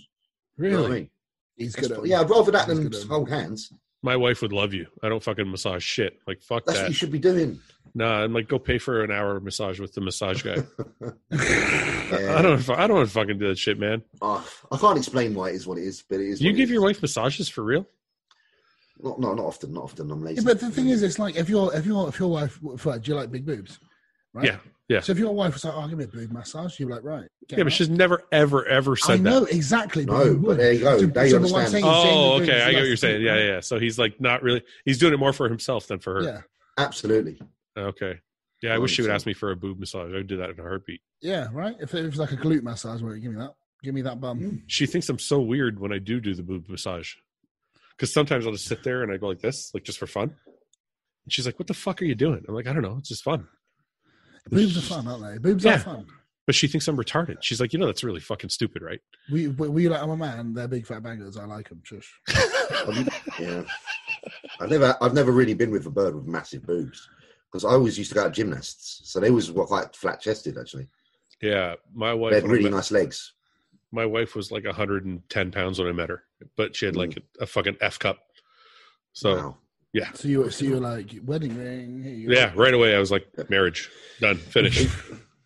B: You know what I mean?
C: He's
B: That's
C: good. At
B: pro- yeah, I'd rather that
C: He's
B: than
C: good at 'em.
B: hold hands.
A: My wife would love you. I don't fucking massage shit. Like fuck
B: That's what
A: that.
B: you should be doing.
A: Nah, I'm like go pay for an hour massage with the massage
C: (laughs)
A: guy. (laughs)
B: Yeah.
A: I don't. I don't wanna fucking do that shit, man.
B: Oh, I can't explain why it is what it is, but it is.
A: Do you
B: what it
A: give
B: is.
A: your wife massages for real?
B: Not, no, not often. Not often. I'm lazy.
C: Yeah, but the thing is, it's like if your if your if your wife, if, like, do you like big boobs? Right?
A: Yeah, yeah.
C: So if your wife was like, "Oh, give me a boob massage," you're like, "Right." get
A: Yeah, but
C: out.
A: she's never, ever, ever
C: I
A: said
C: know
A: that.
C: exactly. but
B: no,
C: you
B: but
C: would.
B: there you go.
C: So-
B: Now you
C: so what I'm
B: understand.
C: saying is-
A: Oh,
C: Saying the
A: okay.
C: boobs
A: I get what
C: is
A: you're saying. Yeah,
C: less-
A: yeah. yeah. So he's like not really. He's doing it more for himself than for her.
C: Yeah,
B: Absolutely.
A: Okay. Yeah, I
B: Oh,
A: wish she would
B: so-
A: ask me for a boob massage. I would do that in a heartbeat.
C: yeah, right. If it was like a glute massage, where you give me that, give me that bum.
B: Mm.
A: She thinks I'm so weird when I do do the boob massage, because sometimes I'll just sit there and I go like this, like just for fun. And she's like, "What the fuck are you doing?" I'm like, "I don't know. It's just fun."
C: Boobs are fun, aren't they? Boobs
A: Yeah.
C: are fun.
A: But she thinks I'm retarded. She's like, "You know, that's really fucking stupid, right?"
C: We, we, we like, I'm a man. They're big fat bangers. I like them. Shush.
B: yeah. I've never, I've never really been with a bird with massive boobs because I always used to go out gymnasts, so they was were quite flat chested actually.
A: Yeah, my
B: They
A: wife.
B: had
A: when I
B: really
A: met-
B: nice legs.
A: my wife was like 110 pounds when I met her, but she had like a, a fucking F cup. So
B: Mm. Wow.
C: So you, were- so you were like wedding ring. Here you go.
A: yeah, right away I was like, marriage done, finished. (laughs)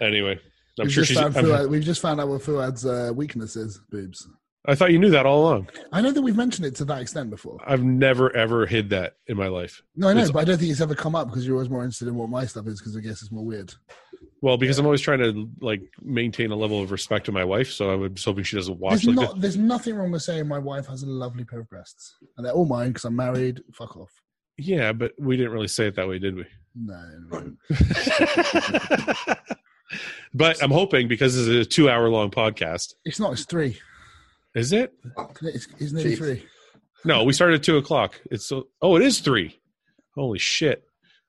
A: anyway, I'm
C: We've
A: sure
C: just
A: she's.
C: found
A: I'm-
C: Fuad, we've just found out what Fuad's uh, weakness is. Boobs.
A: I thought you knew that all along.
C: I know that we've mentioned it to that extent before.
A: I've never ever hid that in my life.
C: No, I know,
A: It's-
C: but I don't think it's ever come up because you're always more interested in what my stuff is because I guess it's more weird.
A: Well, because I'm always trying to like maintain a level of respect to my wife, so I was hoping she doesn't watch
C: There's,
A: like
C: not, there's nothing wrong with saying my wife has a lovely pair of breasts and they're all mine because I'm married. Fuck off.
A: that. Yeah, but we didn't really say it that way, did
C: (laughs)
A: we?
C: No.
B: Right.
A: but I'm hoping because this is a two hour long podcast.
C: It's not. It's three.
A: Is it?
C: It's, it's nearly
B: Jeez.
C: three.
A: No, we started at two o'clock. It's oh, it is three. Holy shit!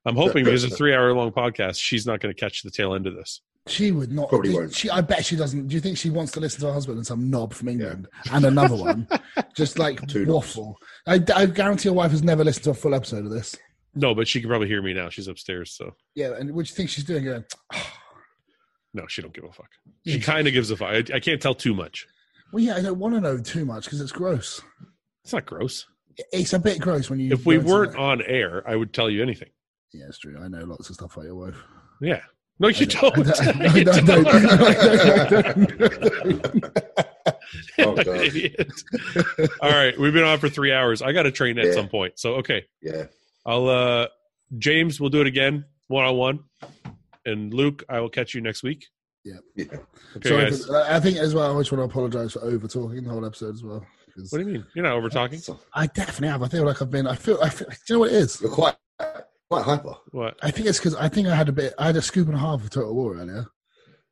A: I'm hoping because it's a three-hour-long podcast, she's not going to catch the tail end of this.
C: She would not.
B: Probably
C: do-
B: won't.
C: She, I bet she doesn't. Do you think she wants to listen to her husband and some knob from England and another
B: (laughs)
C: one, just like
B: Two knobs.
C: waffle? I, I guarantee your wife has never listened to a full episode of this.
A: No, but she can probably hear me now. She's upstairs, so
C: Yeah, and what do you think she's doing? Going,
A: no, she don't give a fuck. She
C: Hmm.
A: kind of gives a fuck. I, I can't tell too much.
C: well, yeah, I don't want to know too much because it's gross.
A: It's not gross.
C: It's a bit gross when you.
A: If we
C: go into
A: weren't
C: that.
A: on air, I would tell you anything.
C: yeah, it's true. I know lots of stuff about your wife.
A: Yeah. No, you
C: I
A: don't. (laughs)
C: don't- I
A: You
C: don't- I
A: don't.
B: Oh,
A: (laughs)
B: God.
A: Idiot. All right, we've been on for three hours. I got to train at
B: Yeah.
A: some point. So okay,
B: Yeah.
A: I'll uh James, we'll do it again, one on one. And Luke, I will catch you next week.
B: Yeah.
A: Okay,
C: Sorry
A: guys.
C: for- I I think as well. I just want to apologise for over talking the whole episode as well. 'cause
A: What do you mean? You're not over talking.
B: So,
C: I definitely have. I feel like I've been. I feel. I feel. Do you know what it is?
B: you're quite, quite hyper.
A: What?
C: I think it's because I think I had a bit. I had a scoop and a half of Total War earlier.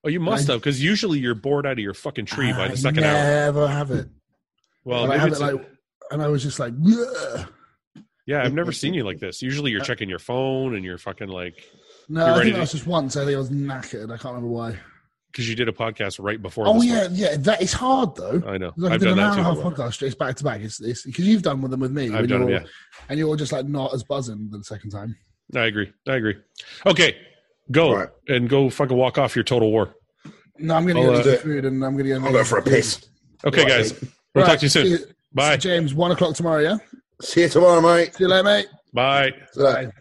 A: Oh, you must have, because usually you're bored out of your fucking tree by
C: I
A: the second hour.
C: never have it.
A: Well,
C: and I
A: maybe
C: have it
A: it's-
C: like, and I was just like, "Bleh."
A: yeah, I've never seen you like this. Usually you're checking your phone and you're fucking like,
C: no,
A: You're
C: I
A: ready
C: think
A: to-
C: that was just once. I think I was knackered. I can't remember why.
A: because you did a podcast right before.
C: Oh
A: this
C: yeah,
A: one.
C: yeah. That is hard though.
A: I know.
C: Like, I
A: I've
C: did
A: done
C: an hour
A: that
C: and a half
A: too.
C: podcast. It's back to back. It's it's because you've done with them with me. when
A: I've done it.
C: you're-
A: Yeah,
C: And you're just like not as buzzing the second time.
A: I agree. I agree. Okay, go
B: Right.
A: and go fucking walk off your total war.
C: No, I'm gonna
A: I'll,
C: go
A: uh,
C: get some food and I'm gonna go.
B: I'll go for a piss.
A: Okay,
B: Right.
A: guys, we'll
C: Right,
A: talk to you soon.
C: see you-
A: Bye.
C: James, one o'clock tomorrow. Yeah.
B: See you tomorrow, mate.
C: See you later, mate.
A: Bye.
B: See you later.
C: Bye.